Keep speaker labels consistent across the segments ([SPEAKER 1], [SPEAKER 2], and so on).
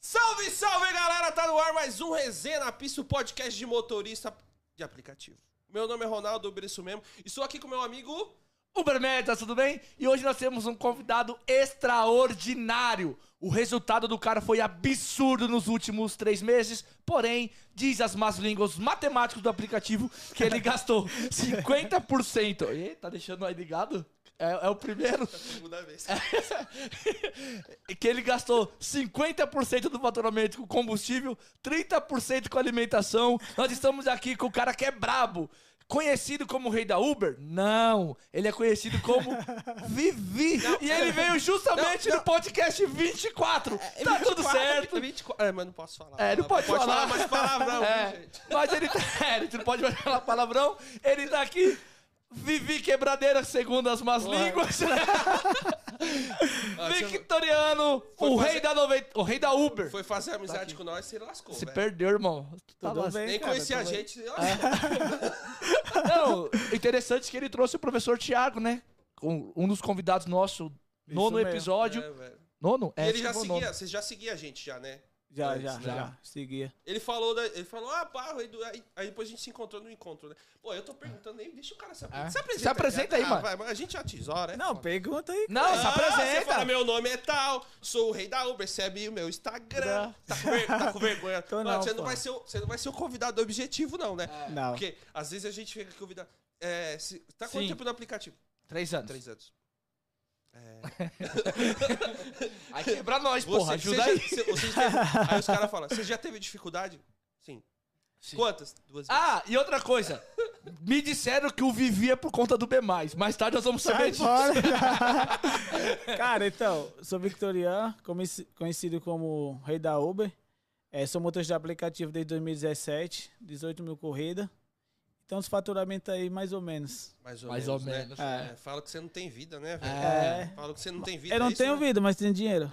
[SPEAKER 1] Salve, salve, galera! Tá no ar mais um Resenha na Pista, o podcast de motorista de aplicativo. Meu nome é Ronaldo, Uber isso mesmo. Estou aqui com meu amigo...
[SPEAKER 2] Uber Merda, tudo bem? E hoje nós temos um convidado extraordinário. O resultado do cara foi absurdo nos últimos três meses, porém, diz as más línguas matemáticos do aplicativo que ele gastou 50%. E tá deixando aí ligado? É, é o primeiro.
[SPEAKER 1] Segunda vez.
[SPEAKER 2] que ele gastou 50% do faturamento com combustível, 30% com alimentação. Nós estamos aqui com o cara que é brabo. Conhecido como o rei da Uber? Não. Ele é conhecido como Vivi. E ele veio justamente
[SPEAKER 1] Não, não.
[SPEAKER 2] no podcast 24. tá tudo
[SPEAKER 1] 24,
[SPEAKER 2] certo.
[SPEAKER 1] É, 24, é, mas não posso falar.
[SPEAKER 2] É, não pode falar.
[SPEAKER 1] mais palavrão,
[SPEAKER 2] É,
[SPEAKER 1] viu, gente.
[SPEAKER 2] Mas ele tá. É, ele não pode mais falar palavrão. Ele tá aqui. Vivi Quebradeira, segundo as más
[SPEAKER 1] Porra.
[SPEAKER 2] línguas. né?
[SPEAKER 1] Ah, você
[SPEAKER 2] Victoriano,
[SPEAKER 1] Foi
[SPEAKER 2] o
[SPEAKER 1] fazer-
[SPEAKER 2] rei, da noventa- o rei da Uber.
[SPEAKER 1] Foi fazer amizade com nós e se lascou,
[SPEAKER 2] Se
[SPEAKER 1] velho.
[SPEAKER 2] perdeu, irmão. Tá
[SPEAKER 3] Tudo
[SPEAKER 2] lá-
[SPEAKER 3] bem,
[SPEAKER 1] Nem
[SPEAKER 3] cara,
[SPEAKER 1] conhecia a
[SPEAKER 3] tudo bem.
[SPEAKER 1] gente.
[SPEAKER 2] É,
[SPEAKER 1] Olha,
[SPEAKER 2] Não, interessante que ele trouxe o professor Tiago, né? Um, um dos convidados nosso, nono
[SPEAKER 3] mesmo.
[SPEAKER 2] episódio.
[SPEAKER 1] é, velho.
[SPEAKER 2] Nono?
[SPEAKER 1] E
[SPEAKER 2] É,
[SPEAKER 1] ele
[SPEAKER 2] acho
[SPEAKER 1] já
[SPEAKER 2] que foi o
[SPEAKER 1] seguia,
[SPEAKER 2] nono.
[SPEAKER 1] vocês já seguiam a gente já, né?
[SPEAKER 3] Já,
[SPEAKER 1] Antes,
[SPEAKER 3] já,
[SPEAKER 1] né?
[SPEAKER 3] já, Seguia.
[SPEAKER 1] Ele falou, da- ele falou, ah, pá, aí, do- aí- aí depois a gente se encontrou no encontro, né? Pô, eu tô perguntando nem deixa o cara se apresentar.
[SPEAKER 2] É.
[SPEAKER 1] Se apresenta,
[SPEAKER 2] Se apresenta aí,
[SPEAKER 1] ah,
[SPEAKER 2] mano.
[SPEAKER 1] vai, mas a gente já tesoura, é?
[SPEAKER 3] Não, pergunta aí.
[SPEAKER 2] Não, se
[SPEAKER 1] Ah, Você
[SPEAKER 2] apresenta.
[SPEAKER 1] fala, meu nome é tal, sou o rei da Uber, recebe o meu Instagram. Tá com, ver- tá com vergonha.
[SPEAKER 3] Tô
[SPEAKER 1] Mano,
[SPEAKER 3] não,
[SPEAKER 1] você, não
[SPEAKER 3] pô.
[SPEAKER 1] vai ser o, você não vai ser o convidado objetivo, não, né?
[SPEAKER 2] É.
[SPEAKER 3] Não.
[SPEAKER 1] Porque às vezes a gente fica convidado. É, se- tá quanto
[SPEAKER 2] Sim.
[SPEAKER 1] tempo no aplicativo?
[SPEAKER 2] Três anos.
[SPEAKER 1] Três anos. É,
[SPEAKER 2] Aí quebra nós,
[SPEAKER 1] Você-
[SPEAKER 2] porra.
[SPEAKER 1] você
[SPEAKER 2] Ajuda
[SPEAKER 1] já-
[SPEAKER 2] aí.
[SPEAKER 1] você- você já teve- aí os caras falam, você já teve dificuldade? Sim.
[SPEAKER 2] Sim.
[SPEAKER 1] Quantas? Duas vezes.
[SPEAKER 2] Ah, e outra coisa. Me disseram que o Vivi é por conta do B. Mais tarde nós vamos saber
[SPEAKER 3] Sai
[SPEAKER 2] disso.
[SPEAKER 3] fora. cara, então, sou Victoriano, comece- conhecido como Rei da Uber. É, sou motorista de aplicativo desde 2017, 18 mil corridas. Então, os faturamentos aí, mais ou menos.
[SPEAKER 1] Mais ou
[SPEAKER 2] mais
[SPEAKER 1] menos.
[SPEAKER 2] ou
[SPEAKER 1] né?
[SPEAKER 2] menos,
[SPEAKER 1] É,
[SPEAKER 3] é.
[SPEAKER 1] Fala que você não tem vida, né, velho?
[SPEAKER 3] É.
[SPEAKER 1] Fala que você não tem vida.
[SPEAKER 3] Eu não
[SPEAKER 1] é isso,
[SPEAKER 3] tenho
[SPEAKER 1] né?
[SPEAKER 3] vida, mas tenho dinheiro.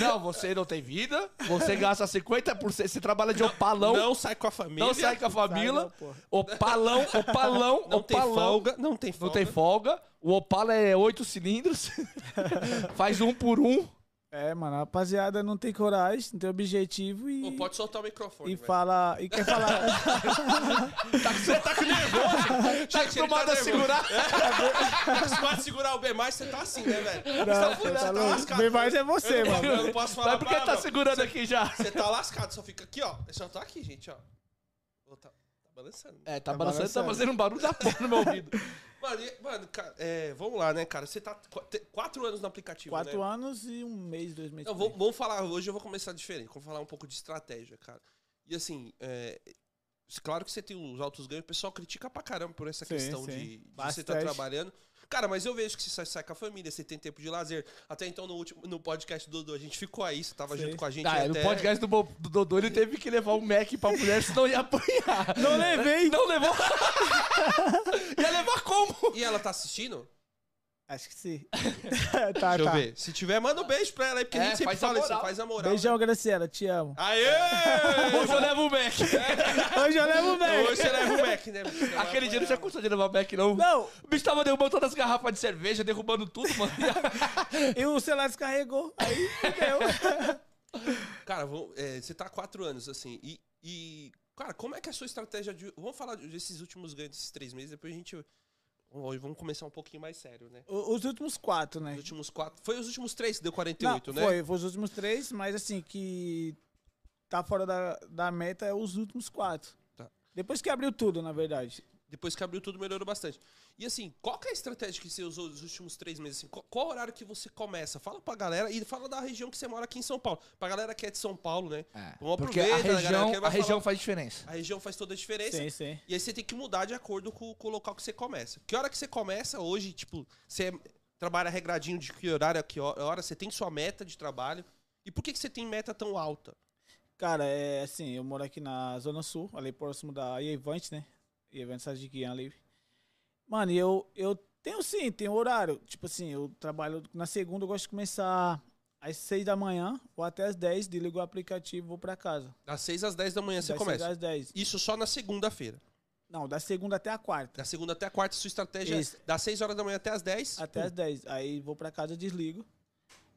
[SPEAKER 2] Não, você não tem vida. Você gasta 50%. Você trabalha de opalão. Não,
[SPEAKER 1] Não sai com a família.
[SPEAKER 2] sai com a
[SPEAKER 3] Sai,
[SPEAKER 2] família.
[SPEAKER 3] não, porra.
[SPEAKER 2] Opalão, opalão,
[SPEAKER 1] Não tem
[SPEAKER 2] opalão.
[SPEAKER 1] folga. Não tem
[SPEAKER 2] Não
[SPEAKER 1] folga.
[SPEAKER 2] tem folga. O Opala é oito cilindros. Faz um por um.
[SPEAKER 3] É, mano, a rapaziada não tem coragem, não tem objetivo e,
[SPEAKER 1] Pô, pode soltar o microfone.
[SPEAKER 3] e
[SPEAKER 1] velho.
[SPEAKER 3] fala. E quer falar.
[SPEAKER 2] Você tá com nervoso. Tá
[SPEAKER 1] Gente, ele
[SPEAKER 2] acostumado
[SPEAKER 1] tá
[SPEAKER 2] a segurar.
[SPEAKER 1] Tá acostumado a segurar o B, você tá assim, né, velho?
[SPEAKER 3] Não,
[SPEAKER 1] você
[SPEAKER 3] você
[SPEAKER 1] tá
[SPEAKER 3] tá louco.
[SPEAKER 1] lascado.
[SPEAKER 3] Bem mais é você, mano.
[SPEAKER 1] Eu não posso falar
[SPEAKER 2] Mas por que
[SPEAKER 1] palavrão.
[SPEAKER 2] tá segurando aqui já?
[SPEAKER 1] Você tá lascado, só fica aqui, ó. Eu só tô aqui, gente, ó. Ô, Tá, tá balançando.
[SPEAKER 2] É, tá,
[SPEAKER 3] Tá
[SPEAKER 2] balançando, tá
[SPEAKER 3] balançando.
[SPEAKER 2] fazendo um barulho da porra no meu ouvido.
[SPEAKER 1] Mano, e- mano cara, é, vamos lá, né, cara? Você tá qu- te- quatro anos no aplicativo, né?
[SPEAKER 3] Quatro anos e um mês, dois meses.
[SPEAKER 1] Não, vou- vamos falar, hoje eu vou começar diferente, vou falar um pouco de estratégia, cara. E assim, é, claro que você tem os altos ganhos, o pessoal critica pra caramba por essa
[SPEAKER 3] Sim,
[SPEAKER 1] questão
[SPEAKER 3] sim.
[SPEAKER 1] de, de você
[SPEAKER 3] Bastante.
[SPEAKER 1] estar trabalhando. Cara, mas eu vejo que você sai, sai com a família, você tem tempo de lazer. Até então, no último no podcast do Dodô, a gente ficou aí, você tava
[SPEAKER 3] Sim.
[SPEAKER 1] junto com a gente.
[SPEAKER 2] Ah, no
[SPEAKER 1] até...
[SPEAKER 2] podcast do, Bo- do Dodô ele teve que levar um Mac pra mulher, senão ia apanhar.
[SPEAKER 3] Não levei.
[SPEAKER 2] Não levou. ia levar como?
[SPEAKER 1] E ela tá assistindo?
[SPEAKER 3] Acho que sim. tá,
[SPEAKER 1] Deixa
[SPEAKER 3] tá.
[SPEAKER 1] eu ver. Se tiver, manda um beijo pra ela aí, porque a
[SPEAKER 2] Ah, É,
[SPEAKER 1] gente sempre
[SPEAKER 2] faz a
[SPEAKER 1] fala isso.
[SPEAKER 2] moral.
[SPEAKER 1] Faz a moral. né?
[SPEAKER 3] Beijão, Graciela, te amo.
[SPEAKER 1] É. Aê!
[SPEAKER 2] Hoje eu levo o
[SPEAKER 1] É,
[SPEAKER 2] Mac.
[SPEAKER 3] Hoje eu levo bem.
[SPEAKER 1] Hoje você leva o Mac, né?
[SPEAKER 2] Aquele dia não tinha condição de levar o Mac, não.
[SPEAKER 3] Não,
[SPEAKER 2] O bicho tava derrubando todas as garrafas de cerveja, derrubando tudo, mano.
[SPEAKER 3] e o celular descarregou. Aí, entendeu?
[SPEAKER 1] Cara, vamos- é, você tá há quatro anos, assim, e, e, Cara, como é que é a sua estratégia de. Vamos falar de- desses últimos ganhos desses três meses, depois a gente. Hoje vamos começar um pouquinho mais sério, né?
[SPEAKER 3] O- Os últimos quatro, né?
[SPEAKER 1] Os últimos quatro. Foi os últimos três que deu
[SPEAKER 3] Não,
[SPEAKER 1] 48, né?
[SPEAKER 3] Foi, foi os últimos três, mas assim, que tá fora da, da meta é os últimos quatro.
[SPEAKER 1] Tá.
[SPEAKER 3] Depois que abriu tudo, na verdade.
[SPEAKER 1] Depois que abriu tudo, melhorou bastante. E assim, qual que é a estratégia que você usou nos últimos três meses? Assim, qual, qual horário que você começa? Fala pra galera e fala da região que você mora aqui em São Paulo. Pra galera que é de São Paulo, né? Vamos
[SPEAKER 2] porque a
[SPEAKER 1] aproveitar, galera,
[SPEAKER 2] região,
[SPEAKER 1] que vai
[SPEAKER 2] a
[SPEAKER 1] falar-
[SPEAKER 2] região faz diferença.
[SPEAKER 1] A região faz toda a diferença.
[SPEAKER 3] Sim, sim.
[SPEAKER 1] E aí você tem que mudar de acordo com, com o local que você começa. Que hora que você começa hoje, tipo, você trabalha regradinho de que horário a que ho- hora, você tem sua meta de trabalho. E por que, que você tem meta tão alta?
[SPEAKER 3] Cara, é assim, eu moro aqui na Zona Sul, ali próximo da Ievante, né? Ievante Sadiquian ali. Mano, e eu, eu tenho sim, tenho horário. Tipo assim, eu trabalho na segunda, eu gosto de começar às seis da manhã ou até às 10, desligo o aplicativo, vou pra casa.
[SPEAKER 1] Das 6 às 10 da manhã você
[SPEAKER 3] Das seis
[SPEAKER 1] começa.
[SPEAKER 3] Às 10.
[SPEAKER 1] Isso só na segunda-feira.
[SPEAKER 3] Não, da segunda até a quarta.
[SPEAKER 1] Da segunda até a quarta, sua estratégia
[SPEAKER 3] Isso.
[SPEAKER 1] é das 6 horas da manhã até as 10.
[SPEAKER 3] Até às 10. Aí vou pra casa, desligo.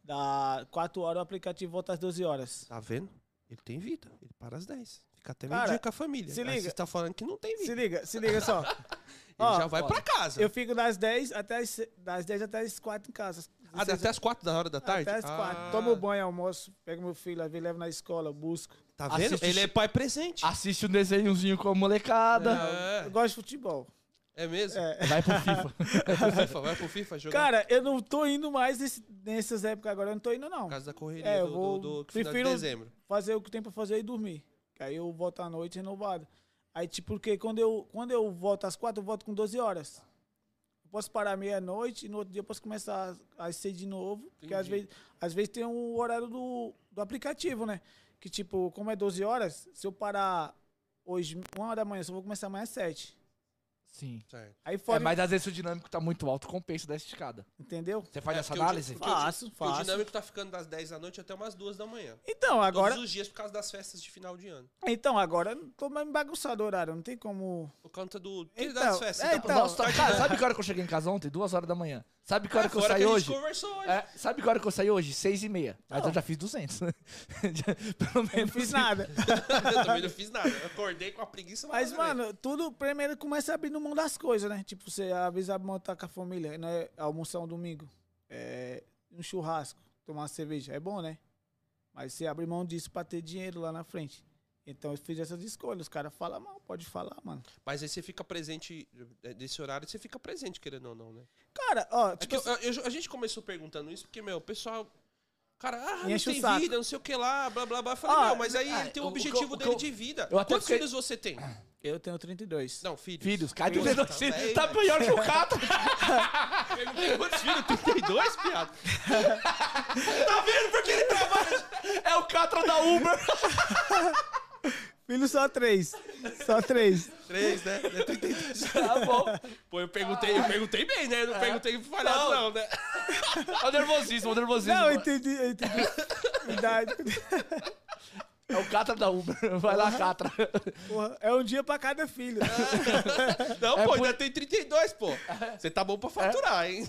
[SPEAKER 3] Dá 4 horas o aplicativo volta às 12 horas.
[SPEAKER 1] Tá vendo? Ele tem vida. Ele para às 10. Fica até
[SPEAKER 3] Cara,
[SPEAKER 1] meio-dia com a família.
[SPEAKER 3] se
[SPEAKER 1] Aí
[SPEAKER 3] liga.
[SPEAKER 1] Você tá falando que não tem vida.
[SPEAKER 3] Se liga, se liga só.
[SPEAKER 1] Ele
[SPEAKER 3] Ó,
[SPEAKER 1] já vai
[SPEAKER 2] ó,
[SPEAKER 1] pra casa.
[SPEAKER 3] Eu fico das 10 até as, se- das 10 até as 4 em casa.
[SPEAKER 1] Ah, até as 4 da hora da tarde?
[SPEAKER 3] Até as 4.
[SPEAKER 1] Ah,
[SPEAKER 3] Tomo banho, almoço, pego meu filho, levo levo na escola, busco.
[SPEAKER 1] Tá vendo?
[SPEAKER 2] Assiste-
[SPEAKER 1] Ele é pai
[SPEAKER 3] Ah,
[SPEAKER 1] presente.
[SPEAKER 2] Assiste um desenhozinho com a molecada.
[SPEAKER 1] É,
[SPEAKER 3] Eu gosto de futebol.
[SPEAKER 1] é mesmo?
[SPEAKER 3] É.
[SPEAKER 2] Vai pro FIFA.
[SPEAKER 1] Vai pro FIFA, vai pro FIFA jogar
[SPEAKER 3] Cara, eu não tô indo mais nesse- nessas épocas agora, eu não tô indo não.
[SPEAKER 1] por causa da correria
[SPEAKER 3] é, eu
[SPEAKER 1] do,
[SPEAKER 3] vou-
[SPEAKER 1] do, do final
[SPEAKER 3] prefiro-
[SPEAKER 1] de dezembro.
[SPEAKER 3] fazer o que tem pra fazer e dormir. Que Aí eu volto à noite renovado. Aí, tipo, porque quando eu, quando eu volto às quatro, eu volto com 12 horas. Eu posso parar meia-noite e no outro dia eu posso começar às- às seis de novo. Porque às
[SPEAKER 1] Entendi.
[SPEAKER 3] vezes, às vezes tem um horário do, do aplicativo, né? Que, tipo, como é 12 horas, se eu parar hoje, uma hora da manhã, eu só vou começar amanhã às sete.
[SPEAKER 2] Sim.
[SPEAKER 1] Certo.
[SPEAKER 3] Aí
[SPEAKER 2] É,
[SPEAKER 3] fora,
[SPEAKER 2] mas às vezes o dinâmico tá muito alto, compensa da esticada.
[SPEAKER 3] entendeu?
[SPEAKER 2] Você faz
[SPEAKER 1] É,
[SPEAKER 2] essa
[SPEAKER 1] porque o di-
[SPEAKER 2] análise?
[SPEAKER 1] porque o di-
[SPEAKER 3] Faço,
[SPEAKER 1] porque O
[SPEAKER 3] faço.
[SPEAKER 1] dinâmico tá ficando das 10 da noite até umas 2 da manhã.
[SPEAKER 3] Então, agora,
[SPEAKER 1] Todos os dias por causa das festas de final de ano.
[SPEAKER 3] então, agora eu tô meio bagunçado o horário, não tem como...
[SPEAKER 1] Por conta do. que
[SPEAKER 3] Então,
[SPEAKER 1] das festas.
[SPEAKER 3] é,
[SPEAKER 1] dá
[SPEAKER 3] então,
[SPEAKER 1] pra-
[SPEAKER 2] Nossa, tá- cara, sabe que hora que eu cheguei em casa ontem? Duas horas da manhã. Sabe que hora É, que eu
[SPEAKER 1] Fora
[SPEAKER 2] saí
[SPEAKER 1] a gente
[SPEAKER 2] hoje?
[SPEAKER 1] conversou hoje.
[SPEAKER 2] É, sabe que hora que eu saí hoje? Seis e meia. Mas
[SPEAKER 3] Não.
[SPEAKER 2] eu já fiz 200, né? Já- Pelo
[SPEAKER 3] Eu não
[SPEAKER 2] menos.
[SPEAKER 3] fiz nada.
[SPEAKER 1] eu também não fiz nada. Eu acordei com a preguiça.
[SPEAKER 3] Mas,
[SPEAKER 1] nada a ver.
[SPEAKER 3] mano, tudo primeiro começa a abrir mão das coisas, né? Tipo, você avisa montar com a família, né? Almoçar um domingo. É, um churrasco, tomar uma cerveja. É bom, né? Mas você abre mão disso pra ter dinheiro lá na frente. Então eu fiz essas escolhas. Os caras falam mal, pode falar, mano.
[SPEAKER 1] Mas aí você fica presente. é, Desse horário você fica presente, querendo ou não, né?
[SPEAKER 3] Cara, ó,
[SPEAKER 1] É
[SPEAKER 3] tipo,
[SPEAKER 1] que eu- eu- eu- a gente começou perguntando isso porque, meu, o pessoal. Cara, ah, não
[SPEAKER 3] Enche o
[SPEAKER 1] tem
[SPEAKER 3] saco.
[SPEAKER 1] vida, não sei o que lá, blá blá blá. Eu falei,
[SPEAKER 3] Ah,
[SPEAKER 1] não, mas aí
[SPEAKER 2] ah,
[SPEAKER 1] ele tem o
[SPEAKER 2] o- o que eu-
[SPEAKER 1] objetivo
[SPEAKER 2] o que
[SPEAKER 1] dele
[SPEAKER 2] eu-
[SPEAKER 1] de vida.
[SPEAKER 2] eu até
[SPEAKER 1] Quantos
[SPEAKER 2] fiquei-
[SPEAKER 1] filhos você tem?
[SPEAKER 3] eu tenho 32.
[SPEAKER 1] Não, filhos.
[SPEAKER 2] Filhos, cai do
[SPEAKER 1] Filhos,
[SPEAKER 2] dedo
[SPEAKER 1] tá
[SPEAKER 2] assim.
[SPEAKER 1] bem,
[SPEAKER 2] Tá
[SPEAKER 1] velho.
[SPEAKER 2] pior que o Cato.
[SPEAKER 1] Quantos filhos? 32, piada.
[SPEAKER 2] Tá vendo porque ele trabalha? É o Catra da Uber.
[SPEAKER 3] Filho só três. Só três.
[SPEAKER 1] Três, né? É 32.
[SPEAKER 2] Tá bom.
[SPEAKER 1] Pô, eu perguntei, eu perguntei bem, né? Eu não perguntei falhado, não,
[SPEAKER 2] Não.
[SPEAKER 1] né?
[SPEAKER 2] É o nervosismo, é o nervosismo.
[SPEAKER 3] Não, eu entendi, eu entendi. Verdade.
[SPEAKER 2] É o Catra da Uber. Vai lá, Catra.
[SPEAKER 3] Porra, é um dia pra cada filho. né?
[SPEAKER 1] Não,
[SPEAKER 2] É
[SPEAKER 1] pô,
[SPEAKER 2] por-
[SPEAKER 1] ainda tem 32, pô. Você tá bom pra faturar, hein?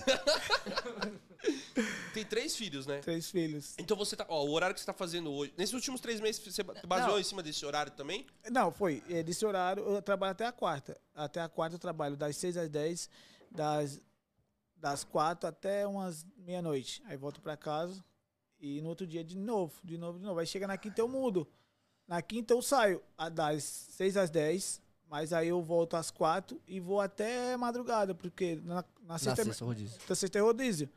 [SPEAKER 1] tem três filhos, né?
[SPEAKER 3] Três filhos.
[SPEAKER 1] Então você tá. Ó, o horário que você tá fazendo hoje. Nesses últimos três meses, você baseou
[SPEAKER 3] Não.
[SPEAKER 1] em cima desse horário também?
[SPEAKER 3] Não, foi. É, desse horário eu trabalho até a quarta. Até a quarta eu trabalho das 6 às 10, das, das 4 até umas meia-noite. Aí volto pra casa e no outro dia de novo, de novo, de novo. Aí chega na quinta eu mudo. Na quinta eu saio a- das 6 às 10, mas aí eu volto às 4 e vou até madrugada, porque na, na sexta, é-
[SPEAKER 2] rodízio.
[SPEAKER 3] então sexta é rodízio.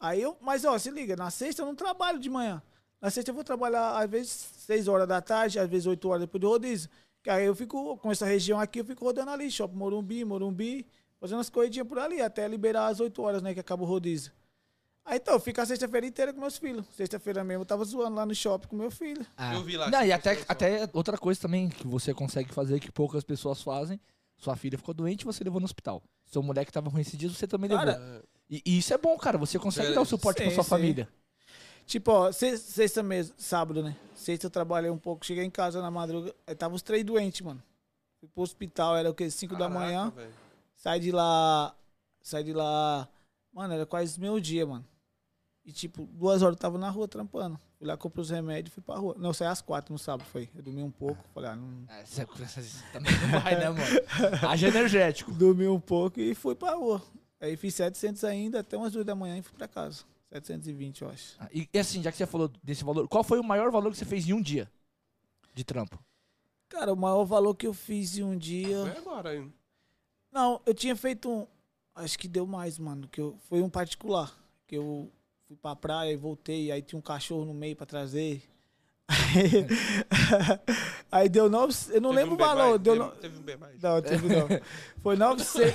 [SPEAKER 3] Aí eu, mas ó, se liga, na sexta eu não trabalho de manhã. Na sexta eu vou trabalhar às vezes 6 horas da tarde, às vezes 8 horas depois do rodízio. Que aí eu fico com essa região aqui, eu fico rodando ali, shopping Morumbi, Morumbi, fazendo as corridinhas por ali, até liberar às 8 horas, né, que acaba o rodízio. Aí então, eu fico a sexta-feira inteira com meus filhos. Sexta-feira mesmo eu tava zoando lá no shopping com meu filho.
[SPEAKER 1] Eu vi lá.
[SPEAKER 2] Não, e
[SPEAKER 1] Você
[SPEAKER 2] até,
[SPEAKER 1] postou
[SPEAKER 2] até outra coisa também que você consegue fazer que poucas pessoas fazem. Sua filha ficou doente e você levou no hospital. Seu moleque tava ruim esses dias, você também
[SPEAKER 3] Cara,
[SPEAKER 2] levou. E, e isso é bom, cara. Você consegue
[SPEAKER 1] Sério?
[SPEAKER 2] dar o suporte pra
[SPEAKER 3] Sim,
[SPEAKER 2] sua
[SPEAKER 3] sim.
[SPEAKER 2] família.
[SPEAKER 3] Tipo, ó, sex- sexta mesmo, sábado, né? Sexta eu trabalhei um pouco, cheguei em casa na madruga, aí tava os três doentes, mano. Fui pro hospital, era o quê? 5 da
[SPEAKER 1] Caraca,
[SPEAKER 3] manhã.
[SPEAKER 1] velho.
[SPEAKER 3] Sai de lá. Sai de lá. Mano, era quase meio dia, mano. E tipo, duas horas eu tava na rua trampando. Fui lá, comprei os remédios e fui pra rua. Não, eu saí às quatro no sábado, foi. Eu dormi um pouco, falei, ah, não.
[SPEAKER 2] É, você, você também não vai, né, mano? Haja energético.
[SPEAKER 3] Dormi um pouco e fui pra rua. Aí fiz 700 ainda, até umas duas da manhã e fui pra casa. 720, eu acho.
[SPEAKER 2] Ah, E, e assim, já que você falou desse valor, qual foi o maior valor que você fez em um dia de trampo?
[SPEAKER 3] Cara, o maior valor que eu fiz em um dia.
[SPEAKER 1] Foi é agora, hein?
[SPEAKER 3] Não, eu tinha feito um. Acho que deu mais, mano. Que eu, foi um particular. Que eu fui pra praia e voltei. Aí tinha um cachorro no meio pra trazer. Aí, aí deu nove. Eu não
[SPEAKER 1] Teve
[SPEAKER 3] lembro
[SPEAKER 1] um
[SPEAKER 3] o
[SPEAKER 1] bem
[SPEAKER 3] valor.
[SPEAKER 1] mais,
[SPEAKER 3] Deu
[SPEAKER 1] teve-
[SPEAKER 3] no,
[SPEAKER 1] Teve um bem mais.
[SPEAKER 3] não, teve não. Foi 900.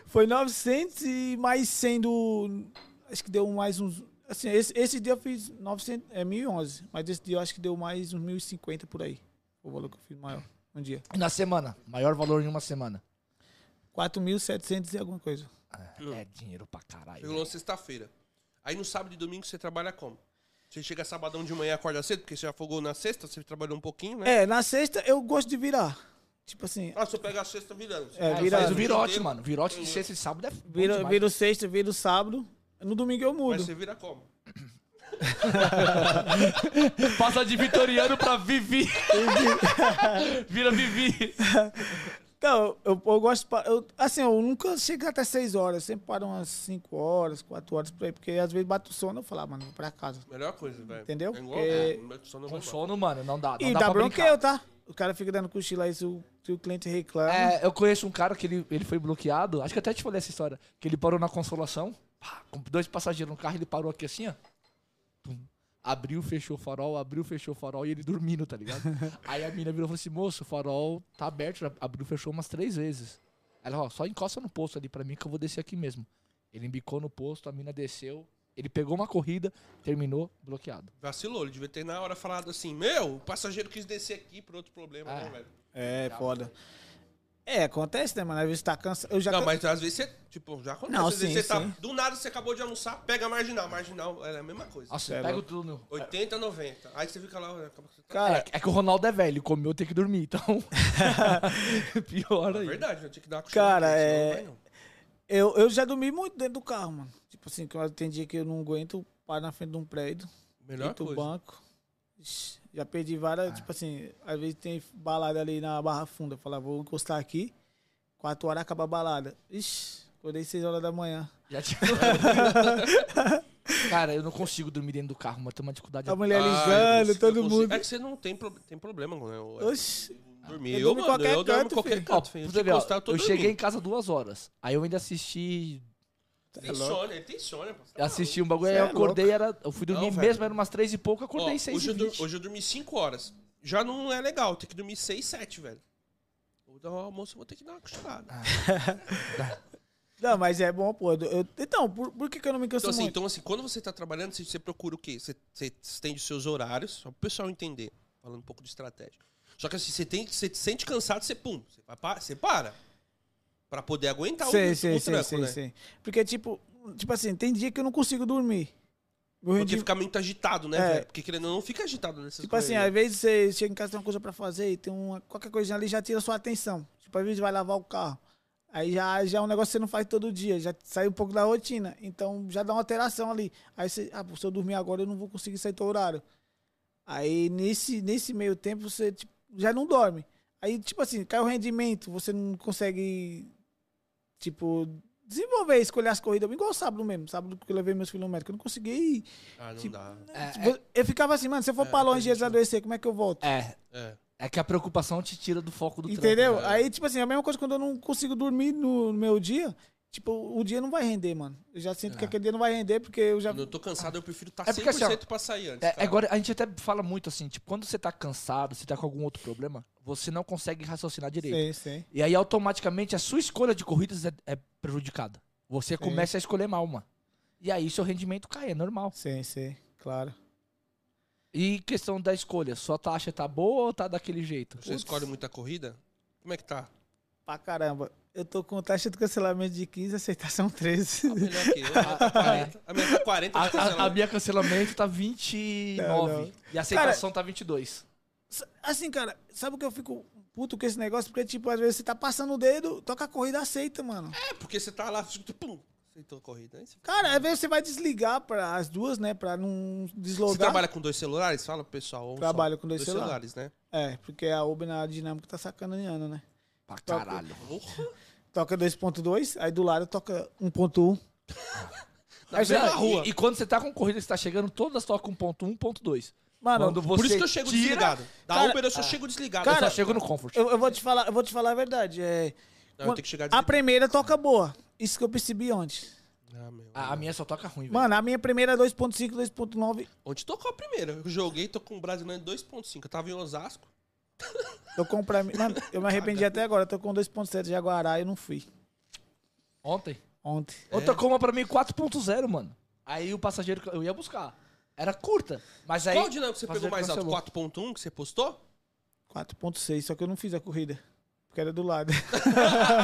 [SPEAKER 3] Foi 900 e mais 100 do. Acho que deu mais uns. Assim, esse, esse dia eu fiz 900, é 1011, mas esse dia eu acho que deu mais uns 1050 por aí. O valor que eu fiz maior. Um dia.
[SPEAKER 2] E na semana? Maior valor em uma semana.
[SPEAKER 3] 4.700 e alguma coisa.
[SPEAKER 2] Ah,
[SPEAKER 1] Hum.
[SPEAKER 2] É dinheiro pra caralho.
[SPEAKER 1] Chegou sexta-feira. Aí no sábado e domingo você trabalha como? Você chega sabadão de manhã e acorda cedo, porque você já fogou na sexta, você trabalhou um pouquinho, né?
[SPEAKER 3] É, na sexta eu gosto de virar. Tipo assim,
[SPEAKER 1] Ah, você pega a sexta virando.
[SPEAKER 3] É,
[SPEAKER 2] Ah,
[SPEAKER 3] vira-
[SPEAKER 2] faz o virote,
[SPEAKER 1] Inteiro.
[SPEAKER 2] mano. Virote de sexta e sábado é bom
[SPEAKER 3] viro,
[SPEAKER 2] demais.
[SPEAKER 3] viro sexta, viro sábado. No domingo eu mudo.
[SPEAKER 1] Mas você vira como?
[SPEAKER 2] Passa de vitoriano pra Vivi. Vira Vivi.
[SPEAKER 3] Então, eu, eu gosto. pa- Eu, assim, eu nunca chego até 6 horas. Eu sempre paro umas 5 horas, 4 horas por aí. Porque às vezes bate o sono eu falo, ah, mano, vou pra casa.
[SPEAKER 1] Melhor coisa, velho.
[SPEAKER 3] Entendeu?
[SPEAKER 1] É igual,
[SPEAKER 3] Porque-
[SPEAKER 1] é, meu sono eu vou embora.
[SPEAKER 2] Com sono, mano, não dá. Não
[SPEAKER 3] E
[SPEAKER 2] dá
[SPEAKER 3] dá
[SPEAKER 2] pra
[SPEAKER 3] bronca
[SPEAKER 2] brincar.
[SPEAKER 3] eu, tá? O cara fica dando cochila aí se o, se o cliente reclama.
[SPEAKER 2] É, eu conheço um cara que ele, ele foi bloqueado. Acho que até te falei essa história. Que ele parou na consolação. pá, com dois passageiros no carro, ele parou aqui assim, ó. Tum. Abriu, fechou o farol, abriu, fechou o farol e ele dormindo, tá ligado? Aí a mina virou e falou assim: moço, o farol tá aberto, já abriu, fechou umas três vezes. Ela, ó, só encosta no posto ali pra mim que eu vou descer aqui mesmo. Ele embicou no posto, a mina desceu, ele pegou uma corrida, terminou bloqueado.
[SPEAKER 1] Vacilou, ele devia ter na hora falado assim: Meu, o passageiro quis descer aqui por outro problema,
[SPEAKER 2] Ah.
[SPEAKER 1] né, velho?
[SPEAKER 3] É, foda. É, acontece, né, mano? Às vezes tá cansado. Eu já
[SPEAKER 1] Não,
[SPEAKER 3] can-
[SPEAKER 1] mas às vezes você, tipo, já acontece.
[SPEAKER 3] Não,
[SPEAKER 1] às vezes
[SPEAKER 3] sim,
[SPEAKER 1] você tá.
[SPEAKER 3] sim.
[SPEAKER 1] Do nada você acabou de almoçar, pega a marginal. Marginal é a mesma coisa.
[SPEAKER 2] Nossa,
[SPEAKER 3] É,
[SPEAKER 2] pega o
[SPEAKER 3] louco.
[SPEAKER 2] túnel.
[SPEAKER 1] 80, 90. Aí você fica lá, olha, acaba que você tá.
[SPEAKER 3] Cara,
[SPEAKER 2] É, é que o Ronaldo é velho, comeu tem que dormir, então. Pior
[SPEAKER 1] É
[SPEAKER 2] aí.
[SPEAKER 1] verdade, eu tinha que dar uma
[SPEAKER 3] Cara,
[SPEAKER 1] cochilada, senão
[SPEAKER 3] é-
[SPEAKER 1] não vai, não.
[SPEAKER 3] eu, eu já dormi muito dentro do carro, mano. Tipo assim, que eu tem dia que eu não aguento, paro na frente de um prédio,
[SPEAKER 1] Melhor
[SPEAKER 3] dentro do
[SPEAKER 1] coisa. Ah.
[SPEAKER 3] banco. Ixi, Já perdi várias, tipo assim, às vezes tem balada ali na Barra Funda. Eu Falava, vou encostar aqui, quatro horas acaba a balada. Ixi, acordei seis horas da manhã.
[SPEAKER 2] Já te... Cara, eu não consigo dormir dentro do carro, mas tem uma dificuldade.
[SPEAKER 3] A
[SPEAKER 1] Ah,
[SPEAKER 3] mulher
[SPEAKER 1] eu
[SPEAKER 3] ligando,
[SPEAKER 1] consigo- eu
[SPEAKER 3] todo
[SPEAKER 1] consigo.
[SPEAKER 3] mundo.
[SPEAKER 1] É que você não tem, pro- tem problema com eu.
[SPEAKER 3] Oxi,
[SPEAKER 1] Dormir.
[SPEAKER 3] Eu
[SPEAKER 1] Eu,
[SPEAKER 3] durmo em
[SPEAKER 1] mano,
[SPEAKER 3] qualquer
[SPEAKER 1] eu durmo em
[SPEAKER 3] canto,
[SPEAKER 1] qualquer
[SPEAKER 3] filho.
[SPEAKER 1] canto, filho.
[SPEAKER 2] Ó,
[SPEAKER 1] Eu,
[SPEAKER 2] você
[SPEAKER 1] te
[SPEAKER 2] vê, ó,
[SPEAKER 1] encostar, eu, tô
[SPEAKER 2] eu cheguei em
[SPEAKER 1] dormindo.
[SPEAKER 2] casa duas horas. Aí eu ainda assisti.
[SPEAKER 1] Tem sono, ele tem sono. pô. Você tá
[SPEAKER 2] Eu assisti um bagulho,
[SPEAKER 3] Cê
[SPEAKER 2] aí eu
[SPEAKER 3] é
[SPEAKER 2] acordei, era, eu fui dormir
[SPEAKER 1] Não, velho.
[SPEAKER 2] mesmo, era umas três e pouco, acordei
[SPEAKER 1] Ó,
[SPEAKER 2] seis
[SPEAKER 1] hoje,
[SPEAKER 2] e
[SPEAKER 1] eu dur-
[SPEAKER 2] vinte.
[SPEAKER 1] hoje eu dormi 5 horas. Já não é legal, tem que dormir 6, 7, velho. Vou dar um almoço, eu vou ter que dar uma cochilada.
[SPEAKER 2] Ah.
[SPEAKER 3] Não, mas é bom, pô. eu- então, por, por que, que eu não me canso
[SPEAKER 1] então, assim,
[SPEAKER 3] muito?
[SPEAKER 1] então, assim, quando você tá trabalhando, você, você procura o quê? Você, você estende os seus horários, só pro pessoal entender. Falando um pouco de estratégia. Só que assim, você, tem, você se sente cansado, você pum, você, vai pa- você para. Pra poder aguentar o,
[SPEAKER 3] Sim,
[SPEAKER 1] o
[SPEAKER 3] sim, sim,
[SPEAKER 1] tranco,
[SPEAKER 3] sim,
[SPEAKER 1] né?
[SPEAKER 3] sim. Porque, tipo, tipo assim, tem dia que eu não consigo dormir. Meu
[SPEAKER 1] Porque
[SPEAKER 3] rendi-
[SPEAKER 1] fica muito agitado, né,
[SPEAKER 3] É.
[SPEAKER 1] velho? Porque querendo ou não, fica agitado nessas
[SPEAKER 3] Tipo assim, às
[SPEAKER 1] correrias.
[SPEAKER 3] vezes você chega em casa, tem uma coisa pra fazer e tem uma, qualquer coisinha ali já tira sua atenção. Tipo, às vezes vai lavar o carro. Aí já, já é um negócio que você não faz todo dia, já sai um pouco da rotina. Então já dá uma alteração ali. Aí você, ah, se eu dormir agora eu não vou conseguir sair do horário. Aí nesse, nesse meio tempo você tipo, já não dorme. Aí, tipo assim, cai o rendimento, você não consegue, tipo, desenvolver, escolher as corridas. Igual sábado mesmo, sábado que eu levei meus filhos no médico, eu não consegui.
[SPEAKER 1] Ah, não
[SPEAKER 3] tipo-
[SPEAKER 1] dá.
[SPEAKER 2] É,
[SPEAKER 3] Eu ficava assim, mano, se eu for
[SPEAKER 1] É,
[SPEAKER 3] pra longe e eles
[SPEAKER 1] entendi.
[SPEAKER 3] adoecer, como é que eu volto?
[SPEAKER 2] é, é,
[SPEAKER 1] É.
[SPEAKER 2] é que a preocupação te tira do foco do trampo,
[SPEAKER 3] Entendeu?
[SPEAKER 1] né?
[SPEAKER 2] velho.
[SPEAKER 3] Aí, tipo assim, é a mesma coisa quando eu não consigo dormir no, no meu dia. Tipo, o dia não vai render, mano. Eu já sinto que aquele dia não vai render, porque eu já.
[SPEAKER 1] É. Quando eu tô cansado, eu prefiro tá estar
[SPEAKER 2] É porque,
[SPEAKER 1] 100%
[SPEAKER 2] assim, ó,
[SPEAKER 1] pra sair antes.
[SPEAKER 2] É,
[SPEAKER 1] cara.
[SPEAKER 2] agora, a gente até fala muito assim, tipo, quando você tá cansado, você tá com algum outro problema, você não consegue raciocinar direito.
[SPEAKER 3] Sei, sei.
[SPEAKER 2] E aí, automaticamente, a sua escolha de corridas é, é prejudicada. Você começa a escolher mal, mano. E aí, seu rendimento cai, é normal.
[SPEAKER 3] Sei, sei. Claro.
[SPEAKER 2] E questão da escolha, sua taxa tá boa ou tá daquele jeito?
[SPEAKER 1] Você escolhe muita corrida? Como é que tá?
[SPEAKER 3] Pra caramba. Eu tô com taxa de cancelamento de 15, aceitação 13.
[SPEAKER 1] Tá melhor que eu. A minha tá 40. A minha tá 40
[SPEAKER 2] é. A,
[SPEAKER 1] de cancelamento.
[SPEAKER 2] a- a minha cancelamento tá 29
[SPEAKER 3] Não, não.
[SPEAKER 2] e a aceitação tá 22.
[SPEAKER 3] S- Assim, cara, sabe o que eu fico puto com esse negócio? Porque, tipo, às vezes você tá passando o dedo, toca a corrida, aceita, mano.
[SPEAKER 1] É, porque você tá lá, tu- pum, aceitou a corrida. Aí você...
[SPEAKER 3] Cara, às vezes você vai desligar para as duas, né? Pra não deslogar.
[SPEAKER 1] você trabalha com dois celulares? Fala pro pessoal. ou um só?
[SPEAKER 3] Trabalho com dois celulares.
[SPEAKER 1] né?
[SPEAKER 3] É, porque a Uber na dinâmica tá sacaneando, né?
[SPEAKER 2] Pra
[SPEAKER 1] Tá
[SPEAKER 2] caralho.
[SPEAKER 3] Toca 2.2, aí do lado toca 1.1.
[SPEAKER 1] é Na mesma
[SPEAKER 2] Não,
[SPEAKER 1] rua.
[SPEAKER 2] Tá E, e quando você tá com corrida, você tá chegando, todas tocam ponto 1, ponto 2.
[SPEAKER 3] Mano,
[SPEAKER 2] Quando você
[SPEAKER 1] Por isso que eu chego
[SPEAKER 2] tira,
[SPEAKER 1] desligado. Da
[SPEAKER 3] Cara,
[SPEAKER 1] Uber eu assim, só chego desligado.
[SPEAKER 2] Eu
[SPEAKER 3] cara,
[SPEAKER 2] só chego no comfort.
[SPEAKER 3] eu, eu vou te falar, eu vou te falar a verdade. É,
[SPEAKER 1] Não, eu tenho que chegar
[SPEAKER 3] a
[SPEAKER 1] desligado.
[SPEAKER 3] primeira toca boa. Isso que eu percebi ontem.
[SPEAKER 1] Ah, meu,
[SPEAKER 2] A, a minha só toca ruim, velho.
[SPEAKER 3] Mano, a minha primeira é 2.5, 2.9.
[SPEAKER 1] Onde tocou a primeira? Eu joguei, tô com o Brasileiro em 2.5. Eu tava em Osasco.
[SPEAKER 3] Tô com pra mim. Mano, eu me arrependi até agora. Tô com 2.7 de Jaguará e não fui.
[SPEAKER 2] Ontem.
[SPEAKER 3] Ontem.
[SPEAKER 1] é?
[SPEAKER 2] Ou tocou uma pra mim 4.0, mano. Aí o passageiro que eu ia buscar. Era curta. Mas aí.
[SPEAKER 1] Qual o dinâmico você é pegou
[SPEAKER 2] passageiro
[SPEAKER 1] mais alto?
[SPEAKER 2] cancelou.
[SPEAKER 1] 4.1 que você postou?
[SPEAKER 3] 4.6, só que eu não fiz a corrida. Porque era do lado.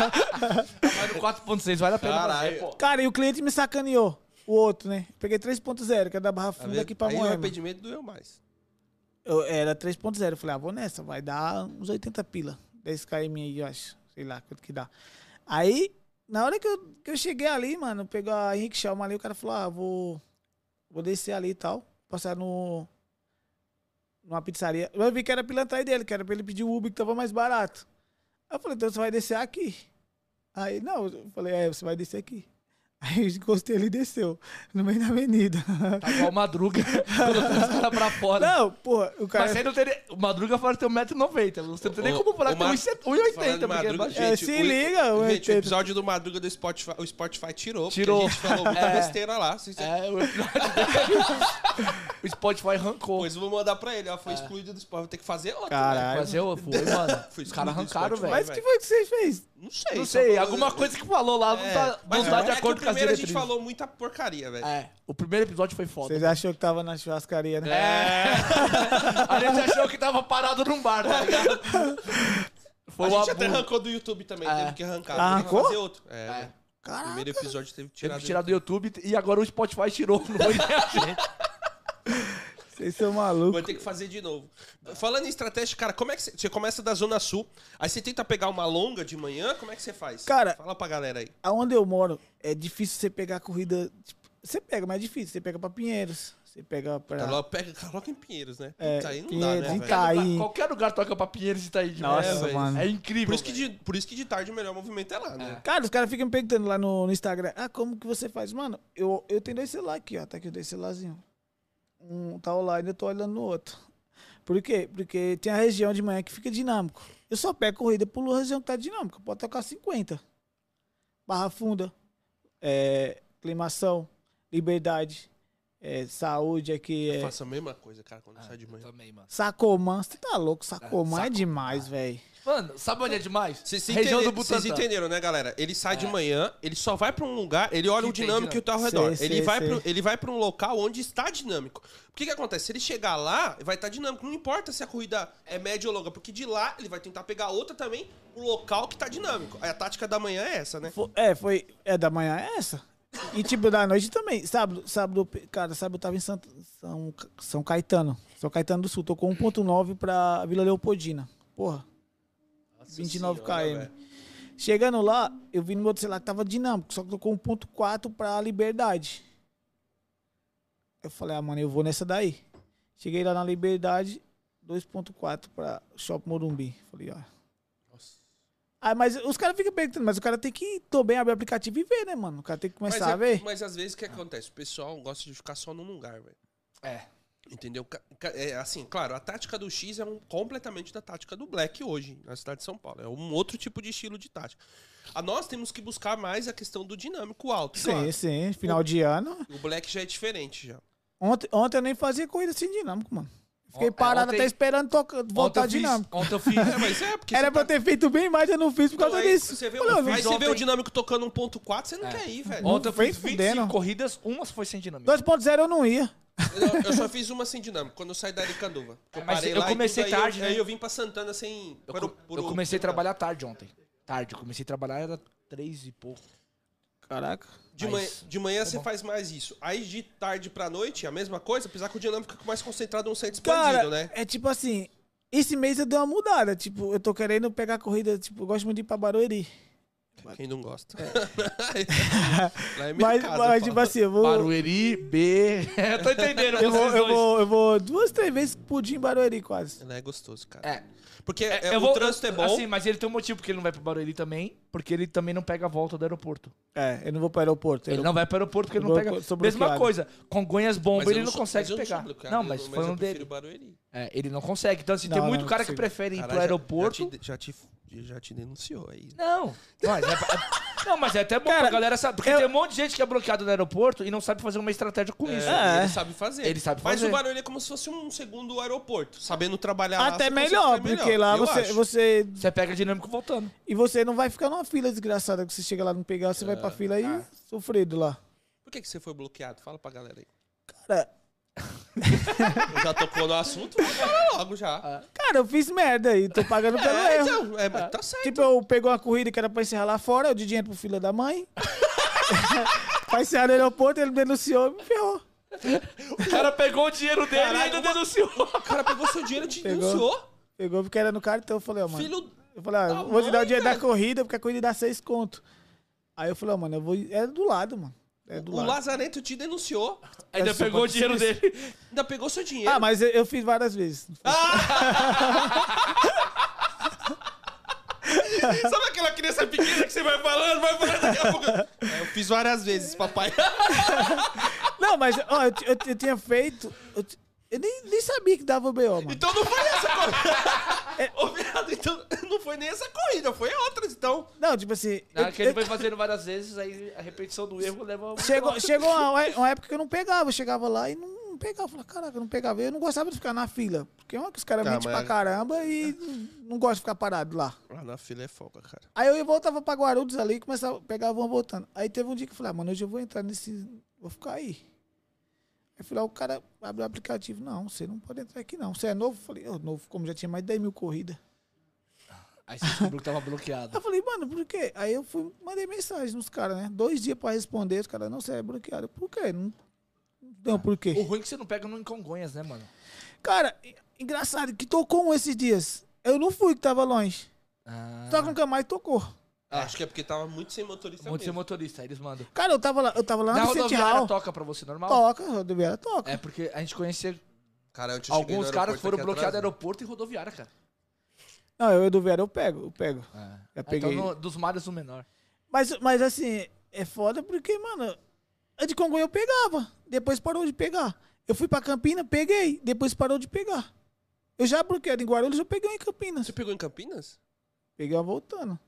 [SPEAKER 2] Mas no 4.6 vale a pena.
[SPEAKER 1] Caralho.
[SPEAKER 2] fazer, pô.
[SPEAKER 3] Cara, e o cliente me sacaneou. O outro, né? Peguei 3.0, que é da Barra
[SPEAKER 1] Tá
[SPEAKER 3] Funda
[SPEAKER 1] vendo?
[SPEAKER 3] aqui pra
[SPEAKER 1] Aí o
[SPEAKER 3] Moema.
[SPEAKER 1] arrependimento doeu mais.
[SPEAKER 3] Eu, era 3.0. Eu falei, ah, vou nessa, vai dar uns 80 pila. 10 km aí, eu acho. Sei lá quanto que dá. Aí Na hora que eu, que eu cheguei ali, mano, pegou a Henrique Chalma ali, o cara falou, ah, vou, vou descer ali e tal, passar no, numa pizzaria. Eu vi que era pela atrás dele, que era pra ele pedir o Uber que tava mais barato. Aí eu falei, então você vai descer aqui. Aí, não, eu falei, é, você vai descer aqui. Aí eu encostei ali e desceu, no meio da avenida.
[SPEAKER 2] Tá igual o Madruga, colocando os caras pra fora.
[SPEAKER 3] Não, porra, o cara...
[SPEAKER 2] Mas aí não teria. O Madruga fala que tem 1,90m. Você não tem nem
[SPEAKER 1] Ô,
[SPEAKER 2] como falar
[SPEAKER 1] ô,
[SPEAKER 2] que tem
[SPEAKER 1] Mar-
[SPEAKER 2] 1,70m,
[SPEAKER 1] falando de
[SPEAKER 2] porque é
[SPEAKER 1] Madruga,
[SPEAKER 2] baixo.
[SPEAKER 3] É, se liga,
[SPEAKER 1] o,
[SPEAKER 3] o
[SPEAKER 1] gente, o
[SPEAKER 3] 80.
[SPEAKER 1] episódio do Madruga do Spotify, o Spotify tirou,
[SPEAKER 2] Tirou.
[SPEAKER 1] porque a gente falou muita
[SPEAKER 2] É.
[SPEAKER 1] besteira lá. Se-
[SPEAKER 2] É, o episódio dele. O Spotify arrancou.
[SPEAKER 1] Pois eu vou mandar pra ele, ó,
[SPEAKER 2] É.
[SPEAKER 1] foi excluído do Spotify, vou ter que fazer outro. né?
[SPEAKER 3] Caralho.
[SPEAKER 2] Mas eu fui, mano.
[SPEAKER 1] Foi excluído
[SPEAKER 2] Os caras
[SPEAKER 1] do
[SPEAKER 2] arrancaram,
[SPEAKER 1] Spotify.
[SPEAKER 2] velho.
[SPEAKER 3] Mas o que foi que vocês fez?
[SPEAKER 1] Não sei.
[SPEAKER 2] Não
[SPEAKER 1] só
[SPEAKER 2] sei,
[SPEAKER 1] falando-
[SPEAKER 2] alguma coisa que falou lá não
[SPEAKER 1] então. É,
[SPEAKER 2] tá, não
[SPEAKER 1] mas
[SPEAKER 2] tá
[SPEAKER 1] é
[SPEAKER 2] de
[SPEAKER 1] que
[SPEAKER 2] acordo
[SPEAKER 1] o
[SPEAKER 2] com
[SPEAKER 1] primeiro a
[SPEAKER 2] as diretrizes.
[SPEAKER 1] gente falou muita porcaria, velho.
[SPEAKER 2] É, o primeiro episódio foi foda.
[SPEAKER 3] Vocês achou que tava na churrascaria, né?
[SPEAKER 2] É. A gente achou que tava parado num bar, tá ligado? Foi
[SPEAKER 1] a
[SPEAKER 2] um
[SPEAKER 1] gente até
[SPEAKER 2] abuso.
[SPEAKER 1] arrancou do YouTube também,
[SPEAKER 2] É.
[SPEAKER 1] teve que arrancar.
[SPEAKER 3] Ah,
[SPEAKER 1] teve que
[SPEAKER 3] arrancou?
[SPEAKER 1] fazer outro. É,
[SPEAKER 2] É.
[SPEAKER 1] velho. O primeiro episódio teve que
[SPEAKER 2] Teve
[SPEAKER 1] tirar
[SPEAKER 2] que tirar do YouTube e agora o Spotify tirou. Não foi nem a gente.
[SPEAKER 3] Vocês são malucos.
[SPEAKER 1] Vai ter que fazer de novo.
[SPEAKER 3] Tá.
[SPEAKER 1] Falando em estratégia, cara, como é que você, você começa da Zona Sul, aí você tenta pegar uma longa de manhã, como é que você faz?
[SPEAKER 3] Cara-
[SPEAKER 1] Fala pra galera aí.
[SPEAKER 3] aonde eu moro, é difícil você pegar corrida. tipo, você pega, mas é difícil. Você pega pra Pinheiros. Você pega pra.
[SPEAKER 1] Tá logo, pega, coloca em Pinheiros, né?
[SPEAKER 3] É,
[SPEAKER 1] Putz, aí não dá,
[SPEAKER 3] Pinheiros,
[SPEAKER 1] né? velho?
[SPEAKER 3] Ita- Tá aí.
[SPEAKER 2] Qualquer lugar toca pra Pinheiros e Itaí de manhã,
[SPEAKER 3] Nossa,
[SPEAKER 2] velho.
[SPEAKER 3] mano.
[SPEAKER 2] É incrível.
[SPEAKER 1] Por isso, que
[SPEAKER 2] velho.
[SPEAKER 1] de, por isso que de tarde o melhor movimento é lá, né?
[SPEAKER 3] Cara, os caras ficam me perguntando lá no, no Instagram. Ah, como que você faz? Mano, eu, eu tenho dois celulares aqui, ó. Tá aqui os dois celularzinhos. Um tá online, eu tô olhando no outro. Por quê? Porque tem a região de manhã que fica dinâmico. Eu só pego corrida por região que tá dinâmica. Pode tocar 50. Barra Funda, é, Climação, Liberdade, é, Saúde aqui.
[SPEAKER 1] Eu
[SPEAKER 3] É,
[SPEAKER 1] faço a mesma coisa, cara,
[SPEAKER 2] Ah,
[SPEAKER 1] quando sai de manhã.
[SPEAKER 2] Também, mano.
[SPEAKER 3] Sacomã, você tá louco, Sacomã é
[SPEAKER 2] Sacomã.
[SPEAKER 3] demais, velho.
[SPEAKER 2] Mano, sabe onde é demais?
[SPEAKER 1] Vocês se
[SPEAKER 2] Região
[SPEAKER 1] entende-
[SPEAKER 2] do
[SPEAKER 1] vocês
[SPEAKER 2] Butantã.
[SPEAKER 1] entenderam, né, galera? Ele sai
[SPEAKER 3] É.
[SPEAKER 1] de manhã, ele só vai pra um lugar, ele olha
[SPEAKER 2] Que
[SPEAKER 1] o
[SPEAKER 2] tem
[SPEAKER 1] dinâmico que tá ao
[SPEAKER 3] dinâmico.
[SPEAKER 1] redor.
[SPEAKER 3] Sei,
[SPEAKER 1] ele,
[SPEAKER 3] sei,
[SPEAKER 1] vai
[SPEAKER 3] sei.
[SPEAKER 1] pro, ele vai pra um local onde está dinâmico. O que que acontece? Se ele chegar lá, vai estar dinâmico. Não importa se a corrida é média ou longa, porque de lá ele vai tentar pegar outra também, o local que tá dinâmico. Aí A tática da manhã é essa, né?
[SPEAKER 3] Fo- É, foi. É da manhã é essa. E tipo, da noite também. Sábado, sábado, cara, sábado eu tava em Santo- São, Ca- São Caetano. São Caetano do Sul. Tocou 1.9 pra Vila Leopoldina. Porra, 29 km.
[SPEAKER 1] velho.
[SPEAKER 3] Chegando lá, eu vi no meu outro celular que tava dinâmico, só que tocou 1.4 pra Liberdade. Eu falei, ah, mano, eu vou nessa daí. Cheguei lá na Liberdade, 2.4 pra Shopping Morumbi. Falei, ó.
[SPEAKER 1] Nossa.
[SPEAKER 3] Ah, mas os caras ficam perguntando, mas o cara tem que também abrir o aplicativo e ver, né, mano? O cara tem que
[SPEAKER 1] Mas,
[SPEAKER 3] começar a
[SPEAKER 1] é-
[SPEAKER 3] ver.
[SPEAKER 1] mas às vezes o que acontece? O pessoal gosta de ficar só num lugar, velho.
[SPEAKER 2] É.
[SPEAKER 1] Entendeu? Ca- ca- É assim, claro, a tática do X é um, completamente da tática do Black hoje, na cidade de São Paulo. É um outro tipo de estilo de tática. A nós temos que buscar mais a questão do dinâmico alto.
[SPEAKER 3] Sim,
[SPEAKER 1] claro.
[SPEAKER 3] sim. Final de ano.
[SPEAKER 1] O Black já é diferente já.
[SPEAKER 3] Ontem, ontem eu nem fazia corrida sem dinâmico, mano. Fiquei
[SPEAKER 2] Ó, é,
[SPEAKER 3] parado
[SPEAKER 2] ontem-
[SPEAKER 3] até esperando toca,
[SPEAKER 2] Ontem
[SPEAKER 3] voltar
[SPEAKER 2] eu fiz-
[SPEAKER 3] dinâmico.
[SPEAKER 2] Ontem eu fiz.
[SPEAKER 1] É, mas é porque
[SPEAKER 3] Era
[SPEAKER 1] você
[SPEAKER 3] pra eu
[SPEAKER 1] tá-
[SPEAKER 3] ter feito bem mais, eu não fiz por causa
[SPEAKER 1] Aí
[SPEAKER 3] disso.
[SPEAKER 1] Você vê,
[SPEAKER 3] Olha,
[SPEAKER 1] o,
[SPEAKER 3] eu
[SPEAKER 1] aí
[SPEAKER 3] vi
[SPEAKER 1] você vê o
[SPEAKER 2] ontem-
[SPEAKER 1] dinâmico tocando 1.4,
[SPEAKER 3] É.
[SPEAKER 1] você não quer ir, velho.
[SPEAKER 2] Ontem eu
[SPEAKER 3] Vem
[SPEAKER 2] fiz 25
[SPEAKER 3] fudendo.
[SPEAKER 2] corridas, uma foi sem dinâmica.
[SPEAKER 3] 2.0 eu não ia.
[SPEAKER 1] Eu, eu só fiz uma sem dinâmico, quando eu saí da Aricanduva. Eu
[SPEAKER 2] mas
[SPEAKER 1] parei
[SPEAKER 2] eu
[SPEAKER 1] lá e
[SPEAKER 2] comecei
[SPEAKER 1] tudo, aí eu-
[SPEAKER 2] tarde, né?
[SPEAKER 1] Aí eu vim pra Santana sem...
[SPEAKER 2] Eu,
[SPEAKER 1] por-
[SPEAKER 2] co-
[SPEAKER 1] por- um
[SPEAKER 2] eu comecei a
[SPEAKER 1] por-
[SPEAKER 2] trabalhar tarde ontem. Tarde, eu comecei a trabalhar, era três e pouco.
[SPEAKER 3] Caraca.
[SPEAKER 1] De
[SPEAKER 2] Mas-
[SPEAKER 1] manhã, de manhã
[SPEAKER 3] tá
[SPEAKER 1] você
[SPEAKER 2] bom.
[SPEAKER 1] faz mais isso. Aí de tarde pra noite, a mesma coisa, apesar que o dinâmico fica mais concentrado no centro expandido,
[SPEAKER 3] Cara,
[SPEAKER 1] né?
[SPEAKER 3] é tipo assim, esse mês eu dei uma mudada. Tipo, eu tô querendo pegar corrida, tipo, eu gosto muito de ir pra Barueri.
[SPEAKER 1] Quem não gosta. Lá é minha
[SPEAKER 3] Mas,
[SPEAKER 1] casa,
[SPEAKER 3] mas
[SPEAKER 1] pô.
[SPEAKER 3] tipo assim, eu vou...
[SPEAKER 2] Barueri, B. É, tô entendendo.
[SPEAKER 3] Eu vou,
[SPEAKER 2] vocês
[SPEAKER 3] eu,
[SPEAKER 2] dois.
[SPEAKER 3] vou, eu vou duas, três vezes por dia em Barueri, quase.
[SPEAKER 1] Lá é gostoso, cara.
[SPEAKER 2] É,
[SPEAKER 1] Porque é,
[SPEAKER 2] eu
[SPEAKER 1] o
[SPEAKER 2] vou-
[SPEAKER 1] trânsito é bom.
[SPEAKER 2] Assim, mas ele tem um motivo porque ele não vai pro Barueri também, porque ele também não pega a volta do aeroporto.
[SPEAKER 3] É, eu não vou pro aeroporto.
[SPEAKER 2] Ele não vai pro aeroporto porque ele não
[SPEAKER 3] Sou
[SPEAKER 2] pega.
[SPEAKER 3] bloqueado, sou
[SPEAKER 2] Mesma
[SPEAKER 3] bloqueado.
[SPEAKER 2] coisa, Congonhas bomba,
[SPEAKER 1] mas eu
[SPEAKER 2] ele não
[SPEAKER 1] sou- mas
[SPEAKER 2] consegue
[SPEAKER 1] eu
[SPEAKER 2] pegar.
[SPEAKER 1] sou bloqueado,
[SPEAKER 2] Não, mas
[SPEAKER 1] eu-
[SPEAKER 2] falando
[SPEAKER 1] eu prefiro
[SPEAKER 2] dele.
[SPEAKER 1] Barueri.
[SPEAKER 2] É, ele não consegue. Então, assim,
[SPEAKER 3] Não,
[SPEAKER 2] tem
[SPEAKER 3] não,
[SPEAKER 2] muito
[SPEAKER 3] não
[SPEAKER 2] cara que
[SPEAKER 3] consigo.
[SPEAKER 2] prefere ir
[SPEAKER 1] Caralho,
[SPEAKER 2] pro aeroporto.
[SPEAKER 1] Já, já, te, já, te, já te denunciou aí.
[SPEAKER 2] Não. Mas é, é- não, mas é até bom pra galera saber. Porque
[SPEAKER 3] eu-
[SPEAKER 2] tem um monte de gente que é bloqueado no aeroporto e não sabe fazer uma estratégia com isso.
[SPEAKER 1] É,
[SPEAKER 3] É.
[SPEAKER 1] Ele sabe fazer.
[SPEAKER 2] Ele sabe
[SPEAKER 1] Mas
[SPEAKER 2] fazer.
[SPEAKER 1] o Barueri é como se fosse um segundo aeroporto. Sabendo trabalhar lá,
[SPEAKER 3] Até
[SPEAKER 1] você consegue
[SPEAKER 3] melhor,
[SPEAKER 1] fazer
[SPEAKER 3] porque lá
[SPEAKER 1] eu
[SPEAKER 3] você,
[SPEAKER 1] acho.
[SPEAKER 3] você.
[SPEAKER 2] Você pega dinâmico voltando.
[SPEAKER 3] E você não vai ficar numa fila desgraçada que você chega lá não pegar, você
[SPEAKER 1] É,
[SPEAKER 3] vai pra fila e sofrido lá.
[SPEAKER 1] Por que, que você foi bloqueado? Fala pra galera aí.
[SPEAKER 3] Cara,
[SPEAKER 1] Já tocou no assunto? Vamos falar logo já.
[SPEAKER 3] cara, eu fiz merda e tô pagando pelo
[SPEAKER 1] É,
[SPEAKER 3] erro.
[SPEAKER 1] então, é, mas tá certo.
[SPEAKER 3] Tipo, eu peguei uma corrida que era pra encerrar lá fora, eu dei dinheiro pro filho da mãe. pra encerrar no aeroporto, ele me denunciou e me ferrou.
[SPEAKER 2] O cara pegou o dinheiro dele
[SPEAKER 1] Caralho,
[SPEAKER 2] e ainda
[SPEAKER 1] uma-
[SPEAKER 2] denunciou.
[SPEAKER 1] O cara pegou seu dinheiro e te
[SPEAKER 3] Pegou.
[SPEAKER 1] denunciou.
[SPEAKER 3] Pegou porque era no cartão, então eu falei, ó, mano.
[SPEAKER 1] Filho.
[SPEAKER 3] Eu falei, ó,
[SPEAKER 1] da
[SPEAKER 3] eu vou te dar o
[SPEAKER 1] mãe,
[SPEAKER 3] dinheiro
[SPEAKER 1] velho.
[SPEAKER 3] da corrida, porque a corrida dá seis conto. Aí eu falei, ó, mano, eu vou. É do lado, mano. É do
[SPEAKER 1] o
[SPEAKER 3] lado.
[SPEAKER 1] Lazareto te denunciou,
[SPEAKER 2] Ainda
[SPEAKER 3] Essa
[SPEAKER 2] pegou o
[SPEAKER 3] pode ser
[SPEAKER 2] dinheiro
[SPEAKER 3] isso.
[SPEAKER 2] dele.
[SPEAKER 1] ainda pegou seu dinheiro.
[SPEAKER 3] Ah, mas eu, eu fiz várias vezes.
[SPEAKER 1] Sabe aquela criança pequena que você vai falando, vai falando daqui a pouco? É, eu fiz várias vezes, papai.
[SPEAKER 3] Não, mas, ó, eu, ti- eu, ti- eu tinha feito. Eu, ti- eu nem, nem sabia que dava o BO, mano.
[SPEAKER 1] Então não foi essa corrida. Ô, viado, então não foi nem essa corrida, foi outras, então.
[SPEAKER 3] Não, tipo assim. eu-
[SPEAKER 2] Ah, que ele
[SPEAKER 3] eu-
[SPEAKER 2] foi fazendo várias vezes, aí a repetição do erro leva.
[SPEAKER 3] Chegou, chegou uma, uma época que eu não pegava. Eu chegava lá e não não pegava. Eu falava, caraca, eu não pegava. Eu não gostava de ficar na fila. Porque é uma que os caras
[SPEAKER 1] Tá,
[SPEAKER 3] mentem
[SPEAKER 1] mas- É.
[SPEAKER 3] pra caramba e não- não gosta de ficar parado lá.
[SPEAKER 1] Ah, na fila é folga, cara.
[SPEAKER 3] Aí eu voltava pra Guarulhos ali e começava, pegava uma voltando. Aí teve um dia que eu falei, ah, mano, hoje eu vou entrar nesse. Vou ficar aí. Aí fui lá, o cara abre o aplicativo. Não, você não pode entrar aqui, não. Você é novo? Eu falei, eu novo, como já tinha mais de 10 mil corridas.
[SPEAKER 2] Aí você descobriu que tava
[SPEAKER 3] Aí eu
[SPEAKER 2] bloqueado.
[SPEAKER 3] falei, mano, por quê? Aí eu fui, mandei mensagem nos caras, né? Dois dias pra responder, os caras, não, você é bloqueado. Eu, Por quê? Não, não por quê?
[SPEAKER 2] O ruim é que você não pega no em Congonhas, né, mano?
[SPEAKER 3] Cara, en- engraçado, que tocou um esses dias. Eu não fui que tava longe.
[SPEAKER 2] Ah,
[SPEAKER 3] Só que nunca mais tocou.
[SPEAKER 1] Acho que é porque tava muito sem motorista
[SPEAKER 2] muito ser
[SPEAKER 1] mesmo.
[SPEAKER 2] motorista, aí eles mandam.
[SPEAKER 3] Cara, eu tava lá, eu tava lá
[SPEAKER 2] Na
[SPEAKER 3] no City
[SPEAKER 2] rodoviária
[SPEAKER 3] Hall.
[SPEAKER 2] toca pra você, normal?
[SPEAKER 3] Toca, rodoviária toca.
[SPEAKER 2] É porque a gente conhecia
[SPEAKER 1] Cara, eu te cheguei no
[SPEAKER 2] alguns
[SPEAKER 1] aeroporto
[SPEAKER 2] caras que foram
[SPEAKER 1] aqui
[SPEAKER 2] bloqueados
[SPEAKER 1] atrás,
[SPEAKER 2] aeroporto e rodoviária, cara.
[SPEAKER 3] Não, eu rodoviária eu pego, eu pego.
[SPEAKER 2] Ah,
[SPEAKER 3] peguei.
[SPEAKER 2] Então, no- dos mares, o menor.
[SPEAKER 3] Mas, mas assim, é foda porque, mano, a de Congonha eu pegava. Depois parou de pegar. Eu fui pra Campina, peguei. Depois parou de pegar. Eu já bloqueado em Guarulhos, eu peguei em Campinas.
[SPEAKER 1] Você pegou em Campinas?
[SPEAKER 3] Peguei uma voltando.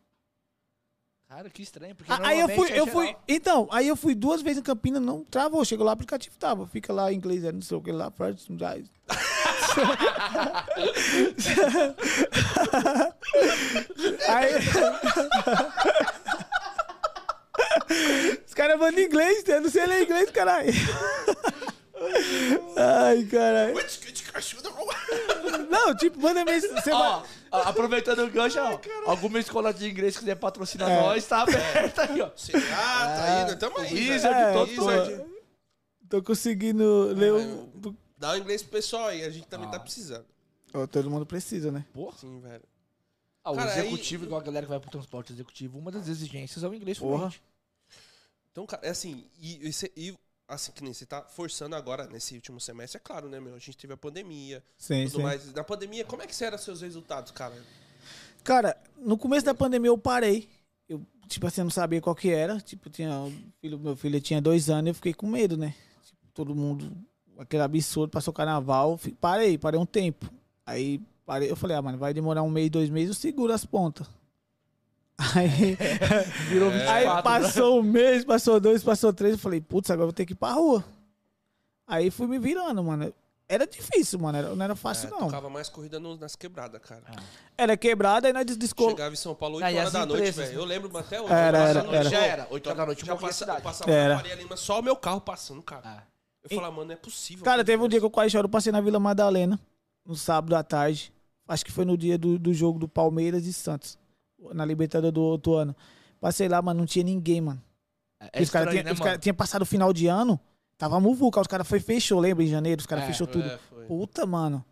[SPEAKER 2] Cara, que estranho, porque
[SPEAKER 3] Ah, Aí eu fui,
[SPEAKER 2] normalmente é
[SPEAKER 3] eu fui.
[SPEAKER 2] geral.
[SPEAKER 3] Então, aí eu fui duas vezes em Campinas, não travou. Chegou lá, o aplicativo tava. Fica lá em inglês, é, não sei o que lá, First Drive. aí. Os caras mandam em inglês, eu não sei ler inglês, caralho. Ai, caralho. Não, tipo, manda mensagem. Você
[SPEAKER 2] Ó,
[SPEAKER 3] vai-
[SPEAKER 2] ó, aproveitando o gancho, ó, alguma escola de inglês que quiser patrocinar
[SPEAKER 3] É.
[SPEAKER 2] nós, tá aberta aí, ó.
[SPEAKER 1] Ah, tá indo, tamo aí.
[SPEAKER 2] Wizard,
[SPEAKER 1] velho.
[SPEAKER 3] é,
[SPEAKER 2] todo
[SPEAKER 1] Wizard.
[SPEAKER 3] Tô conseguindo ler o.
[SPEAKER 1] Dá um inglês pro pessoal aí, a gente também
[SPEAKER 2] Ah.
[SPEAKER 1] tá precisando.
[SPEAKER 3] Ó, todo mundo precisa, né?
[SPEAKER 2] Porra.
[SPEAKER 1] Sim, velho.
[SPEAKER 2] Ah, o
[SPEAKER 1] Cara, aí-
[SPEAKER 2] executivo, igual a galera que vai pro transporte executivo, uma das exigências é o inglês
[SPEAKER 3] Porra.
[SPEAKER 2] fluente.
[SPEAKER 1] Então, cara, é assim, e, e cê- e, assim, que nem você tá forçando agora, nesse último semestre, é claro, né, meu? A gente teve a pandemia,
[SPEAKER 3] Sim,
[SPEAKER 1] tudo mais. Na pandemia, como é que eram seus resultados, cara?
[SPEAKER 3] Cara, no começo da pandemia eu parei. Eu, tipo assim, eu não sabia qual que era. Tipo, tinha, o filho, meu filho tinha dois anos e eu fiquei com medo, né? Tipo, todo mundo, aquele absurdo, passou o carnaval. fi- Parei, parei um tempo. Aí parei, eu falei, ah, mano, vai demorar um mês, dois meses, eu seguro as pontas. Aí,
[SPEAKER 2] Virou
[SPEAKER 1] É,
[SPEAKER 3] aí
[SPEAKER 1] né?
[SPEAKER 2] 24,
[SPEAKER 3] passou um mês, passou dois, passou três. Eu falei, putz, agora eu vou ter que ir pra rua. Aí fui me virando, mano. Era difícil, mano. era- não era fácil,
[SPEAKER 1] É,
[SPEAKER 3] não. Ah.
[SPEAKER 1] Tocava mais corrida no- nas quebradas, cara.
[SPEAKER 3] Era quebrada, aí nós descolamos.
[SPEAKER 1] Chegava em São Paulo 8
[SPEAKER 2] Ah, e
[SPEAKER 1] horas
[SPEAKER 2] as
[SPEAKER 1] da noite,
[SPEAKER 2] empresas,
[SPEAKER 1] velho.
[SPEAKER 2] né?
[SPEAKER 1] Eu lembro até hoje.
[SPEAKER 3] Era,
[SPEAKER 1] eu
[SPEAKER 3] era,
[SPEAKER 1] passava-
[SPEAKER 3] era.
[SPEAKER 2] Já era, oito horas da noite,
[SPEAKER 1] Já
[SPEAKER 2] morria a
[SPEAKER 1] passa-
[SPEAKER 2] cidade.
[SPEAKER 1] passava
[SPEAKER 3] Era.
[SPEAKER 1] na Faria Lima, só o meu carro passando, cara.
[SPEAKER 2] Ah,
[SPEAKER 1] Eu falava, mano, não é possível.
[SPEAKER 3] Cara, teve um dia que eu quase choro. Eu passei na Vila Madalena, no sábado à tarde. Acho que foi no dia do, do jogo do Palmeiras e Santos, na Libertadores do outro ano. Passei lá, mano, não tinha ninguém, mano.
[SPEAKER 2] é
[SPEAKER 3] os caras
[SPEAKER 2] estranho,
[SPEAKER 3] tinham
[SPEAKER 2] né, mano?
[SPEAKER 3] tinha passado o final de ano, tava muvuca. Os caras foi fechou, lembra? Em janeiro, os caras
[SPEAKER 2] É,
[SPEAKER 3] fechou tudo.
[SPEAKER 1] É, foi.
[SPEAKER 3] Puta, mano.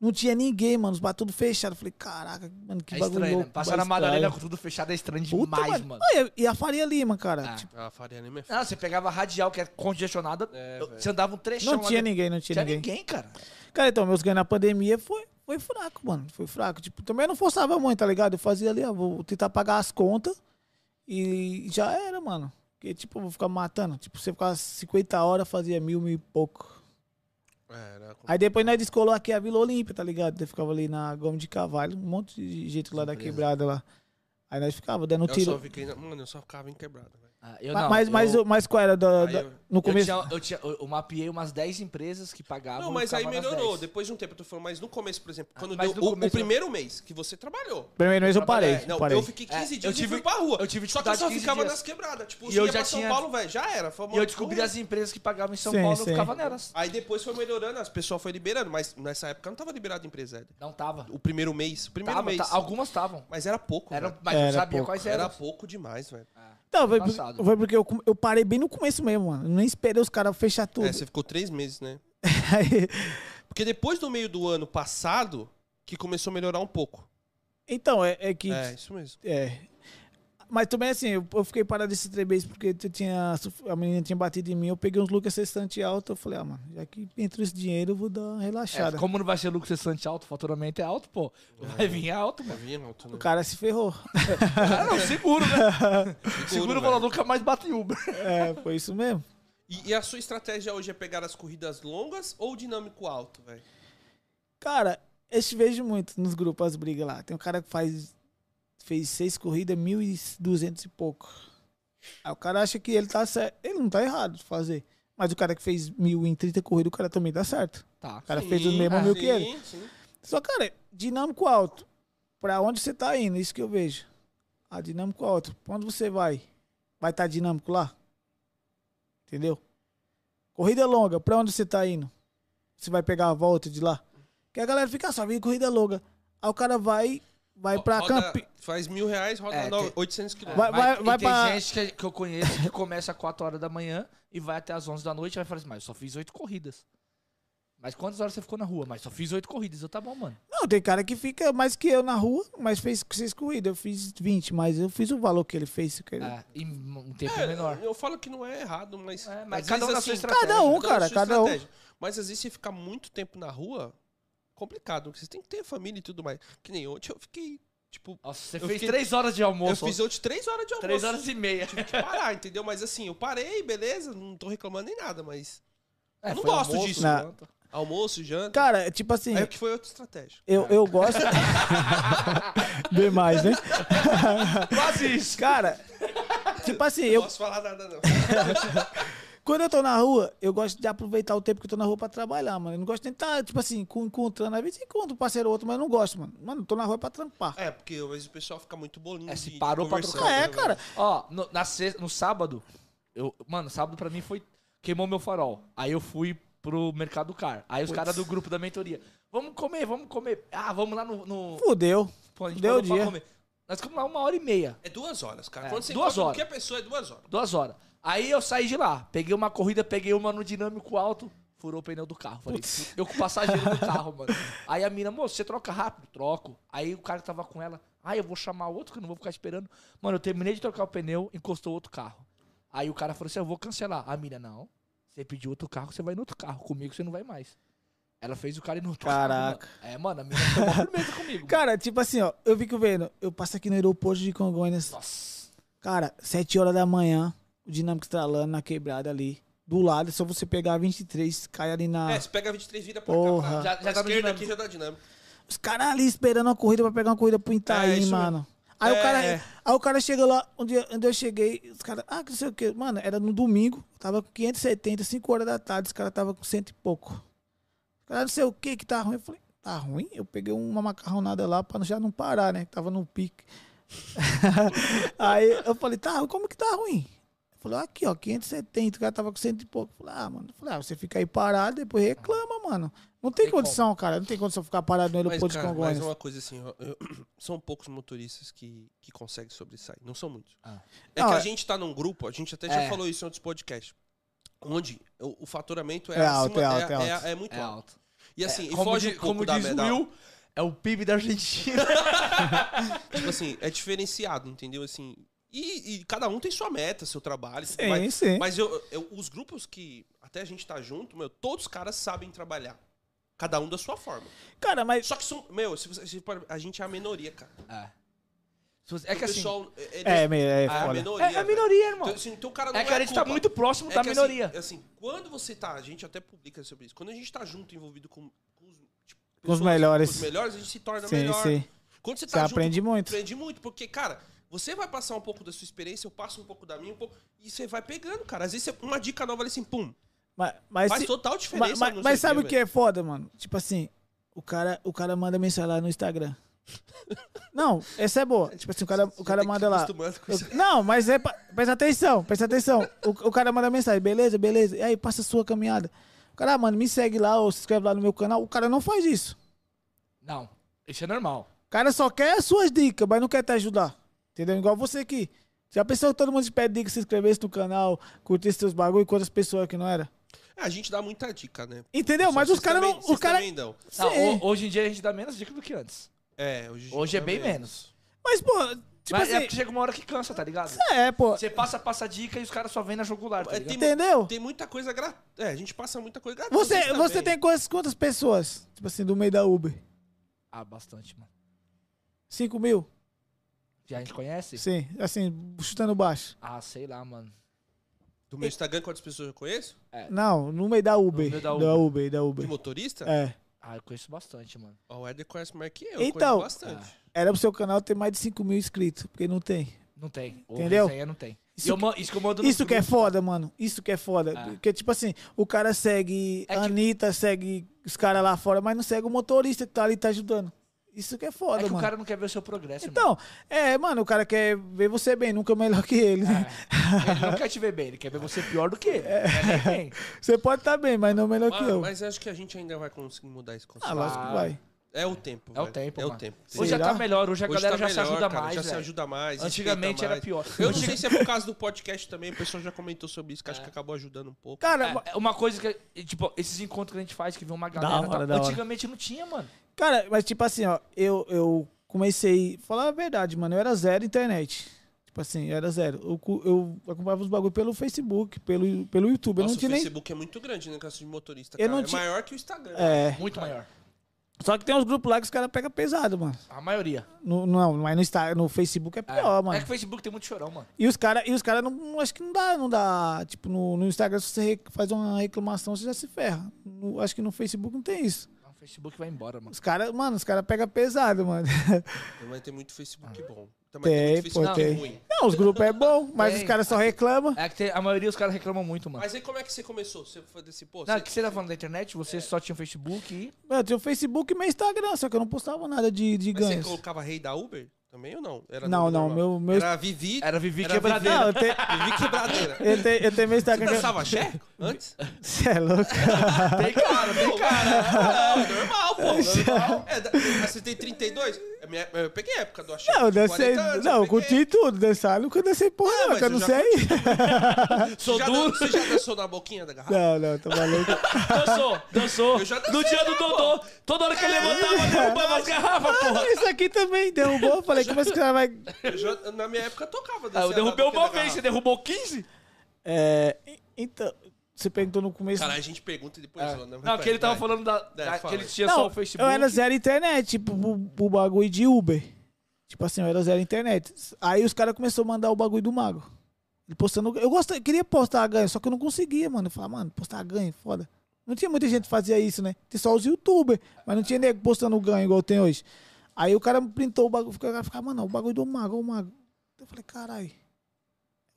[SPEAKER 3] Não tinha ninguém, mano. Os bar tudo fechado. Eu Falei, caraca, mano, que
[SPEAKER 2] é
[SPEAKER 3] bagulho
[SPEAKER 2] estranho,
[SPEAKER 3] louco.
[SPEAKER 2] né? Passar na
[SPEAKER 3] estranho.
[SPEAKER 2] Madalena com tudo fechado é estranho
[SPEAKER 3] Puta,
[SPEAKER 2] demais,
[SPEAKER 3] mano.
[SPEAKER 2] mano.
[SPEAKER 3] Olha, E a Faria Lima, cara.
[SPEAKER 2] Ah.
[SPEAKER 3] Tipo,
[SPEAKER 1] Ah, Faria Lima é foda.
[SPEAKER 2] Ah, você pegava a radial que era congestionada,
[SPEAKER 1] É,
[SPEAKER 2] eu-
[SPEAKER 1] velho.
[SPEAKER 2] você andava um trechão
[SPEAKER 3] não
[SPEAKER 2] lá
[SPEAKER 3] tinha
[SPEAKER 2] dentro.
[SPEAKER 3] ninguém, não tinha,
[SPEAKER 2] Tinha
[SPEAKER 3] ninguém.
[SPEAKER 2] ninguém, cara.
[SPEAKER 3] Cara, então, meus ganhos na pandemia foi, foi fraco, mano. Foi fraco. Tipo, também eu não forçava muito, tá ligado? Eu fazia ali, ó, vou tentar pagar as contas e já era, mano. Porque, tipo, eu vou ficar matando. Tipo, você ficava 50 horas, fazia mil, mil e pouco.
[SPEAKER 1] É, era com-
[SPEAKER 3] Ah. Aí depois nós descolou aqui a Vila Olímpia, tá ligado? Eu ficava ali na Gomes de Cavalho, um monte de jeito lá da
[SPEAKER 1] Empresa.
[SPEAKER 3] quebrada lá. Aí nós ficava dando
[SPEAKER 1] Eu só
[SPEAKER 3] tiro.
[SPEAKER 1] fiquei. na- Mano, eu só ficava em quebrada, velho.
[SPEAKER 2] Ah, eu
[SPEAKER 3] Ma-
[SPEAKER 2] não,
[SPEAKER 3] mas, mas,
[SPEAKER 2] eu-
[SPEAKER 3] o- mas qual era da-
[SPEAKER 1] Aí
[SPEAKER 3] da-
[SPEAKER 1] eu-
[SPEAKER 3] no começo?
[SPEAKER 2] Eu, tinha, eu, tinha, eu, eu mapeei umas 10 empresas que pagavam.
[SPEAKER 1] Não,
[SPEAKER 2] e
[SPEAKER 1] mas aí
[SPEAKER 2] ficava nas
[SPEAKER 1] melhorou.
[SPEAKER 2] 10.
[SPEAKER 1] Depois de um tempo, eu tô falando, mas no começo, por exemplo, quando
[SPEAKER 2] Ah, mas
[SPEAKER 1] deu
[SPEAKER 2] no
[SPEAKER 1] o, o
[SPEAKER 2] começo eu-
[SPEAKER 1] primeiro mês que você trabalhou.
[SPEAKER 3] Primeiro mês eu parei.
[SPEAKER 1] É, não,
[SPEAKER 3] parei.
[SPEAKER 1] eu fiquei 15
[SPEAKER 2] É,
[SPEAKER 1] dias
[SPEAKER 2] eu
[SPEAKER 1] e
[SPEAKER 2] tive-
[SPEAKER 1] fui pra rua.
[SPEAKER 2] eu tive
[SPEAKER 1] só que eu só
[SPEAKER 2] dificuldade de 15
[SPEAKER 1] ficava
[SPEAKER 2] dias.
[SPEAKER 1] nas quebradas. Tipo,
[SPEAKER 2] E
[SPEAKER 1] você ia
[SPEAKER 2] eu já
[SPEAKER 1] pra São
[SPEAKER 2] tinha-
[SPEAKER 1] Paulo, velho, já era. Foi uma
[SPEAKER 2] E eu
[SPEAKER 1] loucura.
[SPEAKER 2] descobri as empresas que pagavam em São
[SPEAKER 3] Sim,
[SPEAKER 2] Paulo, eu
[SPEAKER 3] sim.
[SPEAKER 2] ficava nelas.
[SPEAKER 1] Aí depois foi melhorando, as pessoas foram liberando, mas nessa época não tava liberado a empresa. Éder.
[SPEAKER 2] Não tava.
[SPEAKER 1] O primeiro mês, o primeiro
[SPEAKER 2] Tava,
[SPEAKER 1] mês.
[SPEAKER 2] ta- algumas estavam.
[SPEAKER 1] Mas era pouco,
[SPEAKER 2] Era,
[SPEAKER 1] velho.
[SPEAKER 2] mas eu
[SPEAKER 3] Era
[SPEAKER 2] sabia
[SPEAKER 3] pouco.
[SPEAKER 2] quais eram.
[SPEAKER 1] Era pouco demais, velho.
[SPEAKER 3] Não, foi,
[SPEAKER 2] Passado.
[SPEAKER 3] por- foi porque eu, com- eu parei bem no começo mesmo, mano. Nem esperei os caras fechar tudo.
[SPEAKER 1] É, você ficou três meses, né?
[SPEAKER 3] Aí-
[SPEAKER 1] Porque depois do meio do ano passado, que começou a melhorar um pouco.
[SPEAKER 3] Então, é, é que.
[SPEAKER 1] É,
[SPEAKER 3] É.
[SPEAKER 1] isso mesmo.
[SPEAKER 3] Mas também assim, eu, eu fiquei parado esse três meses porque tu tinha, suf- a menina tinha batido em mim, eu peguei uns lucros cessante alto, eu falei, ah, mano, já que entrou esse dinheiro, eu vou dar uma relaxada.
[SPEAKER 2] É, como não vai ser lucro cessante alto, o faturamento é alto, pô. Vai vir Tá alto, né? mano.
[SPEAKER 1] Vinha, não, tu não.
[SPEAKER 3] O cara se ferrou.
[SPEAKER 1] Ah,
[SPEAKER 2] Cara, não, seguro, né? Seguro,
[SPEAKER 1] velho.
[SPEAKER 2] falou, nunca mais bate em Uber.
[SPEAKER 3] É, foi isso mesmo.
[SPEAKER 1] E, e a sua estratégia hoje é pegar as corridas longas ou o dinâmico alto, velho?
[SPEAKER 3] Cara, eu te vejo muito nos grupos, as brigas lá. Tem um cara que faz. Fez seis corridas, 1.200 e pouco. Aí o cara acha que ele tá certo. Ele não tá errado de fazer. Mas o cara que fez 1.030 corridas, o cara também dá certo.
[SPEAKER 2] Tá.
[SPEAKER 3] O cara fez o mesmo mil que ele.
[SPEAKER 1] Sim, sim.
[SPEAKER 3] Só, cara, dinâmico alto. Pra onde você tá indo? Isso que eu vejo. Ah, dinâmico alto. Pra onde você vai? Vai estar dinâmico lá? Entendeu? Corrida longa. Pra onde você tá indo? Você vai pegar a volta de lá? Porque a galera fica "Ah, só, vem corrida longa. Aí o cara vai, vai pra
[SPEAKER 1] Roda-
[SPEAKER 3] campi...
[SPEAKER 1] Faz mil reais, roda
[SPEAKER 2] É,
[SPEAKER 1] no-
[SPEAKER 2] tem-
[SPEAKER 1] 800 quilômetros.
[SPEAKER 3] Vai-
[SPEAKER 2] Mas- e
[SPEAKER 3] vai
[SPEAKER 2] tem
[SPEAKER 3] pra-
[SPEAKER 2] gente que, que eu conheço que começa às 4 horas da manhã e vai até às 11 da noite e vai falar assim, mas eu só fiz 8 corridas. Mas quantas horas você ficou na rua? Mas só fiz 8 corridas. Eu, tá bom, mano.
[SPEAKER 3] Não, tem cara que fica mais que eu na rua, mas fez seis corridas. Eu fiz 20, mas eu fiz o valor que ele fez. que ele-
[SPEAKER 2] É, em um tempo
[SPEAKER 1] É,
[SPEAKER 2] menor.
[SPEAKER 1] Eu falo que não é errado, mas.
[SPEAKER 2] É, mas
[SPEAKER 1] às
[SPEAKER 2] cada um
[SPEAKER 1] vezes, assim,
[SPEAKER 2] na sua estratégia.
[SPEAKER 3] Cada um,
[SPEAKER 1] Cada na
[SPEAKER 3] cara,
[SPEAKER 1] sua
[SPEAKER 3] cada um.
[SPEAKER 1] estratégia. Mas às vezes você ficar muito tempo na rua, complicado. Porque você tem que ter família e tudo mais. Que nem ontem eu fiquei, tipo.
[SPEAKER 2] Nossa, você
[SPEAKER 1] Eu
[SPEAKER 2] fez
[SPEAKER 1] fiquei-
[SPEAKER 2] 3 horas de
[SPEAKER 1] Eu
[SPEAKER 2] almoço.
[SPEAKER 1] fiz hoje três horas de almoço.
[SPEAKER 2] 3 horas e meia.
[SPEAKER 1] Tive que parar, entendeu? Mas assim, eu parei, beleza? Não tô reclamando nem nada, mas.
[SPEAKER 2] É,
[SPEAKER 1] Eu não
[SPEAKER 2] foi
[SPEAKER 1] gosto
[SPEAKER 2] almoço,
[SPEAKER 1] disso.
[SPEAKER 3] Não.
[SPEAKER 2] janta.
[SPEAKER 1] Almoço, janta.
[SPEAKER 3] Cara, tipo assim,
[SPEAKER 1] Aí o que foi outra estratégia.
[SPEAKER 3] eu, eu gosto... Bem mais, né?
[SPEAKER 2] Quase isso.
[SPEAKER 3] Cara, tipo assim,
[SPEAKER 1] Não
[SPEAKER 3] eu,
[SPEAKER 1] posso falar nada, não.
[SPEAKER 3] quando eu tô na rua, eu gosto de aproveitar o tempo que eu tô na rua pra trabalhar, mano. Eu não gosto nem de estar, tipo assim, com- encontrando. Às vezes encontro um parceiro ou outro, mas eu não gosto, mano. Mano, eu tô na rua pra trampar.
[SPEAKER 1] É, porque às vezes o pessoal fica muito bolinho.
[SPEAKER 2] É, se
[SPEAKER 1] de- de
[SPEAKER 2] parou pra
[SPEAKER 1] conversar,
[SPEAKER 2] trocar
[SPEAKER 1] né,
[SPEAKER 3] É,
[SPEAKER 1] velho?
[SPEAKER 3] cara.
[SPEAKER 2] Ó, no, na sexta- no sábado, eu, mano, sábado pra mim foi. Queimou meu farol. Aí eu fui pro mercado car. Aí os caras do grupo da mentoria. Vamos comer, vamos comer. Ah, vamos lá no. no
[SPEAKER 3] Fudeu.
[SPEAKER 2] pô, a gente
[SPEAKER 3] Deu
[SPEAKER 2] parou pra
[SPEAKER 3] dia.
[SPEAKER 2] comer. Nós ficamos lá uma hora e meia,
[SPEAKER 1] É duas horas, cara.
[SPEAKER 2] É,
[SPEAKER 1] Quando você
[SPEAKER 2] duas
[SPEAKER 1] encontra
[SPEAKER 2] horas.
[SPEAKER 1] qualquer pessoa, é duas horas.
[SPEAKER 2] duas horas. Aí eu saí de lá, peguei uma corrida, peguei uma no dinâmico alto, furou o pneu do carro. Falei, eu com o passageiro do carro, mano. Aí a mina, moço, você troca rápido? Troco. Aí o cara que tava com ela, ah, eu vou chamar outro que eu não vou ficar esperando. Mano, eu terminei de trocar o pneu, encostou outro carro. Aí o cara falou assim, eu vou cancelar. A mina, não. Você pediu outro carro, você vai no outro carro. Comigo você não vai mais. Ela fez o cara ir no outro
[SPEAKER 3] Caraca.
[SPEAKER 2] carro. mano. É, mano, a mina ficou mó firmeza comigo.
[SPEAKER 3] Cara, tipo assim, ó, eu fico vendo, eu passo aqui no aeroporto de Congonhas,
[SPEAKER 2] Nossa.
[SPEAKER 3] cara, 7 horas da manhã, o dinâmico estralando na quebrada ali. Do lado, é só você pegar a 23, cai ali na.
[SPEAKER 1] É, você pega a 23 vira pra
[SPEAKER 3] Ah.
[SPEAKER 1] cá. Pra,
[SPEAKER 2] Já-
[SPEAKER 3] Porra.
[SPEAKER 1] já, pra
[SPEAKER 2] já tá no
[SPEAKER 1] esquerda
[SPEAKER 2] dinâmico.
[SPEAKER 1] aqui já dá dinâmica.
[SPEAKER 3] Os caras ali esperando a corrida pra pegar uma corrida pro
[SPEAKER 1] É,
[SPEAKER 3] Itaim,
[SPEAKER 1] isso
[SPEAKER 3] mano. Aí,
[SPEAKER 1] É,
[SPEAKER 3] o cara,
[SPEAKER 1] é.
[SPEAKER 3] aí o cara chega lá, um onde, onde eu cheguei, os caras, ah, que não sei o quê. Mano, era no domingo, tava com 570, 5 horas da tarde, os caras tava com cento e pouco. Os caras, não sei o que que tá ruim. Eu falei, tá ruim? Eu peguei uma macarronada lá pra já não parar, né? que Tava no pique. aí eu falei, tá, ruim, como que tá ruim? Ele falou, aqui, ó, 570, o cara tava com cento e pouco. Eu falei, ah, mano, eu falei, ah, você fica aí parado, depois reclama, mano. Não tem
[SPEAKER 2] Tem como.
[SPEAKER 3] condição, cara, não tem condição ficar parado no
[SPEAKER 1] Mas,
[SPEAKER 3] aeroporto de
[SPEAKER 1] cara,
[SPEAKER 3] Congonhas.
[SPEAKER 1] mas uma coisa assim, ó, eu- são poucos motoristas que, que conseguem sobressair. Não são muitos.
[SPEAKER 2] Ah.
[SPEAKER 1] É
[SPEAKER 3] Não,
[SPEAKER 1] que a
[SPEAKER 3] é-
[SPEAKER 1] gente tá num grupo, a gente até já
[SPEAKER 2] É.
[SPEAKER 1] falou isso em outros podcasts, onde o, o faturamento é,
[SPEAKER 3] É alto,
[SPEAKER 1] acima-
[SPEAKER 3] é alto, é alto.
[SPEAKER 1] muito
[SPEAKER 2] É
[SPEAKER 1] alto.
[SPEAKER 2] alto. É,
[SPEAKER 1] E assim, e
[SPEAKER 2] como
[SPEAKER 1] foge
[SPEAKER 2] di-
[SPEAKER 1] um pouco
[SPEAKER 2] como
[SPEAKER 1] da
[SPEAKER 2] diz o
[SPEAKER 1] medalha.
[SPEAKER 2] Will, é o PIB da Argentina.
[SPEAKER 1] Tipo assim, é diferenciado, entendeu? Assim, e, e cada um tem sua meta, seu trabalho.
[SPEAKER 3] Sim,
[SPEAKER 1] mas
[SPEAKER 2] É?
[SPEAKER 3] sim.
[SPEAKER 1] Mas eu, eu- os grupos que até a gente tá junto, meu, todos os caras sabem trabalhar. Cada um da sua forma.
[SPEAKER 3] Cara, mas.
[SPEAKER 1] Só que são. Meu, se você, se for- a gente é a minoria, cara.
[SPEAKER 2] É. Se você- É
[SPEAKER 1] o
[SPEAKER 2] que assim,
[SPEAKER 1] pessoal. É,
[SPEAKER 3] É,
[SPEAKER 1] é,
[SPEAKER 3] me- é,
[SPEAKER 1] é a
[SPEAKER 3] foda.
[SPEAKER 1] minoria.
[SPEAKER 2] é, é a
[SPEAKER 1] velho.
[SPEAKER 2] minoria, irmão.
[SPEAKER 1] Então, assim, então o cara não
[SPEAKER 2] É que a gente tá
[SPEAKER 1] culpa.
[SPEAKER 2] muito próximo
[SPEAKER 1] É
[SPEAKER 2] da
[SPEAKER 1] que,
[SPEAKER 2] minoria.
[SPEAKER 1] Assim, é assim, quando você tá. A gente até publica sobre isso. Quando a gente tá junto, envolvido com, com os. tipo,
[SPEAKER 3] Com os
[SPEAKER 1] pessoas-
[SPEAKER 3] melhores.
[SPEAKER 1] Com os melhores, a gente se torna
[SPEAKER 3] Sim,
[SPEAKER 1] é melhor.
[SPEAKER 3] sim.
[SPEAKER 1] Quando você
[SPEAKER 3] Você
[SPEAKER 1] tá junto,
[SPEAKER 3] aprende muito.
[SPEAKER 1] aprende muito, porque, cara, você vai passar um pouco da sua experiência, eu passo um pouco da minha, um pouco, e você vai pegando, cara. Às vezes você- uma dica nova ali assim, pum,
[SPEAKER 3] Mas, mas,
[SPEAKER 1] faz
[SPEAKER 3] se-
[SPEAKER 1] total diferença.
[SPEAKER 3] mas- mas-
[SPEAKER 1] no
[SPEAKER 3] mas
[SPEAKER 1] seu
[SPEAKER 3] sabe o
[SPEAKER 1] dia,
[SPEAKER 3] que é foda, mano? Tipo assim, o cara, o cara manda mensagem lá no Instagram. Não, essa é boa. Tipo assim, o cara, o
[SPEAKER 1] Você
[SPEAKER 3] cara
[SPEAKER 1] tem que
[SPEAKER 3] manda
[SPEAKER 1] se
[SPEAKER 3] lá.
[SPEAKER 1] acostumando com
[SPEAKER 3] Eu-
[SPEAKER 1] isso.
[SPEAKER 3] não, mas é. pa- Presta atenção, presta atenção. O, o cara manda mensagem, beleza, beleza. E aí, passa a sua caminhada. O cara, ah, mano, me segue lá ou se inscreve lá no meu canal. O cara não faz isso.
[SPEAKER 2] Não, isso é normal.
[SPEAKER 3] O cara só quer as suas dicas, mas não quer te ajudar. Entendeu? Igual você aqui. Já pensou que todo mundo te pede dica, se inscrevesse no canal, curtisse seus bagulho e quantas pessoas que não era?
[SPEAKER 1] velho. É, a gente dá muita dica, né?
[SPEAKER 3] Entendeu?
[SPEAKER 1] Só
[SPEAKER 3] Mas
[SPEAKER 1] vocês
[SPEAKER 3] os caras
[SPEAKER 1] também-
[SPEAKER 3] não. Os
[SPEAKER 1] vocês
[SPEAKER 3] cara...
[SPEAKER 1] também dão.
[SPEAKER 2] Não,
[SPEAKER 3] Sim.
[SPEAKER 2] ho- hoje em dia a gente dá menos dica do que antes.
[SPEAKER 1] É, hoje,
[SPEAKER 2] Hoje é bem
[SPEAKER 1] também.
[SPEAKER 2] menos.
[SPEAKER 3] Mas, pô, Tipo
[SPEAKER 2] Mas é
[SPEAKER 3] assim-
[SPEAKER 2] porque chega uma hora que cansa, tá ligado?
[SPEAKER 3] É, pô.
[SPEAKER 2] Você passa, passa a dica e os caras só vêm na jugular, tá
[SPEAKER 1] É, tem-
[SPEAKER 2] ligado?
[SPEAKER 3] Entendeu?
[SPEAKER 1] Tem muita coisa gratuita. É, a gente passa muita coisa gratuita.
[SPEAKER 3] Você,
[SPEAKER 1] também.
[SPEAKER 3] você tem quantas, quantas pessoas? Tipo assim, do meio da Uber?
[SPEAKER 2] Ah, bastante, mano.
[SPEAKER 3] 5 mil?
[SPEAKER 2] Já a gente conhece?
[SPEAKER 3] Sim, assim, chutando baixo.
[SPEAKER 2] Ah, sei lá, mano.
[SPEAKER 1] Do meu Instagram, quantas pessoas eu conheço?
[SPEAKER 3] Não, no meio da Uber.
[SPEAKER 2] meio da
[SPEAKER 3] da Uber, da
[SPEAKER 1] De
[SPEAKER 3] Uber.
[SPEAKER 1] motorista?
[SPEAKER 3] É.
[SPEAKER 2] Ah, eu conheço bastante, mano.
[SPEAKER 1] Ó, O Eder conhece mais que eu.
[SPEAKER 3] Então-
[SPEAKER 1] Então. Bastante.
[SPEAKER 3] Era pro seu canal ter mais de 5 mil inscritos, porque não tem.
[SPEAKER 2] Não tem. O
[SPEAKER 3] Entendeu?
[SPEAKER 2] Resenha não tem. Isso,
[SPEAKER 3] Isso
[SPEAKER 2] eu, man- isso que eu mando no
[SPEAKER 3] Isso que é
[SPEAKER 2] grupo.
[SPEAKER 3] foda, mano. Isso que é foda.
[SPEAKER 2] Ah.
[SPEAKER 3] Porque, tipo assim, o cara segue
[SPEAKER 2] É que-
[SPEAKER 3] a Anitta, segue os caras lá fora, mas não segue o motorista que tá ali tá ajudando. Isso que é
[SPEAKER 2] É
[SPEAKER 3] foda,
[SPEAKER 2] que
[SPEAKER 3] mano.
[SPEAKER 2] o cara não quer ver o seu progresso, mano.
[SPEAKER 3] Então, é, mano, o cara quer ver você bem, nunca melhor que ele,
[SPEAKER 2] É.
[SPEAKER 3] né?
[SPEAKER 2] Ele não quer te ver bem, ele quer ver você pior do que ele.
[SPEAKER 3] É.
[SPEAKER 2] Quer ver bem.
[SPEAKER 3] Você pode estar tá bem, mas não melhor que
[SPEAKER 1] Ah,
[SPEAKER 3] eu.
[SPEAKER 1] mas acho que a gente ainda vai conseguir mudar esse conceito.
[SPEAKER 3] Ah, lógico que vai.
[SPEAKER 1] É o tempo.
[SPEAKER 2] É o
[SPEAKER 1] velho.
[SPEAKER 2] tempo,
[SPEAKER 1] É
[SPEAKER 2] mano.
[SPEAKER 1] o tempo.
[SPEAKER 2] Hoje já
[SPEAKER 3] Será?
[SPEAKER 2] tá melhor, hoje a
[SPEAKER 1] Hoje tá
[SPEAKER 2] galera já
[SPEAKER 1] melhor,
[SPEAKER 2] se ajuda
[SPEAKER 1] cara,
[SPEAKER 2] mais,
[SPEAKER 1] Já se
[SPEAKER 2] velho.
[SPEAKER 1] ajuda mais.
[SPEAKER 2] Antigamente
[SPEAKER 1] respeita
[SPEAKER 2] era
[SPEAKER 1] mais.
[SPEAKER 2] pior.
[SPEAKER 1] Eu não
[SPEAKER 2] Antiga-
[SPEAKER 1] sei se é por causa do podcast também, o pessoal já comentou sobre isso, que acho que acabou ajudando um pouco.
[SPEAKER 3] Cara,
[SPEAKER 2] É, é uma coisa que, e, tipo, esses encontros que a gente faz, que vem uma galera.
[SPEAKER 3] hora,
[SPEAKER 2] tá-
[SPEAKER 3] da hora.
[SPEAKER 2] Antigamente não tinha, mano.
[SPEAKER 3] Cara, mas tipo assim, ó, eu, eu comecei. Falar a verdade, mano, eu era zero internet. Tipo assim, eu era zero. Eu, cu- eu acompanhava os bagulho pelo Facebook, pelo, pelo YouTube. Eu
[SPEAKER 1] Nossa,
[SPEAKER 3] não tinha
[SPEAKER 1] o
[SPEAKER 3] nem.
[SPEAKER 1] Facebook é muito grande, né? Caso de motorista.
[SPEAKER 3] Eu
[SPEAKER 1] cara.
[SPEAKER 3] não
[SPEAKER 1] É
[SPEAKER 3] tinha-
[SPEAKER 1] maior que o Instagram.
[SPEAKER 3] É.
[SPEAKER 2] Muito maior.
[SPEAKER 3] Só que tem uns grupos lá que os caras pegam pesado, mano.
[SPEAKER 2] A maioria.
[SPEAKER 3] No, não, mas no, Insta, no Facebook é pior,
[SPEAKER 2] é.
[SPEAKER 3] mano.
[SPEAKER 2] é que o Facebook tem muito chorão, mano.
[SPEAKER 3] E os caras, e os cara não, não- acho que não dá, não dá. Tipo, no, no Instagram, se você re- faz uma reclamação, você já se ferra. No- acho que no Facebook não tem isso.
[SPEAKER 2] O É um Facebook vai embora, mano.
[SPEAKER 3] Os caras, mano, os caras pegam pesado, mano.
[SPEAKER 1] Também tem muito Facebook bom. Também tem,
[SPEAKER 3] Tem,
[SPEAKER 1] muito
[SPEAKER 3] pô,
[SPEAKER 1] Facebook
[SPEAKER 3] tem.
[SPEAKER 1] ruim.
[SPEAKER 3] Não, os grupos é bom, mas
[SPEAKER 2] Tem.
[SPEAKER 3] os caras só reclamam.
[SPEAKER 2] É que tem- a maioria os caras reclamam muito, mano.
[SPEAKER 1] Mas aí como é que você começou? Você foi desse, pô,
[SPEAKER 2] Não,
[SPEAKER 1] você-
[SPEAKER 2] o que você tá falando da internet? Você só tinha o Facebook e.
[SPEAKER 3] Mano, eu tinha o Facebook e meu Instagram, só que eu não postava nada de, de
[SPEAKER 1] mas você
[SPEAKER 3] ganhos.
[SPEAKER 1] colocava rei da Uber também ou não? Era
[SPEAKER 3] Não,
[SPEAKER 1] nome
[SPEAKER 3] não,
[SPEAKER 1] normal?
[SPEAKER 3] meu- meu-
[SPEAKER 1] Era Vivi,
[SPEAKER 2] Era Vivi
[SPEAKER 1] Era
[SPEAKER 2] quebradeira.
[SPEAKER 3] Não, eu, te,
[SPEAKER 1] Vivi quebradeira.
[SPEAKER 3] eu, te, eu tenho meu
[SPEAKER 1] Você
[SPEAKER 3] Instagram. que-
[SPEAKER 1] dançava checo antes?
[SPEAKER 3] Você é louco?
[SPEAKER 2] Tem cara, tem cara.
[SPEAKER 1] Não, é normal, pô. Normal. É, da- mas você tem 32? É minha- Eu peguei a época do axé.
[SPEAKER 3] Não, eu
[SPEAKER 1] tinha
[SPEAKER 3] dancei.
[SPEAKER 1] 40 anos,
[SPEAKER 3] Não, eu
[SPEAKER 1] peguei.
[SPEAKER 3] curti tudo. Dançar, eu nunca dancei porra, não,
[SPEAKER 1] mas
[SPEAKER 3] que eu
[SPEAKER 1] eu
[SPEAKER 3] não
[SPEAKER 1] já
[SPEAKER 3] sei.
[SPEAKER 1] Você já, dan- você já dançou na boquinha da garrafa?
[SPEAKER 3] Não, não, tô maluco.
[SPEAKER 2] Dançou, dançou.
[SPEAKER 1] Eu já dancei
[SPEAKER 2] No dia do
[SPEAKER 1] já, pô.
[SPEAKER 2] Dodô, toda hora que ele levantava, derrubava as garrafas, porra.
[SPEAKER 3] Ah, Isso aqui também derrubou. Eu falei, como é que os caras vai.
[SPEAKER 1] Eu já- na minha época eu tocava.
[SPEAKER 2] Ah,
[SPEAKER 1] dançava
[SPEAKER 2] eu
[SPEAKER 1] na
[SPEAKER 2] derrubei
[SPEAKER 1] boquinha
[SPEAKER 2] uma
[SPEAKER 1] da
[SPEAKER 2] vez, você
[SPEAKER 1] garrafa.
[SPEAKER 2] derrubou 15?
[SPEAKER 3] É, e- então, você perguntou no começo.
[SPEAKER 1] Cara, a gente pergunta e
[SPEAKER 3] É.
[SPEAKER 1] depois... zona, mas
[SPEAKER 2] Não, que
[SPEAKER 1] vai,
[SPEAKER 2] ele tava
[SPEAKER 1] vai.
[SPEAKER 2] falando da, da-
[SPEAKER 1] fala
[SPEAKER 2] que ele
[SPEAKER 1] aí.
[SPEAKER 2] tinha só
[SPEAKER 3] não,
[SPEAKER 2] o Facebook.
[SPEAKER 3] eu era zero internet, tipo, pro, pro bagulho de Uber. Tipo assim, eu era zero internet. Aí os caras começaram a mandar o bagulho do Mago. Ele postando. Eu gostei, queria postar ganho, só que eu não conseguia, mano. Eu falava, mano, postar ganho, foda. Não tinha muita gente que fazia isso, né? Tem só os youtubers, mas não tinha nego postando ganho igual tem hoje. Aí o cara printou o bagulho, o cara ficava, mano, o bagulho do Mago, o Mago. Eu falei, caralho,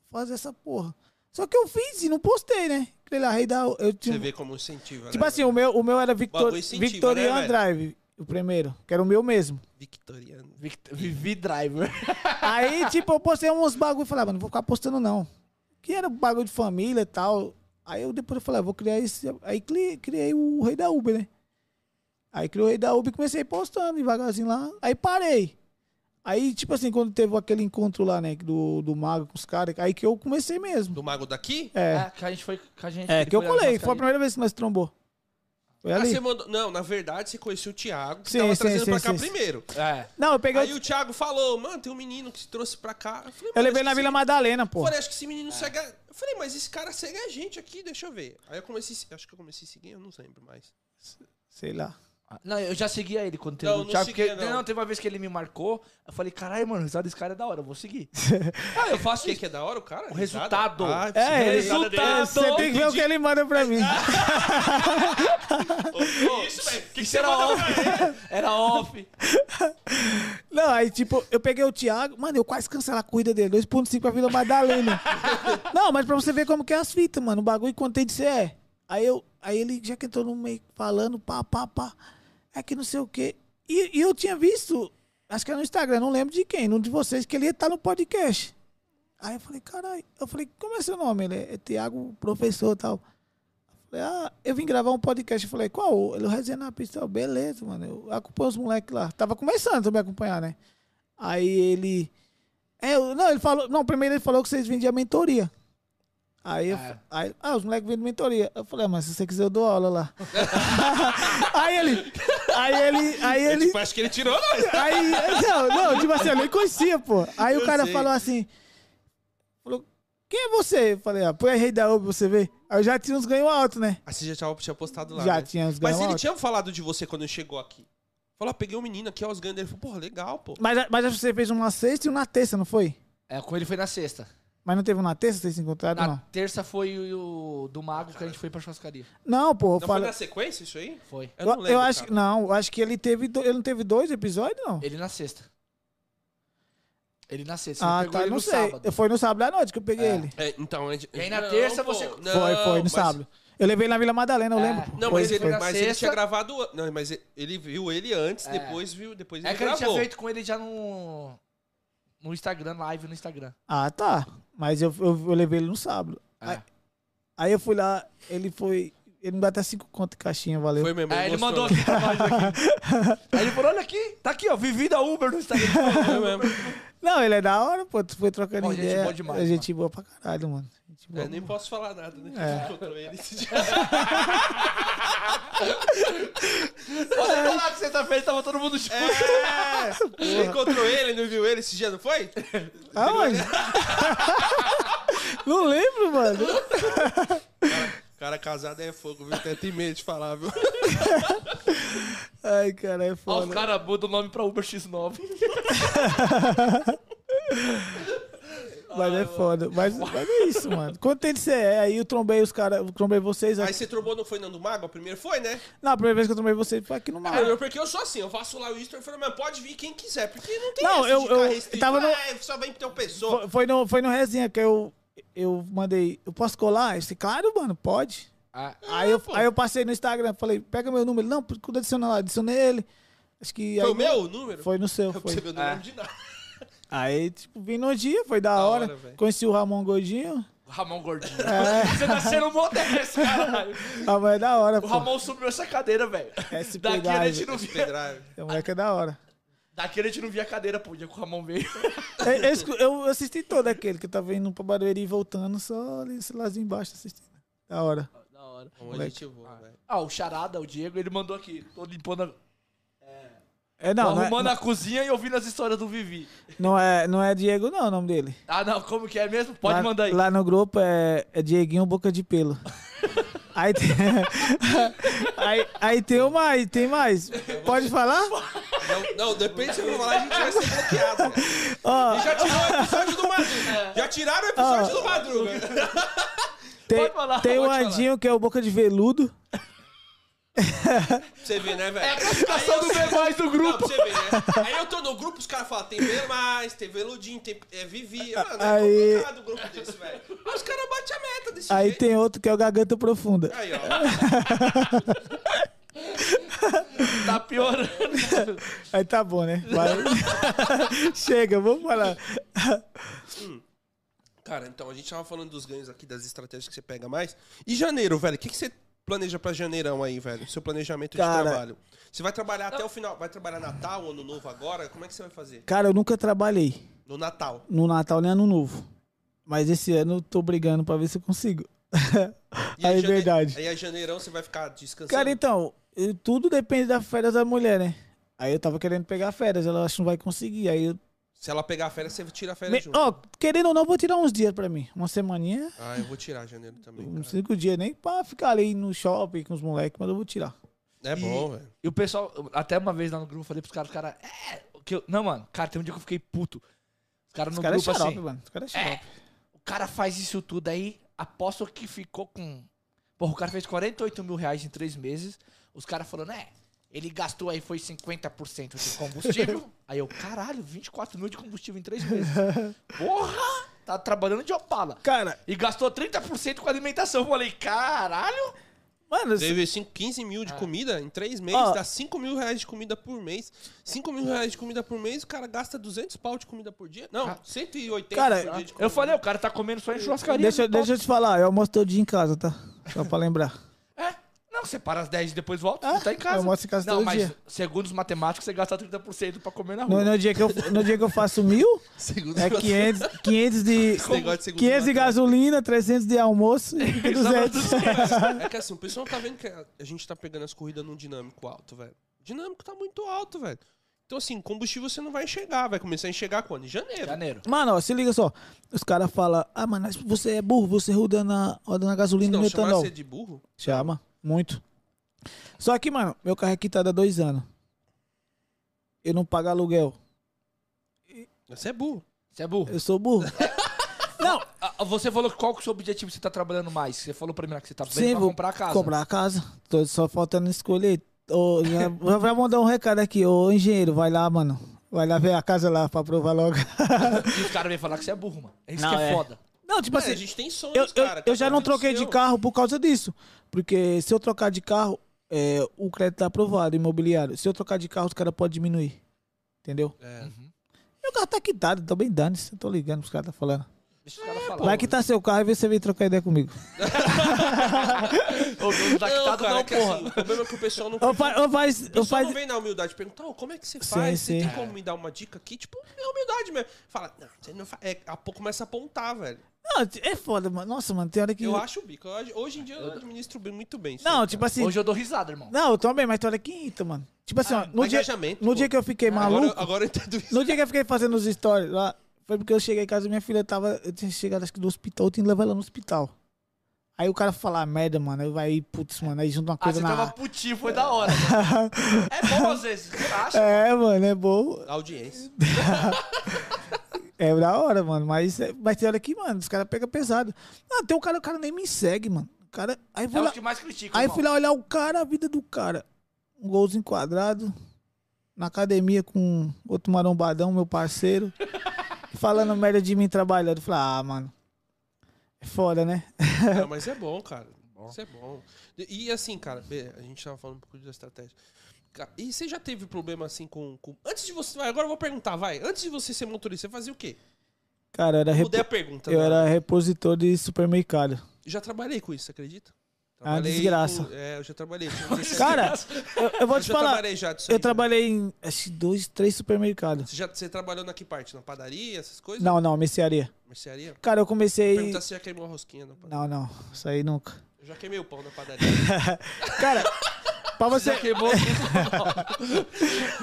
[SPEAKER 3] vou fazer essa porra. Só que eu fiz e não postei, né? Aquele lá, rei da. Eu tinha, um
[SPEAKER 1] Você vê como incentiva,
[SPEAKER 3] Tipo
[SPEAKER 1] né?
[SPEAKER 3] assim, o meu, o meu era Victor,
[SPEAKER 1] Bagulho incentiva,
[SPEAKER 3] Victorian
[SPEAKER 1] né, velho?
[SPEAKER 3] Drive, o primeiro, que era o meu mesmo.
[SPEAKER 1] Victoriano.
[SPEAKER 2] Vict- Vivi Driver.
[SPEAKER 3] Aí, tipo, eu postei uns bagulho e falei, ah, mano, não vou ficar postando não. Que era bagulho de família e tal. Aí eu depois eu falei, ah, vou criar esse. Aí cri- criei o Rei da Uber, né? Aí criei o Rei da Uber e comecei postando devagarzinho lá. Aí parei. Aí, tipo assim, quando teve aquele encontro lá, né, do, do Mago com os caras, aí que eu comecei mesmo.
[SPEAKER 1] Do Mago daqui?
[SPEAKER 3] É,
[SPEAKER 2] Ah, que a gente foi. Que, a gente,
[SPEAKER 3] é,
[SPEAKER 2] ele
[SPEAKER 3] que eu
[SPEAKER 2] foi lá
[SPEAKER 3] colei,
[SPEAKER 2] nas
[SPEAKER 3] foi a
[SPEAKER 2] casas.
[SPEAKER 3] primeira vez que nós trombou. Foi
[SPEAKER 1] Ah,
[SPEAKER 3] ali.
[SPEAKER 1] você mandou... Não, na verdade você conheceu o Thiago, que
[SPEAKER 3] Sim,
[SPEAKER 1] tava
[SPEAKER 3] sim,
[SPEAKER 1] trazendo
[SPEAKER 3] sim,
[SPEAKER 1] pra cá
[SPEAKER 3] sim, sim.
[SPEAKER 1] primeiro.
[SPEAKER 2] É.
[SPEAKER 3] Não, eu peguei.
[SPEAKER 1] Aí
[SPEAKER 3] eu
[SPEAKER 1] o Thiago falou, mano, tem um menino que se trouxe pra cá. Eu, falei, mano,
[SPEAKER 3] eu levei
[SPEAKER 1] acho
[SPEAKER 3] na
[SPEAKER 1] que
[SPEAKER 3] Vila
[SPEAKER 1] esse-
[SPEAKER 3] Madalena,
[SPEAKER 1] Eu
[SPEAKER 3] pô.
[SPEAKER 1] falei, acho que esse
[SPEAKER 2] É.
[SPEAKER 1] menino segue. a- Eu falei, mas esse cara segue a gente aqui, deixa eu ver. Aí eu comecei. a- Acho que eu comecei a seguir, eu não lembro mais.
[SPEAKER 3] Sei lá.
[SPEAKER 2] Ah, Não, eu já seguia ele quando teve
[SPEAKER 1] Não,
[SPEAKER 2] o
[SPEAKER 1] não
[SPEAKER 2] Thiago.
[SPEAKER 1] seguia,
[SPEAKER 2] porque-
[SPEAKER 1] não.
[SPEAKER 2] não, teve uma vez que ele me marcou. Eu falei, caralho, mano, o resultado desse cara é da hora, eu vou seguir. ah, eu
[SPEAKER 1] O
[SPEAKER 2] faço
[SPEAKER 1] que,
[SPEAKER 2] isso.
[SPEAKER 1] que é da hora, o cara?
[SPEAKER 2] O resultado.
[SPEAKER 1] Ah,
[SPEAKER 3] É,
[SPEAKER 1] é,
[SPEAKER 3] ele-
[SPEAKER 1] resultado. dele.
[SPEAKER 2] Resultado.
[SPEAKER 3] Você tem que ver o que ele manda pra mim. é.
[SPEAKER 1] Ô, ô, Isso, velho.
[SPEAKER 2] Que isso era off. era off.
[SPEAKER 3] Não, aí tipo, eu peguei o Thiago, mano, eu quase cancelar a corrida dele, 2.5 pra Vila Madalena. Não, mas pra você ver como que é as fitas, mano, o bagulho quanto tem de ser é. Aí eu, aí ele já que entrou no meio falando, pá, pá, pá, é que não sei o quê. E, e eu tinha visto, acho que era no Instagram, não lembro de quem, num de vocês, que ele ia estar no podcast. Aí eu falei, caralho, eu falei, como é seu nome? Ele é, é Thiago, professor e tal. Falei, ah, eu vim gravar um podcast. Eu falei, qual? Ele resenha na pista. Eu, beleza, mano. Eu acompanho os moleques lá. Tava começando a me acompanhar, né? Aí ele. É, eu- não, ele falou. Não, primeiro ele falou que vocês vendiam mentoria. Aí, eu,
[SPEAKER 2] Ah.
[SPEAKER 3] aí ah, os moleques vendem mentoria. Eu falei, ah, mas se você quiser, eu dou aula lá. aí ele. Aí ele. Aí
[SPEAKER 1] É,
[SPEAKER 3] ele.
[SPEAKER 1] tipo, acho que ele tirou nós.
[SPEAKER 3] Aí. Não, não, tipo assim, eu nem conhecia, pô. Aí
[SPEAKER 1] Eu
[SPEAKER 3] o cara
[SPEAKER 1] sei.
[SPEAKER 3] falou assim. Falou, quem é você? Eu falei, ah, põe a rei da UB pra você ver. Aí eu já tinha uns ganhos alto, né?
[SPEAKER 1] Ah, você já tinha, tinha postado lá.
[SPEAKER 3] já
[SPEAKER 1] né?
[SPEAKER 3] tinha uns ganhos
[SPEAKER 1] Mas ele
[SPEAKER 3] alto.
[SPEAKER 1] tinha falado de você quando ele chegou aqui. Falou, ah, peguei um menino aqui, ó, os ganhos dele. Ele Falou, pô, legal, pô.
[SPEAKER 3] Mas, mas você fez um na sexta e um na terça, não foi?
[SPEAKER 2] É, com ele foi na sexta.
[SPEAKER 3] Mas não teve um na terça, vocês se encontraram?
[SPEAKER 2] Na
[SPEAKER 3] Não.
[SPEAKER 2] terça foi o, o do Mago que a gente foi pra churrascaria.
[SPEAKER 3] Não, pô, eu
[SPEAKER 1] Não
[SPEAKER 3] falo.
[SPEAKER 1] foi na sequência isso aí?
[SPEAKER 2] Foi.
[SPEAKER 1] Eu não lembro,
[SPEAKER 3] eu acho que.
[SPEAKER 1] cara.
[SPEAKER 3] Não, eu acho que ele teve. do- Ele não teve dois episódios, não?
[SPEAKER 2] Ele na sexta. Ele na sexta. Você
[SPEAKER 3] ah,
[SPEAKER 2] pegou
[SPEAKER 3] tá,
[SPEAKER 2] ele
[SPEAKER 3] não
[SPEAKER 2] no
[SPEAKER 3] sei.
[SPEAKER 2] sábado.
[SPEAKER 3] Foi no sábado à noite que eu peguei
[SPEAKER 2] É.
[SPEAKER 3] ele.
[SPEAKER 1] É, então, a gente-
[SPEAKER 2] E aí na terça você-
[SPEAKER 1] Não,
[SPEAKER 3] foi, foi, no
[SPEAKER 1] mas-
[SPEAKER 3] sábado. Eu levei ele na Vila Madalena, eu
[SPEAKER 2] É.
[SPEAKER 3] lembro. pô.
[SPEAKER 1] Não,
[SPEAKER 3] Foi,
[SPEAKER 1] mas, ele,
[SPEAKER 3] foi.
[SPEAKER 2] na
[SPEAKER 1] mas ele
[SPEAKER 2] sexta.
[SPEAKER 1] tinha gravado. Não, mas ele- ele viu ele antes,
[SPEAKER 2] É.
[SPEAKER 1] depois viu. Depois ele
[SPEAKER 2] É que a gente tinha
[SPEAKER 1] gravou.
[SPEAKER 2] feito com ele já no. No Instagram, live no Instagram.
[SPEAKER 3] Ah, tá. Mas eu, eu, eu levei ele no sábado.
[SPEAKER 2] É.
[SPEAKER 3] Aí eu fui lá, ele foi. Ele me deu até cinco conto em caixinha, valeu.
[SPEAKER 1] Foi mesmo.
[SPEAKER 2] Aí ele
[SPEAKER 1] mostrou.
[SPEAKER 2] mandou aqui pra nós aqui. Aí ele falou: olha aqui, tá aqui, ó, vivi da Uber no Instagram.
[SPEAKER 1] Foi mesmo.
[SPEAKER 3] Não, ele é da hora, pô. Tu foi trocando
[SPEAKER 2] Pô, gente
[SPEAKER 3] ideia.
[SPEAKER 2] boa demais,
[SPEAKER 3] É gente boa pra caralho, mano. Gente boa.
[SPEAKER 1] É, nem posso falar nada, né?
[SPEAKER 3] É.
[SPEAKER 1] Encontrou ele esse dia.
[SPEAKER 2] Você falar que sexta-feira tava todo mundo
[SPEAKER 1] É,
[SPEAKER 2] junto.
[SPEAKER 3] É.
[SPEAKER 1] Você encontrou ele, não viu ele esse dia, não foi?
[SPEAKER 3] Ah, mano. não lembro, mano.
[SPEAKER 1] Cara casado é fogo, viu? Tem até medo de falar, viu?
[SPEAKER 3] Ai, cara, é
[SPEAKER 2] Ó, os
[SPEAKER 3] foda.
[SPEAKER 2] caras mudam o nome pra Uber X9.
[SPEAKER 3] Mas é foda. Mas, mas é isso, mano. Contente você é. Aí eu trombei os caras, eu trombei vocês.
[SPEAKER 1] Aí você trombou, não foi Nando Mago? A primeira foi, né?
[SPEAKER 3] Não, a primeira vez que eu trombei vocês foi aqui no
[SPEAKER 1] Ah,
[SPEAKER 3] mar.
[SPEAKER 1] eu- porque eu sou assim, eu faço lá o Easter e falo, mas pode vir quem quiser, porque não tem
[SPEAKER 3] Não,
[SPEAKER 1] essa
[SPEAKER 3] eu-
[SPEAKER 1] de
[SPEAKER 3] eu-
[SPEAKER 1] ficar
[SPEAKER 3] eu
[SPEAKER 1] restrito.
[SPEAKER 3] tava no-
[SPEAKER 1] Ah, só vem então pessoa.
[SPEAKER 3] Foi, foi no, foi no resenha que eu, eu mandei. Eu posso colar? Eu disse, claro, mano, pode.
[SPEAKER 2] Ah,
[SPEAKER 3] Aí eu, aí eu passei no Instagram, falei, pega meu número. Não, quando adiciona lá, adicionei ele. Acho que.
[SPEAKER 1] Foi É
[SPEAKER 3] aí-
[SPEAKER 1] o meu número?
[SPEAKER 3] Foi no seu.
[SPEAKER 1] Eu
[SPEAKER 3] Foi.
[SPEAKER 1] percebi, eu não
[SPEAKER 2] Ah.
[SPEAKER 1] lembro de nada.
[SPEAKER 3] Aí, tipo, vim no dia, foi da,
[SPEAKER 1] Da hora,
[SPEAKER 3] hora.
[SPEAKER 1] velho.
[SPEAKER 3] Conheci o Ramon Gordinho.
[SPEAKER 2] Ramon Gordinho.
[SPEAKER 3] É.
[SPEAKER 2] Você tá sendo modesto, caralho.
[SPEAKER 3] Ah, mas é da hora,
[SPEAKER 2] O
[SPEAKER 3] pô.
[SPEAKER 2] Ramon subiu essa cadeira, velho.
[SPEAKER 3] SP
[SPEAKER 2] Daqui a
[SPEAKER 3] Drive.
[SPEAKER 2] gente não
[SPEAKER 1] Esse
[SPEAKER 2] via.
[SPEAKER 1] pendrive.
[SPEAKER 3] O moleque é da hora.
[SPEAKER 2] Daqui a gente não via a cadeira, pô, o dia que o Ramon veio.
[SPEAKER 3] Eu, é eu escu- eu assisti todo aquele que eu tava indo pra Barueri e voltando, só ali, sei lá, embaixo assistindo. Da hora.
[SPEAKER 2] Da hora.
[SPEAKER 1] Onde a gente voa, velho.
[SPEAKER 2] Ah, o Charada, o Diego, ele mandou aqui. Tô limpando a.
[SPEAKER 3] É,
[SPEAKER 2] Tô
[SPEAKER 3] não, não é,
[SPEAKER 2] arrumando a cozinha e ouvindo as histórias do Vivi.
[SPEAKER 3] não é, não é Diego, não, o nome dele.
[SPEAKER 2] Ah, não, como que é mesmo? Pode
[SPEAKER 3] lá,
[SPEAKER 2] mandar aí.
[SPEAKER 3] Lá no grupo é, é Dieguinho Boca de Pelo. aí, tem, aí, aí tem o mais, tem mais. Pode falar?
[SPEAKER 1] Não, não, depende se eu falar, a gente vai ser bloqueado. velho.
[SPEAKER 3] Ó,
[SPEAKER 1] E já tirou o episódio do Madruga. Já tiraram o episódio
[SPEAKER 3] Ah.
[SPEAKER 1] do Madruga.
[SPEAKER 3] tem,
[SPEAKER 2] Pode falar,
[SPEAKER 3] tem o
[SPEAKER 2] pode falar.
[SPEAKER 3] Andinho, que é o Boca de Veludo.
[SPEAKER 1] Você vê, né, velho?
[SPEAKER 2] Classificação do B mais do
[SPEAKER 1] Não, pra
[SPEAKER 2] grupo.
[SPEAKER 1] você ver, né? Aí eu tô no grupo, os caras falam, tem B mais, tem Veludinho, tem é, Vivi. Mano,
[SPEAKER 3] Aí-
[SPEAKER 1] é complicado o grupo desse, velho. Aí os caras batem a meta desse
[SPEAKER 3] Aí
[SPEAKER 1] jeito.
[SPEAKER 3] tem outro que é o Garganta Profunda.
[SPEAKER 1] Aí, ó.
[SPEAKER 2] Tá piorando.
[SPEAKER 3] Aí tá bom, né? Vai. Chega, vamos falar.
[SPEAKER 1] Cara, então, a gente tava falando dos ganhos aqui, das estratégias que você pega mais. E janeiro, velho, o que, que você planeja pra janeirão aí, velho? Seu planejamento
[SPEAKER 3] Cara-
[SPEAKER 1] de trabalho. Você vai trabalhar até o final, vai trabalhar Natal, Ano Novo agora? Como é que você vai fazer?
[SPEAKER 3] Cara, eu nunca trabalhei
[SPEAKER 1] No Natal.
[SPEAKER 3] no Natal nem Ano Novo. Mas esse ano eu tô brigando pra ver se eu consigo.
[SPEAKER 1] E
[SPEAKER 3] Aí é
[SPEAKER 1] jane-
[SPEAKER 3] verdade.
[SPEAKER 1] Aí a janeirão você vai ficar descansando.
[SPEAKER 3] Cara, então, eu- tudo depende da férias da mulher, né? Aí eu tava querendo pegar férias, ela acho que não vai conseguir. Aí eu.
[SPEAKER 1] Se ela pegar a férias, você tira a
[SPEAKER 3] Me-
[SPEAKER 1] férias junto.
[SPEAKER 3] Ó, querendo ou não, eu vou tirar uns dias pra mim. Uma semaninha,
[SPEAKER 1] Ah, eu vou tirar janeiro também.
[SPEAKER 3] uns
[SPEAKER 1] Cara.
[SPEAKER 3] cinco dias, nem pra ficar ali no shopping com os moleques, mas eu vou tirar.
[SPEAKER 1] É bom, velho.
[SPEAKER 2] E o pessoal, até uma vez lá no grupo, eu falei pros caras, os caras, é. o Que eu, não, mano, cara, tem um dia que eu fiquei puto. Os caras
[SPEAKER 3] Os
[SPEAKER 2] no
[SPEAKER 3] caras é
[SPEAKER 2] grupo
[SPEAKER 3] xarope,
[SPEAKER 2] assim.
[SPEAKER 3] mano. Os caras é
[SPEAKER 2] É,
[SPEAKER 3] xarope.
[SPEAKER 2] o cara faz isso tudo aí, aposto que ficou com. Porra, o cara fez 48 mil reais em três meses. Os caras falando, é, ele gastou aí, foi 50% de combustível. aí eu, caralho, 24 mil de combustível em três meses. Porra! Tá trabalhando de opala.
[SPEAKER 3] Cara,
[SPEAKER 2] E gastou 30% com alimentação. Eu falei, caralho!
[SPEAKER 3] mano, se-
[SPEAKER 1] Teve 5, 15 mil de comida em 3 meses,
[SPEAKER 3] Ó.
[SPEAKER 1] dá 5 mil reais de comida por mês. 5 mil reais de comida por mês, o cara gasta 200 pau de comida por dia. Não,
[SPEAKER 2] Ah.
[SPEAKER 1] 180
[SPEAKER 3] Cara,
[SPEAKER 1] por dia de comida.
[SPEAKER 2] Eu falei, o cara tá comendo só em churrascaria.
[SPEAKER 3] deixa, eu-
[SPEAKER 2] não tá-
[SPEAKER 3] deixa eu te falar, eu almoço todo dia em casa, tá? Só pra lembrar.
[SPEAKER 2] É. Não, você para às 10 e depois volta,
[SPEAKER 3] É,
[SPEAKER 2] você tá em casa.
[SPEAKER 3] eu almoço em casa
[SPEAKER 2] não,
[SPEAKER 3] todo
[SPEAKER 2] mas
[SPEAKER 3] dia.
[SPEAKER 2] segundo os matemáticos, você gasta 30% pra comer na
[SPEAKER 3] No,
[SPEAKER 2] rua.
[SPEAKER 3] no dia que eu, no dia que eu faço mil,
[SPEAKER 1] Segundo
[SPEAKER 3] é
[SPEAKER 1] você-
[SPEAKER 3] 500, 500 de.
[SPEAKER 1] negócio de segundo
[SPEAKER 3] 500 de
[SPEAKER 1] lugar.
[SPEAKER 3] gasolina, 300 de almoço e fica
[SPEAKER 2] Sobra
[SPEAKER 3] 200.
[SPEAKER 1] É que assim, o pessoal tá vendo que a gente tá pegando as corridas num dinâmico alto, velho. dinâmico tá muito alto, velho. Então, assim, combustível você não vai enxergar. Vai começar a enxergar quando? Em janeiro.
[SPEAKER 2] Janeiro.
[SPEAKER 3] Mano, ó, se liga só. Os caras falam, ah, mano, mas você é burro, você roda na, roda na gasolina e
[SPEAKER 1] Não,
[SPEAKER 3] no
[SPEAKER 1] chamar
[SPEAKER 3] etanol.
[SPEAKER 1] você de burro?
[SPEAKER 3] Chama, muito. Só que, mano, meu carro é quitado há dois anos. Eu não pago aluguel.
[SPEAKER 1] Você é burro.
[SPEAKER 3] Tipo
[SPEAKER 2] Você é burro.
[SPEAKER 3] Eu sou burro. não,
[SPEAKER 2] Ah, Você falou qual que é o seu objetivo que você tá trabalhando mais. Você falou pra mim lá que você tá vendo
[SPEAKER 3] Sim,
[SPEAKER 2] pra
[SPEAKER 3] vou
[SPEAKER 2] comprar a casa.
[SPEAKER 3] comprar a casa. Tô só faltando escolher. Ô, já, já vai mandar um recado aqui. Ô, engenheiro, vai lá, mano. Vai lá ver a casa lá pra provar logo.
[SPEAKER 2] E os caras vêm falar que você é burro, mano. É isso
[SPEAKER 3] Não,
[SPEAKER 2] que é,
[SPEAKER 3] é.
[SPEAKER 2] foda.
[SPEAKER 3] não, tipo
[SPEAKER 1] É,
[SPEAKER 3] assim,
[SPEAKER 1] a gente tem sonhos,
[SPEAKER 3] eu, eu,
[SPEAKER 1] cara. tá
[SPEAKER 3] eu já não troquei de
[SPEAKER 1] seu.
[SPEAKER 3] carro por causa disso. Porque se eu trocar de carro, é, o crédito tá aprovado, imobiliário. Se eu trocar de carro, os caras podem diminuir. Entendeu?
[SPEAKER 1] É.
[SPEAKER 3] Meu carro tá quitado, tô bem dane-se. Eu tô ligando pros caras tá falando.
[SPEAKER 2] Deixa os caras falar.
[SPEAKER 3] Vai quitar seu carro e vê se você vem trocar ideia comigo.
[SPEAKER 2] Ô, não tá
[SPEAKER 1] Não,
[SPEAKER 2] quitado
[SPEAKER 1] cara,
[SPEAKER 2] não,
[SPEAKER 1] é que,
[SPEAKER 2] porra.
[SPEAKER 1] assim, o problema é que o pessoal não...
[SPEAKER 3] Ou faz, ou faz,
[SPEAKER 1] O
[SPEAKER 3] ou
[SPEAKER 1] pessoal
[SPEAKER 3] faz,
[SPEAKER 1] não vem na humildade perguntar, "Ô, como é que você
[SPEAKER 3] Sim,
[SPEAKER 1] faz? Você
[SPEAKER 3] sim.
[SPEAKER 1] tem como me dar uma dica aqui? Tipo, é humildade mesmo. Fala, não, você não faz. É, a pouco começa a apontar, velho.
[SPEAKER 3] Não, é foda, mano. Nossa, mano, tem hora que.
[SPEAKER 1] Eu acho o bico. Eu- Hoje em dia eu administro bem, muito bem. isso aí,
[SPEAKER 3] Não,
[SPEAKER 1] cara.
[SPEAKER 3] tipo assim.
[SPEAKER 2] Hoje eu dou risada, irmão.
[SPEAKER 3] Não, eu também, mas tem hora que irrita, mano. Tipo assim, ó, no,
[SPEAKER 1] Ah, mas
[SPEAKER 3] dia,
[SPEAKER 1] engajamento,
[SPEAKER 3] no
[SPEAKER 1] pô.
[SPEAKER 3] dia que eu fiquei maluco.
[SPEAKER 1] Agora, agora eu entendo isso.
[SPEAKER 3] No dia que eu fiquei fazendo os stories lá, foi porque eu cheguei em casa e minha filha tava. Eu tinha chegado acho que do hospital, eu tinha que levar ela no hospital. Aí o cara fala ah, merda, mano. Aí vai, putz, mano, aí junta uma
[SPEAKER 2] Ah,
[SPEAKER 3] coisa
[SPEAKER 2] você
[SPEAKER 3] na.
[SPEAKER 2] tava putinho, foi da hora. mano. É bom às vezes, relaxa.
[SPEAKER 3] É, mano, é bom.
[SPEAKER 1] Audiência.
[SPEAKER 3] É da hora, mano. Mas, é- mas tem hora que, mano, os caras pegam pesado. Ah, tem um cara, o cara nem me segue, mano. O cara. Aí eu
[SPEAKER 2] É
[SPEAKER 3] fui
[SPEAKER 2] os
[SPEAKER 3] lá,
[SPEAKER 2] que mais criticam,
[SPEAKER 3] aí
[SPEAKER 2] irmão.
[SPEAKER 3] fui lá olhar o cara, a vida do cara. Um golzinho quadrado. Na academia com outro marombadão, meu parceiro. falando merda de mim trabalhando. Falei, ah, mano. É foda, né?
[SPEAKER 1] Não, mas é bom, cara. Isso é bom. E e, assim, cara, Bê, a gente tava falando um pouco da estratégia. Ca- E você já teve problema assim com. com- Antes de você. vai, Agora eu vou perguntar, vai. Antes de você ser motorista, você fazia o quê?
[SPEAKER 3] Cara, eu era, repo-
[SPEAKER 1] Mudei a pergunta.
[SPEAKER 3] eu
[SPEAKER 1] né?
[SPEAKER 3] era repositor de supermercado.
[SPEAKER 1] Já trabalhei com isso, você acredita?
[SPEAKER 3] Ah,
[SPEAKER 1] Trabalhei
[SPEAKER 3] desgraça.
[SPEAKER 1] com- É, eu já trabalhei. tinha 17
[SPEAKER 3] Cara,
[SPEAKER 1] anos.
[SPEAKER 3] eu, eu vou
[SPEAKER 1] Eu
[SPEAKER 3] te
[SPEAKER 1] já
[SPEAKER 3] falar.
[SPEAKER 1] trabalhei já disso
[SPEAKER 3] Eu
[SPEAKER 1] aí, né? já.
[SPEAKER 3] trabalhei em acho, que dois, três supermercados.
[SPEAKER 1] Você, já, você trabalhou na que parte? Na padaria, essas coisas?
[SPEAKER 3] Não, não, mercearia.
[SPEAKER 1] Mercearia?
[SPEAKER 3] Cara, eu comecei.
[SPEAKER 1] Perguntar se já queimou a rosquinha na padaria.
[SPEAKER 3] Não, não, isso aí nunca.
[SPEAKER 1] Eu já queimei o pão na padaria.
[SPEAKER 3] Cara, pra você.
[SPEAKER 2] Você queimou tudo.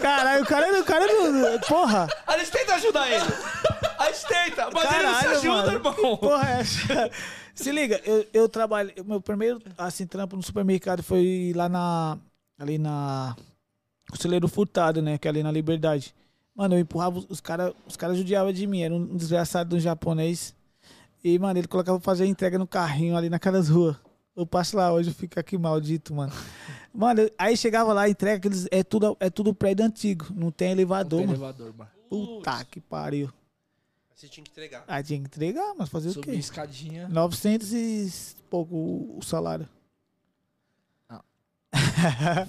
[SPEAKER 3] Caralho, o cara, é o cara do. Porra!
[SPEAKER 2] A gente tenta ajudar ele. A gente tenta, mas ele não
[SPEAKER 3] Caralho,
[SPEAKER 2] se ajuda,
[SPEAKER 3] mano.
[SPEAKER 2] irmão.
[SPEAKER 3] Porra, é essa? Se liga, eu, eu trabalho. Meu primeiro assim, trampo no supermercado foi lá na. Ali na. Conselheiro Furtado, né? Que é ali na Liberdade. Mano, eu empurrava os- os caras. Os caras judiavam de mim. Era um desgraçado de um japonês. E, mano, ele colocava pra fazer a entrega no carrinho ali naquelas ruas. Eu passo lá hoje, eu fico aqui maldito, mano. Mano, eu- aí chegava lá, entrega, aqueles, é, tudo, é tudo prédio antigo, não tem elevador, mano.
[SPEAKER 2] Elevador, mano.
[SPEAKER 3] Puta que pariu.
[SPEAKER 1] Você tinha que entregar.
[SPEAKER 3] Aí tinha que entregar, mas fazer o
[SPEAKER 2] Subir
[SPEAKER 3] quê?
[SPEAKER 2] escadinha.
[SPEAKER 3] 900 e pouco o- o salário. Né?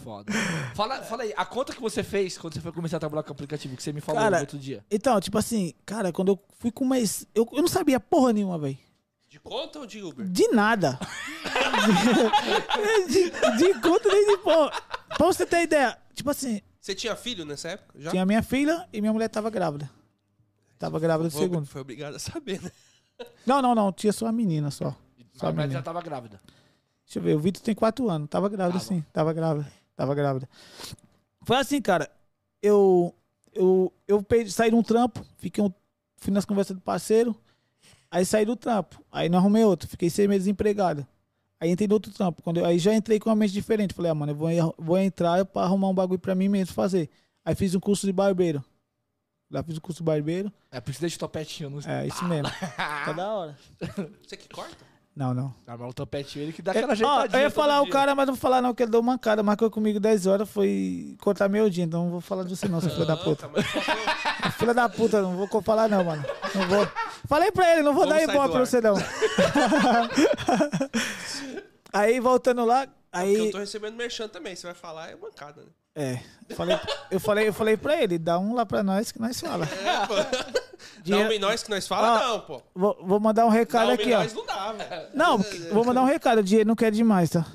[SPEAKER 2] Foda. Fala, fala aí, a conta que você fez quando você foi começar a trabalhar com o aplicativo que você me falou
[SPEAKER 3] Cara,
[SPEAKER 2] no outro dia?
[SPEAKER 3] Então, tipo assim, cara, quando eu fui com mais. Eu, eu não sabia porra nenhuma, velho.
[SPEAKER 1] De conta ou de Uber?
[SPEAKER 3] De nada. de, de conta nem de porra. Pra você ter ideia, tipo assim,
[SPEAKER 1] Você tinha filho nessa época? Já?
[SPEAKER 3] tinha minha filha e minha mulher tava grávida. Tava grávida do
[SPEAKER 1] Foi-
[SPEAKER 3] segundo.
[SPEAKER 1] Foi obrigado a saber, né?
[SPEAKER 3] Não, não, não, tinha só a menina só. Só a
[SPEAKER 2] Mas
[SPEAKER 3] menina.
[SPEAKER 2] já tava grávida.
[SPEAKER 3] Deixa eu ver, o Vitor tem quatro anos. Tava grávida,
[SPEAKER 2] Tava.
[SPEAKER 3] sim. Tava grávida. Tava grávida. Foi assim, cara. Eu, eu, eu pe- saí de um trampo, fiquei um, fui nas conversas do parceiro. Aí saí do trampo. Aí não arrumei outro. Fiquei seis meses desempregado. Aí entrei no outro trampo. Quando eu- aí já entrei com uma mente diferente. Falei, ah, mano, eu vou, en- vou entrar pra arrumar um bagulho pra mim mesmo fazer. Aí fiz um curso de barbeiro. Lá fiz o curso de barbeiro.
[SPEAKER 2] É, precisa de topetinho. Não...
[SPEAKER 3] É, isso mesmo. tá da hora.
[SPEAKER 1] Você que corta?
[SPEAKER 3] Não, não.
[SPEAKER 2] Ah, mas o topetinho ele que dá
[SPEAKER 3] É,
[SPEAKER 2] aquela
[SPEAKER 3] ó,
[SPEAKER 2] ajeitadinha.
[SPEAKER 3] eu ia falar
[SPEAKER 2] todo
[SPEAKER 3] o
[SPEAKER 2] dia.
[SPEAKER 3] cara, mas não vou falar não, que ele deu uma cara. Marcou comigo 10 horas, foi cortar meu dia, então não vou falar disso não, seu filho da puta.
[SPEAKER 1] Ah, mas só foi-
[SPEAKER 3] Filha da puta, não vou co- falar não, mano. Não vou. Falei pra ele, não vou
[SPEAKER 1] Vamos
[SPEAKER 3] dar
[SPEAKER 1] sair
[SPEAKER 3] ibope
[SPEAKER 1] do
[SPEAKER 3] pra
[SPEAKER 1] ar.
[SPEAKER 3] você não. aí, voltando lá,
[SPEAKER 1] É Porque eu
[SPEAKER 3] aí...
[SPEAKER 1] tô recebendo merchan também. Você vai falar, é mancada, né?
[SPEAKER 3] É, falei, eu, falei, eu falei pra ele, dá um lá pra nós que nós fala.
[SPEAKER 1] É, pô. Dá
[SPEAKER 3] Dinheiro-
[SPEAKER 1] um em nós que nós fala,
[SPEAKER 3] Ah,
[SPEAKER 1] não, pô.
[SPEAKER 3] Vou, vou mandar um recado
[SPEAKER 1] Dá um em
[SPEAKER 3] aqui, ó.
[SPEAKER 1] nós não dá, velho.
[SPEAKER 3] Não, vou mandar um recado, o dinheiro não quer demais, tá?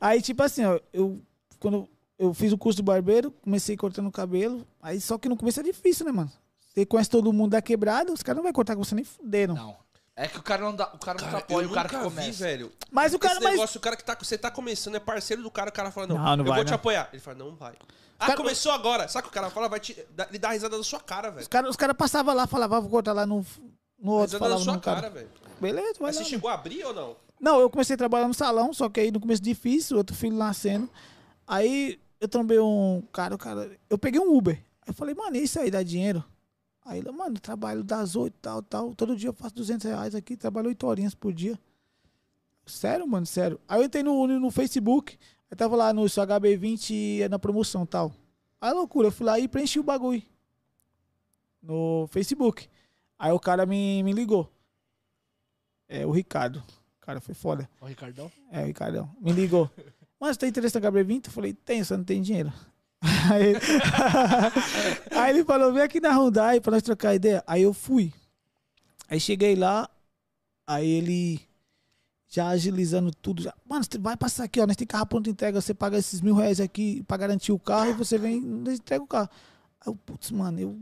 [SPEAKER 3] aí, tipo assim, ó, eu quando eu fiz o curso de barbeiro, comecei cortando o cabelo, aí só que no começo é difícil, né, mano? Você conhece todo mundo da quebrada, os caras não vão cortar com você nem fuderam.
[SPEAKER 2] Não. É que o cara não dá, o cara,
[SPEAKER 1] Cara,
[SPEAKER 2] nunca apoia
[SPEAKER 1] eu
[SPEAKER 2] o cara
[SPEAKER 1] nunca
[SPEAKER 2] que
[SPEAKER 1] vi,
[SPEAKER 2] começa.
[SPEAKER 1] velho.
[SPEAKER 3] Mas o cara.
[SPEAKER 1] Esse
[SPEAKER 3] Mas,
[SPEAKER 1] negócio, o cara que tá, você tá começando é parceiro do cara, o cara fala, não,
[SPEAKER 3] Não, não
[SPEAKER 1] eu
[SPEAKER 3] vai,
[SPEAKER 1] vou te
[SPEAKER 3] não.
[SPEAKER 1] apoiar. Ele fala, não vai. Ah,
[SPEAKER 3] cara-
[SPEAKER 1] começou agora. Sabe o que o cara fala? Vai te, dá- ele dá risada na sua cara, velho.
[SPEAKER 3] os caras os cara passavam lá, falavam, "Ah, vou cortar lá no, no
[SPEAKER 1] Risada
[SPEAKER 3] outro.
[SPEAKER 1] na
[SPEAKER 3] Falava
[SPEAKER 1] sua
[SPEAKER 3] no
[SPEAKER 1] cara,
[SPEAKER 3] cara.
[SPEAKER 1] velho.
[SPEAKER 3] Beleza, vai
[SPEAKER 1] Mas
[SPEAKER 3] lá.
[SPEAKER 1] você chegou a abrir ou não?
[SPEAKER 3] Não, eu comecei a trabalhar no salão, só que aí no começo é difícil, outro filho nascendo. Aí eu trombei um cara, o cara. Eu peguei um Uber. Aí eu falei, mano, e isso aí dá dinheiro? Aí ele, mano, eu trabalho das oito, tal, tal. Todo dia eu faço 200 reais aqui, trabalho oito horinhas por dia. Sério, mano, sério. Aí eu entrei no, no Facebook, aí tava lá no seu HB20 e é na promoção tal. Aí é loucura, eu fui lá e preenchi o bagulho. No Facebook. Aí o cara me, me ligou. É, o Ricardo. O cara foi foda.
[SPEAKER 2] Ó, Ricardão.
[SPEAKER 3] É, o Ricardão. Me ligou. Mas tem interesse na HB20? Eu falei, tem, só não tem dinheiro. Aí, aí ele falou, vem aqui na Hyundai pra nós trocar ideia. Aí eu fui. Aí cheguei lá, aí ele já agilizando tudo. Já, Mano, você vai passar aqui, ó. Nós tem carro pronto entrega, você paga esses mil reais aqui pra garantir o carro e você vem, nós entrega o carro. Aí eu, putz, mano, eu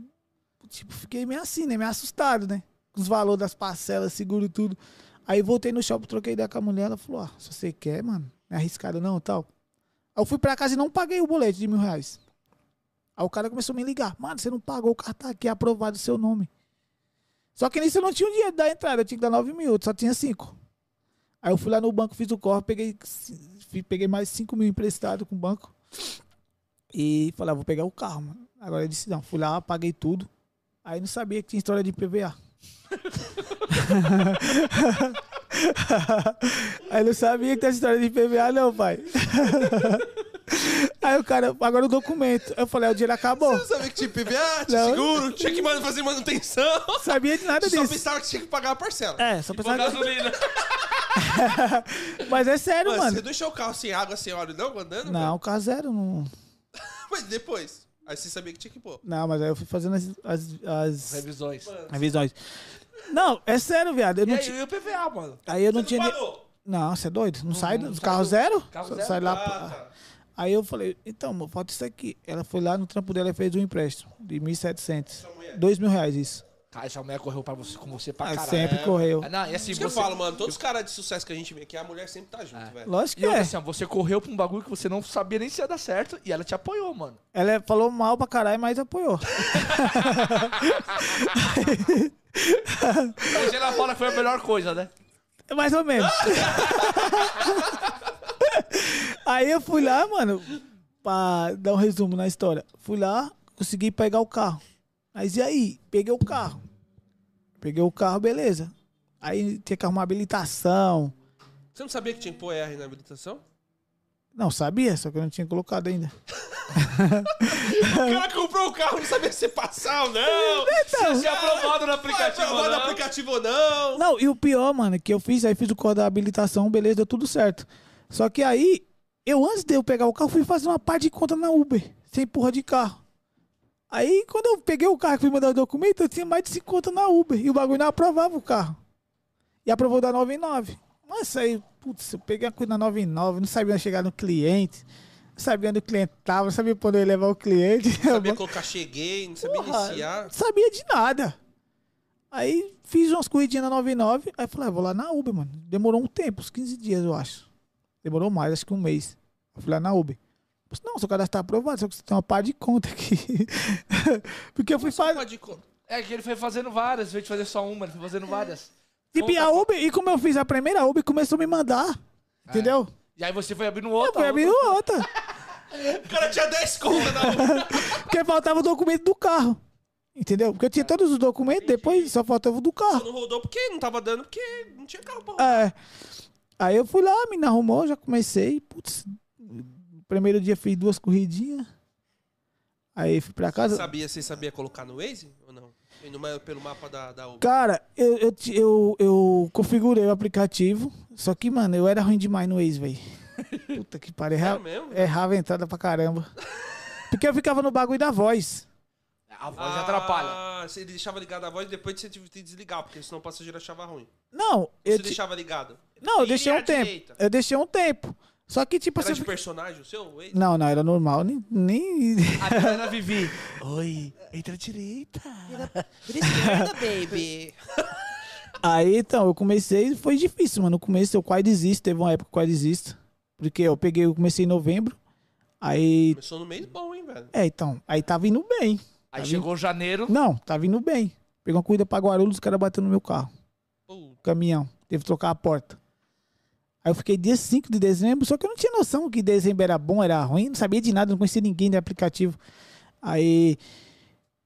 [SPEAKER 3] tipo, fiquei meio assim, né? Meio assustado, né? Com os valores das parcelas, seguro e tudo. Aí voltei no shopping, troquei ideia com a mulher, ela falou, ó, se você quer, mano, não é arriscado não tal. Aí eu fui pra casa e não paguei o boleto de mil reais. Aí o cara começou a me ligar, mano, você não pagou, o carro tá aqui, aprovado o seu nome. Só que nisso eu não tinha o dinheiro da entrada, eu tinha que dar nove mil, eu só tinha cinco. Aí eu fui lá no banco, fiz o corre, peguei, ci- fi- peguei mais cinco mil emprestado com o banco. E falei, ah, vou pegar o carro, mano. Agora eu disse, não, fui lá, paguei tudo. Aí não sabia que tinha história de PVA. Aí não sabia que tinha história de PVA, não, pai. Aí o cara, agora o documento. Eu falei, ah, o dinheiro acabou.
[SPEAKER 1] Você sabia que tinha PVA, tinha
[SPEAKER 3] Não.
[SPEAKER 1] seguro, tinha que man- fazer manutenção.
[SPEAKER 3] Não sabia de nada
[SPEAKER 1] Só
[SPEAKER 3] disso.
[SPEAKER 1] pensava que tinha que pagar a parcela.
[SPEAKER 3] É, só
[SPEAKER 2] Pô,
[SPEAKER 3] pensava.
[SPEAKER 2] gasolina.
[SPEAKER 3] Mas é sério,
[SPEAKER 1] Mas
[SPEAKER 3] mano.
[SPEAKER 1] você deixou o carro sem água, sem óleo, não, andando?
[SPEAKER 3] Não, o carro zero. Não...
[SPEAKER 1] velho? Mas depois. Aí você sabia que tinha que pôr.
[SPEAKER 3] não, mas aí eu fui fazendo as, as, as
[SPEAKER 2] Revisões.
[SPEAKER 3] revisões. Não, é sério, viado. Eu
[SPEAKER 2] E
[SPEAKER 3] não
[SPEAKER 2] aí,
[SPEAKER 3] ti-
[SPEAKER 2] e o PVA, mano?
[SPEAKER 3] Aí eu não
[SPEAKER 1] Você
[SPEAKER 3] tinha.
[SPEAKER 1] não
[SPEAKER 3] nem-
[SPEAKER 1] parou.
[SPEAKER 3] Não, você é doido? Não sai do
[SPEAKER 2] não
[SPEAKER 3] do
[SPEAKER 2] sai
[SPEAKER 3] carro
[SPEAKER 2] do-
[SPEAKER 3] zero?
[SPEAKER 2] carro
[SPEAKER 3] Só
[SPEAKER 2] zero?
[SPEAKER 3] Sai
[SPEAKER 1] Ah,
[SPEAKER 3] lá.
[SPEAKER 1] tá.
[SPEAKER 3] Aí eu falei, então, amor, falta isso aqui. Ela foi lá no trampo dela e fez um empréstimo de 1.700.
[SPEAKER 1] mulher.
[SPEAKER 3] Dois mil reais isso.
[SPEAKER 2] Cara, essa mulher correu pra você, com você pra
[SPEAKER 3] Ah,
[SPEAKER 2] caralho.
[SPEAKER 3] sempre correu.
[SPEAKER 2] Ah, Não, e assim,
[SPEAKER 1] Isso que eu
[SPEAKER 2] você...
[SPEAKER 1] falo, mano. Todos os caras de sucesso que a gente vê aqui, a mulher sempre tá junto,
[SPEAKER 2] É.
[SPEAKER 1] velho.
[SPEAKER 3] Lógico
[SPEAKER 2] E
[SPEAKER 3] que
[SPEAKER 2] outra,
[SPEAKER 3] é.
[SPEAKER 2] assim, ó, você correu pra um bagulho que você não sabia nem se ia dar certo e ela te apoiou, mano.
[SPEAKER 3] Ela é- falou mal pra caralho, mas apoiou.
[SPEAKER 2] Hoje ela fala que foi a melhor coisa, né?
[SPEAKER 3] É Mais ou menos. Aí eu fui lá, mano, pra dar um resumo na história. Fui lá, consegui pegar o carro. Mas e aí? Peguei o carro. Peguei o carro, beleza. Aí tinha que arrumar habilitação.
[SPEAKER 1] Você não sabia que tinha que pôr R na habilitação?
[SPEAKER 3] Não, sabia, só que eu não tinha colocado ainda.
[SPEAKER 1] O cara comprou o carro, não sabia se passar ou não.
[SPEAKER 2] Você é aprovado no
[SPEAKER 1] Vai
[SPEAKER 2] aplicativo, né?
[SPEAKER 1] provar no
[SPEAKER 2] não?
[SPEAKER 1] aplicativo ou não.
[SPEAKER 3] Não, e o pior, mano, é que eu fiz, aí fiz o código da habilitação, beleza, deu tudo certo. Só que aí, eu antes de eu pegar o carro, fui fazer uma parte de conta na Uber, sem porra de carro. Aí, quando eu peguei o carro e fui mandar o documento, eu tinha mais de 50 na Uber. E o bagulho não aprovava o carro. E aprovou da 99. Mas aí, putz, eu peguei a coisa na 99, não sabia onde chegar no cliente, não sabia onde o cliente tava, não sabia pra onde eu ia levar o cliente.
[SPEAKER 1] Não sabia colocar cheguei, não sabia
[SPEAKER 3] Porra,
[SPEAKER 1] iniciar.
[SPEAKER 3] não sabia de nada. Aí fiz umas corridinhas na 99, aí falei, ah, vou lá na Uber, mano. Demorou um tempo, uns 15 dias, eu acho. Demorou mais, acho que um mês. Eu fui lá na Uber. Eu Disse, não, seu cadastro tá aprovado, só que você tem uma pá de conta aqui. Porque eu fui fazer.
[SPEAKER 1] Pode co-
[SPEAKER 2] É que ele foi fazendo várias, em vez de fazer só uma, ele foi
[SPEAKER 3] É.
[SPEAKER 2] fazendo várias.
[SPEAKER 3] Tipo, a Uber, e como eu fiz a primeira, a Uber começou a me mandar. Entendeu?
[SPEAKER 2] E aí você foi abrindo
[SPEAKER 3] Eu
[SPEAKER 2] outra.
[SPEAKER 3] fui abrindo outra.
[SPEAKER 1] O cara tinha 10 contas na mão.
[SPEAKER 3] Porque faltava o documento do carro. Entendeu? Porque eu tinha todos os documentos, depois só faltava o do carro.
[SPEAKER 1] Não rodou porque não tava dando, porque não tinha carro pra rodar.
[SPEAKER 3] É. Aí eu fui lá, a mina arrumou, já comecei. Putz, primeiro dia fiz duas corridinhas. Aí fui pra casa.
[SPEAKER 1] Sabia, você sabia colocar no Waze ou não? E no ma- pelo mapa da, da Uber.
[SPEAKER 3] Cara, eu, eu, ti- eu, eu configurei o aplicativo. Só que, mano, eu era ruim demais no Waze, velho. Puta que pariu.
[SPEAKER 1] É
[SPEAKER 3] Errava,
[SPEAKER 1] mesmo?
[SPEAKER 3] errava a entrada pra caramba. Porque eu ficava no bagulho da voz.
[SPEAKER 2] A voz atrapalha.
[SPEAKER 1] Ah, você- ele deixava ligada a voz depois você tive que desligar, porque senão o passageiro achava ruim.
[SPEAKER 3] Não, eu,
[SPEAKER 1] Você
[SPEAKER 3] ti-
[SPEAKER 1] deixava ligado.
[SPEAKER 3] não, eu
[SPEAKER 1] Vire
[SPEAKER 3] deixei
[SPEAKER 1] à
[SPEAKER 3] um tempo.
[SPEAKER 1] direita.
[SPEAKER 3] Eu deixei um tempo. Só que, tipo
[SPEAKER 1] Era
[SPEAKER 3] assim.
[SPEAKER 1] de personagem o seu? Waze?
[SPEAKER 3] Não, não, era normal. Nem. nem...
[SPEAKER 2] A Adriana Vivi. Oi, entra à direita.
[SPEAKER 4] Por esquerda, baby.
[SPEAKER 3] Aí, então, eu comecei, foi difícil, mano. No começo eu quase desisto, teve uma época que eu quase desisto. Porque eu peguei, eu comecei em novembro, aí...
[SPEAKER 1] Começou no mês bom, hein, velho?
[SPEAKER 3] É, então, aí tava indo bem.
[SPEAKER 2] Aí
[SPEAKER 3] Tá
[SPEAKER 2] chegou janeiro.
[SPEAKER 3] Não, tava indo bem. Peguei uma corrida pra Guarulhos, os caras bateram no meu carro,
[SPEAKER 1] Pô,
[SPEAKER 3] caminhão. Teve que trocar a porta. Aí eu fiquei dia 5 de dezembro, só que eu não tinha noção que dezembro era bom, era ruim, não sabia de nada, não conhecia ninguém de aplicativo. Aí,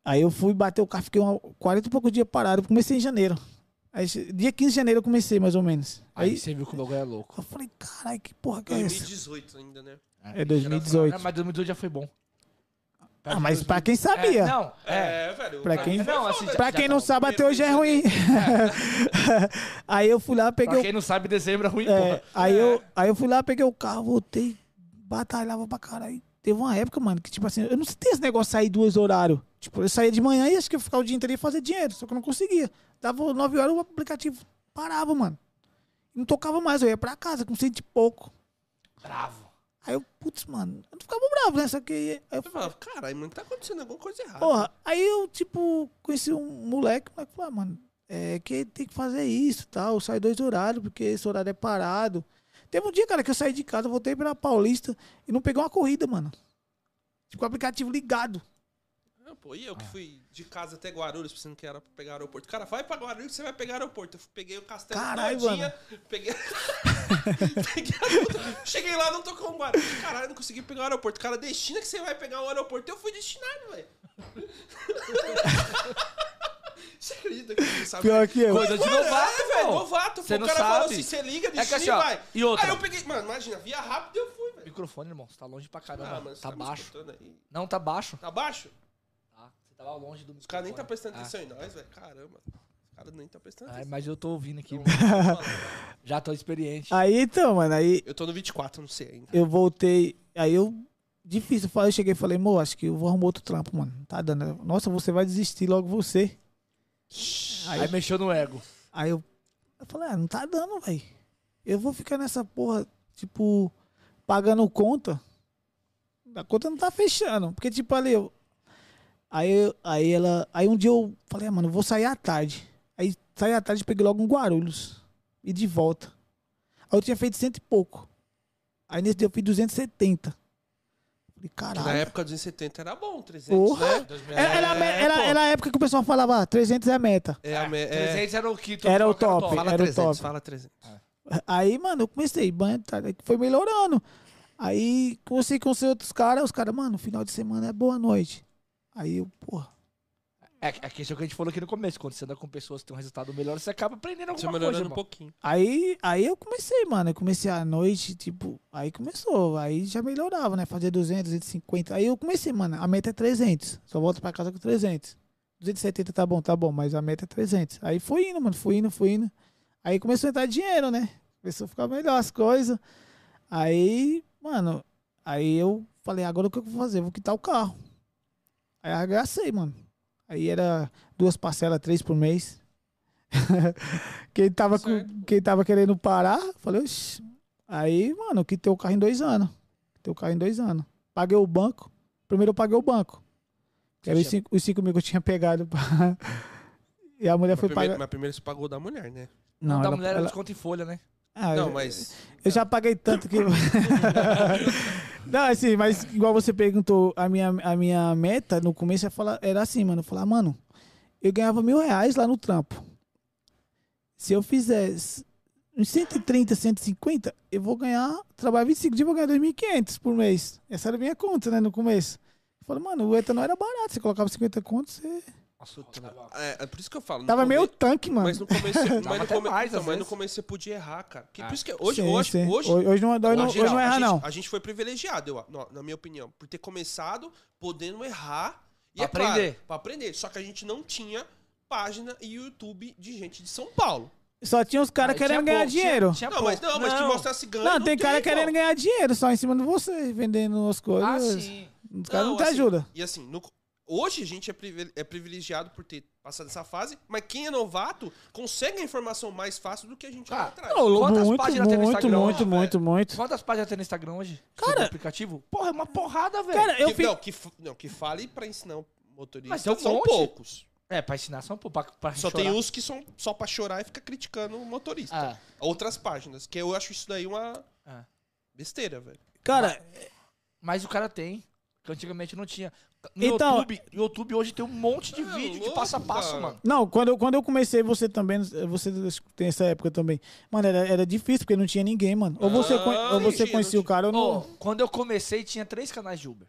[SPEAKER 3] aí eu fui bater o carro, fiquei uma, 40 e poucos dias parado, comecei em janeiro. Aí, che- dia 15 de janeiro eu comecei, mais ou menos.
[SPEAKER 2] Aí,
[SPEAKER 3] Aí,
[SPEAKER 2] você viu que o bagulho é louco.
[SPEAKER 3] eu falei, caralho, que porra que é essa?
[SPEAKER 1] 2018 ainda, né?
[SPEAKER 3] É
[SPEAKER 2] Ah,
[SPEAKER 3] 2018.
[SPEAKER 2] mas 2018 já foi bom.
[SPEAKER 3] Ah, mas pra quem sabia.
[SPEAKER 2] É, não, é.
[SPEAKER 1] velho.
[SPEAKER 3] Pra quem-
[SPEAKER 1] mim foi
[SPEAKER 2] Não,
[SPEAKER 1] foda.
[SPEAKER 2] assim, já-
[SPEAKER 3] Pra quem não
[SPEAKER 1] tá bom.
[SPEAKER 3] sabe, até hoje é ruim. aí eu fui lá, peguei
[SPEAKER 2] né? Pra
[SPEAKER 3] o
[SPEAKER 2] quem não sabe, dezembro é ruim,
[SPEAKER 3] É,
[SPEAKER 2] porra.
[SPEAKER 3] aí, eu, aí eu fui lá, peguei o carro, voltei, batalhava pra caralho. Teve uma época, mano, que tipo assim, eu não tinha esse negócio de sair duas horário. Tipo, eu saía de manhã e acho que eu ficava o dia inteiro e fazer dinheiro, só que eu não conseguia. Dava nove horas, o aplicativo parava, mano. Não tocava mais, eu ia pra casa com cento e pouco.
[SPEAKER 2] Bravo.
[SPEAKER 3] Aí eu, putz, mano, eu não ficava bravo, né? Só que aí
[SPEAKER 1] Eu
[SPEAKER 3] eu
[SPEAKER 1] falava, caralho, mano, tá acontecendo alguma coisa
[SPEAKER 2] Ah,
[SPEAKER 1] errada.
[SPEAKER 2] tá.
[SPEAKER 3] Porra, aí eu, tipo, conheci um moleque, o moleque falou, ah, mano, é que tem que fazer isso e tal, sai dois horários, porque esse horário é parado. Teve um dia, cara, que eu saí de casa, voltei pela Paulista e não peguei uma corrida, mano. Tipo, o aplicativo ligado.
[SPEAKER 1] Não, pô, e eu
[SPEAKER 2] Ah.
[SPEAKER 1] que fui de casa até Guarulhos, pensando que era pra pegar aeroporto. Cara, vai pra Guarulhos que você vai pegar aeroporto. Eu peguei o castelo
[SPEAKER 3] Caralho,
[SPEAKER 1] todinha, peguei... peguei a- Cheguei lá, não tô com o Guarulhos. Caralho, não consegui pegar o aeroporto. Cara, destina que você vai pegar o aeroporto. Eu fui destinado, velho. você acredita que você sabe?
[SPEAKER 3] que eu.
[SPEAKER 2] Coisa de novato,
[SPEAKER 1] é, velho,
[SPEAKER 2] pô.
[SPEAKER 1] novato.
[SPEAKER 2] Você
[SPEAKER 1] Pô, o
[SPEAKER 2] não
[SPEAKER 1] cara
[SPEAKER 2] sabe.
[SPEAKER 1] falou assim, você liga,
[SPEAKER 2] que
[SPEAKER 1] destina
[SPEAKER 2] assim, ó,
[SPEAKER 1] e vai.
[SPEAKER 2] e outra?
[SPEAKER 1] Aí eu peguei, mano, imagina, via rápido e eu fui, velho.
[SPEAKER 2] Microfone, irmão, você tá longe pra caramba.
[SPEAKER 1] Ah, mano, você
[SPEAKER 2] tá
[SPEAKER 1] me
[SPEAKER 2] baixo.
[SPEAKER 1] escutando aí?
[SPEAKER 2] Não, tá baixo.
[SPEAKER 1] Tá baixo?
[SPEAKER 2] Tá, você tava longe do microfone.
[SPEAKER 1] Os caras nem tá prestando
[SPEAKER 2] Ah.
[SPEAKER 1] atenção em nós, velho. Caramba. Os caras nem tá prestando
[SPEAKER 2] Ai,
[SPEAKER 1] atenção.
[SPEAKER 2] mas eu tô ouvindo aqui,
[SPEAKER 1] Então,
[SPEAKER 2] mano. já tô experiente.
[SPEAKER 3] Aí então, mano, aí
[SPEAKER 1] eu tô no 24, não sei ainda.
[SPEAKER 3] eu voltei, aí eu. Difícil, eu cheguei e falei, mo, acho que eu vou arrumar outro trampo, mano. Tá dando. Nossa, você vai desistir logo você.
[SPEAKER 2] Aí, mexeu no ego.
[SPEAKER 3] Aí eu, eu falei, ah, não tá dando, velho. Eu vou ficar nessa porra, tipo, pagando conta. A conta não tá fechando. Porque, tipo, ali eu. Aí, eu- aí ela. Aí um dia eu falei, ah, mano, eu vou sair à tarde. Aí saí à tarde, peguei logo um Guarulhos. E de volta. Aí eu tinha feito cento e pouco. Aí nesse dia eu fiz 270. Falei,
[SPEAKER 1] Que na
[SPEAKER 3] caralho.
[SPEAKER 1] época 270 era bom, 300,
[SPEAKER 3] Tá. Porra! É,
[SPEAKER 1] né? 2000.
[SPEAKER 3] Era, era, a me- era-
[SPEAKER 2] pô.
[SPEAKER 3] era a época que o pessoal falava, ah, 300 é a meta.
[SPEAKER 1] É, a me- é,
[SPEAKER 2] 300 era o que todo
[SPEAKER 3] Era o
[SPEAKER 2] mundo falava,
[SPEAKER 3] top.
[SPEAKER 2] Fala
[SPEAKER 3] era o
[SPEAKER 1] 300,
[SPEAKER 3] top.
[SPEAKER 1] fala 300.
[SPEAKER 3] Aí, mano, eu comecei, ban- tá, foi melhorando. Aí comecei com os outros caras, os caras, mano, final de semana é boa noite. Aí eu, porra,
[SPEAKER 2] É, é que isso que a gente falou aqui no começo. Quando você anda com pessoas que têm um resultado melhor, você acaba aprendendo
[SPEAKER 1] Você
[SPEAKER 2] alguma
[SPEAKER 1] melhorando
[SPEAKER 2] coisa,
[SPEAKER 1] um
[SPEAKER 2] irmão.
[SPEAKER 1] pouquinho.
[SPEAKER 3] Aí, aí eu comecei, mano. Eu comecei à noite, tipo, aí começou. Aí já melhorava, né? Fazia 200, 250. Aí eu comecei, mano. A meta é 300. Só volto pra casa com 300. 270 tá bom, tá bom, mas a meta é 300. Aí foi indo, mano. Fui indo, fui indo. Aí começou a entrar dinheiro, né? Começou a ficar melhor as coisas. Aí, mano. Aí eu falei, agora o que eu vou fazer? Eu vou quitar o carro. Aí eu arregacei, mano. Aí era duas parcelas, três por mês. quem, tava com-
[SPEAKER 1] Certo.
[SPEAKER 3] quem tava querendo parar, falei, oxi. Aí, mano, eu quitei o carro em dois anos. Quitei o carro em dois anos. Paguei o banco. Primeiro eu paguei o banco. Que era os cinco, os cinco mil que eu tinha pegado. pra- E a mulher
[SPEAKER 1] Mas
[SPEAKER 3] foi
[SPEAKER 1] primeiro,
[SPEAKER 3] pagar.
[SPEAKER 1] mas primeiro você pagou da mulher, né?
[SPEAKER 2] Não, da
[SPEAKER 3] ela-
[SPEAKER 2] mulher era
[SPEAKER 3] ela-
[SPEAKER 2] desconto em folha, né?
[SPEAKER 3] Ah,
[SPEAKER 1] Não,
[SPEAKER 3] eu-
[SPEAKER 1] mas...
[SPEAKER 3] eu já paguei tanto que. não, assim, mas igual você perguntou, a minha, a minha meta no começo era, falar, era assim, mano. Falar, mano, eu ganhava mil reais lá no trampo. Se eu fizesse uns 130, 150, eu vou ganhar. Trabalhar 25 dias, eu vou ganhar 2.500 por mês. Essa era a minha conta, né, no começo. Eu falei, mano, o etanol era barato. Você colocava 50 contos, você.
[SPEAKER 2] Nossa,
[SPEAKER 1] É, é por isso que eu falo. no
[SPEAKER 3] Tava
[SPEAKER 1] começo-
[SPEAKER 3] meio tanque, mano.
[SPEAKER 1] Mas no começo, você-
[SPEAKER 2] Dava
[SPEAKER 1] mas no
[SPEAKER 2] até
[SPEAKER 1] come-
[SPEAKER 2] mais,
[SPEAKER 1] então,
[SPEAKER 2] às
[SPEAKER 1] mas no
[SPEAKER 2] vezes.
[SPEAKER 1] começo você podia errar, cara. Que por isso que hoje,
[SPEAKER 3] Sim,
[SPEAKER 1] hoje,
[SPEAKER 3] sim.
[SPEAKER 1] hoje,
[SPEAKER 3] hoje, não, hoje, não,
[SPEAKER 1] Hoje
[SPEAKER 3] hoje não erra,
[SPEAKER 1] a gente,
[SPEAKER 3] não.
[SPEAKER 1] A gente foi privilegiado, eu, no- na minha opinião, por ter começado podendo errar e
[SPEAKER 2] Pra
[SPEAKER 1] é claro,
[SPEAKER 2] aprender.
[SPEAKER 1] pra aprender. Só que a gente não tinha página e YouTube de gente de São Paulo.
[SPEAKER 3] Só tinha os caras
[SPEAKER 2] Aí tinha
[SPEAKER 3] querendo ganhar
[SPEAKER 2] pouco, tinha-
[SPEAKER 3] dinheiro.
[SPEAKER 2] tinha
[SPEAKER 1] não, mas
[SPEAKER 2] pouco.
[SPEAKER 1] não, mas que mostrasse ganho.
[SPEAKER 3] Não, tem cara querendo ganhar dinheiro só em cima de você, vendendo as coisas.
[SPEAKER 2] Ah, sim.
[SPEAKER 3] Os caras não, te
[SPEAKER 1] assim,
[SPEAKER 3] ajudam.
[SPEAKER 1] E assim, no- hoje a gente é privile- é privilegiado por ter passado essa fase, mas quem é novato consegue a informação mais fácil do que a gente
[SPEAKER 2] Ah,
[SPEAKER 1] vai Tá atrás.
[SPEAKER 2] quantas
[SPEAKER 3] muito,
[SPEAKER 2] páginas tem no
[SPEAKER 3] muito,
[SPEAKER 2] Instagram? né?
[SPEAKER 3] muito,
[SPEAKER 1] Ah,
[SPEAKER 3] muito, muito.
[SPEAKER 2] Quantas páginas tem no Instagram hoje?
[SPEAKER 3] Cara-
[SPEAKER 2] Sobre o aplicativo? Porra, é uma porrada, velho.
[SPEAKER 3] Cara, eu
[SPEAKER 1] que,
[SPEAKER 3] fiz.
[SPEAKER 1] não, que, f- não, que fale pra ensinar o motorista
[SPEAKER 2] Mas tem um
[SPEAKER 1] são
[SPEAKER 2] monte.
[SPEAKER 1] poucos.
[SPEAKER 2] É, pra ensinar só um pouco. Pra, pra
[SPEAKER 1] Só
[SPEAKER 2] chorar.
[SPEAKER 1] tem uns que são só pra chorar e fica criticando o motorista.
[SPEAKER 2] Ah,
[SPEAKER 1] Outras páginas, que eu acho isso daí uma
[SPEAKER 2] ah.
[SPEAKER 1] besteira, velho.
[SPEAKER 3] Cara,
[SPEAKER 2] Mas o cara tem, que antigamente não tinha. No
[SPEAKER 3] Então-
[SPEAKER 2] YouTube, no YouTube hoje tem um monte de
[SPEAKER 1] É
[SPEAKER 2] vídeo de
[SPEAKER 1] louco,
[SPEAKER 2] passo a passo,
[SPEAKER 1] cara.
[SPEAKER 2] mano.
[SPEAKER 3] não, quando eu, quando eu comecei, você também, você tem essa época também. Mano, era, era difícil, porque não tinha ninguém, mano. Ou você,
[SPEAKER 1] Ah,
[SPEAKER 3] conhe- ou você
[SPEAKER 1] mentira,
[SPEAKER 3] conhecia o cara ou
[SPEAKER 2] Ó,
[SPEAKER 3] não.
[SPEAKER 2] quando eu comecei, tinha três canais de Uber.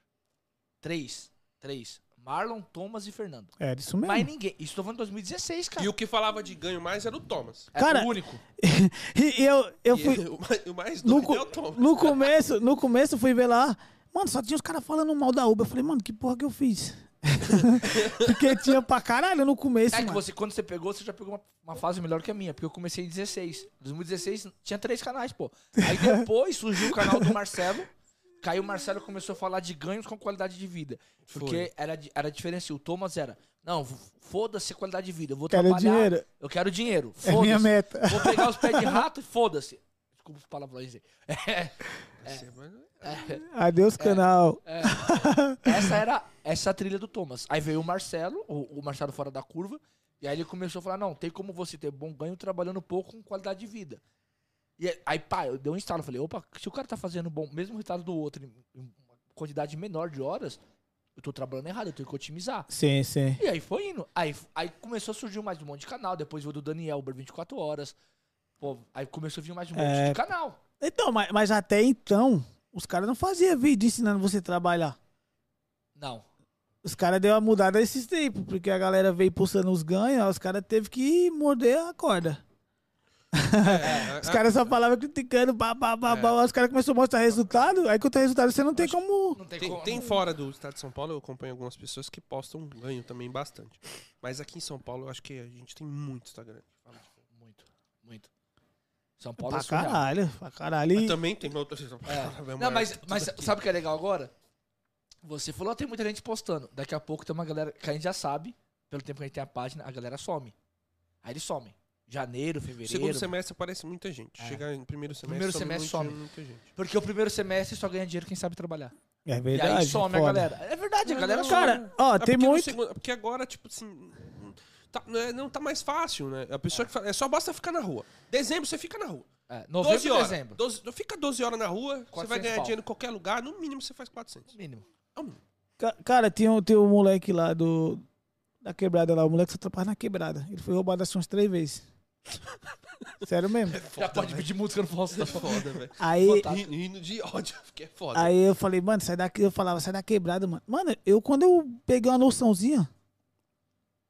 [SPEAKER 2] Três. Três. Marlon, Thomas e Fernando.
[SPEAKER 3] É, Era isso
[SPEAKER 2] Mas
[SPEAKER 3] mesmo.
[SPEAKER 2] ninguém. Isso tô falando em 2016, cara.
[SPEAKER 1] E o que falava de ganho mais era o Thomas.
[SPEAKER 2] É
[SPEAKER 3] Cara-
[SPEAKER 2] o único.
[SPEAKER 3] E eu, eu
[SPEAKER 1] E
[SPEAKER 3] fui.
[SPEAKER 1] o mais- o mais
[SPEAKER 3] No,
[SPEAKER 1] doido
[SPEAKER 3] co-
[SPEAKER 1] é o Thomas.
[SPEAKER 3] no começo, no começo eu fui ver lá. Mano, só tinha os caras falando mal da Uber. Eu falei, mano, que porra que eu fiz? Porque tinha pra caralho no começo,
[SPEAKER 2] É que
[SPEAKER 3] mano.
[SPEAKER 2] você, quando você pegou, você já pegou uma, uma fase melhor que a minha, porque eu comecei em 16. 2016 tinha três canais, pô. Aí depois surgiu o canal do Marcelo. Caiu o Marcelo começou a falar de ganhos com qualidade de vida. Porque era, di- era diferente. O Thomas era, não, f- foda-se a qualidade de vida. Eu vou
[SPEAKER 3] Quero
[SPEAKER 2] trabalhar.
[SPEAKER 3] dinheiro.
[SPEAKER 2] Eu quero dinheiro.
[SPEAKER 3] É minha
[SPEAKER 2] Foda-se.
[SPEAKER 3] meta.
[SPEAKER 2] vou pegar os pés de rato e foda-se. Desculpa os palavrões aí. É,
[SPEAKER 1] Você- mas- é.
[SPEAKER 3] É. Adeus, canal.
[SPEAKER 2] essa era essa é trilha do Thomas. Aí veio o Marcelo, o, o Marcelo fora da curva, e aí ele começou a falar: não, tem como você ter bom ganho trabalhando pouco com qualidade de vida. E aí- aí, pá, eu dei um instalo, falei, opa, se o cara tá fazendo bom, mesmo resultado do outro, em em uma quantidade menor de horas, eu tô trabalhando errado, eu tenho que otimizar.
[SPEAKER 3] Sim, sim.
[SPEAKER 2] E aí foi indo. Aí, aí começou a surgir mais um monte de canal, depois veio o do Daniel, Uber 24 horas. Pô, aí começou a vir mais um monte
[SPEAKER 3] É.
[SPEAKER 2] de canal.
[SPEAKER 3] Então, mas, mas até então, os caras não faziam vídeo ensinando você a trabalhar.
[SPEAKER 2] Não.
[SPEAKER 3] Os caras deu uma mudada esses tempos, porque a galera veio pulsando os ganhos, aí os caras teve que morder a corda.
[SPEAKER 1] é,
[SPEAKER 3] Os
[SPEAKER 1] a-
[SPEAKER 3] caras só falavam criticando, babá, babá, os caras começaram a mostrar resultado, aí que o teu resultado você não tem como.
[SPEAKER 2] Não tem,
[SPEAKER 1] é, Tem,
[SPEAKER 2] como.
[SPEAKER 1] tem fora do estado de São Paulo, eu acompanho algumas pessoas que postam um ganho também bastante. Mas aqui em São Paulo, eu acho que a gente tem muito Instagram. que fala de ganho.
[SPEAKER 2] Muito, muito. São Paulo é
[SPEAKER 3] Pra
[SPEAKER 2] surreal.
[SPEAKER 3] caralho, pra caralho.
[SPEAKER 1] Mas
[SPEAKER 3] E-
[SPEAKER 1] também tem outras.
[SPEAKER 2] É. Não, mas, mas sabe o que é legal agora? Você falou, tem muita gente postando. Daqui a pouco tem uma galera que a gente já sabe, pelo tempo que a gente tem a página, a galera some. Aí eles somem. Janeiro, fevereiro.
[SPEAKER 1] Segundo semestre aparece muita gente.
[SPEAKER 2] É.
[SPEAKER 1] Chega em primeiro semestre,
[SPEAKER 2] Primeiro
[SPEAKER 1] some
[SPEAKER 2] semestre
[SPEAKER 1] muito-
[SPEAKER 2] some.
[SPEAKER 1] muita gente.
[SPEAKER 2] Porque o primeiro semestre só ganha dinheiro quem sabe trabalhar.
[SPEAKER 3] É
[SPEAKER 2] e
[SPEAKER 3] verdade.
[SPEAKER 2] aí some a
[SPEAKER 3] foda.
[SPEAKER 2] galera. É verdade, a galera some.
[SPEAKER 3] Cara, ó,
[SPEAKER 1] É
[SPEAKER 3] Ah, tem
[SPEAKER 1] porque no
[SPEAKER 3] muito.
[SPEAKER 1] segundo- é porque agora, tipo assim. tá- não, é- não tá mais fácil, né? A pessoa que fala, é só basta ficar na rua. Dezembro você fica na rua.
[SPEAKER 2] É,
[SPEAKER 1] 12
[SPEAKER 2] novembro,
[SPEAKER 1] horas.
[SPEAKER 2] dezembro.
[SPEAKER 1] 12 fica 12 horas na rua, você
[SPEAKER 2] 400
[SPEAKER 1] vai ganhar
[SPEAKER 2] pau.
[SPEAKER 1] dinheiro em qualquer lugar, no mínimo você faz 400.
[SPEAKER 2] Mínimo.
[SPEAKER 1] É o mínimo.
[SPEAKER 3] Ca- Cara, tem um, tem um moleque lá do. Da quebrada lá, o moleque só trabalha na quebrada. Ele foi roubado assim umas três vezes. Sério mesmo.
[SPEAKER 2] já pode pedir música no Faustão.
[SPEAKER 1] né? Foda, velho.
[SPEAKER 3] Aí,
[SPEAKER 2] Tá.
[SPEAKER 1] Ri- Rindo de ódio, porque é foda.
[SPEAKER 3] aí eu falei, mano, sai daqui. Eu falava, sai da quebrada, mano. Mano, eu quando eu peguei uma noçãozinha,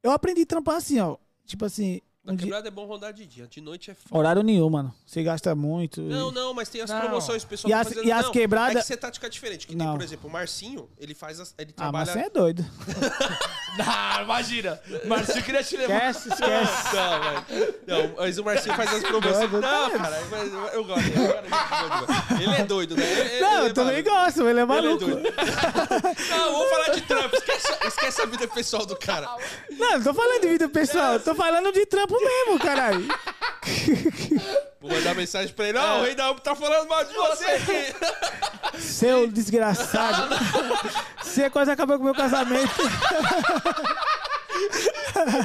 [SPEAKER 3] eu aprendi a trampar assim, ó. Tipo assim,
[SPEAKER 1] Na
[SPEAKER 3] um dia-
[SPEAKER 1] quebrada é bom rondar de dia, de noite é foda.
[SPEAKER 3] horário nenhum, mano. Você gasta muito. e-
[SPEAKER 1] Não, não, mas tem as
[SPEAKER 2] Não.
[SPEAKER 1] promoções, o pessoal
[SPEAKER 3] E
[SPEAKER 1] tá
[SPEAKER 3] as-
[SPEAKER 1] fazendo.
[SPEAKER 3] e as
[SPEAKER 1] não,
[SPEAKER 3] quebrada-
[SPEAKER 1] É que você tática diferente. Que tem,
[SPEAKER 3] Não.
[SPEAKER 1] por exemplo, o Marcinho, ele faz. as- ele
[SPEAKER 3] Ah, mas
[SPEAKER 1] trabalha.
[SPEAKER 3] você é doido.
[SPEAKER 2] ah, imagina. Marcinho queria te levar.
[SPEAKER 1] é
[SPEAKER 3] Esquece, esquece.
[SPEAKER 1] Não, mas, não, mas o Marcinho faz as promoções. Não, cara, mas eu- eu gosto. dele, cara, ele é doido, Ele é doido, né? Ele- ele-
[SPEAKER 3] Não,
[SPEAKER 1] ele
[SPEAKER 3] eu também
[SPEAKER 1] maluco.
[SPEAKER 3] gosto, ele é
[SPEAKER 1] Ele é
[SPEAKER 3] maluco.
[SPEAKER 1] doido. Não, vou falar de trampo. Esquece, esquece a vida pessoal do cara.
[SPEAKER 3] Não, não tô falando de vida pessoal, eu tô falando de trampo mesmo, caralho.
[SPEAKER 1] Vou mandar mensagem pra ele. Ó,
[SPEAKER 3] É.
[SPEAKER 1] o rei da UP tá falando mal de você aqui.
[SPEAKER 3] Seu desgraçado. Você quase acabou com o meu casamento.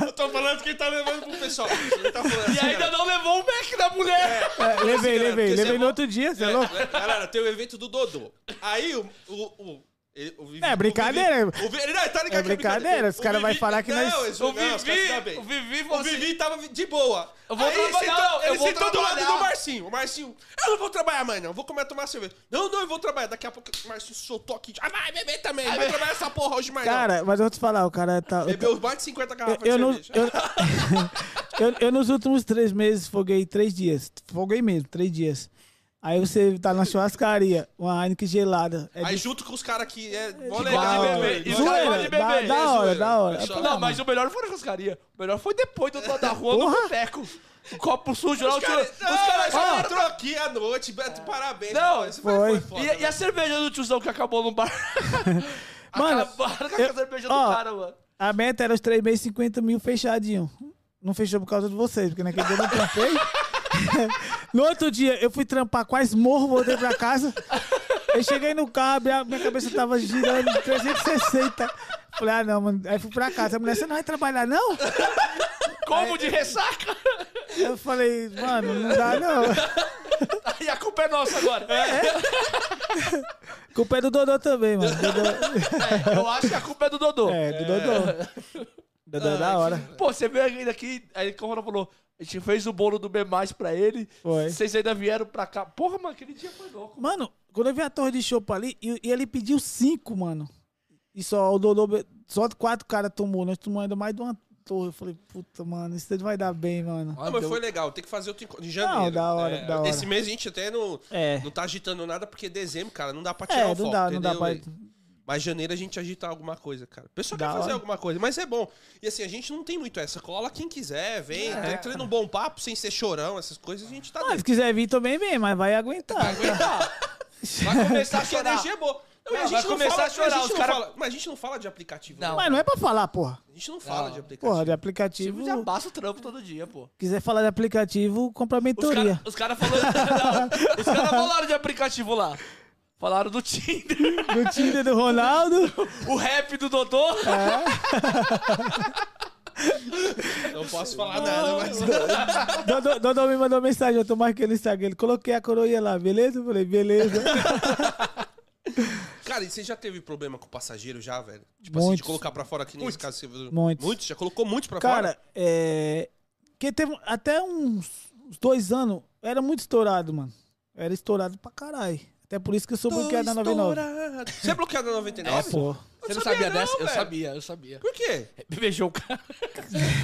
[SPEAKER 1] Eu tô falando que ele tá levando pro pessoal. Ele tá falando
[SPEAKER 2] E
[SPEAKER 1] assim,
[SPEAKER 2] ainda
[SPEAKER 1] cara.
[SPEAKER 2] não levou o Mac da mulher.
[SPEAKER 3] É,
[SPEAKER 1] porque
[SPEAKER 3] levei, levei.
[SPEAKER 1] você
[SPEAKER 3] Levei
[SPEAKER 1] é
[SPEAKER 3] no
[SPEAKER 1] bom.
[SPEAKER 3] outro dia, você é louco?
[SPEAKER 1] Galera, tem o evento do Dodô. Aí o. o, o- ele- o Vivi-
[SPEAKER 3] É brincadeira.
[SPEAKER 1] O Vivi, o Vivi- não, tá ligado que
[SPEAKER 3] É brincadeira, os
[SPEAKER 1] O
[SPEAKER 3] cara vai
[SPEAKER 1] Vivi-
[SPEAKER 3] falar que
[SPEAKER 1] não,
[SPEAKER 3] nós-
[SPEAKER 1] eles-
[SPEAKER 2] O
[SPEAKER 1] não, os caras se dão
[SPEAKER 2] Vivi,
[SPEAKER 1] bem.
[SPEAKER 2] o Vivi
[SPEAKER 1] O
[SPEAKER 2] falou assim,
[SPEAKER 1] Vivi tava de boa.
[SPEAKER 2] Eu vou
[SPEAKER 1] Aí ele
[SPEAKER 2] trabalhar,
[SPEAKER 1] sentou-
[SPEAKER 2] eu
[SPEAKER 1] ele
[SPEAKER 2] vou
[SPEAKER 1] sentou do lado
[SPEAKER 2] trabalhar.
[SPEAKER 1] do Marcinho. O Marcinho, eu não vou trabalhar mais, não. Vou comer tomar cerveja. Não, não, eu vou trabalhar. Daqui a pouco o Marcinho soltou aqui. Ah, vai beber também. Não vou trabalhar essa porra hoje mais, não.
[SPEAKER 3] Cara, mas eu vou te falar, o cara tá. eu
[SPEAKER 1] Bebeu mais de 50 garrafas
[SPEAKER 3] Eu, eu,
[SPEAKER 1] de
[SPEAKER 3] não-
[SPEAKER 1] cerveja.
[SPEAKER 3] eu, eu- eu nos últimos três meses foguei três dias. Foguei mesmo, três dias. Aí você tá na churrascaria, uma Heineken gelada. É
[SPEAKER 1] Aí
[SPEAKER 3] de-
[SPEAKER 1] junto com os caras que é... mó
[SPEAKER 2] de
[SPEAKER 1] legal,
[SPEAKER 2] bala,
[SPEAKER 1] velho.
[SPEAKER 2] velho.
[SPEAKER 1] Mó
[SPEAKER 2] Zoeira.
[SPEAKER 1] legal.
[SPEAKER 2] de
[SPEAKER 3] zoeira, da,
[SPEAKER 2] beber,
[SPEAKER 3] da
[SPEAKER 1] é
[SPEAKER 3] hora,
[SPEAKER 1] zoeira.
[SPEAKER 3] da hora.
[SPEAKER 1] Pessoal,
[SPEAKER 2] Não, Tá, mas o melhor não foi na churrascaria. O melhor foi depois do lado da rua, no boteco. O copo sujo lá,
[SPEAKER 1] Os
[SPEAKER 2] o tio-
[SPEAKER 1] caras Ah!
[SPEAKER 2] os caras
[SPEAKER 1] já
[SPEAKER 2] já Ah. É.
[SPEAKER 1] entrou aqui à noite, Beto, parabéns.
[SPEAKER 2] Não,
[SPEAKER 1] Pô, isso foi,
[SPEAKER 3] foi.
[SPEAKER 1] foda,
[SPEAKER 2] E, e a cerveja do tiozão que acabou no bar?
[SPEAKER 3] Mano,
[SPEAKER 2] Acabaram com a
[SPEAKER 3] eu-
[SPEAKER 2] cerveja
[SPEAKER 3] ó,
[SPEAKER 2] do cara, mano.
[SPEAKER 3] A meta era os três meses, 50 mil fechadinho. Não fechou por causa de vocês, porque naquele dia eu não trampei. no outro dia, eu fui trampar quase morro, voltei pra casa. Eu cheguei no carro, minha, minha cabeça tava girando de 360. Falei, ah, não, mano. Aí fui pra casa. A mulher, você não vai trabalhar, não?
[SPEAKER 2] é Como de ressaca?
[SPEAKER 3] Eu falei, mano, não dá, não.
[SPEAKER 2] E a culpa é nossa agora.
[SPEAKER 3] Culpa é do Dodô também, mano. Dodô-
[SPEAKER 2] É, eu acho que a culpa é do Dodô.
[SPEAKER 3] É, do Dodô. Dodô é da hora.
[SPEAKER 2] Pô, você veio ainda aqui, aí como ela falou, a gente fez o bolo do B pra ele.
[SPEAKER 3] Foi.
[SPEAKER 2] Vocês ainda vieram pra cá. Porra, mano, aquele dia foi louco.
[SPEAKER 3] Mano, quando eu vi a torre de chopp ali, e, e ele pediu cinco, mano. E só o Dodô, be- só quatro caras tomou. Nós tomamos ainda mais de uma torre. Eu falei, puta, mano, isso não vai dar bem, mano.
[SPEAKER 1] Não, mas foi legal. Tem que fazer outro encontro. Em janeiro.
[SPEAKER 3] Ah, Não, da hora,
[SPEAKER 1] É,
[SPEAKER 3] da hora.
[SPEAKER 1] Esse mês a gente até não,
[SPEAKER 3] É.
[SPEAKER 1] não tá agitando nada, porque dezembro, cara, não dá pra tirar
[SPEAKER 3] É,
[SPEAKER 1] o
[SPEAKER 3] não
[SPEAKER 1] foco,
[SPEAKER 3] dá, não
[SPEAKER 1] entendeu?
[SPEAKER 3] dá pra.
[SPEAKER 1] Mas janeiro a gente agita alguma coisa, cara. O pessoal
[SPEAKER 3] Da
[SPEAKER 1] quer fazer
[SPEAKER 3] hora.
[SPEAKER 1] alguma coisa, mas é bom. E assim, a gente não tem muito essa. Cola quem quiser, vem,
[SPEAKER 3] É.
[SPEAKER 1] entra num bom papo, sem ser chorão, essas coisas, a gente tá
[SPEAKER 3] Ah,
[SPEAKER 1] dentro.
[SPEAKER 3] se quiser vir também, vem, mas vai aguentar.
[SPEAKER 2] Ah, Vai começar a
[SPEAKER 1] Porque a
[SPEAKER 2] chorar.
[SPEAKER 1] energia é boa. Não, e
[SPEAKER 2] Não, vai começar a
[SPEAKER 1] mas
[SPEAKER 2] chorar,
[SPEAKER 1] gente
[SPEAKER 2] os
[SPEAKER 1] não
[SPEAKER 2] cara-
[SPEAKER 1] fala- mas a gente não fala de aplicativo.
[SPEAKER 2] Não.
[SPEAKER 1] né?
[SPEAKER 3] Mas não é pra falar, porra.
[SPEAKER 1] A gente não fala de aplicativo.
[SPEAKER 3] Porra, de
[SPEAKER 2] Tipo,
[SPEAKER 3] aplicativo.
[SPEAKER 2] já passa o trampo todo dia, pô.
[SPEAKER 3] Quiser falar de aplicativo, compra a
[SPEAKER 2] Os
[SPEAKER 3] mentoria.
[SPEAKER 2] caras os cara falaram. não, os caras falaram de aplicativo lá. Falaram do Tinder.
[SPEAKER 3] Do Tinder do Ronaldo.
[SPEAKER 2] O rap do Dodô.
[SPEAKER 1] Não posso falar nada, mas.
[SPEAKER 3] Dodô, Dodô me mandou mensagem, eu tô marcando o Instagram. Ele coloquei a coroinha lá, beleza? Eu falei, beleza.
[SPEAKER 1] Cara, e você já teve problema com passageiro já, velho? Tipo assim, de
[SPEAKER 3] Muitos.
[SPEAKER 1] colocar pra fora que nem esse caso que você...
[SPEAKER 3] Muitos.
[SPEAKER 1] Muitos? Já colocou muitos pra fora?
[SPEAKER 3] Cara, é. Que teve até uns, uns dois anos, eu era muito estourado, mano. Eu era estourado pra caralho. Até por isso que eu sou bloqueado na 99.
[SPEAKER 1] Estourado. Você é bloqueado na 99?
[SPEAKER 3] Pô.
[SPEAKER 1] Eu não sabia não, velho.
[SPEAKER 2] sabia, eu sabia.
[SPEAKER 1] Por quê?
[SPEAKER 2] Beijou o cara.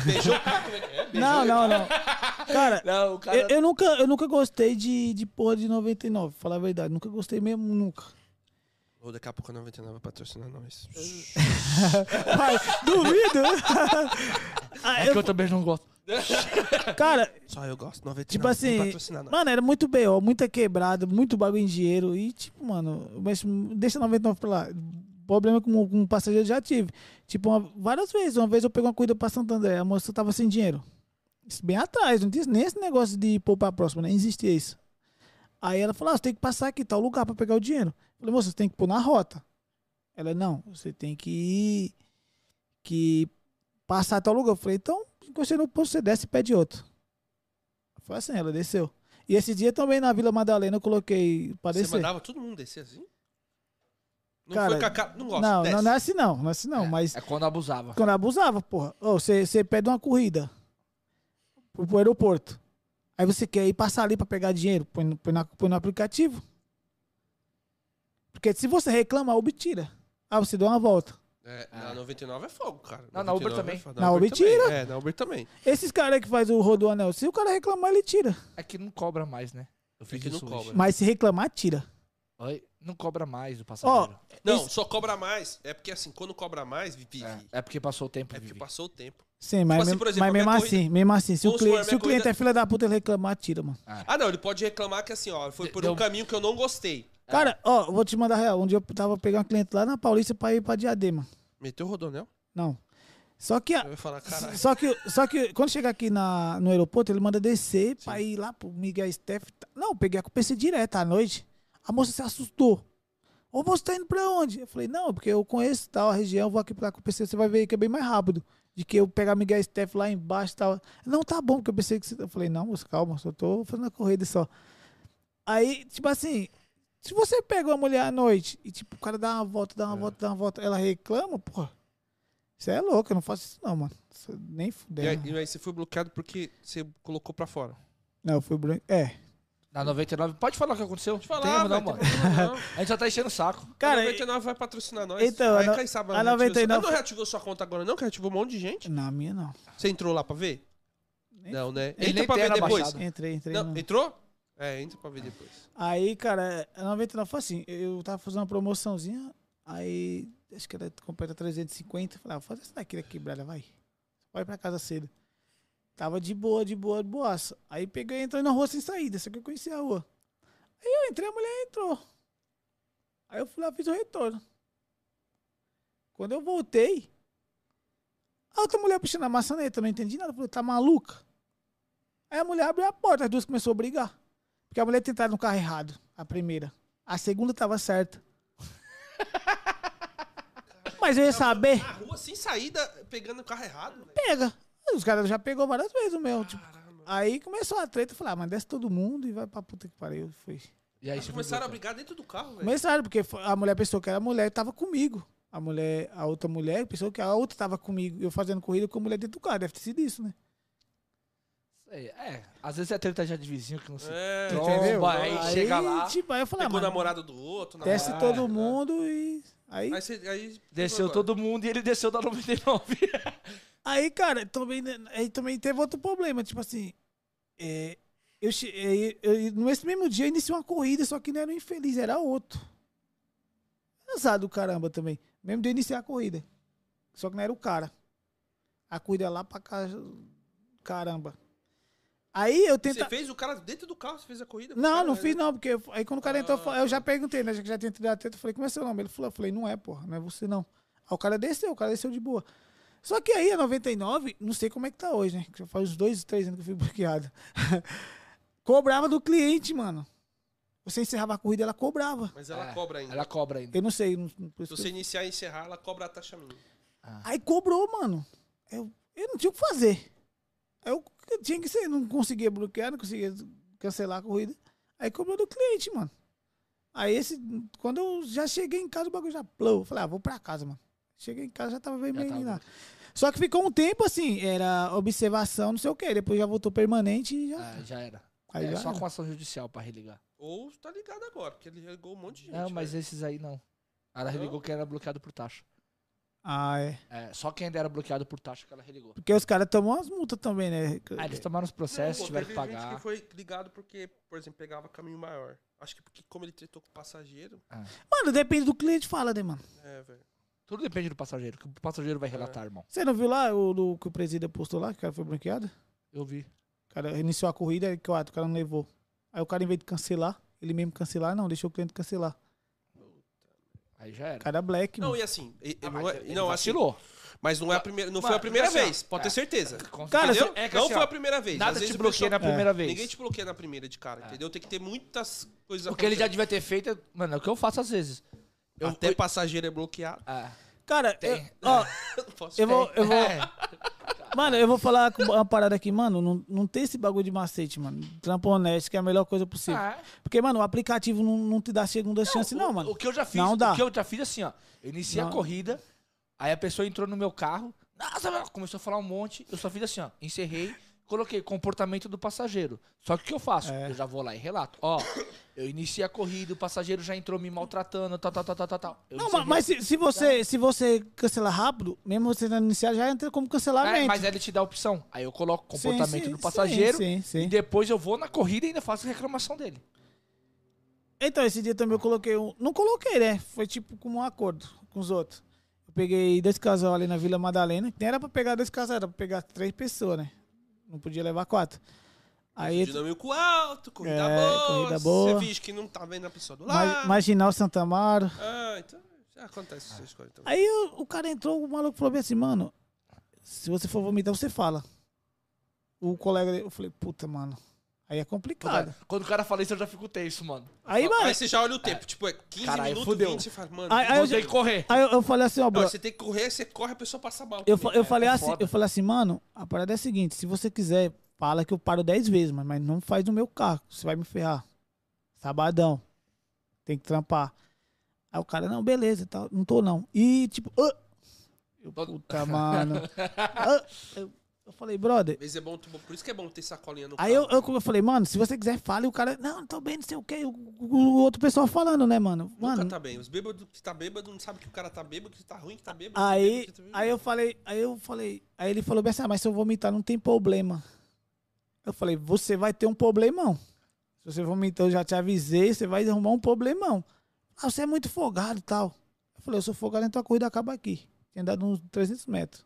[SPEAKER 1] Beijou o cara? como é que é? Beijou?
[SPEAKER 3] Não, não, não. Cara,
[SPEAKER 2] Não, o cara.
[SPEAKER 3] eu, eu nunca, eu nunca gostei de, de porra de 99, falar a verdade. Nunca gostei mesmo, nunca.
[SPEAKER 1] Ou daqui a pouco a 99 vai patrocinar nós.
[SPEAKER 3] Pai, duvido. Ah,
[SPEAKER 2] É que eu
[SPEAKER 3] eu-
[SPEAKER 2] também não gosto.
[SPEAKER 3] cara,
[SPEAKER 1] Só eu gosto. 99
[SPEAKER 3] Tipo assim,
[SPEAKER 1] não patrocina nós.
[SPEAKER 3] mano, era muito B.O., muita quebrada, muito bagulho em dinheiro. E, tipo, mano, mas deixa 99 pra lá. Problema com, com um passageiro já tive. Tipo, uma- várias vezes. Uma vez eu peguei uma corrida pra Santo André, a moça tava sem dinheiro. Isso bem atrás, não tinha nem esse negócio de pôr pra próxima, né? Existia isso. Aí ela falou: ah, você tem que passar aqui, tal lugar pra pegar o dinheiro. Eu falei, moça, você tem que pôr na rota. Ela, não, você tem que ir, que passar tal lugar. Eu falei, então, encostei no posto, você desce e pede outro. Foi assim, ela desceu. E esse dia também na Vila Madalena eu coloquei pra
[SPEAKER 1] Você
[SPEAKER 3] descer.
[SPEAKER 1] mandava todo mundo descer assim? Não
[SPEAKER 3] Cara,
[SPEAKER 1] foi com a cara... Não gosto,
[SPEAKER 3] não,
[SPEAKER 1] um desce.
[SPEAKER 3] não, não é assim não, não é assim não, mas
[SPEAKER 2] É quando abusava.
[SPEAKER 3] quando abusava, porra. Ô, Você você pede uma corrida pro, pro aeroporto. Aí você quer ir passar ali pra pegar dinheiro, põe, no- põe, na- põe no aplicativo. Porque se você reclamar, a Uber tira. Ah, você deu uma volta.
[SPEAKER 1] É, na 99 é fogo, cara.
[SPEAKER 2] Ah. Não, na Uber
[SPEAKER 1] 99 é
[SPEAKER 2] também.
[SPEAKER 1] fogo.
[SPEAKER 3] Na Uber tira.
[SPEAKER 1] também. É, na Uber também.
[SPEAKER 3] Esses caras que faz o rodoanel, se o cara reclamar, ele tira.
[SPEAKER 2] É que não cobra mais, né? Eu
[SPEAKER 1] fiz isso hoje.
[SPEAKER 3] Mas se reclamar, tira.
[SPEAKER 2] Oi? Não cobra mais o
[SPEAKER 3] Ó,
[SPEAKER 2] passageiro.
[SPEAKER 1] Não,
[SPEAKER 3] Isso-
[SPEAKER 1] só cobra mais. É porque assim, quando cobra mais, Vivi,
[SPEAKER 2] é. é porque passou o tempo,
[SPEAKER 1] é porque
[SPEAKER 2] Vivi.
[SPEAKER 1] passou o tempo.
[SPEAKER 3] sim, mas,
[SPEAKER 1] assim,
[SPEAKER 3] mesmo-
[SPEAKER 1] por exemplo,
[SPEAKER 3] mas
[SPEAKER 1] a
[SPEAKER 3] mesmo
[SPEAKER 1] minha
[SPEAKER 3] assim, mesmo assim, se o,
[SPEAKER 1] Vamos
[SPEAKER 3] cli-
[SPEAKER 1] supor, a
[SPEAKER 3] se
[SPEAKER 1] minha
[SPEAKER 3] o cliente
[SPEAKER 1] corrida-
[SPEAKER 3] é filha da puta, ele reclamar, tira, mano.
[SPEAKER 1] Ah, não, ele pode reclamar que assim, ó, foi por
[SPEAKER 2] Deu-
[SPEAKER 1] um caminho que eu não gostei.
[SPEAKER 3] Cara, ó, eu vou te mandar real. Um dia eu tava pegando uma cliente lá na Paulista pra ir pra Diadema.
[SPEAKER 1] Meteu o Rodonel?
[SPEAKER 3] Não. Só que, a-
[SPEAKER 1] Eu ia falar, caralho.
[SPEAKER 3] só que, só que quando chegar aqui na, no aeroporto, ele manda descer pra ir lá pro Miguel Steph. Não, eu peguei a PC direto à noite. A moça se assustou. Ô, moço, tá indo pra onde? Eu falei, não, porque eu conheço tal a região, vou aqui pra PC, você vai ver que é bem mais rápido. De que eu pegar Miguel Steph lá embaixo e tal. Não, tá bom, porque eu pensei que você. Eu falei, não, moço, calma, só tô fazendo a corrida só. Aí, tipo assim, se você pega uma mulher à noite e, tipo, o cara dá uma volta, dá uma
[SPEAKER 1] É.
[SPEAKER 3] volta, dá uma volta, ela reclama, porra. Você é louco, eu não faço isso não, mano. Isso nem
[SPEAKER 1] E aí,
[SPEAKER 3] fudendo.
[SPEAKER 1] e aí você foi bloqueado porque você colocou pra fora.
[SPEAKER 3] Não, eu fui branco. É.
[SPEAKER 2] Na 99, pode falar o que aconteceu? Pode
[SPEAKER 1] Falar,
[SPEAKER 2] não,
[SPEAKER 1] velho,
[SPEAKER 2] mano.
[SPEAKER 1] tem problema não.
[SPEAKER 2] A gente só tá enchendo o saco.
[SPEAKER 1] a
[SPEAKER 3] Cara,
[SPEAKER 1] 99 vai patrocinar nós.
[SPEAKER 3] então,
[SPEAKER 1] Aí,
[SPEAKER 3] a no-
[SPEAKER 1] quem sabe,
[SPEAKER 3] a
[SPEAKER 1] ela não reativou sua-
[SPEAKER 3] 99
[SPEAKER 1] Ela não reativou sua conta agora, não? Que reativou um monte de gente.
[SPEAKER 3] na minha não.
[SPEAKER 1] Você entrou lá pra ver?
[SPEAKER 3] Nem
[SPEAKER 1] não, né?
[SPEAKER 2] Ele
[SPEAKER 1] Entra
[SPEAKER 2] nem
[SPEAKER 1] pra
[SPEAKER 2] tem
[SPEAKER 1] ver
[SPEAKER 2] na
[SPEAKER 1] depois.
[SPEAKER 2] baixada.
[SPEAKER 3] Entrei, entrei.
[SPEAKER 1] Não,
[SPEAKER 3] não.
[SPEAKER 1] entrou? É, entra pra ver depois.
[SPEAKER 3] Aí, cara, a 99 foi assim, eu tava fazendo uma promoçãozinha, aí acho que ela completa 350, falei, ah, vou fazer essa daqui da quebrada, vai. Vai pra casa cedo. Tava de boa, de boa, de boaça. Aí peguei e entrei na rua sem saída, só que eu conhecia a rua. Aí eu entrei, a mulher entrou. Aí eu fui lá, fiz o retorno. Quando eu voltei, a outra mulher puxando a maçaneta, eu não entendi nada, eu falei, tá maluca? Aí a mulher abriu a porta, as duas começaram a brigar. Porque a mulher tinha entrado no carro errado, a primeira. A segunda tava certa. Mas Mas eu ia saber.
[SPEAKER 1] Na rua, sem saída, pegando o carro errado, velho.
[SPEAKER 3] Pega. Os caras já pegou várias vezes o meu. Tipo,
[SPEAKER 1] Caramba.
[SPEAKER 3] aí começou a treta. Eu falei, ah, mas desce todo mundo e vai pra puta que pariu. Fui.
[SPEAKER 2] E aí, você
[SPEAKER 1] Começaram a
[SPEAKER 2] foi
[SPEAKER 1] brigar dentro do carro, velho.
[SPEAKER 3] Começaram, porque fo- a mulher pensou que era mulher e tava comigo. A mulher, a outra mulher, pensou que a outra tava comigo. Eu fazendo corrida com a mulher dentro do carro. Deve ter sido isso, né?
[SPEAKER 2] Sei, É, às vezes é treta já de vizinho que não se
[SPEAKER 1] É,
[SPEAKER 2] Troca,
[SPEAKER 3] Entendeu?
[SPEAKER 2] aí chega lá,
[SPEAKER 3] Tipo, aí eu falei, ah,
[SPEAKER 1] pegou o
[SPEAKER 3] mano,
[SPEAKER 1] namorado do outro, namorado.
[SPEAKER 3] desce
[SPEAKER 2] Ah,
[SPEAKER 3] todo
[SPEAKER 2] é.
[SPEAKER 3] mundo e. Aí,
[SPEAKER 1] Aí, você, aí
[SPEAKER 2] Desceu
[SPEAKER 1] agora.
[SPEAKER 2] todo mundo e ele desceu da 99.
[SPEAKER 3] aí cara, também, né, aí também teve outro problema. Tipo assim, é, eu, che- é, eu, eu- nesse mesmo dia eu iniciei uma corrida, só que não era um infeliz, era outro. Cansado do caramba também. Mesmo dia eu iniciei a corrida. Só que não era o cara. A corrida é lá pra casa. Caramba. Aí eu tentei.
[SPEAKER 1] Você fez o cara dentro do carro, você fez a corrida? pro
[SPEAKER 3] tá- Não,
[SPEAKER 1] cara,
[SPEAKER 3] não
[SPEAKER 1] né?
[SPEAKER 3] fiz não, porque eu- aí quando o cara entrou, eu fa-
[SPEAKER 1] Ah,
[SPEAKER 3] eu já perguntei, né? Já que já tinha entrado atento, eu falei, como é seu nome? Ele falou, eu falei, não é, porra, não é você não. Aí o cara desceu, o cara desceu de boa. Só que aí, a 99, não sei como é que tá hoje, né? que Já faz uns dois, três anos que eu fui bloqueado. cobrava do cliente, mano. Você encerrava a corrida, ela cobrava.
[SPEAKER 1] Mas ela
[SPEAKER 2] É,
[SPEAKER 1] cobra ainda.
[SPEAKER 2] Ela cobra ainda.
[SPEAKER 3] Eu não sei. Não, não- por
[SPEAKER 1] Se
[SPEAKER 3] isso que
[SPEAKER 1] você
[SPEAKER 3] eu-
[SPEAKER 1] iniciar e encerrar, ela cobra a taxa mínima.
[SPEAKER 3] Aí cobrou, mano. Eu, eu não tinha o que fazer. Aí Eu, eu tinha que ser, não conseguia bloquear, não conseguia cancelar a corrida. Aí cobrou do cliente, mano. Aí esse, quando eu já cheguei em casa, o bagulho já plou. Eu Falei, ah, vou pra casa, mano. Cheguei em casa, já tava vermelho
[SPEAKER 2] tava.
[SPEAKER 3] lá. Só que ficou um tempo assim, era observação, não sei o quê. Depois já voltou permanente e já.
[SPEAKER 2] Ah, já era.
[SPEAKER 3] aí
[SPEAKER 2] é
[SPEAKER 3] já
[SPEAKER 2] só
[SPEAKER 3] era.
[SPEAKER 2] com ação judicial pra religar.
[SPEAKER 1] Ou tá ligado agora, porque ele ligou um monte de gente.
[SPEAKER 2] não, mas
[SPEAKER 1] velho.
[SPEAKER 2] esses aí não. Ela religou
[SPEAKER 1] Não?
[SPEAKER 2] quem era bloqueado por taxa.
[SPEAKER 3] Ah, é.
[SPEAKER 2] É, só quem ainda era bloqueado por taxa que ela religou.
[SPEAKER 3] Porque os caras tomam umas multas também, né?
[SPEAKER 2] Ah, eles tomaram os processos,
[SPEAKER 1] Não, pô,
[SPEAKER 2] tiveram que
[SPEAKER 1] teve gente
[SPEAKER 2] pagar.
[SPEAKER 1] que foi ligado porque, por exemplo, pegava caminho maior. Acho que porque como ele tretou com o passageiro...
[SPEAKER 3] Mano, depende do cliente fala, né, mano?
[SPEAKER 1] É, velho.
[SPEAKER 2] Tudo depende do passageiro, que o passageiro vai
[SPEAKER 1] É.
[SPEAKER 2] relatar, irmão.
[SPEAKER 3] Você não viu lá o do que o presídio postou lá, que o cara foi bloqueado?
[SPEAKER 2] Eu vi.
[SPEAKER 3] O cara iniciou a corrida, aí que ah, o ato, o cara não levou. Aí o cara, em vez de cancelar, ele mesmo cancelar, não, deixou o cliente cancelar.
[SPEAKER 2] Aí já
[SPEAKER 3] O
[SPEAKER 2] era.
[SPEAKER 3] cara é black,
[SPEAKER 1] Não,
[SPEAKER 3] mano.
[SPEAKER 1] e assim... e- e
[SPEAKER 2] Ah,
[SPEAKER 1] não,
[SPEAKER 2] mas
[SPEAKER 1] é-
[SPEAKER 2] ele
[SPEAKER 1] não, assim,
[SPEAKER 2] vacilou.
[SPEAKER 1] mas não, é a primeira, não foi
[SPEAKER 2] Mano,
[SPEAKER 1] a primeira
[SPEAKER 2] assim, ó,
[SPEAKER 1] vez, pode
[SPEAKER 2] é.
[SPEAKER 1] ter certeza.
[SPEAKER 3] Cara,
[SPEAKER 1] Entendeu?
[SPEAKER 2] é que
[SPEAKER 1] não
[SPEAKER 2] assim,
[SPEAKER 1] foi
[SPEAKER 2] ó,
[SPEAKER 1] a primeira vez. Às
[SPEAKER 2] Nada
[SPEAKER 1] vezes
[SPEAKER 2] te
[SPEAKER 1] o pessoal-
[SPEAKER 2] bloqueia na primeira vez.
[SPEAKER 1] Ninguém te bloqueia na primeira de cara, entendeu? Tem que ter muitas coisas
[SPEAKER 2] O que ele já
[SPEAKER 1] acontecendo.
[SPEAKER 2] devia ter feito, é- mano, é o que eu faço às vezes. Eu,
[SPEAKER 1] Até
[SPEAKER 2] eu-
[SPEAKER 1] passageiro é bloqueado.
[SPEAKER 2] Ah,
[SPEAKER 3] Cara, eu,
[SPEAKER 2] tem.
[SPEAKER 3] ó,
[SPEAKER 1] Não posso
[SPEAKER 3] eu vou, eu vou.
[SPEAKER 2] É.
[SPEAKER 3] Mano, eu vou falar com uma parada aqui, mano. Não, não tem esse bagulho de macete, mano. Trampo honesto, que é a melhor coisa possível.
[SPEAKER 2] Ah,
[SPEAKER 3] Porque, mano, o aplicativo não, não te dá segunda chance, não,
[SPEAKER 2] o,
[SPEAKER 3] mano.
[SPEAKER 2] O que eu já fiz,
[SPEAKER 3] Não dá.
[SPEAKER 2] o que eu já fiz assim, ó. Eu iniciei
[SPEAKER 3] Não.
[SPEAKER 2] a corrida, aí a pessoa entrou no meu carro, nossa, meu, começou a falar um monte, eu só fiz assim, ó, encerrei, coloquei comportamento do passageiro. Só que o que eu faço?
[SPEAKER 3] É.
[SPEAKER 2] Eu já vou lá e relato. Ó, eu iniciei a corrida, o passageiro já entrou me maltratando, tal, tal, tal, tal, tal, tal. Eu
[SPEAKER 3] Não, ma-
[SPEAKER 2] encerrei.
[SPEAKER 3] mas se, se você, se você cancelar rápido, mesmo você não iniciar, já entra como cancelamento.
[SPEAKER 2] É, mas aí ele te dá a opção. Aí eu coloco
[SPEAKER 3] Sim,
[SPEAKER 2] comportamento
[SPEAKER 3] sim,
[SPEAKER 2] do
[SPEAKER 3] sim,
[SPEAKER 2] passageiro
[SPEAKER 3] Sim, sim,
[SPEAKER 2] e depois eu vou na corrida e ainda faço reclamação dele.
[SPEAKER 3] Então, esse dia também eu coloquei um. Não coloquei, né? Foi tipo como um acordo com os outros. Eu peguei dois casal ali na Vila Madalena. que Nem era pra pegar dois casal, era pra pegar três pessoas, né? Não podia levar quatro. Aí,
[SPEAKER 1] Dinâmico alto, corrida
[SPEAKER 3] É,
[SPEAKER 1] boa.
[SPEAKER 3] corrida boa.
[SPEAKER 1] Você finge que não tá vendo a pessoa do lado.
[SPEAKER 3] ma- marginal Santa Amaro.
[SPEAKER 1] Ah, então já acontece essas coisas. Então.
[SPEAKER 3] Aí o- o cara entrou, o maluco falou bem assim, mano. Se você for vomitar, você fala. O colega dele, eu falei, puta, mano. Aí é complicado.
[SPEAKER 2] Quando o cara fala isso, eu já fico tenso, mano.
[SPEAKER 3] Aí,
[SPEAKER 1] Aí,
[SPEAKER 3] mano.
[SPEAKER 1] você já olha o tempo, tipo, é 15
[SPEAKER 2] Caralho,
[SPEAKER 1] minutos,
[SPEAKER 2] fudeu.
[SPEAKER 1] 20, você fala, mano,
[SPEAKER 3] Aí, aí
[SPEAKER 2] Vou
[SPEAKER 3] eu, já-
[SPEAKER 2] ter que correr.
[SPEAKER 3] aí eu- eu falei assim, ó,
[SPEAKER 1] não,
[SPEAKER 3] bro.
[SPEAKER 1] você tem que correr, você corre, a pessoa passa mal.
[SPEAKER 3] Eu,
[SPEAKER 1] também.
[SPEAKER 3] fa- eu, falei
[SPEAKER 2] é
[SPEAKER 3] assim,
[SPEAKER 2] foda.
[SPEAKER 3] eu falei assim, mano, a parada é a seguinte, se você quiser, fala que eu paro 10 vezes, mano, mas não faz no meu carro, você vai me ferrar. Sabadão. Tem que trampar. Aí o cara, não, beleza, e tal, não tô não. E tipo, "Ah!" eu,
[SPEAKER 2] Todo-
[SPEAKER 3] puta, mano. Ah! eu, eu falei, brother.
[SPEAKER 1] Às vezes é bom, tu- por isso que é bom ter sacolinha no
[SPEAKER 3] Aí eu,
[SPEAKER 1] carro.
[SPEAKER 3] eu, eu falei, mano, se você quiser, fala. E o cara, não, tô bem, não sei o quê. O, o- o outro pessoal falando, né, mano?
[SPEAKER 1] Nunca
[SPEAKER 3] Mano,
[SPEAKER 1] tá bem. Os bêbados que tá bêbado não sabem que o cara tá bêbado, que tá ruim, que tá bêbado. que tá
[SPEAKER 3] Aí,
[SPEAKER 1] bêbado, que tá bêbado.
[SPEAKER 3] aí eu falei, aí eu falei, aí ele falou bem assim, ah, mas se eu vomitar não tem problema. Eu falei, você vai ter um problemão. Se você vomitar, eu já te avisei, você vai arrumar um problemão. Ah, você é muito folgado e tal. Eu falei, eu sou folgado, então a corrida acaba aqui. Tinha dado uns 300 metros.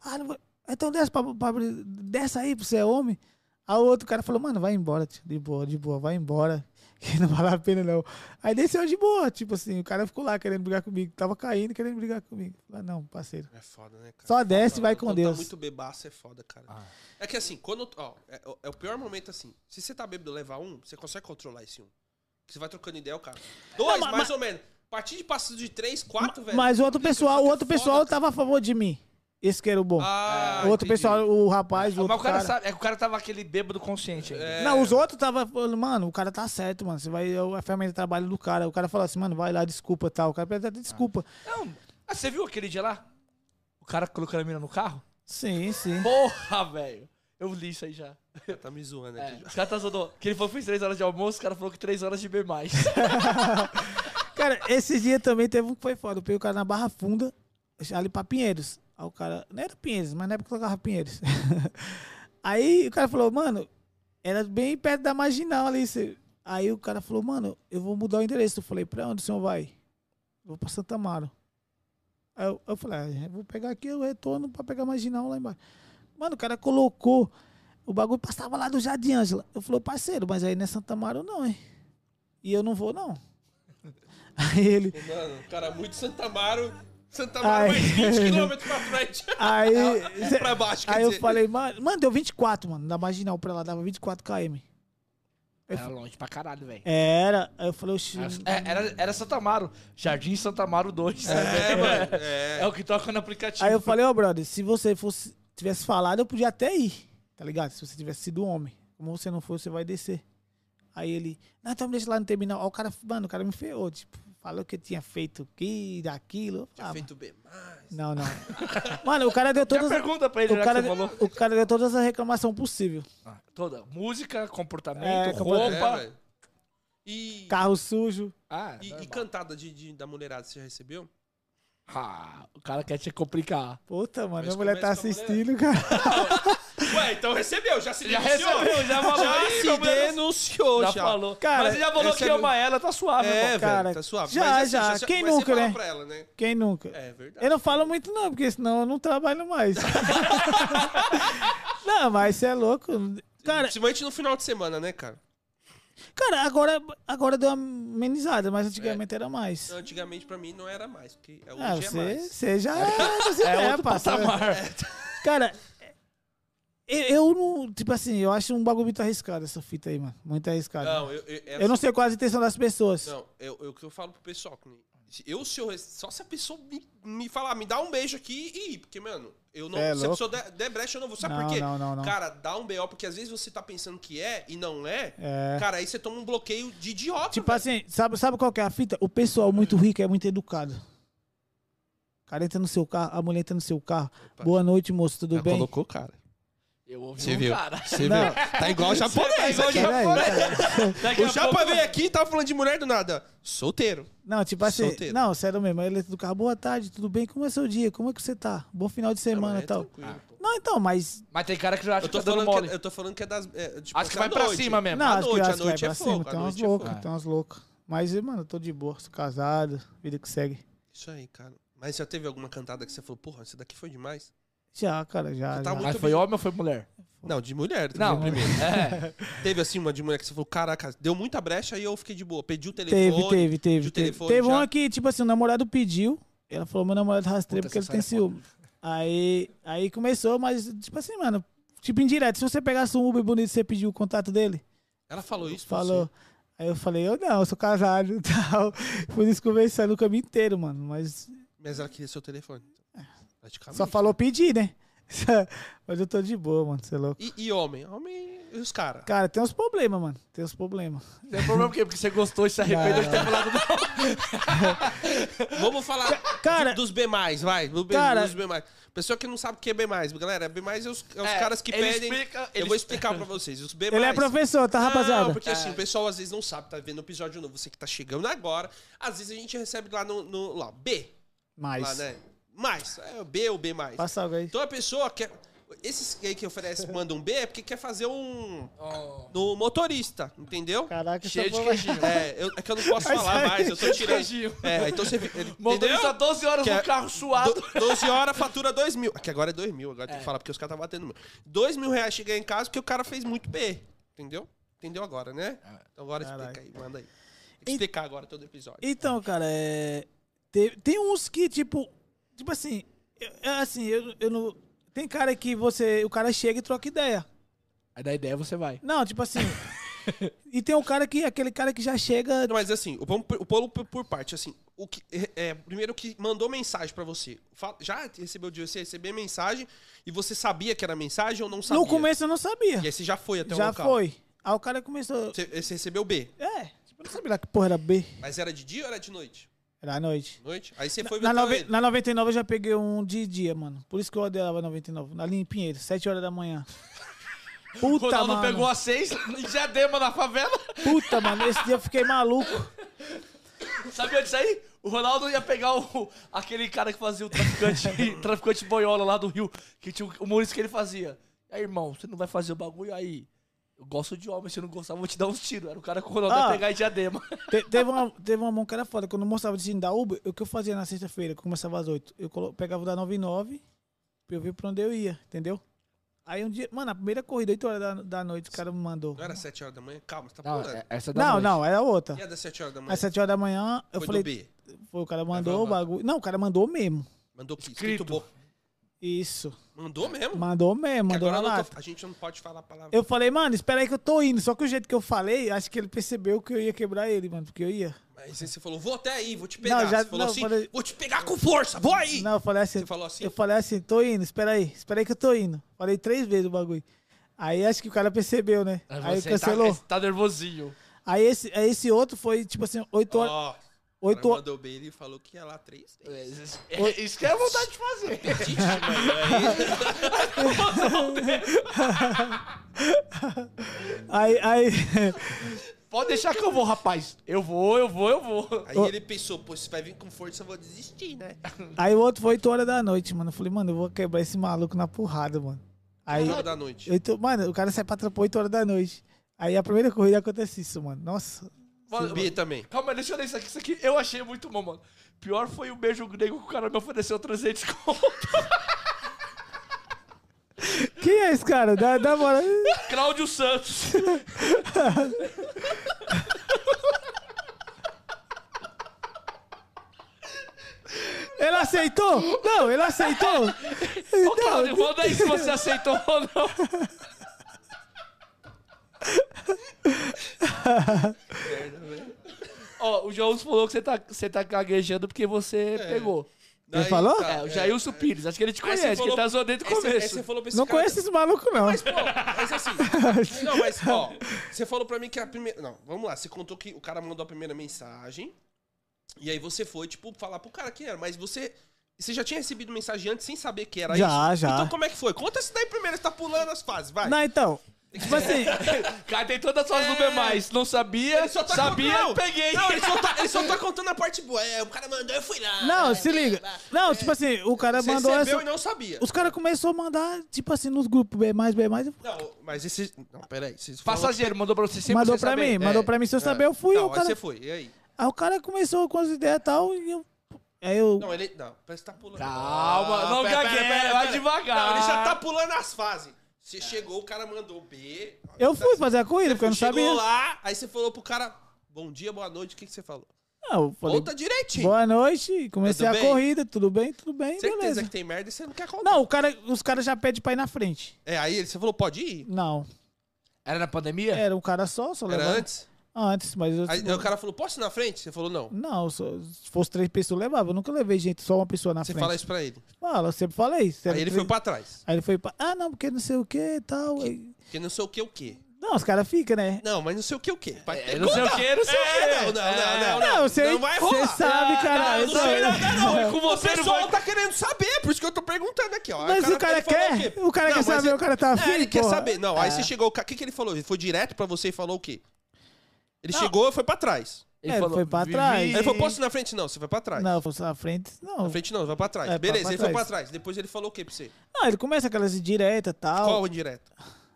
[SPEAKER 3] Ah, não vou... então desce, pra, pra, desce aí, você é homem. Aí o outro cara falou, mano, vai embora, tio, de boa, de boa, vai embora. Que não vale a pena, não. Aí desceu de boa, tipo assim, o cara ficou lá querendo brigar comigo. Tava caindo querendo brigar comigo. Falei, "Ah, não, parceiro.
[SPEAKER 1] É foda, né, cara?
[SPEAKER 3] Só desce e vai
[SPEAKER 1] Quando
[SPEAKER 3] com
[SPEAKER 1] tá
[SPEAKER 3] Deus.
[SPEAKER 1] muito bebaço é foda, cara.
[SPEAKER 2] Ah.
[SPEAKER 1] É que assim, quando. Ó, é, é o pior momento assim. Se você tá bêbado e levar um, você consegue controlar esse um. Você vai trocando ideia, o cara. Dois,
[SPEAKER 3] mas-
[SPEAKER 1] mais ou menos. partir de passos de três, quatro, velho.
[SPEAKER 3] Mas o outro
[SPEAKER 1] Liga,
[SPEAKER 3] pessoal,
[SPEAKER 1] só
[SPEAKER 3] o
[SPEAKER 1] que é
[SPEAKER 3] outro
[SPEAKER 1] foda,
[SPEAKER 3] pessoal
[SPEAKER 1] cara.
[SPEAKER 3] tava a favor de mim. Esse que era o bom.
[SPEAKER 1] Ah,
[SPEAKER 3] o outro
[SPEAKER 1] entendi. Ah,
[SPEAKER 3] pessoal, o rapaz,
[SPEAKER 2] Mas
[SPEAKER 3] o outro
[SPEAKER 2] o cara,
[SPEAKER 3] cara.
[SPEAKER 2] sabe, é que o cara tava aquele bêbado consciente. ainda.
[SPEAKER 1] É.
[SPEAKER 3] Não, os outros tava falando, mano, o cara tá certo, mano. Você vai, é a ferramenta de trabalho do cara. O cara falou assim, mano, vai lá, desculpa tal. O cara pede até desculpa.
[SPEAKER 2] Não, ah, você viu aquele dia lá? O cara colocando a mina no carro?
[SPEAKER 3] Sim, sim.
[SPEAKER 2] Porra, velho. Eu li isso aí já.
[SPEAKER 1] Tá me zoando
[SPEAKER 2] É,
[SPEAKER 1] aqui.
[SPEAKER 2] os caras tá zoando. Que ele falou que fez 3 horas de almoço, o cara falou que 3 horas de B+.
[SPEAKER 3] Cara, esse dia também teve um que foi foda. Eu peguei o cara na Barra Funda, ali pra Pinheiros. Aí o cara, não era Pinheiros, mas na época eu tocava Pinheiros. Aí o cara falou, mano, era bem perto da marginal ali. cê- Aí o cara falou, mano, eu vou mudar o endereço. Eu falei, pra onde o senhor vai? Eu vou pra Santa Amaro. Aí eu, eu falei, ah, eu vou pegar aqui o retorno pra pegar a marginal lá embaixo. Mano, o cara colocou. O bagulho passava lá do Jardim Ângela. Eu falei, parceiro, mas aí não é Santa Amaro não, hein? E eu não vou, não. Aí ele.
[SPEAKER 1] Mano, o cara é muito Santa Amaro. Santa Amaro
[SPEAKER 3] Ai.
[SPEAKER 1] mais 20 km pra frente.
[SPEAKER 3] Aí, cê-
[SPEAKER 1] É pra baixo, quer
[SPEAKER 3] aí eu
[SPEAKER 1] dizer.
[SPEAKER 3] falei, mano, mano, deu 24, mano. Na marginal pra lá, dava 24 km. É
[SPEAKER 2] Era longe pra caralho, velho.
[SPEAKER 3] Era. Aí eu falei, oxi.
[SPEAKER 2] É, era, era Santa Amaro. Jardim Santa Amaro 2. É,
[SPEAKER 1] É, mano. É.
[SPEAKER 2] o que toca no aplicativo.
[SPEAKER 3] Aí eu falei, ó, brother, se você fosse, tivesse falado, eu podia até ir, tá ligado? Se você tivesse sido homem. Como você não for, você vai descer. Aí ele, não, então me deixa lá no terminal. Aí o cara, mano, o cara me ferrou, tipo, falou que eu tinha feito aqui, daquilo.
[SPEAKER 1] Tinha
[SPEAKER 3] Ah,
[SPEAKER 1] feito bem mais.
[SPEAKER 3] Não, não. Mano, o cara deu
[SPEAKER 2] Tinha
[SPEAKER 3] todas.
[SPEAKER 2] pergunta pra ele,
[SPEAKER 3] O
[SPEAKER 2] já
[SPEAKER 3] cara,
[SPEAKER 2] que você falou.
[SPEAKER 3] o cara deu todas as reclamações possíveis.
[SPEAKER 2] Ah, Toda. Música, comportamento,
[SPEAKER 3] É, comportamento.
[SPEAKER 1] É,
[SPEAKER 2] roupa.
[SPEAKER 1] velho. E,
[SPEAKER 3] Carro sujo.
[SPEAKER 2] ah,
[SPEAKER 1] e, e
[SPEAKER 2] normal.
[SPEAKER 1] cantada de, de- da mulherada, você já recebeu?
[SPEAKER 2] Ah, o cara quer te complicar.
[SPEAKER 3] Puta, mano,
[SPEAKER 1] Mas
[SPEAKER 3] minha mulher tá
[SPEAKER 1] começa com a
[SPEAKER 3] assistindo, cara.
[SPEAKER 1] Ué, então recebeu, já se
[SPEAKER 2] Já recebeu, já falou.
[SPEAKER 3] Tá
[SPEAKER 1] Já
[SPEAKER 2] Ih,
[SPEAKER 1] se
[SPEAKER 2] meu Deus.
[SPEAKER 1] denunciou,
[SPEAKER 2] já,
[SPEAKER 1] já.
[SPEAKER 2] falou.
[SPEAKER 3] Cara,
[SPEAKER 2] Mas ele já falou que
[SPEAKER 1] recebeu-
[SPEAKER 2] ama ela, tá suave,
[SPEAKER 1] É,
[SPEAKER 2] irmão.
[SPEAKER 1] velho,
[SPEAKER 3] Ah, cara,
[SPEAKER 1] tá suave.
[SPEAKER 3] já,
[SPEAKER 1] Mas, assim,
[SPEAKER 3] já,
[SPEAKER 1] se-
[SPEAKER 3] quem
[SPEAKER 1] mas
[SPEAKER 3] nunca,
[SPEAKER 1] você fala
[SPEAKER 3] né?
[SPEAKER 1] pra ela, né?
[SPEAKER 3] Quem nunca?
[SPEAKER 1] É verdade.
[SPEAKER 3] Eu não falo muito, não, porque senão eu não trabalho mais. não, mas você é louco. Cara,
[SPEAKER 1] Principalmente no final de semana, né, cara?
[SPEAKER 3] cara agora, agora deu uma amenizada, mas antigamente era mais.
[SPEAKER 1] Então, antigamente pra mim não era mais, porque hoje
[SPEAKER 3] Ah,
[SPEAKER 1] é
[SPEAKER 3] você,
[SPEAKER 1] mais.
[SPEAKER 3] você já você
[SPEAKER 2] É
[SPEAKER 3] já
[SPEAKER 2] outro
[SPEAKER 3] parceiro.
[SPEAKER 2] patamar.
[SPEAKER 3] Cara, eu, eu não. Tipo assim, eu acho um bagulho muito arriscado essa fita aí, mano. Muito arriscado.
[SPEAKER 1] Não, eu, eu,
[SPEAKER 3] eu não sei qual é a intenção das pessoas.
[SPEAKER 1] Não, eu, eu que eu falo pro pessoal. que nem- se Eu, se eu, rece- só se a pessoa me, me falar, me dá um beijo aqui e ir, porque, mano, eu não. se
[SPEAKER 3] É
[SPEAKER 1] a
[SPEAKER 3] louco.
[SPEAKER 1] pessoa der, der brecha, eu não vou. Sabe
[SPEAKER 3] Não,
[SPEAKER 1] por quê?
[SPEAKER 3] não, não, não.
[SPEAKER 1] Cara, dá um BO, porque às vezes você tá pensando que é e não é.
[SPEAKER 3] É.
[SPEAKER 1] Cara, aí você toma um bloqueio de idiota.
[SPEAKER 3] Tipo
[SPEAKER 1] velho.
[SPEAKER 3] assim, sabe, sabe qual que é a fita? O pessoal muito rico é muito educado. O cara entra no seu carro, a mulher entra no seu carro. Boa noite, moço, tudo bem?
[SPEAKER 1] cara.
[SPEAKER 2] Eu ouvi
[SPEAKER 1] Você
[SPEAKER 2] um
[SPEAKER 1] viu?
[SPEAKER 2] cara.
[SPEAKER 1] Você
[SPEAKER 3] Não.
[SPEAKER 1] viu? Tá igual o
[SPEAKER 2] Tá
[SPEAKER 1] japonês.
[SPEAKER 2] igual
[SPEAKER 1] aqui.
[SPEAKER 3] Peraí, cara.
[SPEAKER 2] Daqui
[SPEAKER 1] O
[SPEAKER 2] a
[SPEAKER 1] japa
[SPEAKER 2] pouco-
[SPEAKER 1] veio aqui e tava falando de mulher do nada. Solteiro.
[SPEAKER 3] Não, tipo assim,
[SPEAKER 1] Solteiro.
[SPEAKER 3] não, sério mesmo. Aí Ele entra do carro, boa tarde, tudo bem? Como é seu dia? Como é que você tá? Bom final de semana
[SPEAKER 1] Não,
[SPEAKER 3] e
[SPEAKER 1] é
[SPEAKER 3] tal.
[SPEAKER 1] tranquilo, pô.
[SPEAKER 3] Não, então, mas.
[SPEAKER 2] Mas tem cara que já acha
[SPEAKER 1] Eu
[SPEAKER 2] que tá
[SPEAKER 1] tô,
[SPEAKER 2] dando
[SPEAKER 1] falando
[SPEAKER 2] mole.
[SPEAKER 1] que, eu tô falando que é das. é, tipo,
[SPEAKER 2] Acho que
[SPEAKER 1] à
[SPEAKER 2] vai pra
[SPEAKER 1] noite.
[SPEAKER 2] cima mesmo.
[SPEAKER 3] Não,
[SPEAKER 1] à
[SPEAKER 3] acho que,
[SPEAKER 1] noite, à
[SPEAKER 3] acho que vai
[SPEAKER 1] noite é
[SPEAKER 3] pra cima,
[SPEAKER 1] fogo, à
[SPEAKER 3] tem umas
[SPEAKER 1] noite é
[SPEAKER 3] loucas,
[SPEAKER 1] fogo.
[SPEAKER 3] tem umas loucas. Mas, mano, eu tô de boa, sou casado, vida que segue.
[SPEAKER 1] Isso aí, cara. Mas já teve alguma cantada que você falou, porra, essa daqui foi demais?
[SPEAKER 3] Já, cara, já.
[SPEAKER 1] Você tá
[SPEAKER 3] já.
[SPEAKER 1] muito-
[SPEAKER 2] Mas foi homem ou foi mulher?
[SPEAKER 1] Não, de mulher.
[SPEAKER 2] Não,
[SPEAKER 1] teve
[SPEAKER 2] primeiro. É.
[SPEAKER 1] uma- Teve assim uma de mulher que você falou, caraca, deu muita brecha e eu fiquei de boa. Pedi o telefone. de
[SPEAKER 3] Teve, teve, teve.
[SPEAKER 1] um
[SPEAKER 3] Teve,
[SPEAKER 1] telefone
[SPEAKER 3] teve
[SPEAKER 1] já.
[SPEAKER 3] uma que, tipo assim, o namorado pediu. Ela falou, meu namorado rastreia
[SPEAKER 2] Puta,
[SPEAKER 3] porque ele
[SPEAKER 2] essa
[SPEAKER 3] tem
[SPEAKER 2] saia é foda.
[SPEAKER 3] ciúme. Aí, aí começou, mas, tipo assim, mano, tipo indireto. Se você pegasse um Uber bonito, você pediu o contato dele?
[SPEAKER 1] Ela falou isso. pra
[SPEAKER 3] Falou.
[SPEAKER 1] você?
[SPEAKER 3] Aí eu falei, eu não, eu sou casado e tal. Por isso conversando o caminho inteiro, mano. Mas
[SPEAKER 1] Mas ela queria seu telefone. Praticamente.
[SPEAKER 3] É. só
[SPEAKER 2] é-
[SPEAKER 3] falou pedir, né? mas eu tô de boa, mano, você é louco.
[SPEAKER 1] E, e homem? Homem e os caras.
[SPEAKER 3] Cara, tem uns problemas, mano. Tem uns problemas.
[SPEAKER 2] Tem um problema por quê? Porque você gostou e se arrependeu de ter falado não.
[SPEAKER 1] Vamos falar
[SPEAKER 3] Cara-
[SPEAKER 1] do- dos B, vai. Do B,
[SPEAKER 3] Cara-
[SPEAKER 1] dos B. Pessoa que não sabe o que é B, galera. B é os, é os
[SPEAKER 2] É,
[SPEAKER 1] caras que
[SPEAKER 2] ele
[SPEAKER 1] pedem.
[SPEAKER 2] explica- É. ele
[SPEAKER 1] Eu vou explicar pra vocês. Os B.
[SPEAKER 3] Ele é professor, tá,
[SPEAKER 1] Não,
[SPEAKER 3] rapaziada?
[SPEAKER 1] porque assim, o pessoal às vezes não sabe, tá vendo o episódio novo, você que tá chegando agora, às vezes a gente recebe lá no, no- lá, B, lá,
[SPEAKER 3] Mas.
[SPEAKER 1] né? Mais, é o B ou B mais.
[SPEAKER 3] Passa algo aí.
[SPEAKER 1] Então a pessoa quer esses aí que oferece manda um B é porque quer fazer um no motorista, entendeu?
[SPEAKER 3] Caraca,
[SPEAKER 2] Cheio
[SPEAKER 3] essa
[SPEAKER 2] de
[SPEAKER 3] porra-
[SPEAKER 2] queijinho.
[SPEAKER 1] É, eu- é que eu não posso
[SPEAKER 3] Mas
[SPEAKER 1] falar
[SPEAKER 3] aí-
[SPEAKER 1] mais, eu tô tirando.
[SPEAKER 2] Queijinho.
[SPEAKER 1] É, então você ele- entendeu?
[SPEAKER 2] Motorista 12 horas
[SPEAKER 1] Que
[SPEAKER 2] no
[SPEAKER 1] é-
[SPEAKER 2] carro suado.
[SPEAKER 1] Do, 12 horas, fatura 2 mil. Aqui agora é 2 mil, agora tem que falar, porque os caras tá batendo mil. 2 mil reais chegar em casa porque o cara fez muito B. Entendeu? Entendeu agora, né? Então agora explica aí, manda aí. Tem que
[SPEAKER 3] E-
[SPEAKER 1] explicar agora todo episódio.
[SPEAKER 3] Então, cara, é. Tem, tem uns que, tipo. Tipo assim. eu- é assim, eu, eu não. Tem cara que você. O cara chega e troca ideia.
[SPEAKER 2] Aí da ideia você vai.
[SPEAKER 3] Não, tipo assim. E tem um cara que, aquele cara que já chega.
[SPEAKER 1] Não, mas assim, o Paulo, o Paulo por, por parte, assim, o que, é, é, primeiro que mandou mensagem pra você. Fa- Já recebeu de você receber mensagem e você sabia que era mensagem ou não sabia?
[SPEAKER 3] No começo eu não sabia.
[SPEAKER 1] E aí você já foi até o
[SPEAKER 3] já
[SPEAKER 1] local.
[SPEAKER 3] foi. Aí o cara começou.
[SPEAKER 1] Você, você recebeu B.
[SPEAKER 3] É, tipo, eu não sabia lá que porra era B.
[SPEAKER 1] Mas era de dia ou era de noite?
[SPEAKER 3] Era à noite.
[SPEAKER 1] Noite? Aí você foi
[SPEAKER 3] Na,
[SPEAKER 1] visitar
[SPEAKER 3] nove-
[SPEAKER 1] ele.
[SPEAKER 3] na 99 eu já peguei um de dia, mano. Por isso que eu odiava 99. Ali em Pinheiro, 7 horas da manhã.
[SPEAKER 2] O
[SPEAKER 3] Puta,
[SPEAKER 2] Ronaldo
[SPEAKER 3] mano.
[SPEAKER 2] pegou a seis em Diadema na favela.
[SPEAKER 3] Puta, mano. Esse dia eu fiquei maluco.
[SPEAKER 2] Sabia disso aí? O Ronaldo ia pegar o, aquele cara que fazia o traficante, traficante boiola lá do Rio, que tinha o- o Maurício que ele fazia. E aí, irmão, você não vai fazer o bagulho aí? Eu gosto de homem, se eu não gostar, eu vou te dar uns tiros. Era o cara que o Ronaldo ia
[SPEAKER 3] Ah.
[SPEAKER 2] pegar em diadema.
[SPEAKER 3] Te- teve, uma, teve uma mão que era foda. Quando eu mostrava o destino da Uber, o que eu fazia na sexta-feira, que começava às 8? Eu colo- pegava o da 99 pra eu ver pra onde eu ia, entendeu? Aí um dia, mano, a primeira corrida, 8 horas da, da noite, o cara me mandou.
[SPEAKER 1] Não era 7 horas da manhã? Calma, você tá
[SPEAKER 4] Não,
[SPEAKER 1] pulando.
[SPEAKER 4] é- essa da
[SPEAKER 3] Não,
[SPEAKER 4] noite.
[SPEAKER 3] não, era outra.
[SPEAKER 1] E a das 7 horas da manhã?
[SPEAKER 3] Às 7 horas da manhã, eu
[SPEAKER 1] foi
[SPEAKER 3] falei.
[SPEAKER 1] do B.
[SPEAKER 3] Foi, o cara
[SPEAKER 1] Aí
[SPEAKER 3] mandou
[SPEAKER 1] vai lá.
[SPEAKER 3] o bagulho. Não, o cara mandou mesmo.
[SPEAKER 1] Mandou que escrito.
[SPEAKER 2] Escrito.
[SPEAKER 1] bom.
[SPEAKER 3] Isso.
[SPEAKER 1] Mandou mesmo?
[SPEAKER 3] Mandou mesmo,
[SPEAKER 1] Que
[SPEAKER 3] mandou na
[SPEAKER 1] agora não
[SPEAKER 3] lata.
[SPEAKER 1] tô- a gente não pode falar a palavra.
[SPEAKER 3] Eu falei, mano, espera aí que eu tô indo. Só que o jeito que eu falei, acho que ele percebeu que eu ia quebrar ele, mano, porque eu ia.
[SPEAKER 1] Mas aí você falou, vou até aí, vou te pegar. você
[SPEAKER 3] já-
[SPEAKER 1] falou
[SPEAKER 3] não,
[SPEAKER 1] assim,
[SPEAKER 3] falei-
[SPEAKER 1] vou te pegar com força, vou aí!
[SPEAKER 3] Não, eu falei assim.
[SPEAKER 1] Você falou assim?
[SPEAKER 3] Eu falei assim, tô indo, espera aí, espera aí que eu tô indo. Falei três vezes o bagulho. Aí acho que o cara percebeu, né? Aí
[SPEAKER 2] Você
[SPEAKER 3] cancelou.
[SPEAKER 2] Tá, tá nervosinho.
[SPEAKER 3] Aí, esse, aí esse outro foi, tipo assim, oito horas.
[SPEAKER 1] Ó, o
[SPEAKER 3] oito
[SPEAKER 1] cara
[SPEAKER 3] horas.
[SPEAKER 1] mandou bem, ele falou que ia lá três. vezes.
[SPEAKER 2] É, é isso que é a vontade de fazer.
[SPEAKER 1] Ixi, mano, aí-
[SPEAKER 3] Aí, aí.
[SPEAKER 2] Pode deixar que eu vou, rapaz. Eu vou, eu vou, eu vou.
[SPEAKER 1] aí ele pensou, pô, se vai vir com força, eu vou desistir, né?
[SPEAKER 3] aí o outro foi oito horas da noite, mano. Eu falei, mano, eu vou quebrar esse maluco na porrada, mano. Aí.
[SPEAKER 1] Nove da noite.
[SPEAKER 3] Oito, mano, o cara sai pra trampar 8 horas da noite. Aí a primeira corrida acontece isso, mano. Nossa.
[SPEAKER 2] Mano,
[SPEAKER 1] B também.
[SPEAKER 2] Calma, deixa eu ler isso aqui. Isso aqui eu achei muito bom, mano. Pior foi o beijo grego que o cara me ofereceu 300 conto.
[SPEAKER 3] Quem é esse cara? Dá, dá bora.
[SPEAKER 2] Cláudio Santos.
[SPEAKER 3] Ele aceitou? Não, ele aceitou.
[SPEAKER 2] Ô, Cláudio, manda aí se você aceitou ou não. Ó, o João falou que você tá, você tá gaguejando porque você pegou.
[SPEAKER 1] Daí,
[SPEAKER 3] falou?
[SPEAKER 1] tá,
[SPEAKER 2] É, o Jailson Pires. Acho que ele te
[SPEAKER 1] Aí você
[SPEAKER 2] conhece, que
[SPEAKER 1] falou-
[SPEAKER 2] ele tá zoando desde o
[SPEAKER 1] aí você- aí
[SPEAKER 2] começo.
[SPEAKER 1] você falou pra esse
[SPEAKER 3] Não
[SPEAKER 1] cara- tá-
[SPEAKER 3] conheço esse maluco, não.
[SPEAKER 1] Mas, pô, mas assim. Não, mas, ó, você falou pra mim que a primeira. Não, vamos lá. Você contou que o cara mandou a primeira mensagem. E aí você foi, tipo, falar pro cara quem era. Mas você. Você já tinha recebido mensagem antes sem saber que era isso?
[SPEAKER 3] Já, já.
[SPEAKER 1] Então como é que foi? Conta isso daí primeiro, você tá pulando as fases, vai.
[SPEAKER 3] Não, então. Tipo assim,
[SPEAKER 2] O cara tem todas as suas
[SPEAKER 1] É.
[SPEAKER 2] números mais. Não sabia,
[SPEAKER 1] Ele só tá
[SPEAKER 2] sabia,
[SPEAKER 1] contando-
[SPEAKER 2] peguei.
[SPEAKER 1] Não, ele só, tá, ele só tá contando a parte boa. É, o cara mandou, eu fui lá.
[SPEAKER 3] não, se liga. Não, tipo assim, o cara
[SPEAKER 1] Você
[SPEAKER 3] mandou
[SPEAKER 1] recebeu e
[SPEAKER 3] essa.
[SPEAKER 1] não sabia.
[SPEAKER 3] Os caras começaram a mandar, tipo assim, nos grupos B, B, eu
[SPEAKER 1] Não, mas esse. Não, peraí. Vocês falaram-
[SPEAKER 2] Passageiro mandou pra você sempre
[SPEAKER 3] mandou
[SPEAKER 2] sem
[SPEAKER 3] pra
[SPEAKER 2] saber.
[SPEAKER 3] mim, mandou pra mim. Se eu saber, eu fui.
[SPEAKER 1] é. Não,
[SPEAKER 3] o
[SPEAKER 1] aí
[SPEAKER 3] cara,
[SPEAKER 1] você foi. E aí?
[SPEAKER 3] aí o cara começou com as ideias e tal. E eu. Aí eu.
[SPEAKER 1] Não, ele. Não, parece que tá pulando.
[SPEAKER 2] Calma, não
[SPEAKER 1] pera, pera,
[SPEAKER 2] gagueira,
[SPEAKER 1] pera,
[SPEAKER 2] vai
[SPEAKER 1] pera.
[SPEAKER 2] devagar.
[SPEAKER 1] Não, ele já tá pulando as fases. Você chegou, o cara mandou B.
[SPEAKER 3] Eu fui fazer a corrida, porque eu não
[SPEAKER 1] chegou
[SPEAKER 3] sabia.
[SPEAKER 1] lá, aí você falou pro cara, bom dia, boa noite, o que, que você falou?
[SPEAKER 3] Não, eu falei,
[SPEAKER 1] Volta direitinho.
[SPEAKER 3] boa noite. Comecei
[SPEAKER 1] Tudo
[SPEAKER 3] a
[SPEAKER 1] bem?
[SPEAKER 3] corrida, tudo bem, tudo bem,
[SPEAKER 1] Certeza
[SPEAKER 3] beleza.
[SPEAKER 1] que tem merda e você não quer contar.
[SPEAKER 3] Não, o cara, os caras já pedem pra ir na frente.
[SPEAKER 1] É, aí ele- você falou, pode ir?
[SPEAKER 3] Não.
[SPEAKER 2] É. Era na pandemia?
[SPEAKER 3] Era um cara só, só
[SPEAKER 1] É. Era
[SPEAKER 3] levava.
[SPEAKER 1] antes?
[SPEAKER 3] Antes, mas eu. tipo,
[SPEAKER 1] Aí, o cara falou, posso ir na frente? Você falou, não.
[SPEAKER 3] Não, só- se fosse três pessoas, eu levava. Eu nunca levei gente, só uma pessoa na
[SPEAKER 1] Você
[SPEAKER 3] frente.
[SPEAKER 1] fala isso pra ele.
[SPEAKER 3] Fala, eu sempre falei. se era
[SPEAKER 1] Aí ele
[SPEAKER 3] três-
[SPEAKER 1] foi pra trás.
[SPEAKER 3] Aí ele foi pra. Ah, não, porque não sei o que e tal. aí-
[SPEAKER 1] Porque não sei o que, o que.
[SPEAKER 3] Não, os caras ficam, né?
[SPEAKER 1] Não, mas não sei o que, o que. Vai
[SPEAKER 2] É,
[SPEAKER 1] ter
[SPEAKER 2] não sei o que, não sei o
[SPEAKER 1] É,
[SPEAKER 2] que.
[SPEAKER 1] não, não, não, não, não.
[SPEAKER 3] Não, você-
[SPEAKER 1] não vai rolar.
[SPEAKER 3] você sabe,
[SPEAKER 2] Ah,
[SPEAKER 3] cara,
[SPEAKER 1] Não, não,
[SPEAKER 3] então-
[SPEAKER 1] sei nada, não.
[SPEAKER 2] Com
[SPEAKER 1] O
[SPEAKER 2] você não
[SPEAKER 1] pessoal
[SPEAKER 2] vai-
[SPEAKER 1] tá querendo saber, por isso que eu tô perguntando aqui, ó.
[SPEAKER 3] Mas o cara
[SPEAKER 1] ele falou
[SPEAKER 3] quer?
[SPEAKER 1] quê?
[SPEAKER 3] O cara quer
[SPEAKER 1] mas
[SPEAKER 3] saber,
[SPEAKER 1] ele-
[SPEAKER 3] o cara tá afim,
[SPEAKER 1] É, ele quer
[SPEAKER 3] porra.
[SPEAKER 1] saber. Não, aí você chegou, o ca- que que ele falou? Ele foi direto pra você e falou o quê? Ele chegou e foi pra trás.
[SPEAKER 3] É, ele foi pra trás.
[SPEAKER 1] Aí ele falou, posso ir na frente? Não, você vai pra trás.
[SPEAKER 3] Não, fosse na frente, não.
[SPEAKER 1] Na frente não, vai pra trás.
[SPEAKER 3] É, pra-
[SPEAKER 1] Beleza,
[SPEAKER 3] pra
[SPEAKER 1] ele foi
[SPEAKER 3] trás.
[SPEAKER 1] pra trás. Depois ele falou o quê pra você?
[SPEAKER 3] Não, ele começa aquelas indiretas e tal.
[SPEAKER 1] Qual o indireto?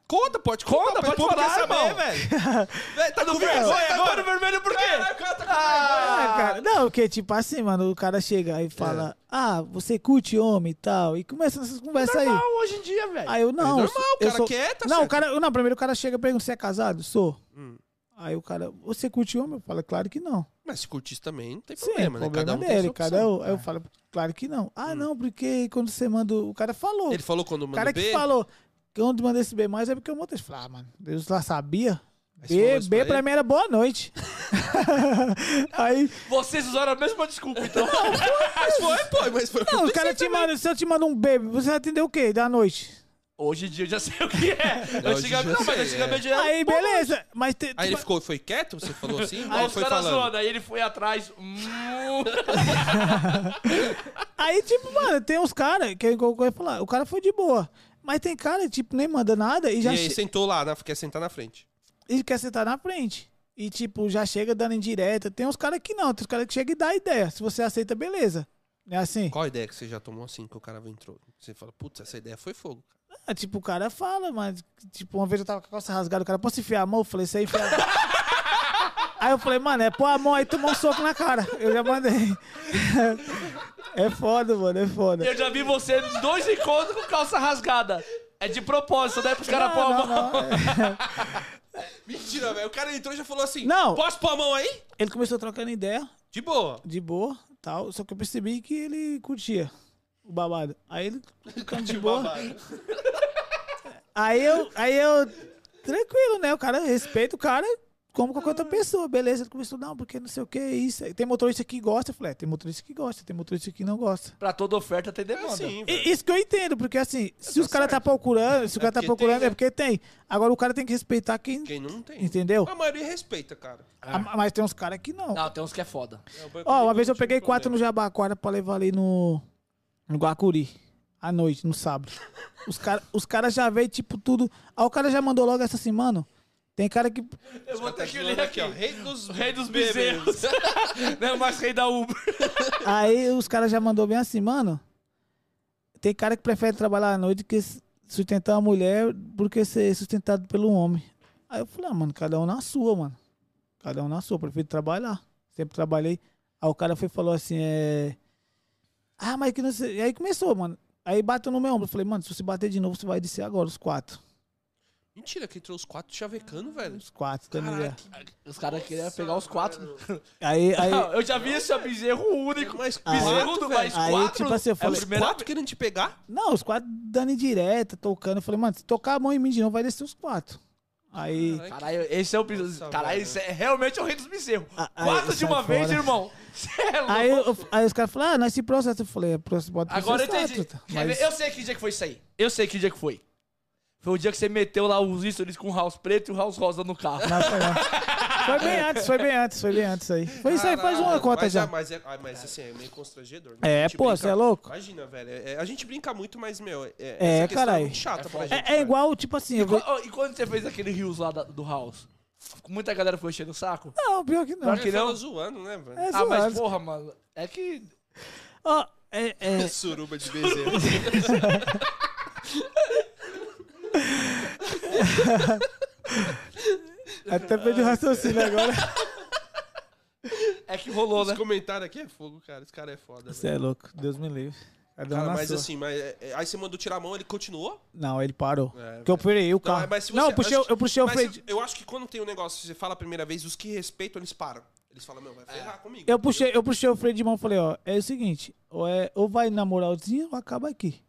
[SPEAKER 1] Conta, pode contar.
[SPEAKER 2] Conta,
[SPEAKER 1] pai,
[SPEAKER 2] pode
[SPEAKER 1] o povo quer
[SPEAKER 2] falar,
[SPEAKER 1] saber,
[SPEAKER 2] irmão.
[SPEAKER 1] velho. Velho, Tá com vergonha
[SPEAKER 2] Tá
[SPEAKER 1] agora?
[SPEAKER 2] no vermelho por
[SPEAKER 1] Caralho, o
[SPEAKER 2] quê?
[SPEAKER 1] cara tá com vergonha.
[SPEAKER 3] Ah, cara. Não, porque tipo assim, mano, o cara chega e
[SPEAKER 1] É.
[SPEAKER 3] fala, ah, você curte homem e tal. E começa essas conversas É aí.
[SPEAKER 2] Normal hoje em dia, velho.
[SPEAKER 3] Aí eu não.
[SPEAKER 1] É normal,
[SPEAKER 3] eu sou-
[SPEAKER 1] o cara
[SPEAKER 3] eu sou...
[SPEAKER 1] quer, tá
[SPEAKER 3] Não,
[SPEAKER 1] certo.
[SPEAKER 3] o cara. Não, primeiro o cara chega e pergunta: você é casado? Sou.
[SPEAKER 1] Hum.
[SPEAKER 3] Aí o cara, você curte homem? Eu falo, claro que não.
[SPEAKER 1] Mas se curtisse também, não tem
[SPEAKER 3] Sim,
[SPEAKER 1] problema,
[SPEAKER 3] problema,
[SPEAKER 1] né? Cada um tem
[SPEAKER 3] dele,
[SPEAKER 1] sua opção. Hum.
[SPEAKER 3] cada um. Aí eu falo, claro que não. Ah, não, porque quando você manda. O cara falou.
[SPEAKER 1] Ele falou quando
[SPEAKER 3] o
[SPEAKER 1] mandou
[SPEAKER 3] cara
[SPEAKER 1] B?
[SPEAKER 3] que falou. Quando manda esse B mais é porque eu montei. Eu falei, ah, mano, Deus lá sabia.
[SPEAKER 1] Aí você falou
[SPEAKER 3] B,
[SPEAKER 1] isso
[SPEAKER 3] B
[SPEAKER 1] pra
[SPEAKER 3] pra mim era boa noite. aí,
[SPEAKER 2] Vocês usaram a mesma desculpa, então.
[SPEAKER 1] Mas foi, pô, mas foi.
[SPEAKER 3] não, o cara te manda, se eu te mando um B, você vai atender o quê da noite?
[SPEAKER 2] Hoje em dia eu já sei o que é.
[SPEAKER 1] Não, hoje em dia
[SPEAKER 2] antigamente,
[SPEAKER 1] eu
[SPEAKER 2] não, mas
[SPEAKER 1] sei,
[SPEAKER 2] antigamente era.
[SPEAKER 3] Aí, beleza. Mas te-
[SPEAKER 1] Aí ele
[SPEAKER 3] tipo,
[SPEAKER 1] ficou, foi quieto? Você falou assim? Ou
[SPEAKER 2] Aí
[SPEAKER 1] ele
[SPEAKER 2] os
[SPEAKER 1] foi
[SPEAKER 2] caras
[SPEAKER 1] falando?
[SPEAKER 2] zoando, aí ele foi atrás. hum,
[SPEAKER 3] Aí, tipo, mano, tem uns caras que eu eu ia falar, o cara foi de boa. Mas tem cara, tipo, nem manda nada e
[SPEAKER 1] E
[SPEAKER 3] já
[SPEAKER 1] aí
[SPEAKER 3] che-
[SPEAKER 1] sentou lá, né? quer sentar na frente.
[SPEAKER 3] e quer sentar na frente. E, tipo, já chega dando indireta. Tem uns caras que não, tem uns caras que chegam e dá ideia. Se você aceita, beleza. É assim.
[SPEAKER 1] Qual a ideia que você já tomou assim que o cara entrou? Você fala, putz, essa ideia foi fogo.
[SPEAKER 3] Ah, tipo, o cara fala, mas, tipo, uma vez eu tava com a calça rasgada, o cara, posso enfiar a mão? Eu falei, isso aí enfia a mão." Aí eu falei, mano, é pôr a mão aí tomar um soco na cara. Eu já mandei. é foda, mano, é foda.
[SPEAKER 2] eu já vi você em dois encontros com calça rasgada. É de propósito, né? Pros caras pôr a
[SPEAKER 3] Não,
[SPEAKER 2] mão.
[SPEAKER 3] não, é. não.
[SPEAKER 1] Mentira, velho. O cara entrou e já falou assim:
[SPEAKER 3] Não.
[SPEAKER 1] Posso pôr a mão aí?
[SPEAKER 3] Ele começou trocando ideia.
[SPEAKER 1] De boa.
[SPEAKER 3] de boa, tal. Só que eu percebi que ele curtia o babado. Aí ele ficando de boa. Aí eu, aí eu, tranquilo, né? O cara respeita o cara como qualquer outra pessoa. Beleza, ele começou, não, porque não sei o que, isso. aí. Tem motorista que gosta. Eu falei, é, tem motorista que gosta, tem motorista que não gosta.
[SPEAKER 2] Pra toda oferta tem
[SPEAKER 1] É
[SPEAKER 2] demanda.
[SPEAKER 1] assim,
[SPEAKER 3] E-
[SPEAKER 1] velho.
[SPEAKER 3] Isso que eu entendo, porque assim, se os caras tá procurando, se o cara tá
[SPEAKER 1] porque tem,
[SPEAKER 3] procurando,
[SPEAKER 1] né?
[SPEAKER 3] é porque tem. Agora o cara tem que respeitar quem.
[SPEAKER 1] Quem não tem. Ah.
[SPEAKER 3] Entendeu?
[SPEAKER 1] A maioria respeita, cara.
[SPEAKER 3] A- Mas tem uns caras que não.
[SPEAKER 2] Não, tem uns que é foda.
[SPEAKER 3] Ó, uma vez eu peguei quatro no Jabaquara pra levar ali no. No Guacuri. À noite, no sábado. Os caras os cara já veio, tipo, tudo. Aí o cara já mandou logo essa assim, mano. Tem cara que.
[SPEAKER 2] Eu vou ter que
[SPEAKER 1] ler
[SPEAKER 2] ler aqui,
[SPEAKER 1] tá ó.
[SPEAKER 2] ó.
[SPEAKER 1] Rei dos,
[SPEAKER 2] Rei dos bezerros. não é mais rei da Uber.
[SPEAKER 3] Aí os caras já mandou bem assim, mano. Tem cara que prefere trabalhar à noite que s- sustentar a mulher do que ser sustentado pelo homem. Aí eu falei, ah, mano, cada um na sua, mano. Cada um na sua, prefiro trabalhar. Sempre trabalhei. Aí o cara foi e falou assim, é. Ah, mas que não sei. E aí começou, mano. Aí bateu no meu ombro. Eu falei, mano, se você bater de novo, você vai descer agora, os quatro.
[SPEAKER 1] Mentira, que entrou os quatro chavecando, velho.
[SPEAKER 3] Os quatro, tá ligado?
[SPEAKER 2] Os caras queriam pegar os quatro.
[SPEAKER 3] Aí, aí.
[SPEAKER 2] Não, eu já vi esse bezerro único.
[SPEAKER 1] Mas
[SPEAKER 3] Aí-
[SPEAKER 1] quatro,
[SPEAKER 2] Bezerro
[SPEAKER 1] velho.
[SPEAKER 2] mais
[SPEAKER 3] Aí,
[SPEAKER 2] quatro.
[SPEAKER 3] tipo assim, eu
[SPEAKER 2] é a
[SPEAKER 3] falei,
[SPEAKER 2] primeira
[SPEAKER 1] Quatro querendo te pegar?
[SPEAKER 3] Não, os quatro dando indireta, tocando. Eu falei, mano, se tocar a mão em mim de novo, vai descer os quatro. Aí.
[SPEAKER 1] Caralho,
[SPEAKER 2] Caralho, esse é o bezerro.
[SPEAKER 1] Nossa,
[SPEAKER 2] Caralho,
[SPEAKER 1] velho.
[SPEAKER 2] esse é realmente é o rei dos bezerros.
[SPEAKER 3] Ah, ah,
[SPEAKER 2] Quatro de
[SPEAKER 3] sai
[SPEAKER 2] uma vez,
[SPEAKER 3] fora.
[SPEAKER 2] irmão. Cê é louco.
[SPEAKER 3] Aí, eu- aí os caras falaram, ah, nós se processa. Eu falei, é, processo- pode processar.
[SPEAKER 2] Agora eu entendi.
[SPEAKER 3] truta,
[SPEAKER 2] Quer
[SPEAKER 3] tá, mas-
[SPEAKER 2] ver? Eu sei que dia que foi isso aí. Eu sei que dia que foi. Foi o dia que você meteu lá os stories com o House preto e o House rosa no carro.
[SPEAKER 3] mas foi, não. Foi bem antes, foi bem antes, foi bem antes aí. Foi isso aí, faz uma
[SPEAKER 1] Caralho,
[SPEAKER 3] cota
[SPEAKER 1] mas
[SPEAKER 3] já.
[SPEAKER 1] É, mas, é, ah, mas assim, é meio constrangedor. né?
[SPEAKER 3] É,
[SPEAKER 1] A gente
[SPEAKER 3] pô,
[SPEAKER 1] brinca-
[SPEAKER 3] cê é louco?
[SPEAKER 1] Imagina, velho. é- é- a gente brinca muito, mas, meu, é,
[SPEAKER 3] É,
[SPEAKER 1] essa questão
[SPEAKER 3] caralho.
[SPEAKER 1] é muito chata pra gente.
[SPEAKER 3] É, é
[SPEAKER 1] velho.
[SPEAKER 3] igual, tipo assim, eu
[SPEAKER 2] Qu-
[SPEAKER 3] vou...
[SPEAKER 2] oh, E quando você fez aquele rios lá da- do House? Muita galera foi enchendo o saco?
[SPEAKER 3] Não, pior que não.
[SPEAKER 2] Pior
[SPEAKER 1] Ele
[SPEAKER 2] que não.
[SPEAKER 1] fala zoando, né, velho?
[SPEAKER 3] É
[SPEAKER 2] Ah, mas
[SPEAKER 3] zoado.
[SPEAKER 2] porra, mano. É que.
[SPEAKER 3] Ó, é, é,
[SPEAKER 1] Suruba de bezerro.
[SPEAKER 3] até perdi o raciocínio agora.
[SPEAKER 2] É que rolou, né?
[SPEAKER 1] Os comentários aqui é fogo, cara. Esse cara é foda,
[SPEAKER 3] Você
[SPEAKER 1] velho.
[SPEAKER 3] é louco, Deus me livre. Cada um
[SPEAKER 1] Cara,
[SPEAKER 3] na
[SPEAKER 1] mas
[SPEAKER 3] sua.
[SPEAKER 1] assim, mas, é, é, aí você mandou tirar a mão, ele continuou?
[SPEAKER 3] Não, ele parou.
[SPEAKER 1] É,
[SPEAKER 3] Porque eu perei o carro. Não,
[SPEAKER 1] mas se você-
[SPEAKER 3] eu, puxei,
[SPEAKER 1] acho que-
[SPEAKER 3] eu puxei o
[SPEAKER 1] mas
[SPEAKER 3] freio. de-
[SPEAKER 1] eu- Eu acho que quando tem um negócio, você fala a primeira vez, os que respeitam, eles param. Eles falam, meu, vai ferrar comigo.
[SPEAKER 3] Eu
[SPEAKER 1] entendeu?
[SPEAKER 3] puxei, eu puxei o freio de mão e falei, ó, é o seguinte, ou, é, ou vai na moralzinha ou acaba aqui.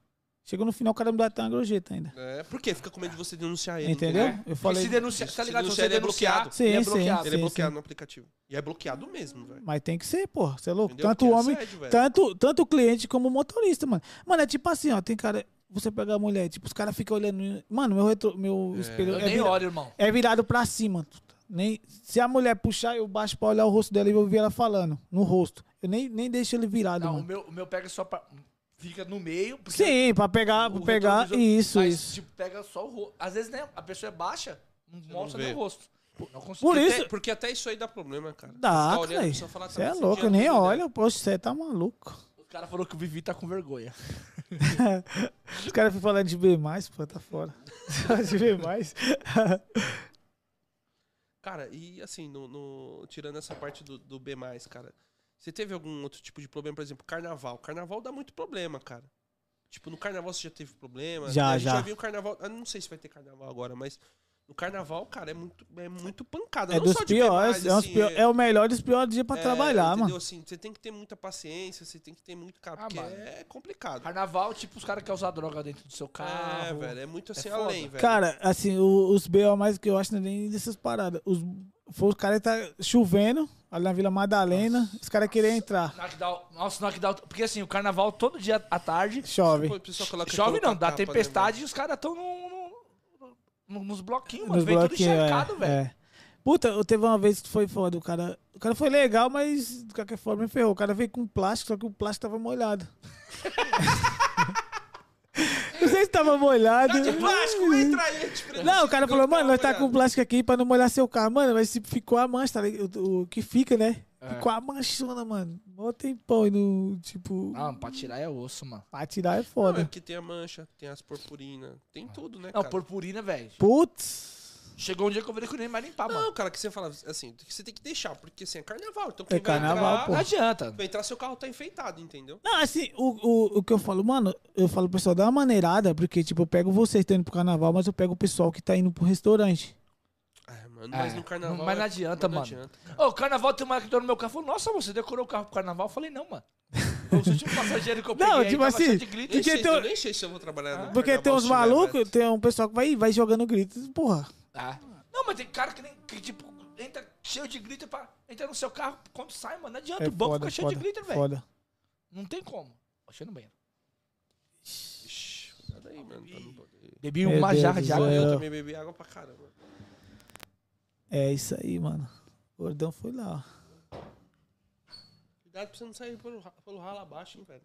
[SPEAKER 3] Chegou no final, o cara me dá até uma gorjeta ainda.
[SPEAKER 1] É, por quê? Fica com medo de você denunciar ele.
[SPEAKER 3] Entendeu?
[SPEAKER 1] entendeu?
[SPEAKER 3] Eu
[SPEAKER 2] É. Porque
[SPEAKER 3] falei.
[SPEAKER 2] se denunciar, tá
[SPEAKER 1] Se
[SPEAKER 2] ligado? Se
[SPEAKER 1] denunciar,
[SPEAKER 2] você
[SPEAKER 1] ele é
[SPEAKER 2] denunciar,
[SPEAKER 1] bloqueado.
[SPEAKER 3] Sim,
[SPEAKER 2] ele é
[SPEAKER 3] sim,
[SPEAKER 1] Ele
[SPEAKER 2] bloqueado.
[SPEAKER 1] é
[SPEAKER 3] Sim,
[SPEAKER 1] bloqueado no aplicativo. E é bloqueado mesmo, velho.
[SPEAKER 3] Mas tem que ser, porra. Você é louco.
[SPEAKER 1] Entendeu?
[SPEAKER 3] Tanto
[SPEAKER 1] Porque é
[SPEAKER 3] homem,
[SPEAKER 1] assédio, velho.
[SPEAKER 3] tanto, tanto o cliente como o motorista, mano. Mano, é tipo assim, ó. Tem cara. Você pega a mulher, tipo, os caras ficam olhando. Mano, meu, retro, meu espelho
[SPEAKER 2] Eu
[SPEAKER 3] é,
[SPEAKER 2] nem
[SPEAKER 3] vira-
[SPEAKER 2] olho, irmão.
[SPEAKER 3] é virado pra cima. truta. Nem, se a mulher puxar, eu baixo pra olhar o rosto dela e eu ouvir ela falando no rosto. Eu nem, nem deixo ele virado,
[SPEAKER 2] Não, o
[SPEAKER 3] mano.
[SPEAKER 2] meu, o meu pega só pra. Fica no meio. um porque
[SPEAKER 3] Tá Sim, pra pegar,
[SPEAKER 2] o
[SPEAKER 3] pra pegar.
[SPEAKER 2] retrovisor-
[SPEAKER 3] Isso,
[SPEAKER 2] mas,
[SPEAKER 3] isso.
[SPEAKER 2] Tipo, pega só o rosto. Às vezes, né? A pessoa é baixa, não mostra
[SPEAKER 1] vê.
[SPEAKER 2] nem o rosto. Não consigo.
[SPEAKER 3] Por
[SPEAKER 1] Até-
[SPEAKER 3] isso.
[SPEAKER 1] porque até isso aí dá problema, cara.
[SPEAKER 3] Dá,
[SPEAKER 1] Você tá olhando, a
[SPEAKER 3] cara.
[SPEAKER 1] pessoa fala, tá
[SPEAKER 3] Você é
[SPEAKER 1] nesse
[SPEAKER 3] louco,
[SPEAKER 1] dia,
[SPEAKER 3] eu
[SPEAKER 2] né,
[SPEAKER 3] nem
[SPEAKER 1] não tem
[SPEAKER 3] olho. Poxa, você tá maluco.
[SPEAKER 2] O cara falou que o Vivi tá com vergonha.
[SPEAKER 3] Os caras ficam falando de B, pô, tá fora. de B.
[SPEAKER 1] Cara, e assim, no, no- tirando essa parte do, do B, cara, você teve algum outro tipo de problema? Por exemplo, carnaval. Carnaval dá muito problema, cara. Tipo, no carnaval você já teve problema?
[SPEAKER 3] Já,
[SPEAKER 1] A gente
[SPEAKER 3] já.
[SPEAKER 1] já viu o carnaval. Eu não sei se vai ter carnaval agora, mas No carnaval, cara, é muito, é muito pancada.
[SPEAKER 3] É
[SPEAKER 1] não
[SPEAKER 3] dos
[SPEAKER 1] só de
[SPEAKER 3] piores,
[SPEAKER 1] bebagem,
[SPEAKER 3] é, uns
[SPEAKER 1] assim,
[SPEAKER 3] pior- é o melhor dos piores dias pra
[SPEAKER 1] é,
[SPEAKER 3] trabalhar,
[SPEAKER 1] entendeu?
[SPEAKER 3] mano.
[SPEAKER 1] Assim, você tem que ter muita paciência, você tem que ter muito cara,
[SPEAKER 2] Ah,
[SPEAKER 1] porque
[SPEAKER 2] mano.
[SPEAKER 1] é complicado.
[SPEAKER 2] Carnaval, tipo, os caras querem usar droga dentro do seu carro.
[SPEAKER 1] É, velho, é muito assim
[SPEAKER 2] foda.
[SPEAKER 1] além, velho.
[SPEAKER 3] Cara, assim, o- os BO mais que eu acho não é nem dessas paradas. Os, foi os caras tá chovendo ali na Vila Madalena, os caras queriam entrar.
[SPEAKER 2] Knockdown. Nossa, knockdown. Porque assim, o carnaval todo dia à tarde.
[SPEAKER 3] Chove.
[SPEAKER 1] Pô, o pessoal coloca-
[SPEAKER 2] Chove
[SPEAKER 1] coloca
[SPEAKER 2] não, dá
[SPEAKER 1] capa, né,
[SPEAKER 2] tempestade
[SPEAKER 1] velho?
[SPEAKER 2] e os caras estão nos bloquinhos, mano.
[SPEAKER 3] Nos
[SPEAKER 2] Vem tudo
[SPEAKER 3] bloquinhos,
[SPEAKER 2] encharcado,
[SPEAKER 3] é,
[SPEAKER 2] velho.
[SPEAKER 3] é. Puta, eu teve uma vez que foi foda. O cara, o cara foi legal, mas de qualquer forma me ferrou. O cara veio com plástico, só que o plástico tava molhado. não sei se tava molhado.
[SPEAKER 1] Tá de plástico, entra aí. tipo,
[SPEAKER 3] Não, o cara
[SPEAKER 1] ficou
[SPEAKER 3] falou, mano, nós tá
[SPEAKER 1] molhado.
[SPEAKER 3] com plástico aqui pra não molhar seu carro. Mano, mas se ficou a mancha, tá ligado? o, o que fica, né?
[SPEAKER 2] É.
[SPEAKER 3] Ficou a manchona, mano. Mó tempão e no, tipo,
[SPEAKER 2] Ah, pra tirar é osso, mano.
[SPEAKER 3] pra tirar é
[SPEAKER 1] Não,
[SPEAKER 3] foda. Ah.
[SPEAKER 1] é que tem a mancha, tem as purpurinas, tem tudo, né,
[SPEAKER 2] Não,
[SPEAKER 1] cara?
[SPEAKER 2] purpurina, velho.
[SPEAKER 3] Putz.
[SPEAKER 2] Chegou um dia que eu virei que eu nem mais limpar, mano.
[SPEAKER 1] Não, cara, que você fala assim, que você tem que deixar, porque assim, é carnaval. Então quem
[SPEAKER 3] É
[SPEAKER 1] vai
[SPEAKER 3] carnaval,
[SPEAKER 1] entrar,
[SPEAKER 3] pô.
[SPEAKER 2] Não adianta.
[SPEAKER 1] vai entrar, seu carro tá enfeitado, entendeu?
[SPEAKER 3] Não, assim, o, o, o que eu falo, mano, eu falo, pessoal, dá uma maneirada, porque, tipo, eu pego vocês que estão indo pro carnaval, mas eu pego o pessoal que tá indo pro restaurante.
[SPEAKER 1] Ah, mano, mas
[SPEAKER 2] É,
[SPEAKER 1] no carnaval.
[SPEAKER 2] mas não
[SPEAKER 1] é-
[SPEAKER 2] adianta, mano.
[SPEAKER 1] adianta.
[SPEAKER 2] Ô, o carnaval tem uma que deu no meu carro. Falou, nossa, você decorou o carro pro carnaval? Eu falei, não, mano. O último passageiro que eu peguei
[SPEAKER 3] Não,
[SPEAKER 2] aí
[SPEAKER 3] tipo
[SPEAKER 2] tava
[SPEAKER 3] assim,
[SPEAKER 2] cheio de glitter.
[SPEAKER 1] Nem
[SPEAKER 3] Porque
[SPEAKER 1] sei,
[SPEAKER 3] tem
[SPEAKER 1] Eu
[SPEAKER 3] um-
[SPEAKER 1] nem sei se eu vou trabalhar
[SPEAKER 2] Ah, é
[SPEAKER 1] no
[SPEAKER 3] Porque
[SPEAKER 1] carnaval,
[SPEAKER 3] tem uns
[SPEAKER 1] se tiver
[SPEAKER 3] malucos,
[SPEAKER 2] né?
[SPEAKER 1] aberto.
[SPEAKER 3] tem um pessoal que vai, vai jogando grito, porra.
[SPEAKER 2] Ah. Não, mas tem cara que nem. Que, tipo, entra cheio de glitter pra. Entra no seu carro quando sai, mano. Não adianta.
[SPEAKER 3] É
[SPEAKER 2] Ah, o banco
[SPEAKER 3] foda,
[SPEAKER 2] fica cheio
[SPEAKER 3] foda,
[SPEAKER 2] de glitter, velho.
[SPEAKER 3] foda.
[SPEAKER 2] Não tem como. Achei no banheiro.
[SPEAKER 1] Ixi, Cuidado aí, mano. pra não poder-
[SPEAKER 2] Bebi
[SPEAKER 3] Meu
[SPEAKER 2] uma
[SPEAKER 3] Deus
[SPEAKER 2] jarra
[SPEAKER 3] do
[SPEAKER 2] de
[SPEAKER 3] céu.
[SPEAKER 2] água.
[SPEAKER 1] Eu
[SPEAKER 3] É.
[SPEAKER 1] também bebi água pra caramba.
[SPEAKER 3] É isso aí, mano. O gordão foi lá, ó.
[SPEAKER 1] Cuidado pra você não sair pelo, ra- pelo ralo abaixo, hein, velho.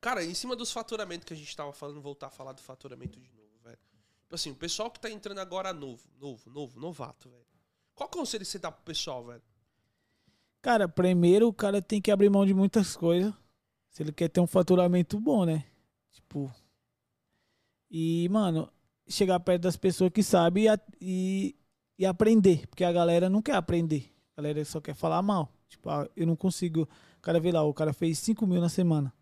[SPEAKER 1] Cara, em cima dos faturamentos que a gente tava falando, voltar a falar do faturamento de novo, velho. Tipo assim, o pessoal que tá entrando agora novo, novo, novo, novato, velho. Qual conselho você dá pro pessoal, velho?
[SPEAKER 3] Cara, primeiro o cara tem que abrir mão de muitas coisas. Se ele quer ter um faturamento bom, né? Tipo. E, mano, chegar perto das pessoas que sabem e a- e, e aprender. Porque a galera não quer aprender. A galera só quer falar mal. Tipo, ah, eu não consigo. O cara vê lá, o cara fez 5 mil na semana.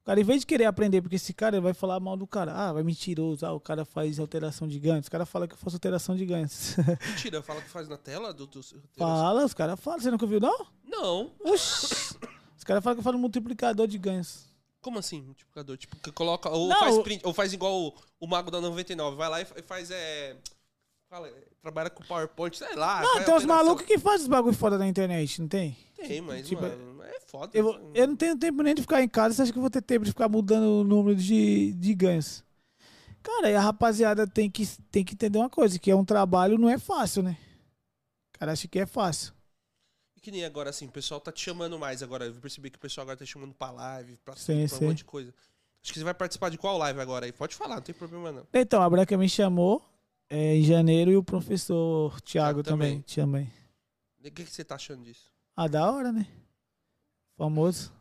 [SPEAKER 3] O cara, em vez de querer aprender, porque esse cara vai falar mal do cara. Ah, vai mentiroso. Ah, o cara faz alteração de ganhos. O cara fala que eu faço alteração de ganhos.
[SPEAKER 1] Mentira, fala que faz na tela do, do seu roteiro.
[SPEAKER 3] fala, os caras falam. Você nunca viu, não?
[SPEAKER 1] Não.
[SPEAKER 3] Oxi. Os caras falam que eu falo multiplicador de ganhos.
[SPEAKER 1] Como assim, multiplicador? Tipo, que coloca. Ou
[SPEAKER 3] Não,
[SPEAKER 1] faz
[SPEAKER 3] o-
[SPEAKER 1] print, ou faz igual o, o mago da 99. Vai lá e fa- e faz. É, fala, é, trabalha com PowerPoint, sei lá.
[SPEAKER 3] Não,
[SPEAKER 1] faz
[SPEAKER 3] Ah, tem uns
[SPEAKER 1] alteração.
[SPEAKER 3] malucos que fazem os bagulho fora da internet, não tem?
[SPEAKER 1] Tem, mas
[SPEAKER 3] tipo,
[SPEAKER 1] mano, é foda.
[SPEAKER 3] Eu, vou- eu não tenho tempo nem de ficar em casa, você acha que eu vou ter tempo de ficar mudando o número de, de ganhos? Cara, e a rapaziada tem que, tem que entender uma coisa, que é um trabalho, não é fácil, né? O cara acha que é fácil.
[SPEAKER 1] E Que nem agora, assim, o pessoal tá te chamando mais agora. Eu percebi que o pessoal agora tá te chamando pra live, pra,
[SPEAKER 3] Sim,
[SPEAKER 1] pra
[SPEAKER 3] sim.
[SPEAKER 1] um monte de coisa. Acho que você vai participar de qual live agora aí? Pode falar, não tem problema não.
[SPEAKER 3] Então, a Branca me chamou é, em janeiro e o professor
[SPEAKER 1] Thiago
[SPEAKER 3] Thiago
[SPEAKER 1] também.
[SPEAKER 3] também. também.
[SPEAKER 1] O que, que você tá achando disso?
[SPEAKER 3] Ah, da hora, né? Famoso.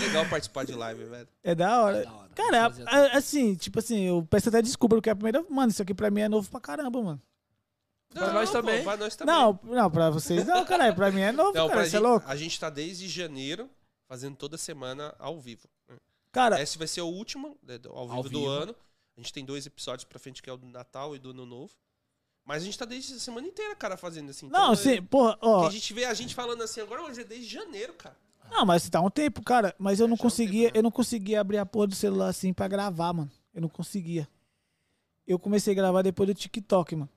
[SPEAKER 1] Legal participar de live, velho.
[SPEAKER 3] É da hora.
[SPEAKER 2] Da hora.
[SPEAKER 3] Cara,
[SPEAKER 2] Fazia-
[SPEAKER 3] a- a- assim, tipo assim, eu peço até desculpa, porque é a primeira. Mano, isso aqui pra mim é novo pra caramba, mano.
[SPEAKER 2] Pra nós também.
[SPEAKER 1] Pra nós também.
[SPEAKER 3] Não, não, pra vocês não, caralho. Pra mim é novo,
[SPEAKER 1] Não, pra
[SPEAKER 3] cara. Você
[SPEAKER 1] gente,
[SPEAKER 3] é louco?
[SPEAKER 1] a gente tá desde janeiro fazendo toda semana ao vivo.
[SPEAKER 3] Cara,
[SPEAKER 1] Esse vai ser o último né, do- ao, vivo
[SPEAKER 2] Ao
[SPEAKER 1] do
[SPEAKER 2] vivo.
[SPEAKER 1] ano. A gente tem dois episódios pra frente, que é o do Natal e do Ano Novo. Mas a gente tá desde a semana inteira, cara, fazendo assim.
[SPEAKER 3] não,
[SPEAKER 1] Então, é-
[SPEAKER 3] assim, porra,
[SPEAKER 1] que
[SPEAKER 3] ó.
[SPEAKER 1] a gente vê a gente falando assim agora, mas é desde janeiro, cara.
[SPEAKER 3] Não, mas tá um tempo, cara. Mas eu não
[SPEAKER 1] já é um
[SPEAKER 3] conseguia,
[SPEAKER 1] tempo, né?
[SPEAKER 3] eu não conseguia abrir a porra do celular assim pra gravar, mano. Eu não conseguia. Eu comecei a gravar depois do TikTok, mano.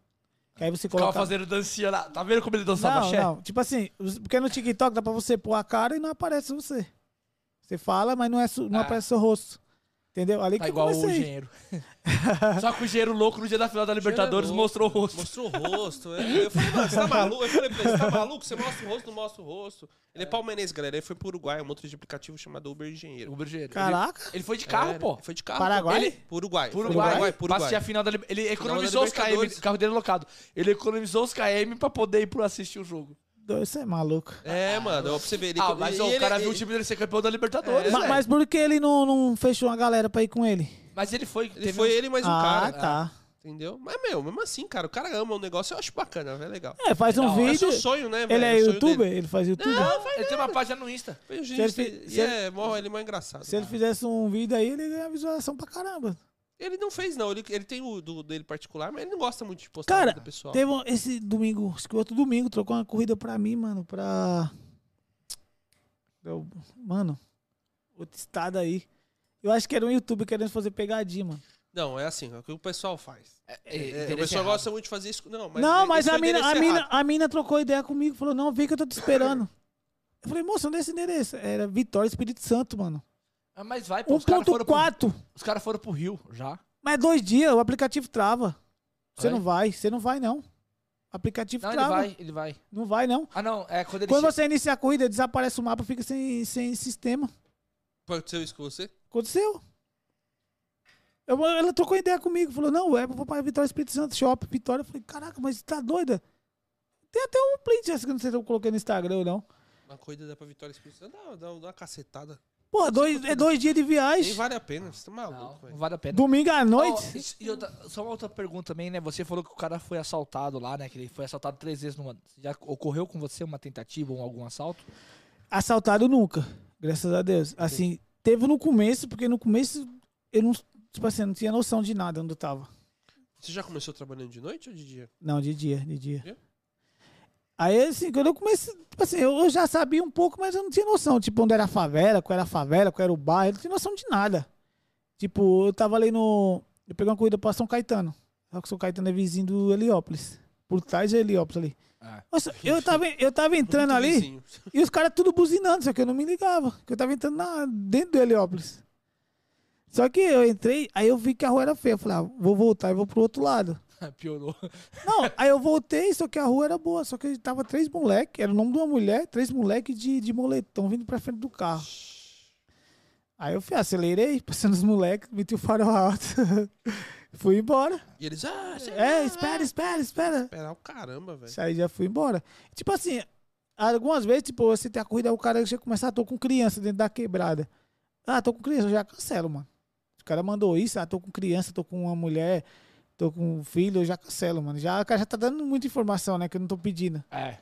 [SPEAKER 3] Que aí você
[SPEAKER 2] Ficava
[SPEAKER 3] coloca.
[SPEAKER 2] fazendo dancinha lá. Tá vendo como ele dançava
[SPEAKER 3] Não,
[SPEAKER 2] axé?
[SPEAKER 3] não. Tipo assim, os- porque no TikTok dá pra você pôr a cara e não aparece você. Você fala, mas não, é su- não
[SPEAKER 2] Ah.
[SPEAKER 3] aparece seu rosto. Entendeu? Ali
[SPEAKER 2] Tá
[SPEAKER 3] que eu
[SPEAKER 2] igual o
[SPEAKER 3] comecei.
[SPEAKER 2] engenheiro. Só que o engenheiro louco no dia da final da Libertadores
[SPEAKER 1] Engenheiro
[SPEAKER 2] mostrou o rosto.
[SPEAKER 1] Mostrou o rosto. é. Eu falei, mano, você tá maluco? Eu falei pra ele, você tá maluco? Você mostra o rosto, não mostra o rosto. Ele é palmeirense, galera. Ele foi pro Uruguai, um outro de aplicativo chamado Uber Engenheiro.
[SPEAKER 2] O engenheiro.
[SPEAKER 3] Caraca.
[SPEAKER 2] Ele, ele foi de carro,
[SPEAKER 1] Era,
[SPEAKER 2] pô.
[SPEAKER 1] Foi de carro.
[SPEAKER 3] Paraguai?
[SPEAKER 1] Ele, pro Uruguai.
[SPEAKER 2] Pro
[SPEAKER 1] Foi
[SPEAKER 2] Uruguai,
[SPEAKER 1] pro Uruguai.
[SPEAKER 2] Passei a final da Li- Ele economizou os KM,
[SPEAKER 1] Libertadores.
[SPEAKER 2] o carro dele locado. Ele economizou os KM pra poder ir pro assistir o jogo.
[SPEAKER 3] Você é maluco.
[SPEAKER 1] É, mano, ó, pra você ver. Ele,
[SPEAKER 2] ah, mas
[SPEAKER 1] e
[SPEAKER 2] ó, o
[SPEAKER 1] ele-
[SPEAKER 2] cara
[SPEAKER 1] ele-
[SPEAKER 2] viu o time dele ser campeão da Libertadores,
[SPEAKER 1] É,
[SPEAKER 3] Ma-
[SPEAKER 2] velho. mas,
[SPEAKER 3] mas por que ele não, não fechou uma galera pra ir com ele?
[SPEAKER 2] ele foi.
[SPEAKER 1] Ele
[SPEAKER 2] teve
[SPEAKER 1] foi
[SPEAKER 2] uns-
[SPEAKER 1] ele mais um
[SPEAKER 3] ah,
[SPEAKER 1] cara.
[SPEAKER 3] tá.
[SPEAKER 1] Entendeu? Mas, meu, mesmo assim, cara, o cara ama o negócio, eu acho bacana, velho, é legal.
[SPEAKER 3] É, faz
[SPEAKER 2] Da
[SPEAKER 3] um
[SPEAKER 2] hora.
[SPEAKER 1] É
[SPEAKER 3] vídeo.
[SPEAKER 1] seu sonho, né, velho?
[SPEAKER 3] ele é
[SPEAKER 1] o sonho
[SPEAKER 3] youtuber?
[SPEAKER 1] dele.
[SPEAKER 3] Ele faz YouTube?
[SPEAKER 1] Não, vai
[SPEAKER 2] Ele tem uma página no Insta.
[SPEAKER 1] ver o
[SPEAKER 3] Se ele
[SPEAKER 1] juiz.
[SPEAKER 3] fi-
[SPEAKER 1] E
[SPEAKER 3] se ele-
[SPEAKER 1] É, mó, ele é mó engraçado.
[SPEAKER 3] Se ele fizesse um vídeo aí, ele ganha visualização pra caramba.
[SPEAKER 1] Ele não fez, não. Ele, ele tem o do, dele particular, mas ele não gosta muito de postar
[SPEAKER 3] Cara,
[SPEAKER 1] a vida pessoal.
[SPEAKER 3] Teve um- esse domingo, acho que outro domingo, trocou uma corrida pra mim, mano, pra. Eu- Mano, outro estado aí. Eu acho que era um YouTube querendo fazer pegadinha, mano.
[SPEAKER 1] Não, é assim, é o que o pessoal faz.
[SPEAKER 2] É,
[SPEAKER 1] É,
[SPEAKER 2] interesse
[SPEAKER 1] o pessoal
[SPEAKER 2] errado.
[SPEAKER 1] gosta muito de fazer isso. Não, mas,
[SPEAKER 3] não,
[SPEAKER 1] esse
[SPEAKER 3] mas
[SPEAKER 1] é o
[SPEAKER 3] a mina, a,
[SPEAKER 1] endereço
[SPEAKER 3] mina,
[SPEAKER 1] errado.
[SPEAKER 3] a mina trocou ideia comigo, falou, não, vem que eu tô te esperando. Eu falei, moça, onde é esse endereço? Era Vitória Espírito Santo, mano.
[SPEAKER 2] Ah, mas vai, pô. Os caras foram, pro-
[SPEAKER 3] 1.4,
[SPEAKER 2] os cara foram pro Rio já.
[SPEAKER 3] mas dois dias, o aplicativo trava. Você
[SPEAKER 2] Vai?
[SPEAKER 3] não vai, você não vai, não. O aplicativo
[SPEAKER 2] Não, ele
[SPEAKER 3] trava.
[SPEAKER 2] vai, ele vai.
[SPEAKER 3] Não vai, não.
[SPEAKER 2] Ah, não, é quando ele
[SPEAKER 3] Quando
[SPEAKER 2] chega-
[SPEAKER 3] você inicia a corrida, desaparece o mapa, fica sem, sem sistema.
[SPEAKER 1] Aconteceu isso com você?
[SPEAKER 3] Aconteceu. Eu- ela trocou ideia comigo, falou, não, é, vou para Vitória Espírito Santo, shopping, Vitória. Eu falei, caraca, mas tá doida? Tem até um print essa que eu não sei se eu coloquei no Instagram ou não.
[SPEAKER 1] Uma corrida dá pra Vitória Espírito Santo, dá, dá, dá uma cacetada.
[SPEAKER 3] Porra, dois, é dois dias de
[SPEAKER 1] Nem
[SPEAKER 3] viagem,
[SPEAKER 1] vale a pena, você tá
[SPEAKER 2] Não,
[SPEAKER 1] maluco,
[SPEAKER 2] não
[SPEAKER 1] velho.
[SPEAKER 2] vale a pena.
[SPEAKER 3] domingo à
[SPEAKER 2] Ó,
[SPEAKER 3] noite.
[SPEAKER 2] isso- e outra- só uma outra pergunta também, né? Você falou que o cara foi assaltado lá, né? Que ele foi assaltado três vezes numa. Já ocorreu com você uma tentativa ou algum assalto?
[SPEAKER 3] Assaltado nunca, graças a Deus. Assim, teve no começo, porque no começo eu não, tipo assim, eu não tinha noção de nada onde eu tava.
[SPEAKER 1] Você já começou trabalhando de noite ou de dia?
[SPEAKER 3] Não, de dia, de dia.
[SPEAKER 1] Dia?
[SPEAKER 3] Aí, assim, quando eu comecei, tipo assim, eu eu já sabia um pouco, mas eu não tinha noção, tipo, onde era a favela, qual era a favela, qual era o bairro, eu não tinha noção de nada. Tipo, eu tava ali no. Eu peguei uma corrida pra São Caetano. Só que São Caetano é vizinho do Heliópolis. Por trás de Heliópolis ali.
[SPEAKER 2] Ah.
[SPEAKER 1] É.
[SPEAKER 3] Nossa, eu tava, eu tava entrando
[SPEAKER 1] Muito
[SPEAKER 3] ali.
[SPEAKER 1] vizinho.
[SPEAKER 3] E os caras tudo buzinando, só que eu não me ligava. Que eu tava entrando na, dentro do Heliópolis. Só que eu entrei, aí eu vi que a rua era feia. Eu falei, ah, vou voltar e vou pro outro lado.
[SPEAKER 2] Piorou.
[SPEAKER 3] Não, aí eu voltei, só que a rua era boa. Só que tava três moleques, era o nome de uma mulher, três moleques de, de moletom vindo pra frente do carro. Aí eu fui, acelerei, passando os moleques, meti o farol alto. fui embora.
[SPEAKER 1] E eles, ah, você
[SPEAKER 3] É, espera, espera, espera.
[SPEAKER 1] esperar o caramba, velho.
[SPEAKER 3] Isso aí já fui embora. Tipo assim, algumas vezes, tipo, você tem a corrida, o cara já começa, ah, tô com criança dentro da quebrada. Ah, tô com criança, eu já cancelo, mano. O cara mandou isso, ah, tô com criança, tô com uma mulher, tô com um filho, eu já cancelo, mano. Já, o cara já tá dando muita informação, né, que eu não tô pedindo.
[SPEAKER 2] É.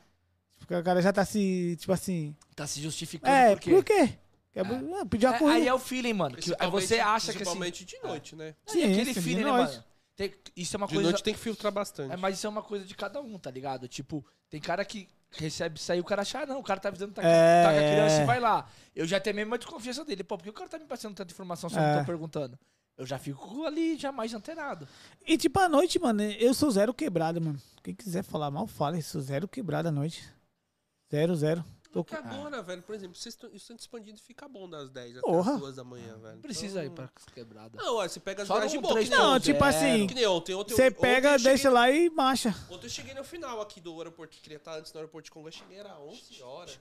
[SPEAKER 3] Porque o cara já tá se, tipo assim,
[SPEAKER 2] Tá se justificando
[SPEAKER 3] é,
[SPEAKER 2] por quê?
[SPEAKER 3] por quê? Quer bu- ah, pediu a
[SPEAKER 2] É, aí
[SPEAKER 3] corrida.
[SPEAKER 2] é o feeling, mano. que- aí você
[SPEAKER 1] Principalmente-
[SPEAKER 2] acha que assim.
[SPEAKER 1] Principalmente de noite, né?
[SPEAKER 2] Não, e aquele
[SPEAKER 3] Sim, sim,
[SPEAKER 2] feeling,
[SPEAKER 3] de
[SPEAKER 2] né,
[SPEAKER 3] noite.
[SPEAKER 2] mano? Tem- isso é uma
[SPEAKER 1] De
[SPEAKER 2] coisa.
[SPEAKER 1] noite tem que filtrar bastante.
[SPEAKER 2] É, mas isso é uma coisa de cada um, tá ligado? Tipo, tem cara que recebe isso aí, o cara acha, ah, não, o cara tá avisando que tá,
[SPEAKER 3] É.
[SPEAKER 2] tá com a criança e vai lá. Eu já tenho mesmo a desconfiança dele. Pô, por que o cara tá me passando tanta informação se eu não
[SPEAKER 3] É.
[SPEAKER 2] tô perguntando? Eu já fico ali, já mais antenado.
[SPEAKER 3] E tipo, à noite, mano, eu sou zero quebrada, mano. Quem quiser falar mal, fala, eu sou zero quebrada à noite. Zero, zero. Tô
[SPEAKER 1] Porque agora, velho, por exemplo, vocês estão estão expandindo e fica bom das 10 até
[SPEAKER 3] Porra.
[SPEAKER 1] as 2 da manhã, velho.
[SPEAKER 2] Não precisa ir
[SPEAKER 1] Então,
[SPEAKER 2] pra quebrada.
[SPEAKER 1] Não, olha, você pega as
[SPEAKER 2] Só
[SPEAKER 1] viagens de
[SPEAKER 2] num
[SPEAKER 1] boa, que nem,
[SPEAKER 3] Não,
[SPEAKER 2] 3.0.
[SPEAKER 1] ontem.
[SPEAKER 3] tipo assim,
[SPEAKER 1] Que nem ontem. Ontem
[SPEAKER 3] Você
[SPEAKER 1] eu- ontem
[SPEAKER 3] pega,
[SPEAKER 1] eu cheguei-
[SPEAKER 3] deixa lá e marcha.
[SPEAKER 1] Ontem eu cheguei no final aqui do aeroporto que queria estar antes no aeroporto de Conga, cheguei, era 11 horas.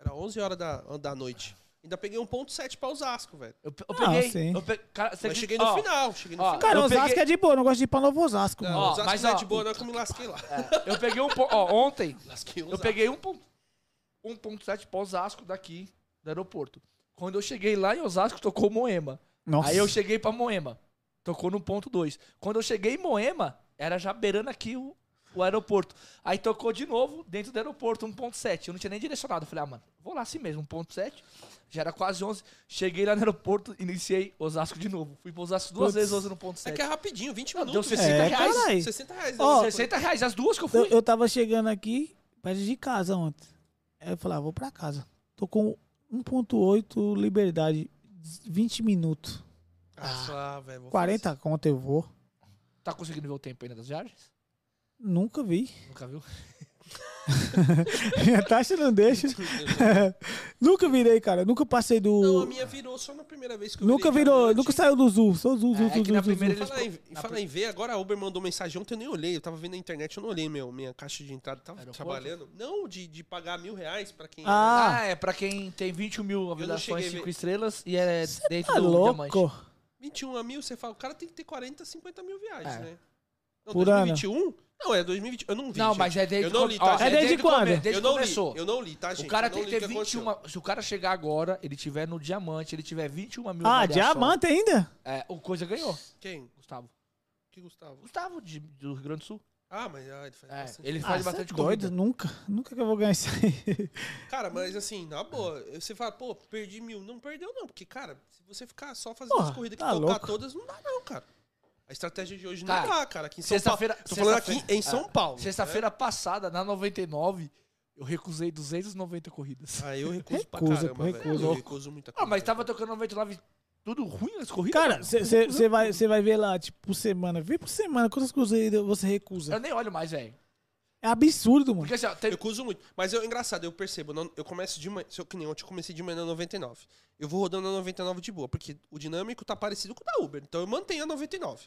[SPEAKER 1] Era 11 horas da, da noite. Ainda peguei 1.7 pra Osasco, velho.
[SPEAKER 2] Eu, pe- eu
[SPEAKER 3] Não,
[SPEAKER 2] peguei.
[SPEAKER 3] sim.
[SPEAKER 2] eu pe- cara, você
[SPEAKER 1] Mas
[SPEAKER 2] acredita-
[SPEAKER 1] cheguei no
[SPEAKER 2] ó,
[SPEAKER 1] final, cheguei no
[SPEAKER 2] ó,
[SPEAKER 1] final.
[SPEAKER 3] Cara,
[SPEAKER 2] Eu
[SPEAKER 3] Osasco
[SPEAKER 2] peguei-
[SPEAKER 3] é de boa, eu não gosto de ir pra Novo Osasco.
[SPEAKER 1] Não,
[SPEAKER 3] mano.
[SPEAKER 2] ó,
[SPEAKER 1] Osasco
[SPEAKER 2] mas,
[SPEAKER 1] não é
[SPEAKER 2] ó,
[SPEAKER 1] de boa, não é que eu me lasquei lá.
[SPEAKER 2] é, eu peguei um ponto. Ó, ontem,
[SPEAKER 1] Lasquei
[SPEAKER 2] eu peguei um ponto- 1.7 pra Osasco daqui, do aeroporto. Quando eu cheguei lá em Osasco, tocou Moema.
[SPEAKER 3] Nossa.
[SPEAKER 2] Aí eu cheguei pra Moema. Tocou no ponto 2. Quando eu cheguei em Moema, era já beirando aqui o, o aeroporto. Aí tocou de novo dentro do aeroporto, 1.7. Eu não tinha nem direcionado. Eu falei, ah, mano, vou lá assim mesmo, 1.7. Já era quase 11. Cheguei lá no aeroporto, iniciei Osasco de novo. Fui pra Osasco duas
[SPEAKER 3] Putz.
[SPEAKER 2] vezes, 11 no
[SPEAKER 1] É
[SPEAKER 2] 1.7.
[SPEAKER 1] que é rapidinho, 20
[SPEAKER 2] Não, deu
[SPEAKER 1] minutos.
[SPEAKER 2] 60
[SPEAKER 3] É,
[SPEAKER 2] reais.
[SPEAKER 3] caralho.
[SPEAKER 1] 60 reais.
[SPEAKER 3] Ó,
[SPEAKER 1] né?
[SPEAKER 2] 60 reais, as duas que eu
[SPEAKER 3] eu,
[SPEAKER 2] fui.
[SPEAKER 3] eu tava chegando aqui, perto de casa ontem. Aí eu falei, ah, vou pra casa. Tô com 1.8 liberdade, 20 minutos.
[SPEAKER 1] Ah, velho. vou
[SPEAKER 3] 40 conto eu vou.
[SPEAKER 2] Tá conseguindo ver o tempo ainda das viagens?
[SPEAKER 3] Nunca vi.
[SPEAKER 2] Nunca viu?
[SPEAKER 3] Minha taxa não deixa. nunca virei, cara. Nunca passei
[SPEAKER 1] Não, a
[SPEAKER 3] do.
[SPEAKER 1] minha virou só na primeira vez que eu
[SPEAKER 3] Nunca
[SPEAKER 1] virei de
[SPEAKER 3] virou,
[SPEAKER 1] noite.
[SPEAKER 3] nunca saiu do Zul. Sou Zul, Zul,
[SPEAKER 2] É,
[SPEAKER 3] Zul,
[SPEAKER 2] que na
[SPEAKER 3] Zul, Zul,
[SPEAKER 2] primeira
[SPEAKER 3] Zul.
[SPEAKER 2] eles-
[SPEAKER 1] Falar em,
[SPEAKER 2] Na
[SPEAKER 1] falar em ver, agora a Uber mandou mensagem ontem, eu nem olhei. Eu tava vendo na internet, eu não olhei meu, minha caixa de entrada. Tava
[SPEAKER 2] Aeroporto?
[SPEAKER 1] trabalhando. Não, de, de pagar mil reais pra quem...
[SPEAKER 3] Ah,
[SPEAKER 2] Ah, é pra quem tem 21 mil avaliações,
[SPEAKER 1] cheguei a
[SPEAKER 2] 5
[SPEAKER 1] ver.
[SPEAKER 2] estrelas e é dentro
[SPEAKER 3] tá
[SPEAKER 2] do diamante.
[SPEAKER 3] louco.
[SPEAKER 1] 21 a mil, você fala, o cara tem que ter 40, 50 mil viagens,
[SPEAKER 2] É.
[SPEAKER 1] né? Não,
[SPEAKER 3] Por
[SPEAKER 1] 2021? Não, é 2021. Eu não vi,
[SPEAKER 2] não,
[SPEAKER 1] gente.
[SPEAKER 2] mas é desde
[SPEAKER 1] Eu não
[SPEAKER 2] quando-
[SPEAKER 1] li,
[SPEAKER 2] ó,
[SPEAKER 1] tá,
[SPEAKER 3] é
[SPEAKER 1] gente?
[SPEAKER 3] desde quando?
[SPEAKER 2] come- Desde
[SPEAKER 1] Eu
[SPEAKER 2] que
[SPEAKER 1] não li,
[SPEAKER 2] começou.
[SPEAKER 1] eu não li, tá, gente?
[SPEAKER 2] o cara
[SPEAKER 1] Eu não
[SPEAKER 2] tem
[SPEAKER 1] li
[SPEAKER 2] que
[SPEAKER 1] o
[SPEAKER 2] ter
[SPEAKER 1] aconteceu.
[SPEAKER 2] 21. Se o cara chegar agora, ele tiver no diamante, ele tiver 21 mil.
[SPEAKER 3] Ah,
[SPEAKER 2] avaliações,
[SPEAKER 3] diamante ainda?
[SPEAKER 2] É, o coisa ganhou,
[SPEAKER 1] Quem?
[SPEAKER 2] Gustavo.
[SPEAKER 1] Que Gustavo?
[SPEAKER 2] Gustavo, de- do Rio Grande do Sul.
[SPEAKER 1] Ah, mas ah, ele faz
[SPEAKER 2] É,
[SPEAKER 1] bastante.
[SPEAKER 2] ele
[SPEAKER 3] Ah,
[SPEAKER 2] faz
[SPEAKER 3] cê é
[SPEAKER 2] bastante
[SPEAKER 3] doido?
[SPEAKER 2] comida.
[SPEAKER 3] Nunca. Nunca que eu vou ganhar isso aí.
[SPEAKER 1] Cara, mas assim, na boa, você fala, pô, perdi mil. Não perdeu, não, porque, cara, se você ficar só fazendo
[SPEAKER 3] Porra,
[SPEAKER 1] as corridas que
[SPEAKER 3] tá
[SPEAKER 1] tocar
[SPEAKER 3] louco.
[SPEAKER 1] todas, não dá, não, cara. A estratégia de hoje
[SPEAKER 2] Cara,
[SPEAKER 1] não dá, cara. Aqui em São Paulo.
[SPEAKER 2] Sexta-feira.
[SPEAKER 1] Tô falando aqui
[SPEAKER 2] sexta-feira- é. Ah,
[SPEAKER 1] em São Paulo. né?
[SPEAKER 2] Sexta-feira passada, na 99, eu recusei 290 corridas.
[SPEAKER 1] Ah, eu recuso pra
[SPEAKER 3] Recusa,
[SPEAKER 1] caramba,
[SPEAKER 3] pô,
[SPEAKER 1] velho.
[SPEAKER 3] recusa.
[SPEAKER 1] Eu recuso muita coisa.
[SPEAKER 2] Ah, mas tava tocando 99 tudo ruim nas corridas?
[SPEAKER 3] Cara,
[SPEAKER 2] mano.
[SPEAKER 3] você vai, cê vai ver lá, tipo, por semana. Vê por semana quantas cruzeiras você recusa.
[SPEAKER 2] Eu nem olho mais, velho.
[SPEAKER 3] É absurdo, mano.
[SPEAKER 2] Porque assim, ó,
[SPEAKER 1] Eu
[SPEAKER 2] teve...
[SPEAKER 1] recuso muito. Mas eu, engraçado, eu percebo. não- eu começo de manhã. Se eu, que nem ontem, eu comecei de manhã na 99. Eu vou rodando na 99 de boa, porque o dinâmico tá parecido com o da Uber. Então eu mantenho a 99.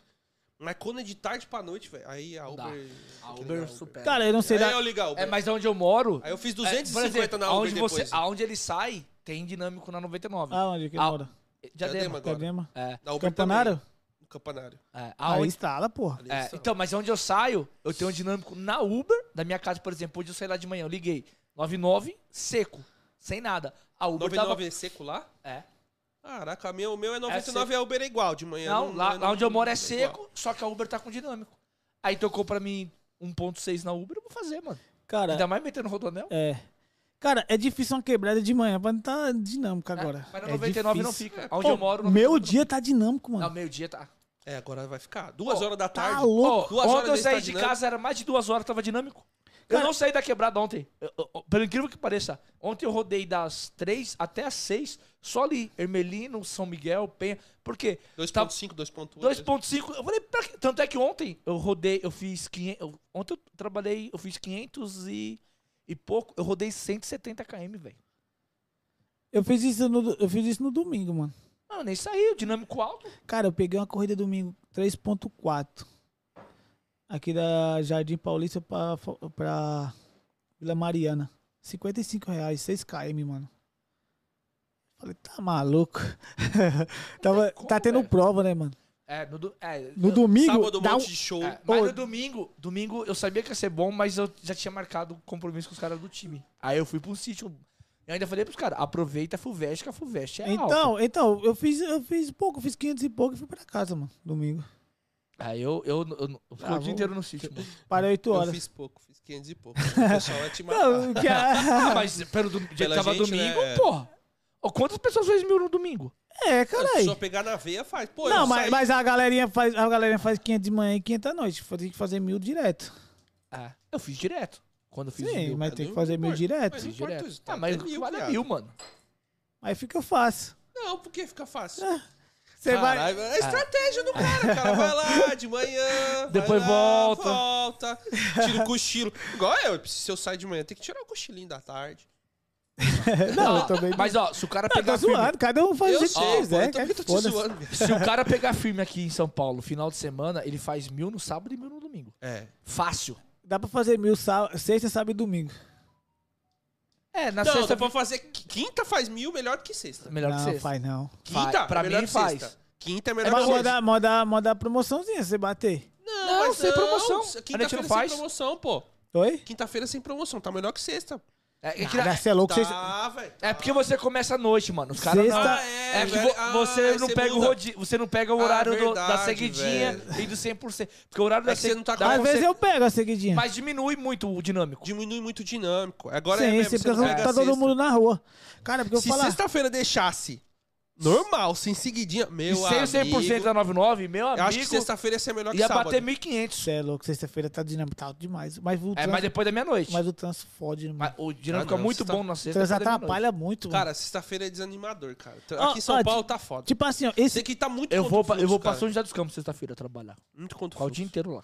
[SPEAKER 1] Mas quando é de tarde pra noite, velho, aí a Uber.
[SPEAKER 2] Dá.
[SPEAKER 1] tem
[SPEAKER 2] a
[SPEAKER 1] que
[SPEAKER 2] Uber
[SPEAKER 1] ligar
[SPEAKER 2] supera.
[SPEAKER 3] Cara, eu não sei
[SPEAKER 1] Aí
[SPEAKER 3] da.
[SPEAKER 1] eu ligar a Uber.
[SPEAKER 2] é, mas onde eu moro.
[SPEAKER 1] Aí eu fiz
[SPEAKER 2] é,
[SPEAKER 1] 250
[SPEAKER 2] por exemplo,
[SPEAKER 1] na Uber
[SPEAKER 2] aonde
[SPEAKER 1] depois.
[SPEAKER 2] você, Aonde ele sai, tem dinâmico na 99.
[SPEAKER 3] Ah, onde que
[SPEAKER 2] Ah,
[SPEAKER 3] mora? Tá
[SPEAKER 2] Diadema.
[SPEAKER 1] Diadema. agora.
[SPEAKER 3] Cadema?
[SPEAKER 2] É,
[SPEAKER 1] Na Uber
[SPEAKER 3] Campanário?
[SPEAKER 1] também. No Campanário.
[SPEAKER 2] é,
[SPEAKER 3] Aí
[SPEAKER 2] aonde,
[SPEAKER 3] instala, porra.
[SPEAKER 1] Ali
[SPEAKER 2] é,
[SPEAKER 1] eles são.
[SPEAKER 2] então, mas onde eu saio, eu tenho um dinâmico na Uber, da minha casa, por exemplo. Hoje eu saí lá de manhã, eu liguei 99, seco, sem nada. A Uber tá
[SPEAKER 1] 99 é seco lá?
[SPEAKER 2] tava... É.
[SPEAKER 1] Caraca, meu- o meu é 99 e a Uber é igual de manhã.
[SPEAKER 2] Não, lá,
[SPEAKER 1] é
[SPEAKER 2] lá onde eu moro é
[SPEAKER 1] igual.
[SPEAKER 2] seco, só que a Uber tá com dinâmico. Aí tocou pra mim 1.6 na Uber, eu vou fazer, mano.
[SPEAKER 3] Cara,
[SPEAKER 2] Ainda mais metendo rodonel.
[SPEAKER 3] é. Cara, é difícil uma quebrada de manhã, mas não tá dinâmico agora.
[SPEAKER 2] Mas na
[SPEAKER 3] É
[SPEAKER 2] 99 não
[SPEAKER 3] difícil.
[SPEAKER 2] fica. Onde
[SPEAKER 3] Ô,
[SPEAKER 2] eu moro... não
[SPEAKER 3] Meu
[SPEAKER 2] fica.
[SPEAKER 3] dia tá dinâmico,
[SPEAKER 2] Não,
[SPEAKER 3] mano.
[SPEAKER 2] meio-dia tá.
[SPEAKER 1] É, agora vai ficar. Duas
[SPEAKER 2] Pô,
[SPEAKER 1] horas da tarde.
[SPEAKER 3] Tá louco.
[SPEAKER 2] Ô,
[SPEAKER 1] Duas horas
[SPEAKER 2] ontem eu
[SPEAKER 1] desse
[SPEAKER 2] saí
[SPEAKER 1] tá
[SPEAKER 2] de
[SPEAKER 1] dinâmico.
[SPEAKER 2] casa, era mais de duas horas, tava dinâmico.
[SPEAKER 3] Cara-
[SPEAKER 2] eu não saí da quebrada ontem. Eu- eu- eu- pelo incrível que pareça, ontem eu rodei das três até as seis, só ali. Ermelino, São Miguel, Penha. Por quê? Tá-
[SPEAKER 1] 2.5, 2.8.
[SPEAKER 2] 2.5, eu falei, pra quê? tanto é que ontem eu rodei, eu fiz 500, eu- ontem eu trabalhei, eu fiz 500 e, e pouco, eu rodei 170 km, velho.
[SPEAKER 3] Eu fiz, isso no, eu fiz isso no domingo, mano.
[SPEAKER 2] Não, eu nem saí, o dinâmico alto.
[SPEAKER 3] Cara, eu peguei uma corrida domingo 3.4. Aqui da Jardim Paulista pra, Fa- pra Vila Mariana. R$ 55 reais, 6 km, mano. Falei, tá maluco? Tava,
[SPEAKER 2] como,
[SPEAKER 3] tá tendo
[SPEAKER 2] velho.
[SPEAKER 3] prova, né, mano?
[SPEAKER 2] É, no, do- é,
[SPEAKER 3] No
[SPEAKER 2] eu-
[SPEAKER 3] domingo,
[SPEAKER 1] Sábado, um
[SPEAKER 3] dá um...
[SPEAKER 1] monte de show.
[SPEAKER 2] É, mas
[SPEAKER 3] Ô.
[SPEAKER 2] no domingo, domingo eu sabia que ia ser bom, mas eu já tinha marcado um compromisso com os caras do time. Aí eu fui pro sítio. Eu ainda falei pros caras, aproveita a Fulvestre, que a Fulvestre é alta.
[SPEAKER 3] então, então, eu fiz, eu fiz pouco, eu fiz 500 e pouco e fui pra casa, mano, domingo.
[SPEAKER 2] Aí eu, eu, eu, eu, eu fiquei
[SPEAKER 3] Ah,
[SPEAKER 2] o
[SPEAKER 3] vou-
[SPEAKER 2] dia inteiro no sítio, mano.
[SPEAKER 3] Parei 8
[SPEAKER 1] Eu
[SPEAKER 3] horas.
[SPEAKER 1] fiz pouco, fiz 500 e pouco. O pessoal vai te matar.
[SPEAKER 3] Não, que é,
[SPEAKER 2] Ah,
[SPEAKER 3] a-
[SPEAKER 2] mas pelo do, jeito que
[SPEAKER 1] Pela
[SPEAKER 2] tava
[SPEAKER 1] gente,
[SPEAKER 2] domingo,
[SPEAKER 1] né?
[SPEAKER 2] porra. Ô, quantas pessoas fez mil no domingo?
[SPEAKER 3] É,
[SPEAKER 1] Se só
[SPEAKER 3] caralho.
[SPEAKER 1] pegar na veia, faz. Pô,
[SPEAKER 3] Não,
[SPEAKER 1] eu
[SPEAKER 3] mas,
[SPEAKER 1] saí-
[SPEAKER 3] mas a galerinha faz, a galerinha faz 500 de manhã e 500 à noite. Tem que fazer mil direto.
[SPEAKER 2] Ah, eu fiz direto. Quando eu fiz
[SPEAKER 3] Sim,
[SPEAKER 2] mil.
[SPEAKER 3] mas
[SPEAKER 1] Ah,
[SPEAKER 3] tem
[SPEAKER 1] não
[SPEAKER 3] que fazer mil
[SPEAKER 1] importa.
[SPEAKER 3] direto.
[SPEAKER 1] Mas
[SPEAKER 2] Fiz
[SPEAKER 1] não importa
[SPEAKER 2] direto.
[SPEAKER 1] isso, tá?
[SPEAKER 2] Ah, mas
[SPEAKER 1] É mil,
[SPEAKER 2] vale
[SPEAKER 1] viado.
[SPEAKER 2] mil, mano.
[SPEAKER 3] Aí fica fácil.
[SPEAKER 1] Não, porque fica fácil.
[SPEAKER 3] Você vai.
[SPEAKER 1] Caralho, É a estratégia do cara, cara. Vai lá de manhã.
[SPEAKER 2] Depois
[SPEAKER 1] vai lá,
[SPEAKER 2] volta.
[SPEAKER 1] Volta. Tira o cochilo. Igual eu, se eu sair de manhã, tem que tirar o cochilinho da tarde.
[SPEAKER 3] É, Não,
[SPEAKER 2] Ó,
[SPEAKER 3] eu também.
[SPEAKER 2] Ah, Mas ó, se o cara
[SPEAKER 3] eu tô
[SPEAKER 2] pegar firme,
[SPEAKER 3] zoando, cada um faz o
[SPEAKER 1] tá eu
[SPEAKER 3] jeito que
[SPEAKER 1] sei, pô,
[SPEAKER 3] quiser.
[SPEAKER 1] eu também
[SPEAKER 3] cara,
[SPEAKER 1] tô te
[SPEAKER 3] foda-se.
[SPEAKER 1] zoando. velho.
[SPEAKER 2] se o cara pegar firme aqui em São Paulo, final de semana, ele faz mil no sábado e mil no domingo.
[SPEAKER 1] É.
[SPEAKER 2] Fácil.
[SPEAKER 3] Dá pra fazer mil sá- sexta, sábado e domingo.
[SPEAKER 2] É, na
[SPEAKER 1] Não,
[SPEAKER 2] sexta é
[SPEAKER 1] dá pra fazer. qui- Quinta faz mil melhor que sexta.
[SPEAKER 2] melhor que
[SPEAKER 3] não,
[SPEAKER 2] sexta.
[SPEAKER 3] faz não.
[SPEAKER 1] Quinta?
[SPEAKER 2] Faz. Pra
[SPEAKER 1] é melhor
[SPEAKER 2] mim,
[SPEAKER 1] que
[SPEAKER 2] faz.
[SPEAKER 1] sexta. Quinta é
[SPEAKER 3] É
[SPEAKER 1] melhor
[SPEAKER 3] uma
[SPEAKER 1] que sexta.
[SPEAKER 3] moda, moda, moda promoçãozinha, você bater.
[SPEAKER 2] Não,
[SPEAKER 1] mas
[SPEAKER 2] sem promoção. A gente não
[SPEAKER 1] Quinta-feira é sem
[SPEAKER 2] faz.
[SPEAKER 1] promoção, pô.
[SPEAKER 3] Oi?
[SPEAKER 1] Quinta-feira sem promoção, tá melhor que sexta.
[SPEAKER 2] É, é que-
[SPEAKER 3] Cara, você é louco. Sexta...
[SPEAKER 1] Tá, velho.
[SPEAKER 2] é porque você começa à noite, mano. Os caras
[SPEAKER 3] Sexta-
[SPEAKER 2] não.
[SPEAKER 1] Ah,
[SPEAKER 2] É, que
[SPEAKER 1] velho.
[SPEAKER 2] vo-
[SPEAKER 1] Ah,
[SPEAKER 2] você, não
[SPEAKER 1] você
[SPEAKER 2] pega o
[SPEAKER 1] muda.
[SPEAKER 2] rodi- você não pega o
[SPEAKER 1] Ah,
[SPEAKER 2] horário do- da
[SPEAKER 1] verdade,
[SPEAKER 2] seguidinha
[SPEAKER 1] velho.
[SPEAKER 2] e do 100%. Porque o horário da
[SPEAKER 1] que você
[SPEAKER 2] seg-
[SPEAKER 1] não tá
[SPEAKER 2] da
[SPEAKER 1] com-
[SPEAKER 3] Às
[SPEAKER 2] conse-
[SPEAKER 3] vezes eu pego a seguidinha.
[SPEAKER 2] Mas diminui muito o dinâmico.
[SPEAKER 1] Diminui muito o dinâmico. Agora é
[SPEAKER 3] Sim,
[SPEAKER 1] mesmo,
[SPEAKER 3] sim,
[SPEAKER 1] você não
[SPEAKER 3] porque
[SPEAKER 1] pega
[SPEAKER 3] tá todo
[SPEAKER 1] sexta.
[SPEAKER 3] mundo na rua. Cara, porque eu
[SPEAKER 1] Se
[SPEAKER 3] falar.
[SPEAKER 1] sexta-feira deixasse normal, sem seguidinha, meu
[SPEAKER 2] E sem o 100%
[SPEAKER 1] amigo...
[SPEAKER 2] da 99, meu
[SPEAKER 1] Eu acho que
[SPEAKER 2] amigo,
[SPEAKER 1] sexta-feira ia ser melhor que
[SPEAKER 2] ia
[SPEAKER 1] sábado.
[SPEAKER 2] bater 1.500.
[SPEAKER 3] Você é louco, sexta-feira tá dinâmico, tá alto demais. Mas o
[SPEAKER 2] É,
[SPEAKER 3] trans,
[SPEAKER 2] mas
[SPEAKER 3] mas,
[SPEAKER 2] depois da meia-noite.
[SPEAKER 3] o trans fode, mano.
[SPEAKER 2] Mas O dinâmico
[SPEAKER 1] Ah,
[SPEAKER 2] é
[SPEAKER 1] não,
[SPEAKER 2] muito
[SPEAKER 1] sexta- tá
[SPEAKER 2] bom na
[SPEAKER 3] O
[SPEAKER 2] sexta.
[SPEAKER 3] trans
[SPEAKER 2] depois da meia-noite.
[SPEAKER 3] atrapalha muito, mano.
[SPEAKER 1] Cara, sexta-feira é desanimador, cara. Aqui
[SPEAKER 3] Ó,
[SPEAKER 1] em São
[SPEAKER 3] ó,
[SPEAKER 1] Paulo tá foda.
[SPEAKER 3] Ah, Tipo assim, ó, esse
[SPEAKER 1] Esse aqui tá muito
[SPEAKER 2] Eu
[SPEAKER 1] contra
[SPEAKER 2] vou,
[SPEAKER 1] o
[SPEAKER 2] pra- eu
[SPEAKER 1] fluxo,
[SPEAKER 2] vou pra
[SPEAKER 1] cara.
[SPEAKER 2] São José dos Campos sexta-feira trabalhar.
[SPEAKER 1] Muito contra o
[SPEAKER 2] Ficar o dia
[SPEAKER 1] fluxo.
[SPEAKER 2] inteiro lá.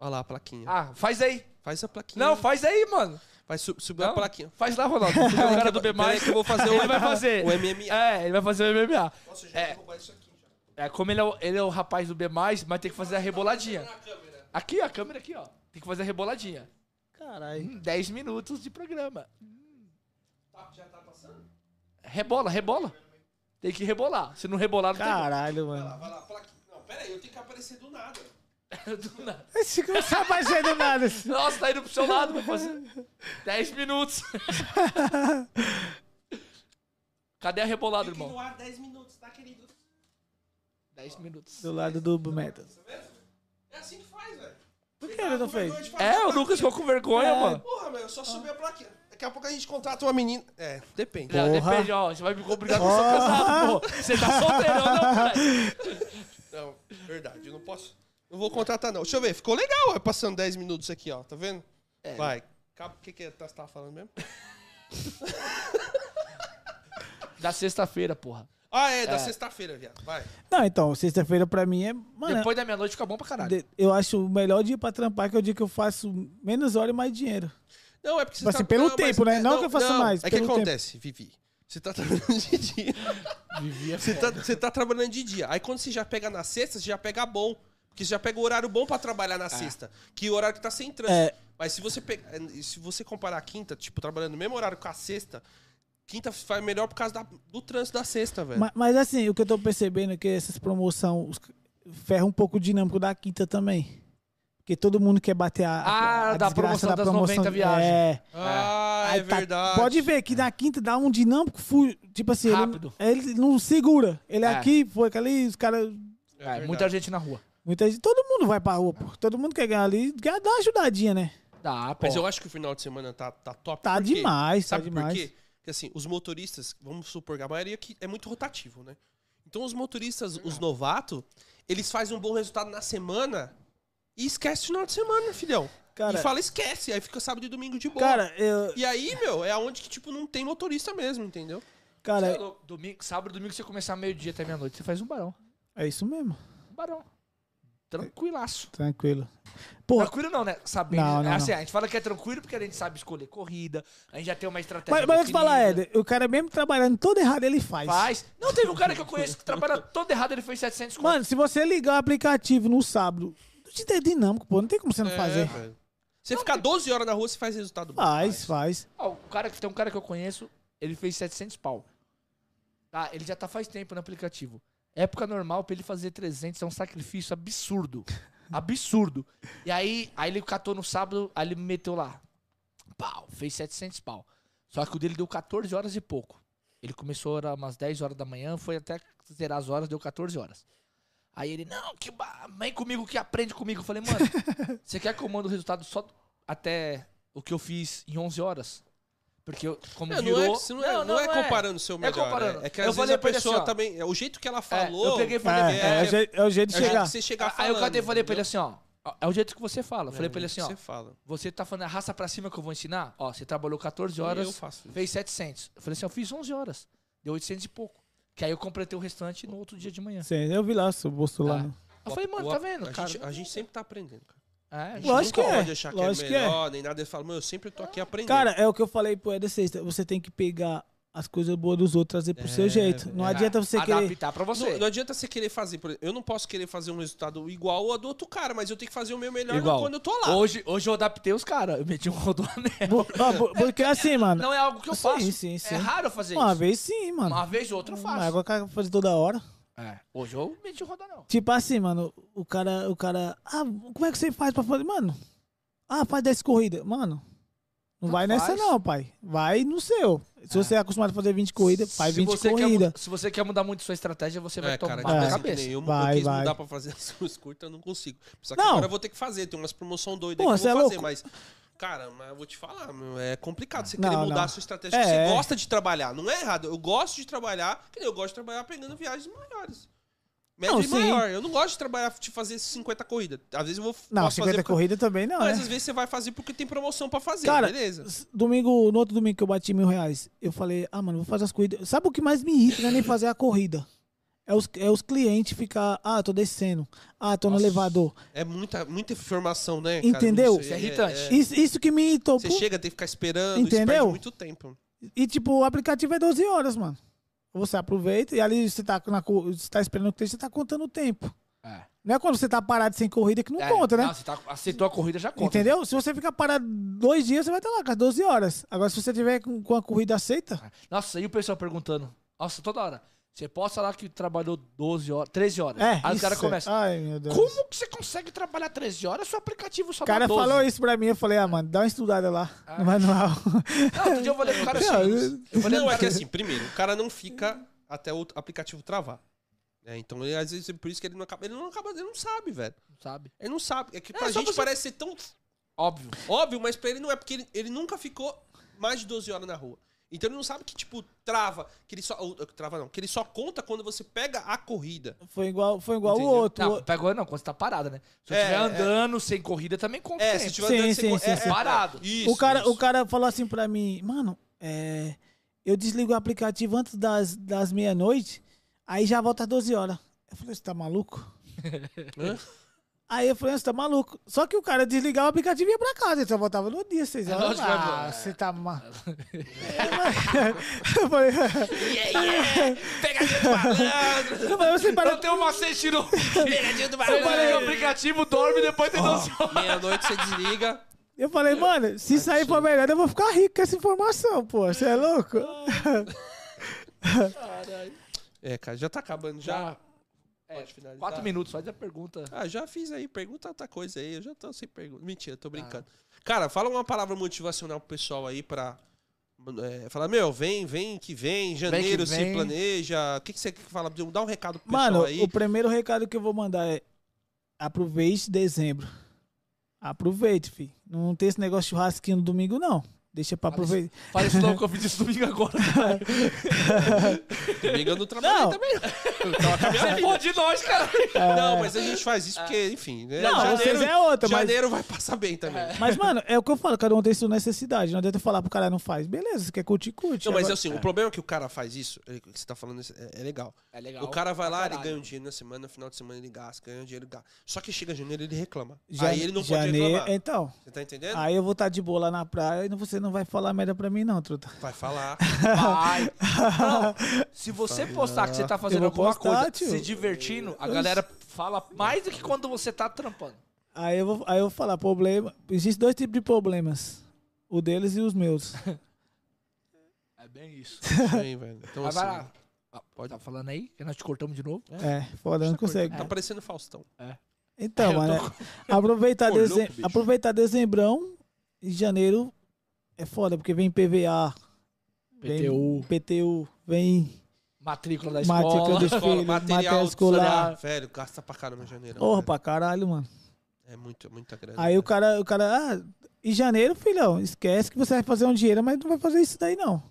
[SPEAKER 1] Olha lá a plaquinha.
[SPEAKER 2] Ah, faz aí.
[SPEAKER 1] Faz a plaquinha.
[SPEAKER 2] Não, faz aí, mano.
[SPEAKER 1] Vai su- subir
[SPEAKER 2] Não,
[SPEAKER 1] a plaquinha.
[SPEAKER 2] faz lá, Ronaldo. O cara do B+,
[SPEAKER 1] Peraí que eu vou fazer o...
[SPEAKER 2] ele vai fazer.
[SPEAKER 1] O MMA.
[SPEAKER 2] É, ele vai fazer o MMA.
[SPEAKER 1] Nossa, eu
[SPEAKER 2] É.
[SPEAKER 1] derrubar isso aqui. Já.
[SPEAKER 2] É, como ele é, o, ele é o rapaz do B+, mas tem que fazer a reboladinha.
[SPEAKER 1] Na câmera.
[SPEAKER 2] Aqui, ó, a câmera aqui, ó. Tem que fazer a reboladinha.
[SPEAKER 3] Caralho.
[SPEAKER 2] Hum, 10 minutos de programa.
[SPEAKER 1] Tá, já tá passando?
[SPEAKER 2] Rebola, rebola. Tem que rebolar. Se não rebolar, não
[SPEAKER 3] Caralho,
[SPEAKER 1] Vai lá,
[SPEAKER 3] mano.
[SPEAKER 1] vai lá. Plaquinha. Não, pera aí. Eu tenho que aparecer do nada.
[SPEAKER 2] tem como. Do nada.
[SPEAKER 3] Esse que você vai ser do nada.
[SPEAKER 2] Nossa, tá indo pro seu lado, vai fazer 10 minutos. Cadê a rebolada,
[SPEAKER 1] Fique
[SPEAKER 2] irmão?
[SPEAKER 1] no ar 10 minutos, tá, querido?
[SPEAKER 2] 10 minutos.
[SPEAKER 3] Do lado do Metal.
[SPEAKER 1] Tá vendo? É assim que faz, velho.
[SPEAKER 3] Por que ele não fez?
[SPEAKER 2] É, o Lucas ficou com vergonha,
[SPEAKER 3] É.
[SPEAKER 2] mano.
[SPEAKER 1] Porra, meu, eu só subi a plaquinha. Daqui a pouco a gente contrata uma menina. É, depende.
[SPEAKER 2] Não,
[SPEAKER 3] Porra.
[SPEAKER 2] depende, ó. Você vai me obrigar porque eu sou casado, pô. Você tá solteirão, não, moleque.
[SPEAKER 1] Não, verdade, eu não posso. Não vou contratar, não. Deixa eu ver, ficou legal, ó, passando 10 minutos aqui, ó. Tá vendo? Vai. O que, que você tava falando mesmo?
[SPEAKER 2] Da sexta-feira, porra.
[SPEAKER 1] Ah, é, da sexta-feira, viado. Vai.
[SPEAKER 3] Não, então, sexta-feira pra mim é. Mano, é
[SPEAKER 2] Depois da meia-noite fica bom pra caralho.
[SPEAKER 3] de- eu acho o melhor dia pra trampar, que é o dia que eu faço menos hora e mais dinheiro.
[SPEAKER 1] Não, é porque você
[SPEAKER 3] Assim, pelo
[SPEAKER 1] não, mas-
[SPEAKER 3] tempo, né?
[SPEAKER 1] é,
[SPEAKER 3] Não que eu faça mais,
[SPEAKER 1] É que
[SPEAKER 3] pelo
[SPEAKER 1] acontece, Vivi. Você tá trabalhando de dia. Você tá, você tá trabalhando de dia. Aí quando você já pega na sexta, você já pega bom. Porque você já pega o horário bom pra trabalhar na sexta. Que é o horário que tá sem trânsito.
[SPEAKER 3] É.
[SPEAKER 1] Mas se você pega, se você comparar a quinta, tipo, trabalhando no mesmo horário com a sexta, quinta faz melhor por causa da- do trânsito da sexta,
[SPEAKER 2] É.
[SPEAKER 1] velho.
[SPEAKER 3] Ma- Mas, assim, o que eu tô percebendo é que essas promoções ferram um pouco o dinâmico da quinta também. Porque todo mundo quer bater a.
[SPEAKER 2] Ah,
[SPEAKER 3] a,
[SPEAKER 2] da
[SPEAKER 3] desgraça
[SPEAKER 2] promoção das 90 viagem.
[SPEAKER 3] É.
[SPEAKER 1] Ah, é
[SPEAKER 3] Aí tá-
[SPEAKER 1] verdade.
[SPEAKER 3] pode ver que na quinta dá um dinâmico, fu- tipo assim, ele-
[SPEAKER 2] Rápido.
[SPEAKER 3] Ele, não segura. Ele
[SPEAKER 2] É.
[SPEAKER 3] aqui, foi ali, os caras.
[SPEAKER 2] É,
[SPEAKER 1] verdade.
[SPEAKER 2] muita gente na rua.
[SPEAKER 3] Muita gente, todo mundo vai pra rua, pô. Todo mundo quer ganhar ali, quer dar uma ajudadinha, né?
[SPEAKER 2] Dá, pô.
[SPEAKER 1] Mas eu acho que o final de semana tá, tá top.
[SPEAKER 3] Tá
[SPEAKER 1] por quê?
[SPEAKER 3] demais, tá
[SPEAKER 1] Sabe por
[SPEAKER 3] demais.
[SPEAKER 1] quê? Porque assim, os motoristas, vamos supor que a maioria que é muito rotativo, né? Então os motoristas,
[SPEAKER 3] Ah.
[SPEAKER 1] os novatos, eles fazem um bom resultado na semana e esquece o final de semana, filhão.
[SPEAKER 3] Cara-
[SPEAKER 1] e fala, esquece. Aí fica sábado e domingo de boa.
[SPEAKER 3] Cara, eu.
[SPEAKER 1] E aí, meu, é onde que, tipo, não tem motorista mesmo, entendeu?
[SPEAKER 2] Você é
[SPEAKER 3] Cara,
[SPEAKER 2] louco. domingo, sábado, domingo, você começar meio-dia até meia-noite, você faz um barão.
[SPEAKER 3] é isso mesmo.
[SPEAKER 2] Um barão. Tranquilaço.
[SPEAKER 3] Tranquilo. Pô,
[SPEAKER 2] Tranquilo não, né? Sabendo.
[SPEAKER 3] Não, não,
[SPEAKER 2] é assim,
[SPEAKER 3] não.
[SPEAKER 2] a gente fala que é tranquilo porque a gente sabe escolher corrida, a gente já tem uma estratégia.
[SPEAKER 3] mas, mas eu te falar,
[SPEAKER 1] é.
[SPEAKER 2] definida.
[SPEAKER 3] Éder, o cara mesmo trabalhando todo errado, ele faz.
[SPEAKER 2] Faz. Não, teve um cara que eu conheço que trabalha todo errado, ele fez 700 conto.
[SPEAKER 3] Mano, se você ligar o aplicativo no sábado, não te der dinâmico, pô. Não tem como você não fazer.
[SPEAKER 1] É, velho. Você ficar 12 horas na rua, você faz resultado bom.
[SPEAKER 3] Faz, faz.
[SPEAKER 2] Ó, o cara, que- tem um cara que eu conheço, ele fez 700 pau. Tá, ele já tá faz tempo no aplicativo. Época normal pra ele fazer 300 é um sacrifício absurdo. Absurdo. E aí, aí ele catou no sábado, aí ele me meteu lá. Pau, fez 700 pau. Só que o dele deu 14 horas e pouco. Ele começou era umas 10 horas da manhã, foi até zerar as horas, deu 14 horas. Aí ele, não, que ba... vem comigo que aprende comigo. Eu falei, mano, você quer que eu mando o resultado só até o que eu fiz em 11 horas? Porque eu, como
[SPEAKER 1] É, não,
[SPEAKER 2] virou...
[SPEAKER 1] é, que- não, é, não, é comparando o seu melhor. né?
[SPEAKER 2] comparando.
[SPEAKER 1] É que
[SPEAKER 2] Eu
[SPEAKER 1] às vezes
[SPEAKER 2] falei
[SPEAKER 1] a
[SPEAKER 2] pra ele
[SPEAKER 1] pessoa
[SPEAKER 2] assim, ó.
[SPEAKER 1] também. é, O jeito que ela
[SPEAKER 2] É,
[SPEAKER 1] falei.
[SPEAKER 2] eu peguei e
[SPEAKER 3] É,
[SPEAKER 2] falei,
[SPEAKER 1] é,
[SPEAKER 3] é, o je- é o jeito de
[SPEAKER 1] É o jeito
[SPEAKER 3] chegar.
[SPEAKER 1] que você chegar
[SPEAKER 2] Aí eu
[SPEAKER 1] falando,
[SPEAKER 2] cadê e falei pra ele
[SPEAKER 1] entendeu? É,
[SPEAKER 2] assim, ó. ó, É o jeito que você fala. Eu falei pra ele assim, ó.
[SPEAKER 1] Você fala.
[SPEAKER 2] Você tá falando a raça pra cima que eu vou ensinar? Ó, você trabalhou 14
[SPEAKER 1] Eu
[SPEAKER 2] horas,
[SPEAKER 1] faço isso.
[SPEAKER 2] fez 700. Eu falei assim, eu fiz 11 horas. Deu 800 e pouco. Que aí eu completei o restante no outro dia de manhã.
[SPEAKER 3] Sim, eu vi lá o seu bolso lá.
[SPEAKER 2] Ah.
[SPEAKER 3] no-
[SPEAKER 2] Eu falei, mano,
[SPEAKER 1] O-
[SPEAKER 2] tá vendo,
[SPEAKER 1] a
[SPEAKER 2] cara?
[SPEAKER 1] Gente, a gente sempre tá aprendendo, cara.
[SPEAKER 2] É,
[SPEAKER 1] A gente
[SPEAKER 3] Lógico
[SPEAKER 1] nunca
[SPEAKER 3] que é,
[SPEAKER 1] pode achar
[SPEAKER 3] lógico
[SPEAKER 1] que
[SPEAKER 3] que
[SPEAKER 1] é
[SPEAKER 3] é.
[SPEAKER 1] melhor, nem nada. Ele fala, mano, eu sempre tô aqui aprendendo.
[SPEAKER 3] Cara, é o que eu falei pro Eder Sexta. Você tem que pegar as coisas boas dos outros, trazer pro seu jeito. Não
[SPEAKER 2] é,
[SPEAKER 3] adianta você querer.
[SPEAKER 2] Adaptar pra você.
[SPEAKER 1] não, não adianta você querer fazer. Por exemplo, eu não posso querer fazer um resultado igual ao do outro cara, mas eu tenho que fazer o meu melhor
[SPEAKER 2] Igual.
[SPEAKER 1] quando eu tô lá.
[SPEAKER 2] Hoje, hoje eu adaptei os caras. Eu meti um rodoanel.
[SPEAKER 3] Bo- ó, bo- Porque assim, mano.
[SPEAKER 2] Não é algo que eu
[SPEAKER 3] Sim,
[SPEAKER 2] faço.
[SPEAKER 3] sim, sim.
[SPEAKER 2] É raro eu fazer
[SPEAKER 3] Uma
[SPEAKER 2] isso.
[SPEAKER 3] vez sim, mano. é
[SPEAKER 2] Uma vez ou outra eu
[SPEAKER 3] Mas
[SPEAKER 2] faço.
[SPEAKER 3] agora o cara faz toda hora.
[SPEAKER 2] É, hoje eu meti um rodoanel.
[SPEAKER 3] Tipo assim, mano, o cara, o cara, ah, como é que você faz pra fazer? Mano, ah, faz 10 corridas. Mano, não
[SPEAKER 2] Não
[SPEAKER 3] vai nessa
[SPEAKER 2] faz.
[SPEAKER 3] não, pai. Vai no seu. Se você é acostumado a fazer 20 corridas, faz 20
[SPEAKER 2] você quer
[SPEAKER 3] corridas.
[SPEAKER 2] mu- se você quer mudar muito sua estratégia, você vai
[SPEAKER 1] É, cara,
[SPEAKER 2] tomar na
[SPEAKER 1] tipo assim,
[SPEAKER 2] cabeça.
[SPEAKER 1] que nem Eu, eu
[SPEAKER 3] Vai,
[SPEAKER 1] quis
[SPEAKER 3] vai.
[SPEAKER 1] mudar pra fazer as coisas curtas, eu não consigo. Só que
[SPEAKER 3] Não.
[SPEAKER 1] agora eu vou ter que fazer. Tem umas promoção doida aí
[SPEAKER 3] Pô,
[SPEAKER 1] que eu
[SPEAKER 3] cê
[SPEAKER 1] vou
[SPEAKER 3] é
[SPEAKER 1] fazer,
[SPEAKER 3] louco.
[SPEAKER 1] mas... Cara, mas eu vou te falar, meu, é complicado você
[SPEAKER 3] Não,
[SPEAKER 1] querer mudar
[SPEAKER 3] não.
[SPEAKER 1] a sua estratégia.
[SPEAKER 3] É,
[SPEAKER 1] porque
[SPEAKER 3] é.
[SPEAKER 1] Você gosta de trabalhar, não é errado. Eu gosto de trabalhar, que nem eu gosto de trabalhar pegando viagens maiores. Médio
[SPEAKER 3] Não,
[SPEAKER 1] e
[SPEAKER 3] sim.
[SPEAKER 1] maior. Eu não gosto de trabalhar, de fazer 50 corridas. Às vezes eu vou
[SPEAKER 3] Não,
[SPEAKER 1] posso
[SPEAKER 3] 50
[SPEAKER 1] fazer porque-
[SPEAKER 3] corridas também não,
[SPEAKER 1] Mas
[SPEAKER 3] né?
[SPEAKER 1] às vezes você vai fazer porque tem promoção pra fazer,
[SPEAKER 3] Cara,
[SPEAKER 1] beleza.
[SPEAKER 3] s- domingo, no outro domingo que eu bati mil reais, eu falei, ah, mano, vou fazer as corridas. Sabe o que mais me irrita, não é nem fazer a corrida? É os, é os clientes ficar, ah, tô descendo, ah, tô no elevador.
[SPEAKER 1] É muita, muita informação, né? cara?
[SPEAKER 3] Entendeu?
[SPEAKER 1] Não sei,
[SPEAKER 2] Isso é irritante.
[SPEAKER 3] Isso, isso que me irritou.
[SPEAKER 1] Você
[SPEAKER 3] pô.
[SPEAKER 1] chega, tem que ficar esperando, isso
[SPEAKER 3] Entendeu?
[SPEAKER 1] perde muito tempo.
[SPEAKER 3] E, tipo, o aplicativo é 12 horas, mano. Você aproveita e ali você tá, na, co- você tá esperando o cliente, você tá contando o tempo.
[SPEAKER 2] É.
[SPEAKER 3] Não é quando você tá parado sem corrida que não
[SPEAKER 2] É,
[SPEAKER 3] conta, né?
[SPEAKER 2] Não, você tá- aceitou a corrida, já conta.
[SPEAKER 3] Entendeu? Se você ficar parado dois dias, você vai estar lá com as 12 horas. Agora, se você tiver com, com a corrida aceita,
[SPEAKER 2] Nossa, e o pessoal perguntando? Nossa, toda hora. Você posta lá que trabalhou 12 horas, 13 horas.
[SPEAKER 3] é.
[SPEAKER 2] Aí os caras
[SPEAKER 3] isso.
[SPEAKER 2] começam.
[SPEAKER 3] Ai, meu Deus.
[SPEAKER 2] Como que você consegue trabalhar 13 horas se o aplicativo só
[SPEAKER 3] O cara
[SPEAKER 2] dá 12?
[SPEAKER 3] falou isso pra mim, eu falei, ah, mano, dá uma estudada lá no manual.
[SPEAKER 2] Não, outro dia eu falei pro Ah. cara
[SPEAKER 3] Não, "Ah,
[SPEAKER 2] assim. Eu falei,
[SPEAKER 1] Não,
[SPEAKER 2] pro
[SPEAKER 1] é que
[SPEAKER 2] cara,
[SPEAKER 1] assim, primeiro, o cara não fica até o aplicativo travar. né? Então, ele, às vezes, por isso que ele não acaba. Ele não acaba, ele não sabe, velho.
[SPEAKER 2] Sabe?
[SPEAKER 1] Ele não sabe. É que pra
[SPEAKER 2] É, só
[SPEAKER 1] gente
[SPEAKER 2] você-
[SPEAKER 1] parece ser tão
[SPEAKER 2] Óbvio.
[SPEAKER 1] óbvio, mas pra ele não é, porque ele, ele nunca ficou mais de 12 horas na rua. Então ele não sabe que, tipo, trava, que ele só. ou, trava não, que ele só conta quando você pega a corrida.
[SPEAKER 3] Foi igual, foi igual É o
[SPEAKER 1] Entendeu?
[SPEAKER 3] outro.
[SPEAKER 2] Não, pegou não, quando você tá parado, né? Se eu
[SPEAKER 1] É,
[SPEAKER 2] estiver
[SPEAKER 1] é.
[SPEAKER 2] andando sem corrida, também conta
[SPEAKER 1] É,
[SPEAKER 2] tempo.
[SPEAKER 1] se tiver
[SPEAKER 3] Sim,
[SPEAKER 1] andando,
[SPEAKER 3] sim,
[SPEAKER 1] você
[SPEAKER 3] sim,
[SPEAKER 1] é,
[SPEAKER 3] sim.
[SPEAKER 1] é,
[SPEAKER 2] Parado.
[SPEAKER 1] Isso,
[SPEAKER 3] o, cara,
[SPEAKER 1] isso.
[SPEAKER 3] o cara falou assim pra mim, mano, é, eu desligo o aplicativo antes das, das meia-noite, aí já volta às 12 horas. Eu falei, você tá maluco?
[SPEAKER 1] Hã?
[SPEAKER 3] aí eu falei, você tá maluco? Só que o cara desligava o aplicativo e ia pra casa, ele só voltava no dia, 6
[SPEAKER 2] É
[SPEAKER 3] horas.
[SPEAKER 2] lógico,
[SPEAKER 3] ah,
[SPEAKER 2] é.
[SPEAKER 3] você tá mal. eu falei,
[SPEAKER 2] Yeah, yeah. Pegadinha do malandro.
[SPEAKER 3] eu falei, você parou.
[SPEAKER 2] Eu tenho uma sentido.
[SPEAKER 1] Pegadinha do
[SPEAKER 2] Você vai ligar o
[SPEAKER 1] barulho.
[SPEAKER 2] aplicativo, dorme e depois tem noção.
[SPEAKER 1] Meia-noite você desliga.
[SPEAKER 3] Eu falei, mano, se isso aí for melhor, eu vou ficar rico com essa informação, pô. Você é louco?
[SPEAKER 1] Ah, então É, cara, já tá acabando já.
[SPEAKER 2] Já. É,
[SPEAKER 1] Pode finalizar.
[SPEAKER 2] Quatro minutos, faz a pergunta.
[SPEAKER 1] Ah, já fiz aí, pergunta outra coisa aí. Eu já tô sem pergunta. Mentira,
[SPEAKER 3] Ah.
[SPEAKER 1] tô brincando. Cara, fala uma palavra motivacional pro pessoal aí pra. É, falar, meu, vem, vem que vem, janeiro se
[SPEAKER 2] vem.
[SPEAKER 1] planeja. O que, que você fala? Dá um recado pro pessoal
[SPEAKER 3] Mano,
[SPEAKER 1] aí.
[SPEAKER 3] o primeiro recado que eu vou mandar é aproveite dezembro. Aproveite, filho. Não tem esse negócio de churrasquinho no domingo, não. Deixa pra
[SPEAKER 2] Fala
[SPEAKER 3] aproveitar.
[SPEAKER 2] Fala isso não, que eu fiz isso domingo agora.
[SPEAKER 1] Domingo eu não trabalhei
[SPEAKER 3] Não.
[SPEAKER 1] também. não.
[SPEAKER 2] Então,
[SPEAKER 1] Eu tava com a minha
[SPEAKER 2] Você
[SPEAKER 1] vida.
[SPEAKER 2] pode É nós, cara.
[SPEAKER 1] Não, mas a gente faz isso porque, enfim. Né?
[SPEAKER 3] É. Ah. Não, vocês é outra, mas-
[SPEAKER 1] janeiro vai passar bem também.
[SPEAKER 3] Mas, mano, é o que eu falo, cada um tem sua necessidade. Não adianta falar pro cara não faz. Beleza, você quer curtir, curte.
[SPEAKER 1] Não, mas
[SPEAKER 3] Agora-
[SPEAKER 1] assim, o problema é que o cara faz isso, ele- que você tá falando isso, é, é legal.
[SPEAKER 2] É legal.
[SPEAKER 1] O cara vai
[SPEAKER 2] pra
[SPEAKER 1] lá, ele
[SPEAKER 2] caralho.
[SPEAKER 1] ganha um dinheiro na semana, no final de semana ele gasta, ganha um dinheiro, ele gasta. Só que chega janeiro ele reclama.
[SPEAKER 3] Ja-
[SPEAKER 1] aí ele não pode
[SPEAKER 3] janeiro,
[SPEAKER 1] reclamar.
[SPEAKER 3] Então,
[SPEAKER 1] Você tá entendendo?
[SPEAKER 3] aí eu vou estar de boa lá na praia e não- você não vai falar merda pra mim, não, truta.
[SPEAKER 1] Vai falar.
[SPEAKER 2] Vai. um Não, se você postar que você tá fazendo
[SPEAKER 3] Eu vou
[SPEAKER 2] alguma
[SPEAKER 3] postar,
[SPEAKER 2] coisa,
[SPEAKER 3] tio.
[SPEAKER 2] se divertindo, a galera fala mais do que quando você tá trampando.
[SPEAKER 3] Aí eu vou, aí eu vou falar, problema. Existem dois tipos de problemas. O deles e os meus.
[SPEAKER 2] É bem isso.
[SPEAKER 1] Isso aí, velho. Então,
[SPEAKER 2] Mas
[SPEAKER 1] assim,
[SPEAKER 2] vai lá. Ah,
[SPEAKER 1] pode-
[SPEAKER 2] Tá falando aí? Que nós te cortamos de novo?
[SPEAKER 3] É, foda, eu não consigo.
[SPEAKER 1] Tá parecendo Faustão.
[SPEAKER 3] Então,
[SPEAKER 2] Eu
[SPEAKER 3] mano,
[SPEAKER 2] tô
[SPEAKER 3] é- aproveitar,
[SPEAKER 1] Ô, louco,
[SPEAKER 3] dezem-
[SPEAKER 1] bicho.
[SPEAKER 3] aproveitar dezembrão e janeiro é foda, porque vem PVA, vem PTU, vem
[SPEAKER 2] Matrícula da
[SPEAKER 3] matrícula
[SPEAKER 2] escola.
[SPEAKER 3] dos
[SPEAKER 1] Escola,
[SPEAKER 3] filhos, Tá material
[SPEAKER 1] material
[SPEAKER 3] escolar.
[SPEAKER 1] escolar. Velho, gasta pra caramba em janeiro.
[SPEAKER 3] Porra,
[SPEAKER 1] velho.
[SPEAKER 3] pra caralho, mano.
[SPEAKER 1] É muito, muita grana. né?
[SPEAKER 3] Aí o cara, o cara, ah, em janeiro, filhão, esquece que você vai fazer um dinheiro, mas não vai fazer isso daí, não.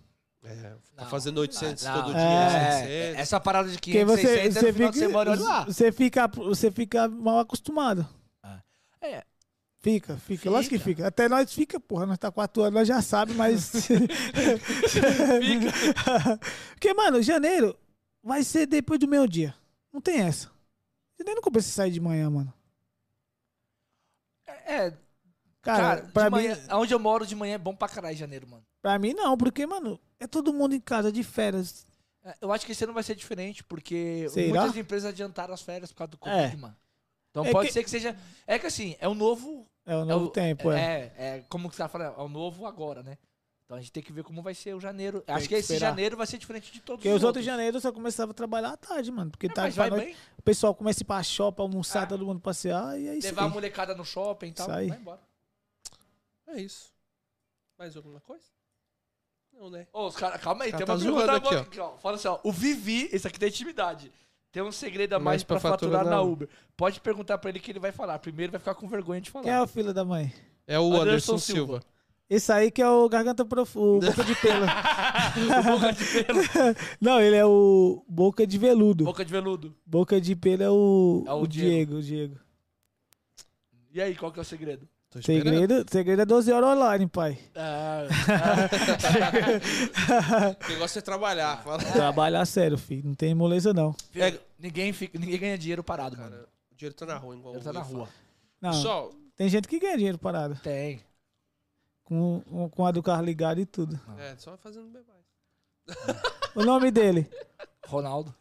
[SPEAKER 1] É, tá
[SPEAKER 2] Não,
[SPEAKER 1] fazendo 800
[SPEAKER 2] não,
[SPEAKER 1] todo
[SPEAKER 2] não.
[SPEAKER 1] dia,
[SPEAKER 3] É,
[SPEAKER 1] 600.
[SPEAKER 2] Essa parada de
[SPEAKER 3] Porque
[SPEAKER 2] 500,
[SPEAKER 3] você,
[SPEAKER 2] 600 é
[SPEAKER 3] você,
[SPEAKER 2] no final de semana, olha
[SPEAKER 3] fica,
[SPEAKER 2] lá.
[SPEAKER 3] você, fica, você fica mal acostumado.
[SPEAKER 2] É,
[SPEAKER 3] Fica, fica, lógico que fica. Até nós fica, porra, nós tá quatro anos, nós já sabe, mas. Porque, mano, janeiro vai ser depois do meio-dia. Não tem essa. Janeiro não compensa sair de manhã, mano.
[SPEAKER 2] é,
[SPEAKER 3] Cara,
[SPEAKER 2] cara,
[SPEAKER 3] pra,
[SPEAKER 2] de
[SPEAKER 3] mim,
[SPEAKER 2] manhã, onde eu moro de manhã é bom pra caralho janeiro, mano.
[SPEAKER 3] pra mim não, porque, mano, é todo mundo em casa de férias.
[SPEAKER 2] É, Eu acho que esse ano vai ser diferente, porque
[SPEAKER 3] Será?
[SPEAKER 2] muitas empresas adiantaram as férias por causa do Covid,
[SPEAKER 3] É.
[SPEAKER 2] mano. Então
[SPEAKER 3] É
[SPEAKER 2] pode
[SPEAKER 3] que-
[SPEAKER 2] ser que seja. É que assim, é um novo.
[SPEAKER 3] É o
[SPEAKER 2] é
[SPEAKER 3] novo
[SPEAKER 2] o-
[SPEAKER 3] tempo, é.
[SPEAKER 2] é. é como que você tá falando, é o novo agora, né? Então a gente tem que ver como vai ser o janeiro. acho
[SPEAKER 3] que
[SPEAKER 2] que, esse
[SPEAKER 3] esperar.
[SPEAKER 2] janeiro vai ser diferente de todos
[SPEAKER 3] Porque os outros tá janeiro eu só começava a trabalhar à tarde, mano. Porque
[SPEAKER 2] É,
[SPEAKER 3] tarde
[SPEAKER 2] mas
[SPEAKER 3] pra
[SPEAKER 2] vai bem.
[SPEAKER 3] noite, o pessoal começa a ir pra shopping, almoçar,
[SPEAKER 2] Ah.
[SPEAKER 3] todo mundo passear, e é isso.
[SPEAKER 2] Levar a
[SPEAKER 3] aí.
[SPEAKER 2] molecada no shopping e tal.
[SPEAKER 3] Isso aí.
[SPEAKER 2] Vai embora.
[SPEAKER 1] É isso. Mais alguma coisa? Não, né?
[SPEAKER 2] Ô, os cara, calma aí,
[SPEAKER 1] Cara,
[SPEAKER 2] tem
[SPEAKER 1] tá
[SPEAKER 2] uma pergunta
[SPEAKER 1] zoando aqui,
[SPEAKER 2] agora. Aqui, ó. Fala assim, ó. O Vivi, esse aqui tem intimidade. Tem um segredo a mais
[SPEAKER 1] Mais
[SPEAKER 2] pra,
[SPEAKER 1] é pra
[SPEAKER 2] faturar,
[SPEAKER 1] faturar na
[SPEAKER 2] na Uber. Pode perguntar pra ele que ele vai falar. Primeiro vai ficar com vergonha de falar.
[SPEAKER 3] Quem é o filho da mãe?
[SPEAKER 1] É o
[SPEAKER 2] Anderson
[SPEAKER 1] Anderson,
[SPEAKER 2] Silva.
[SPEAKER 1] Silva.
[SPEAKER 3] Esse aí que é o garganta profunda.
[SPEAKER 1] de pelo.
[SPEAKER 2] Boca de pelo.
[SPEAKER 3] Não, ele é o Boca de Veludo.
[SPEAKER 2] Boca de veludo.
[SPEAKER 3] Boca de Pelo é o,
[SPEAKER 2] É o
[SPEAKER 3] o
[SPEAKER 2] Diego.
[SPEAKER 3] Diego. o Diego.
[SPEAKER 2] E aí, qual que é o segredo?
[SPEAKER 1] Tô esperando.
[SPEAKER 3] Segredo, segredo é 12 horas online, pai.
[SPEAKER 2] Ah,
[SPEAKER 1] O negócio é trabalhar. Fala.
[SPEAKER 3] Trabalha a sério, filho. Não tem moleza, não.
[SPEAKER 1] É.
[SPEAKER 2] ninguém, fica, ninguém ganha dinheiro parado, mano.
[SPEAKER 1] Cara, o dinheiro tá na rua, igual
[SPEAKER 2] Ele tá
[SPEAKER 1] o
[SPEAKER 2] na
[SPEAKER 1] Will
[SPEAKER 2] rua.
[SPEAKER 1] fala.
[SPEAKER 3] Não,
[SPEAKER 1] Pessoal,
[SPEAKER 3] tem gente que ganha dinheiro parado.
[SPEAKER 2] Tem.
[SPEAKER 3] Com, com a do carro ligado e tudo.
[SPEAKER 1] é, só fazendo bem mais.
[SPEAKER 3] O nome dele?
[SPEAKER 2] Ronaldo.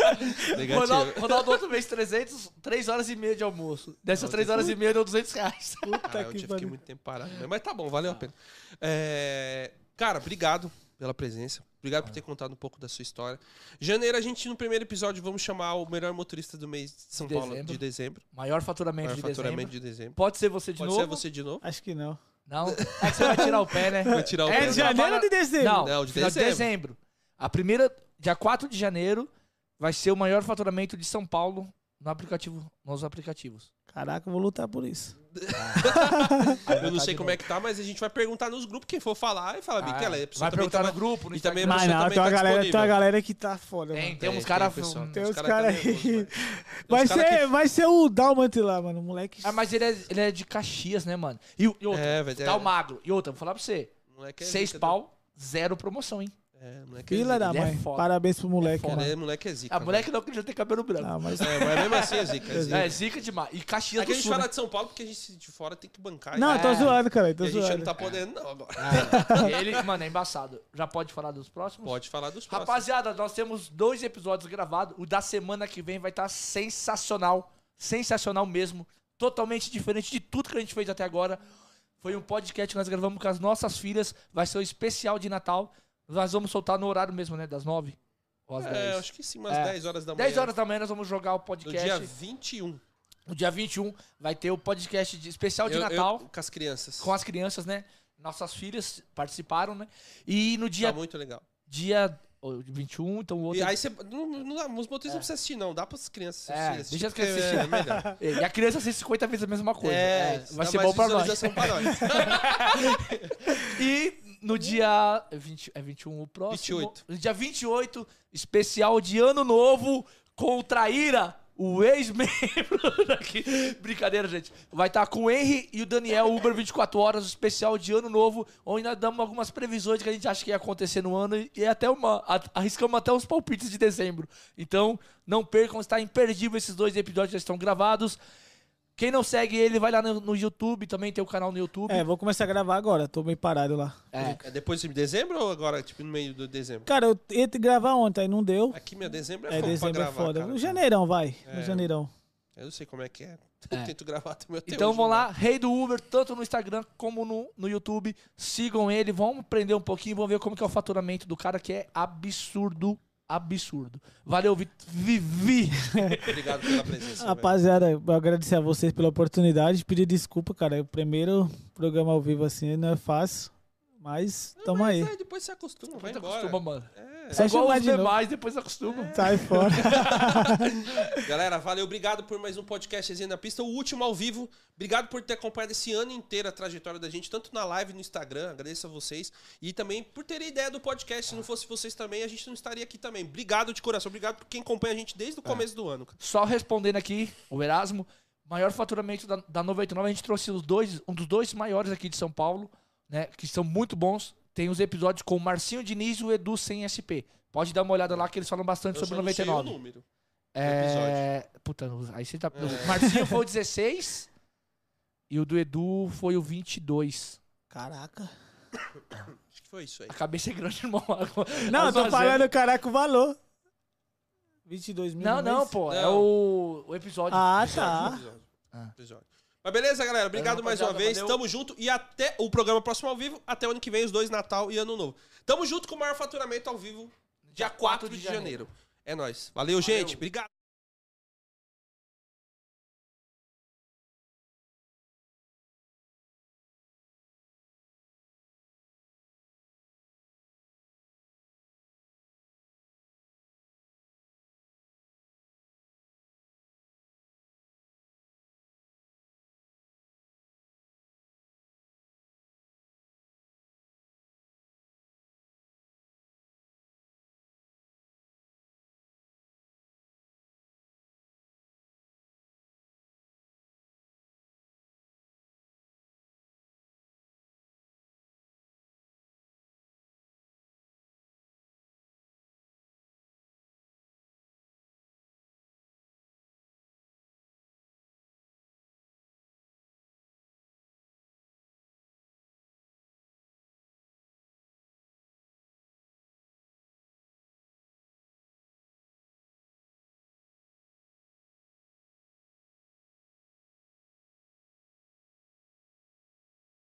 [SPEAKER 2] Ronaldo,
[SPEAKER 1] Negativo.
[SPEAKER 2] Ronaldo outro mês 300, 3 horas e meia de almoço. Dessas
[SPEAKER 1] Não,
[SPEAKER 2] 3
[SPEAKER 1] tem-
[SPEAKER 2] horas e meia deu 200 reais.
[SPEAKER 1] Cara, Ah, eu
[SPEAKER 3] que
[SPEAKER 1] tive fiquei
[SPEAKER 3] pariu.
[SPEAKER 1] muito tempo parado. né? Mas tá bom, valeu a pena. É, Cara, obrigado pela presença. Obrigado por ter contado um pouco da sua história. Janeiro, a gente, no primeiro episódio, vamos chamar o melhor motorista do mês de São
[SPEAKER 2] De
[SPEAKER 1] Paulo,
[SPEAKER 2] dezembro.
[SPEAKER 1] de dezembro.
[SPEAKER 2] Maior faturamento
[SPEAKER 1] Maior
[SPEAKER 2] de
[SPEAKER 1] faturamento
[SPEAKER 2] dezembro.
[SPEAKER 1] de dezembro.
[SPEAKER 2] Pode ser você de
[SPEAKER 1] Pode
[SPEAKER 2] novo.
[SPEAKER 1] ser você de novo.
[SPEAKER 3] Acho que não.
[SPEAKER 2] Não, é que você vai tirar o pé, né?
[SPEAKER 1] Vou tirar o
[SPEAKER 2] É
[SPEAKER 1] pé.
[SPEAKER 2] de
[SPEAKER 3] janeiro ou de dezembro?
[SPEAKER 2] Não,
[SPEAKER 1] Não, é
[SPEAKER 2] de
[SPEAKER 1] de
[SPEAKER 2] dezembro. de
[SPEAKER 1] dezembro.
[SPEAKER 2] dezembro. A primeira, dia 4 de janeiro, vai ser o maior faturamento de São Paulo no aplicativo, nos aplicativos.
[SPEAKER 3] Caraca, eu vou lutar por isso.
[SPEAKER 2] Ah,
[SPEAKER 1] Eu não sei como é que tá, mas a gente vai perguntar nos grupos. Quem for falar e fala, Biquela, a pessoa
[SPEAKER 2] Ah, é. vai
[SPEAKER 1] também
[SPEAKER 2] perguntar
[SPEAKER 1] tá
[SPEAKER 2] no grupo, no
[SPEAKER 1] e também
[SPEAKER 2] Instagram.
[SPEAKER 1] você
[SPEAKER 3] Mas não, tem
[SPEAKER 1] tá
[SPEAKER 3] uma, galera, tem
[SPEAKER 1] disponível.
[SPEAKER 3] uma galera que tá foda,
[SPEAKER 2] Tem,
[SPEAKER 3] mano.
[SPEAKER 2] tem uns
[SPEAKER 1] É,
[SPEAKER 2] caras...
[SPEAKER 1] tem, pessoal.
[SPEAKER 3] Tem
[SPEAKER 1] os
[SPEAKER 3] uns
[SPEAKER 1] cara tá
[SPEAKER 3] caras
[SPEAKER 1] nervoso,
[SPEAKER 3] aí.
[SPEAKER 1] mano.
[SPEAKER 3] Vai
[SPEAKER 1] Os cara
[SPEAKER 3] ser,
[SPEAKER 1] que-
[SPEAKER 3] vai ser o Dalmant lá, mano. o Moleque.
[SPEAKER 2] Ah, mas ele é, ele é de Caxias, né, mano? E, o- e outra,
[SPEAKER 1] É, velho,
[SPEAKER 2] tá
[SPEAKER 1] é.
[SPEAKER 2] o magro. E outra, vou falar pra você.
[SPEAKER 1] Moleque é
[SPEAKER 2] Seis
[SPEAKER 1] zica,
[SPEAKER 2] pau, zero promoção, hein?
[SPEAKER 1] tá? É, moleque é
[SPEAKER 3] Fila
[SPEAKER 1] zica.
[SPEAKER 3] da
[SPEAKER 2] ele é
[SPEAKER 3] mãe.
[SPEAKER 2] foda.
[SPEAKER 3] Parabéns pro moleque,
[SPEAKER 2] foda.
[SPEAKER 3] mano.
[SPEAKER 1] É, moleque é zica.
[SPEAKER 2] A Ah, moleque não acredita ter cabelo branco.
[SPEAKER 3] Ah, mas-
[SPEAKER 1] mano. É, mas mesmo assim é zica. É zica.
[SPEAKER 2] É, zica demais. E Caxias
[SPEAKER 1] É que a
[SPEAKER 2] do
[SPEAKER 1] gente
[SPEAKER 2] Sul, né?
[SPEAKER 1] fala de São Paulo porque a gente de fora tem que bancar.
[SPEAKER 3] Não,
[SPEAKER 1] e
[SPEAKER 3] eu tô
[SPEAKER 2] É.
[SPEAKER 3] zoando, cara. eu
[SPEAKER 1] a
[SPEAKER 3] Tô
[SPEAKER 1] gente não
[SPEAKER 3] zoando.
[SPEAKER 1] tá podendo, não, agora.
[SPEAKER 2] Ele, mano, é embaçado. Já pode falar dos próximos?
[SPEAKER 1] Pode falar dos próximos.
[SPEAKER 2] Rapaziada, nós temos dois episódios gravados. O da semana que vem vai estar sensacional. Sensacional mesmo. Totalmente diferente de tudo que a gente fez até agora. Foi um podcast que nós gravamos com as nossas filhas. Vai ser um especial de Natal. Nós vamos soltar no horário mesmo, né? Das nove ou às
[SPEAKER 1] É, eu
[SPEAKER 2] dez.
[SPEAKER 1] acho que sim, umas
[SPEAKER 2] É.
[SPEAKER 1] 10 horas da manhã.
[SPEAKER 2] 10 horas da manhã nós vamos jogar o
[SPEAKER 1] do
[SPEAKER 2] podcast.
[SPEAKER 1] dia 21.
[SPEAKER 2] No dia 21 vai ter É o podcast de- especial de
[SPEAKER 1] Eu- eu-
[SPEAKER 2] Natal
[SPEAKER 1] com as crianças. Tá
[SPEAKER 2] com as crianças, né? Nossas filhas participaram, né? E no dia,
[SPEAKER 1] Tá muito legal.
[SPEAKER 2] dia oh, 21, então o outro.
[SPEAKER 1] E aí você. Não, não dá, os motores não precisa assistir, não. Dá pras crianças
[SPEAKER 2] É,
[SPEAKER 1] assistirem.
[SPEAKER 2] deixa as crianças
[SPEAKER 1] porque
[SPEAKER 2] assistirem.
[SPEAKER 1] É, melhor.
[SPEAKER 2] E a criança assiste 50 vezes a mesma coisa.
[SPEAKER 1] É,
[SPEAKER 2] É,
[SPEAKER 1] isso
[SPEAKER 2] vai
[SPEAKER 1] dá
[SPEAKER 2] ser
[SPEAKER 1] mais
[SPEAKER 2] bom pra nós.
[SPEAKER 1] visualização pra nós.
[SPEAKER 2] E no dia 20, é 21 o próximo.
[SPEAKER 1] 28.
[SPEAKER 2] No dia 28, especial de Ano Novo com o Traíra, o ex-membro daqui. Brincadeira, gente. Vai estar com o Henry e o Daniel Uber 24 horas, o especial de Ano Novo, onde nós damos algumas previsões que a gente acha que ia acontecer no ano e é até uma a- arriscamos até uns palpites de dezembro. Então, não percam, está imperdível esses dois episódios já estão gravados. Quem não segue ele, vai lá no, no YouTube, também tem o canal no YouTube.
[SPEAKER 3] É, vou começar a gravar agora. Tô meio parado lá.
[SPEAKER 2] É.
[SPEAKER 1] É depois de dezembro ou agora, tipo, no meio de dezembro?
[SPEAKER 3] Cara, eu ia te gravar ontem, aí não deu.
[SPEAKER 1] Aqui, meu dezembro é,
[SPEAKER 3] É,
[SPEAKER 1] fogo
[SPEAKER 3] dezembro
[SPEAKER 1] pra
[SPEAKER 3] é
[SPEAKER 1] gravar.
[SPEAKER 3] foda.
[SPEAKER 1] cara.
[SPEAKER 3] No janeirão, vai. No
[SPEAKER 1] É.
[SPEAKER 3] janeirão.
[SPEAKER 1] Eu não sei como é que é. Eu tento gravar até o meu
[SPEAKER 2] Então vamos lá, Rei do Uber, tanto no Instagram como no, no YouTube. Sigam ele, vamos aprender um pouquinho, vamos ver como que é o faturamento do cara, que é absurdo, absurdo. Valeu, Vi- Vivi.
[SPEAKER 1] Obrigado pela presença. velho.
[SPEAKER 3] Rapaziada, eu agradecer a vocês pela oportunidade. Pedir desculpa, cara. É o primeiro programa ao vivo assim, não é fácil. Mas tamo aí.
[SPEAKER 1] É, depois você acostuma, vai
[SPEAKER 2] Depois
[SPEAKER 1] embora.
[SPEAKER 2] acostuma, mano.
[SPEAKER 1] É.
[SPEAKER 2] É
[SPEAKER 3] Só
[SPEAKER 2] igual
[SPEAKER 3] chamar
[SPEAKER 2] os
[SPEAKER 3] de novo. É.
[SPEAKER 2] demais, depois acostuma.
[SPEAKER 3] Sai fora.
[SPEAKER 1] Galera, valeu, obrigado por mais um podcast Resenha na Pista, o último ao vivo. Obrigado por ter acompanhado esse ano inteiro a trajetória da gente, tanto na live no Instagram, agradeço a vocês. E também por terem ideia do podcast, se não fosse vocês também, a gente não estaria aqui também. Obrigado de coração, obrigado por quem acompanha a gente desde o começo do ano. cara.
[SPEAKER 2] Só respondendo aqui, o Erasmo, maior faturamento da, da 99, a gente trouxe os dois, um dos dois maiores aqui de São Paulo, né, que são muito bons. Tem os episódios com o Marcinho Diniz e o Edu sem SP. Pode dar uma olhada lá que eles falam bastante
[SPEAKER 1] Eu
[SPEAKER 2] sobre
[SPEAKER 1] só não sei
[SPEAKER 2] 99.
[SPEAKER 1] o número.
[SPEAKER 2] É... Puta, aí você tá. O Marcinho foi o 16 e o do Edu foi o 22.
[SPEAKER 3] Caraca.
[SPEAKER 1] Acho que foi isso aí.
[SPEAKER 2] A cabeça é grande, irmão. Mas
[SPEAKER 3] Não, eu
[SPEAKER 2] fazendo-
[SPEAKER 3] tô falando, caraca, o valor. 22 mil.
[SPEAKER 2] Não,
[SPEAKER 3] no
[SPEAKER 2] não,
[SPEAKER 3] mês?
[SPEAKER 2] pô. É
[SPEAKER 1] Não.
[SPEAKER 2] o, o episódio.
[SPEAKER 3] Ah,
[SPEAKER 1] Episódio, um
[SPEAKER 3] tá.
[SPEAKER 1] episódio,
[SPEAKER 2] Ah.
[SPEAKER 1] episódio. Mas beleza, galera. Obrigado
[SPEAKER 2] Valeu,
[SPEAKER 1] mais uma
[SPEAKER 2] rapaziada,
[SPEAKER 1] vez.
[SPEAKER 2] valeu.
[SPEAKER 1] Tamo junto. E até o programa próximo ao vivo. Até o ano que vem, os dois, Natal e Ano Novo. Tamo junto com o maior faturamento ao vivo, dia 4 de janeiro. É nóis. Valeu, gente. Obrigado.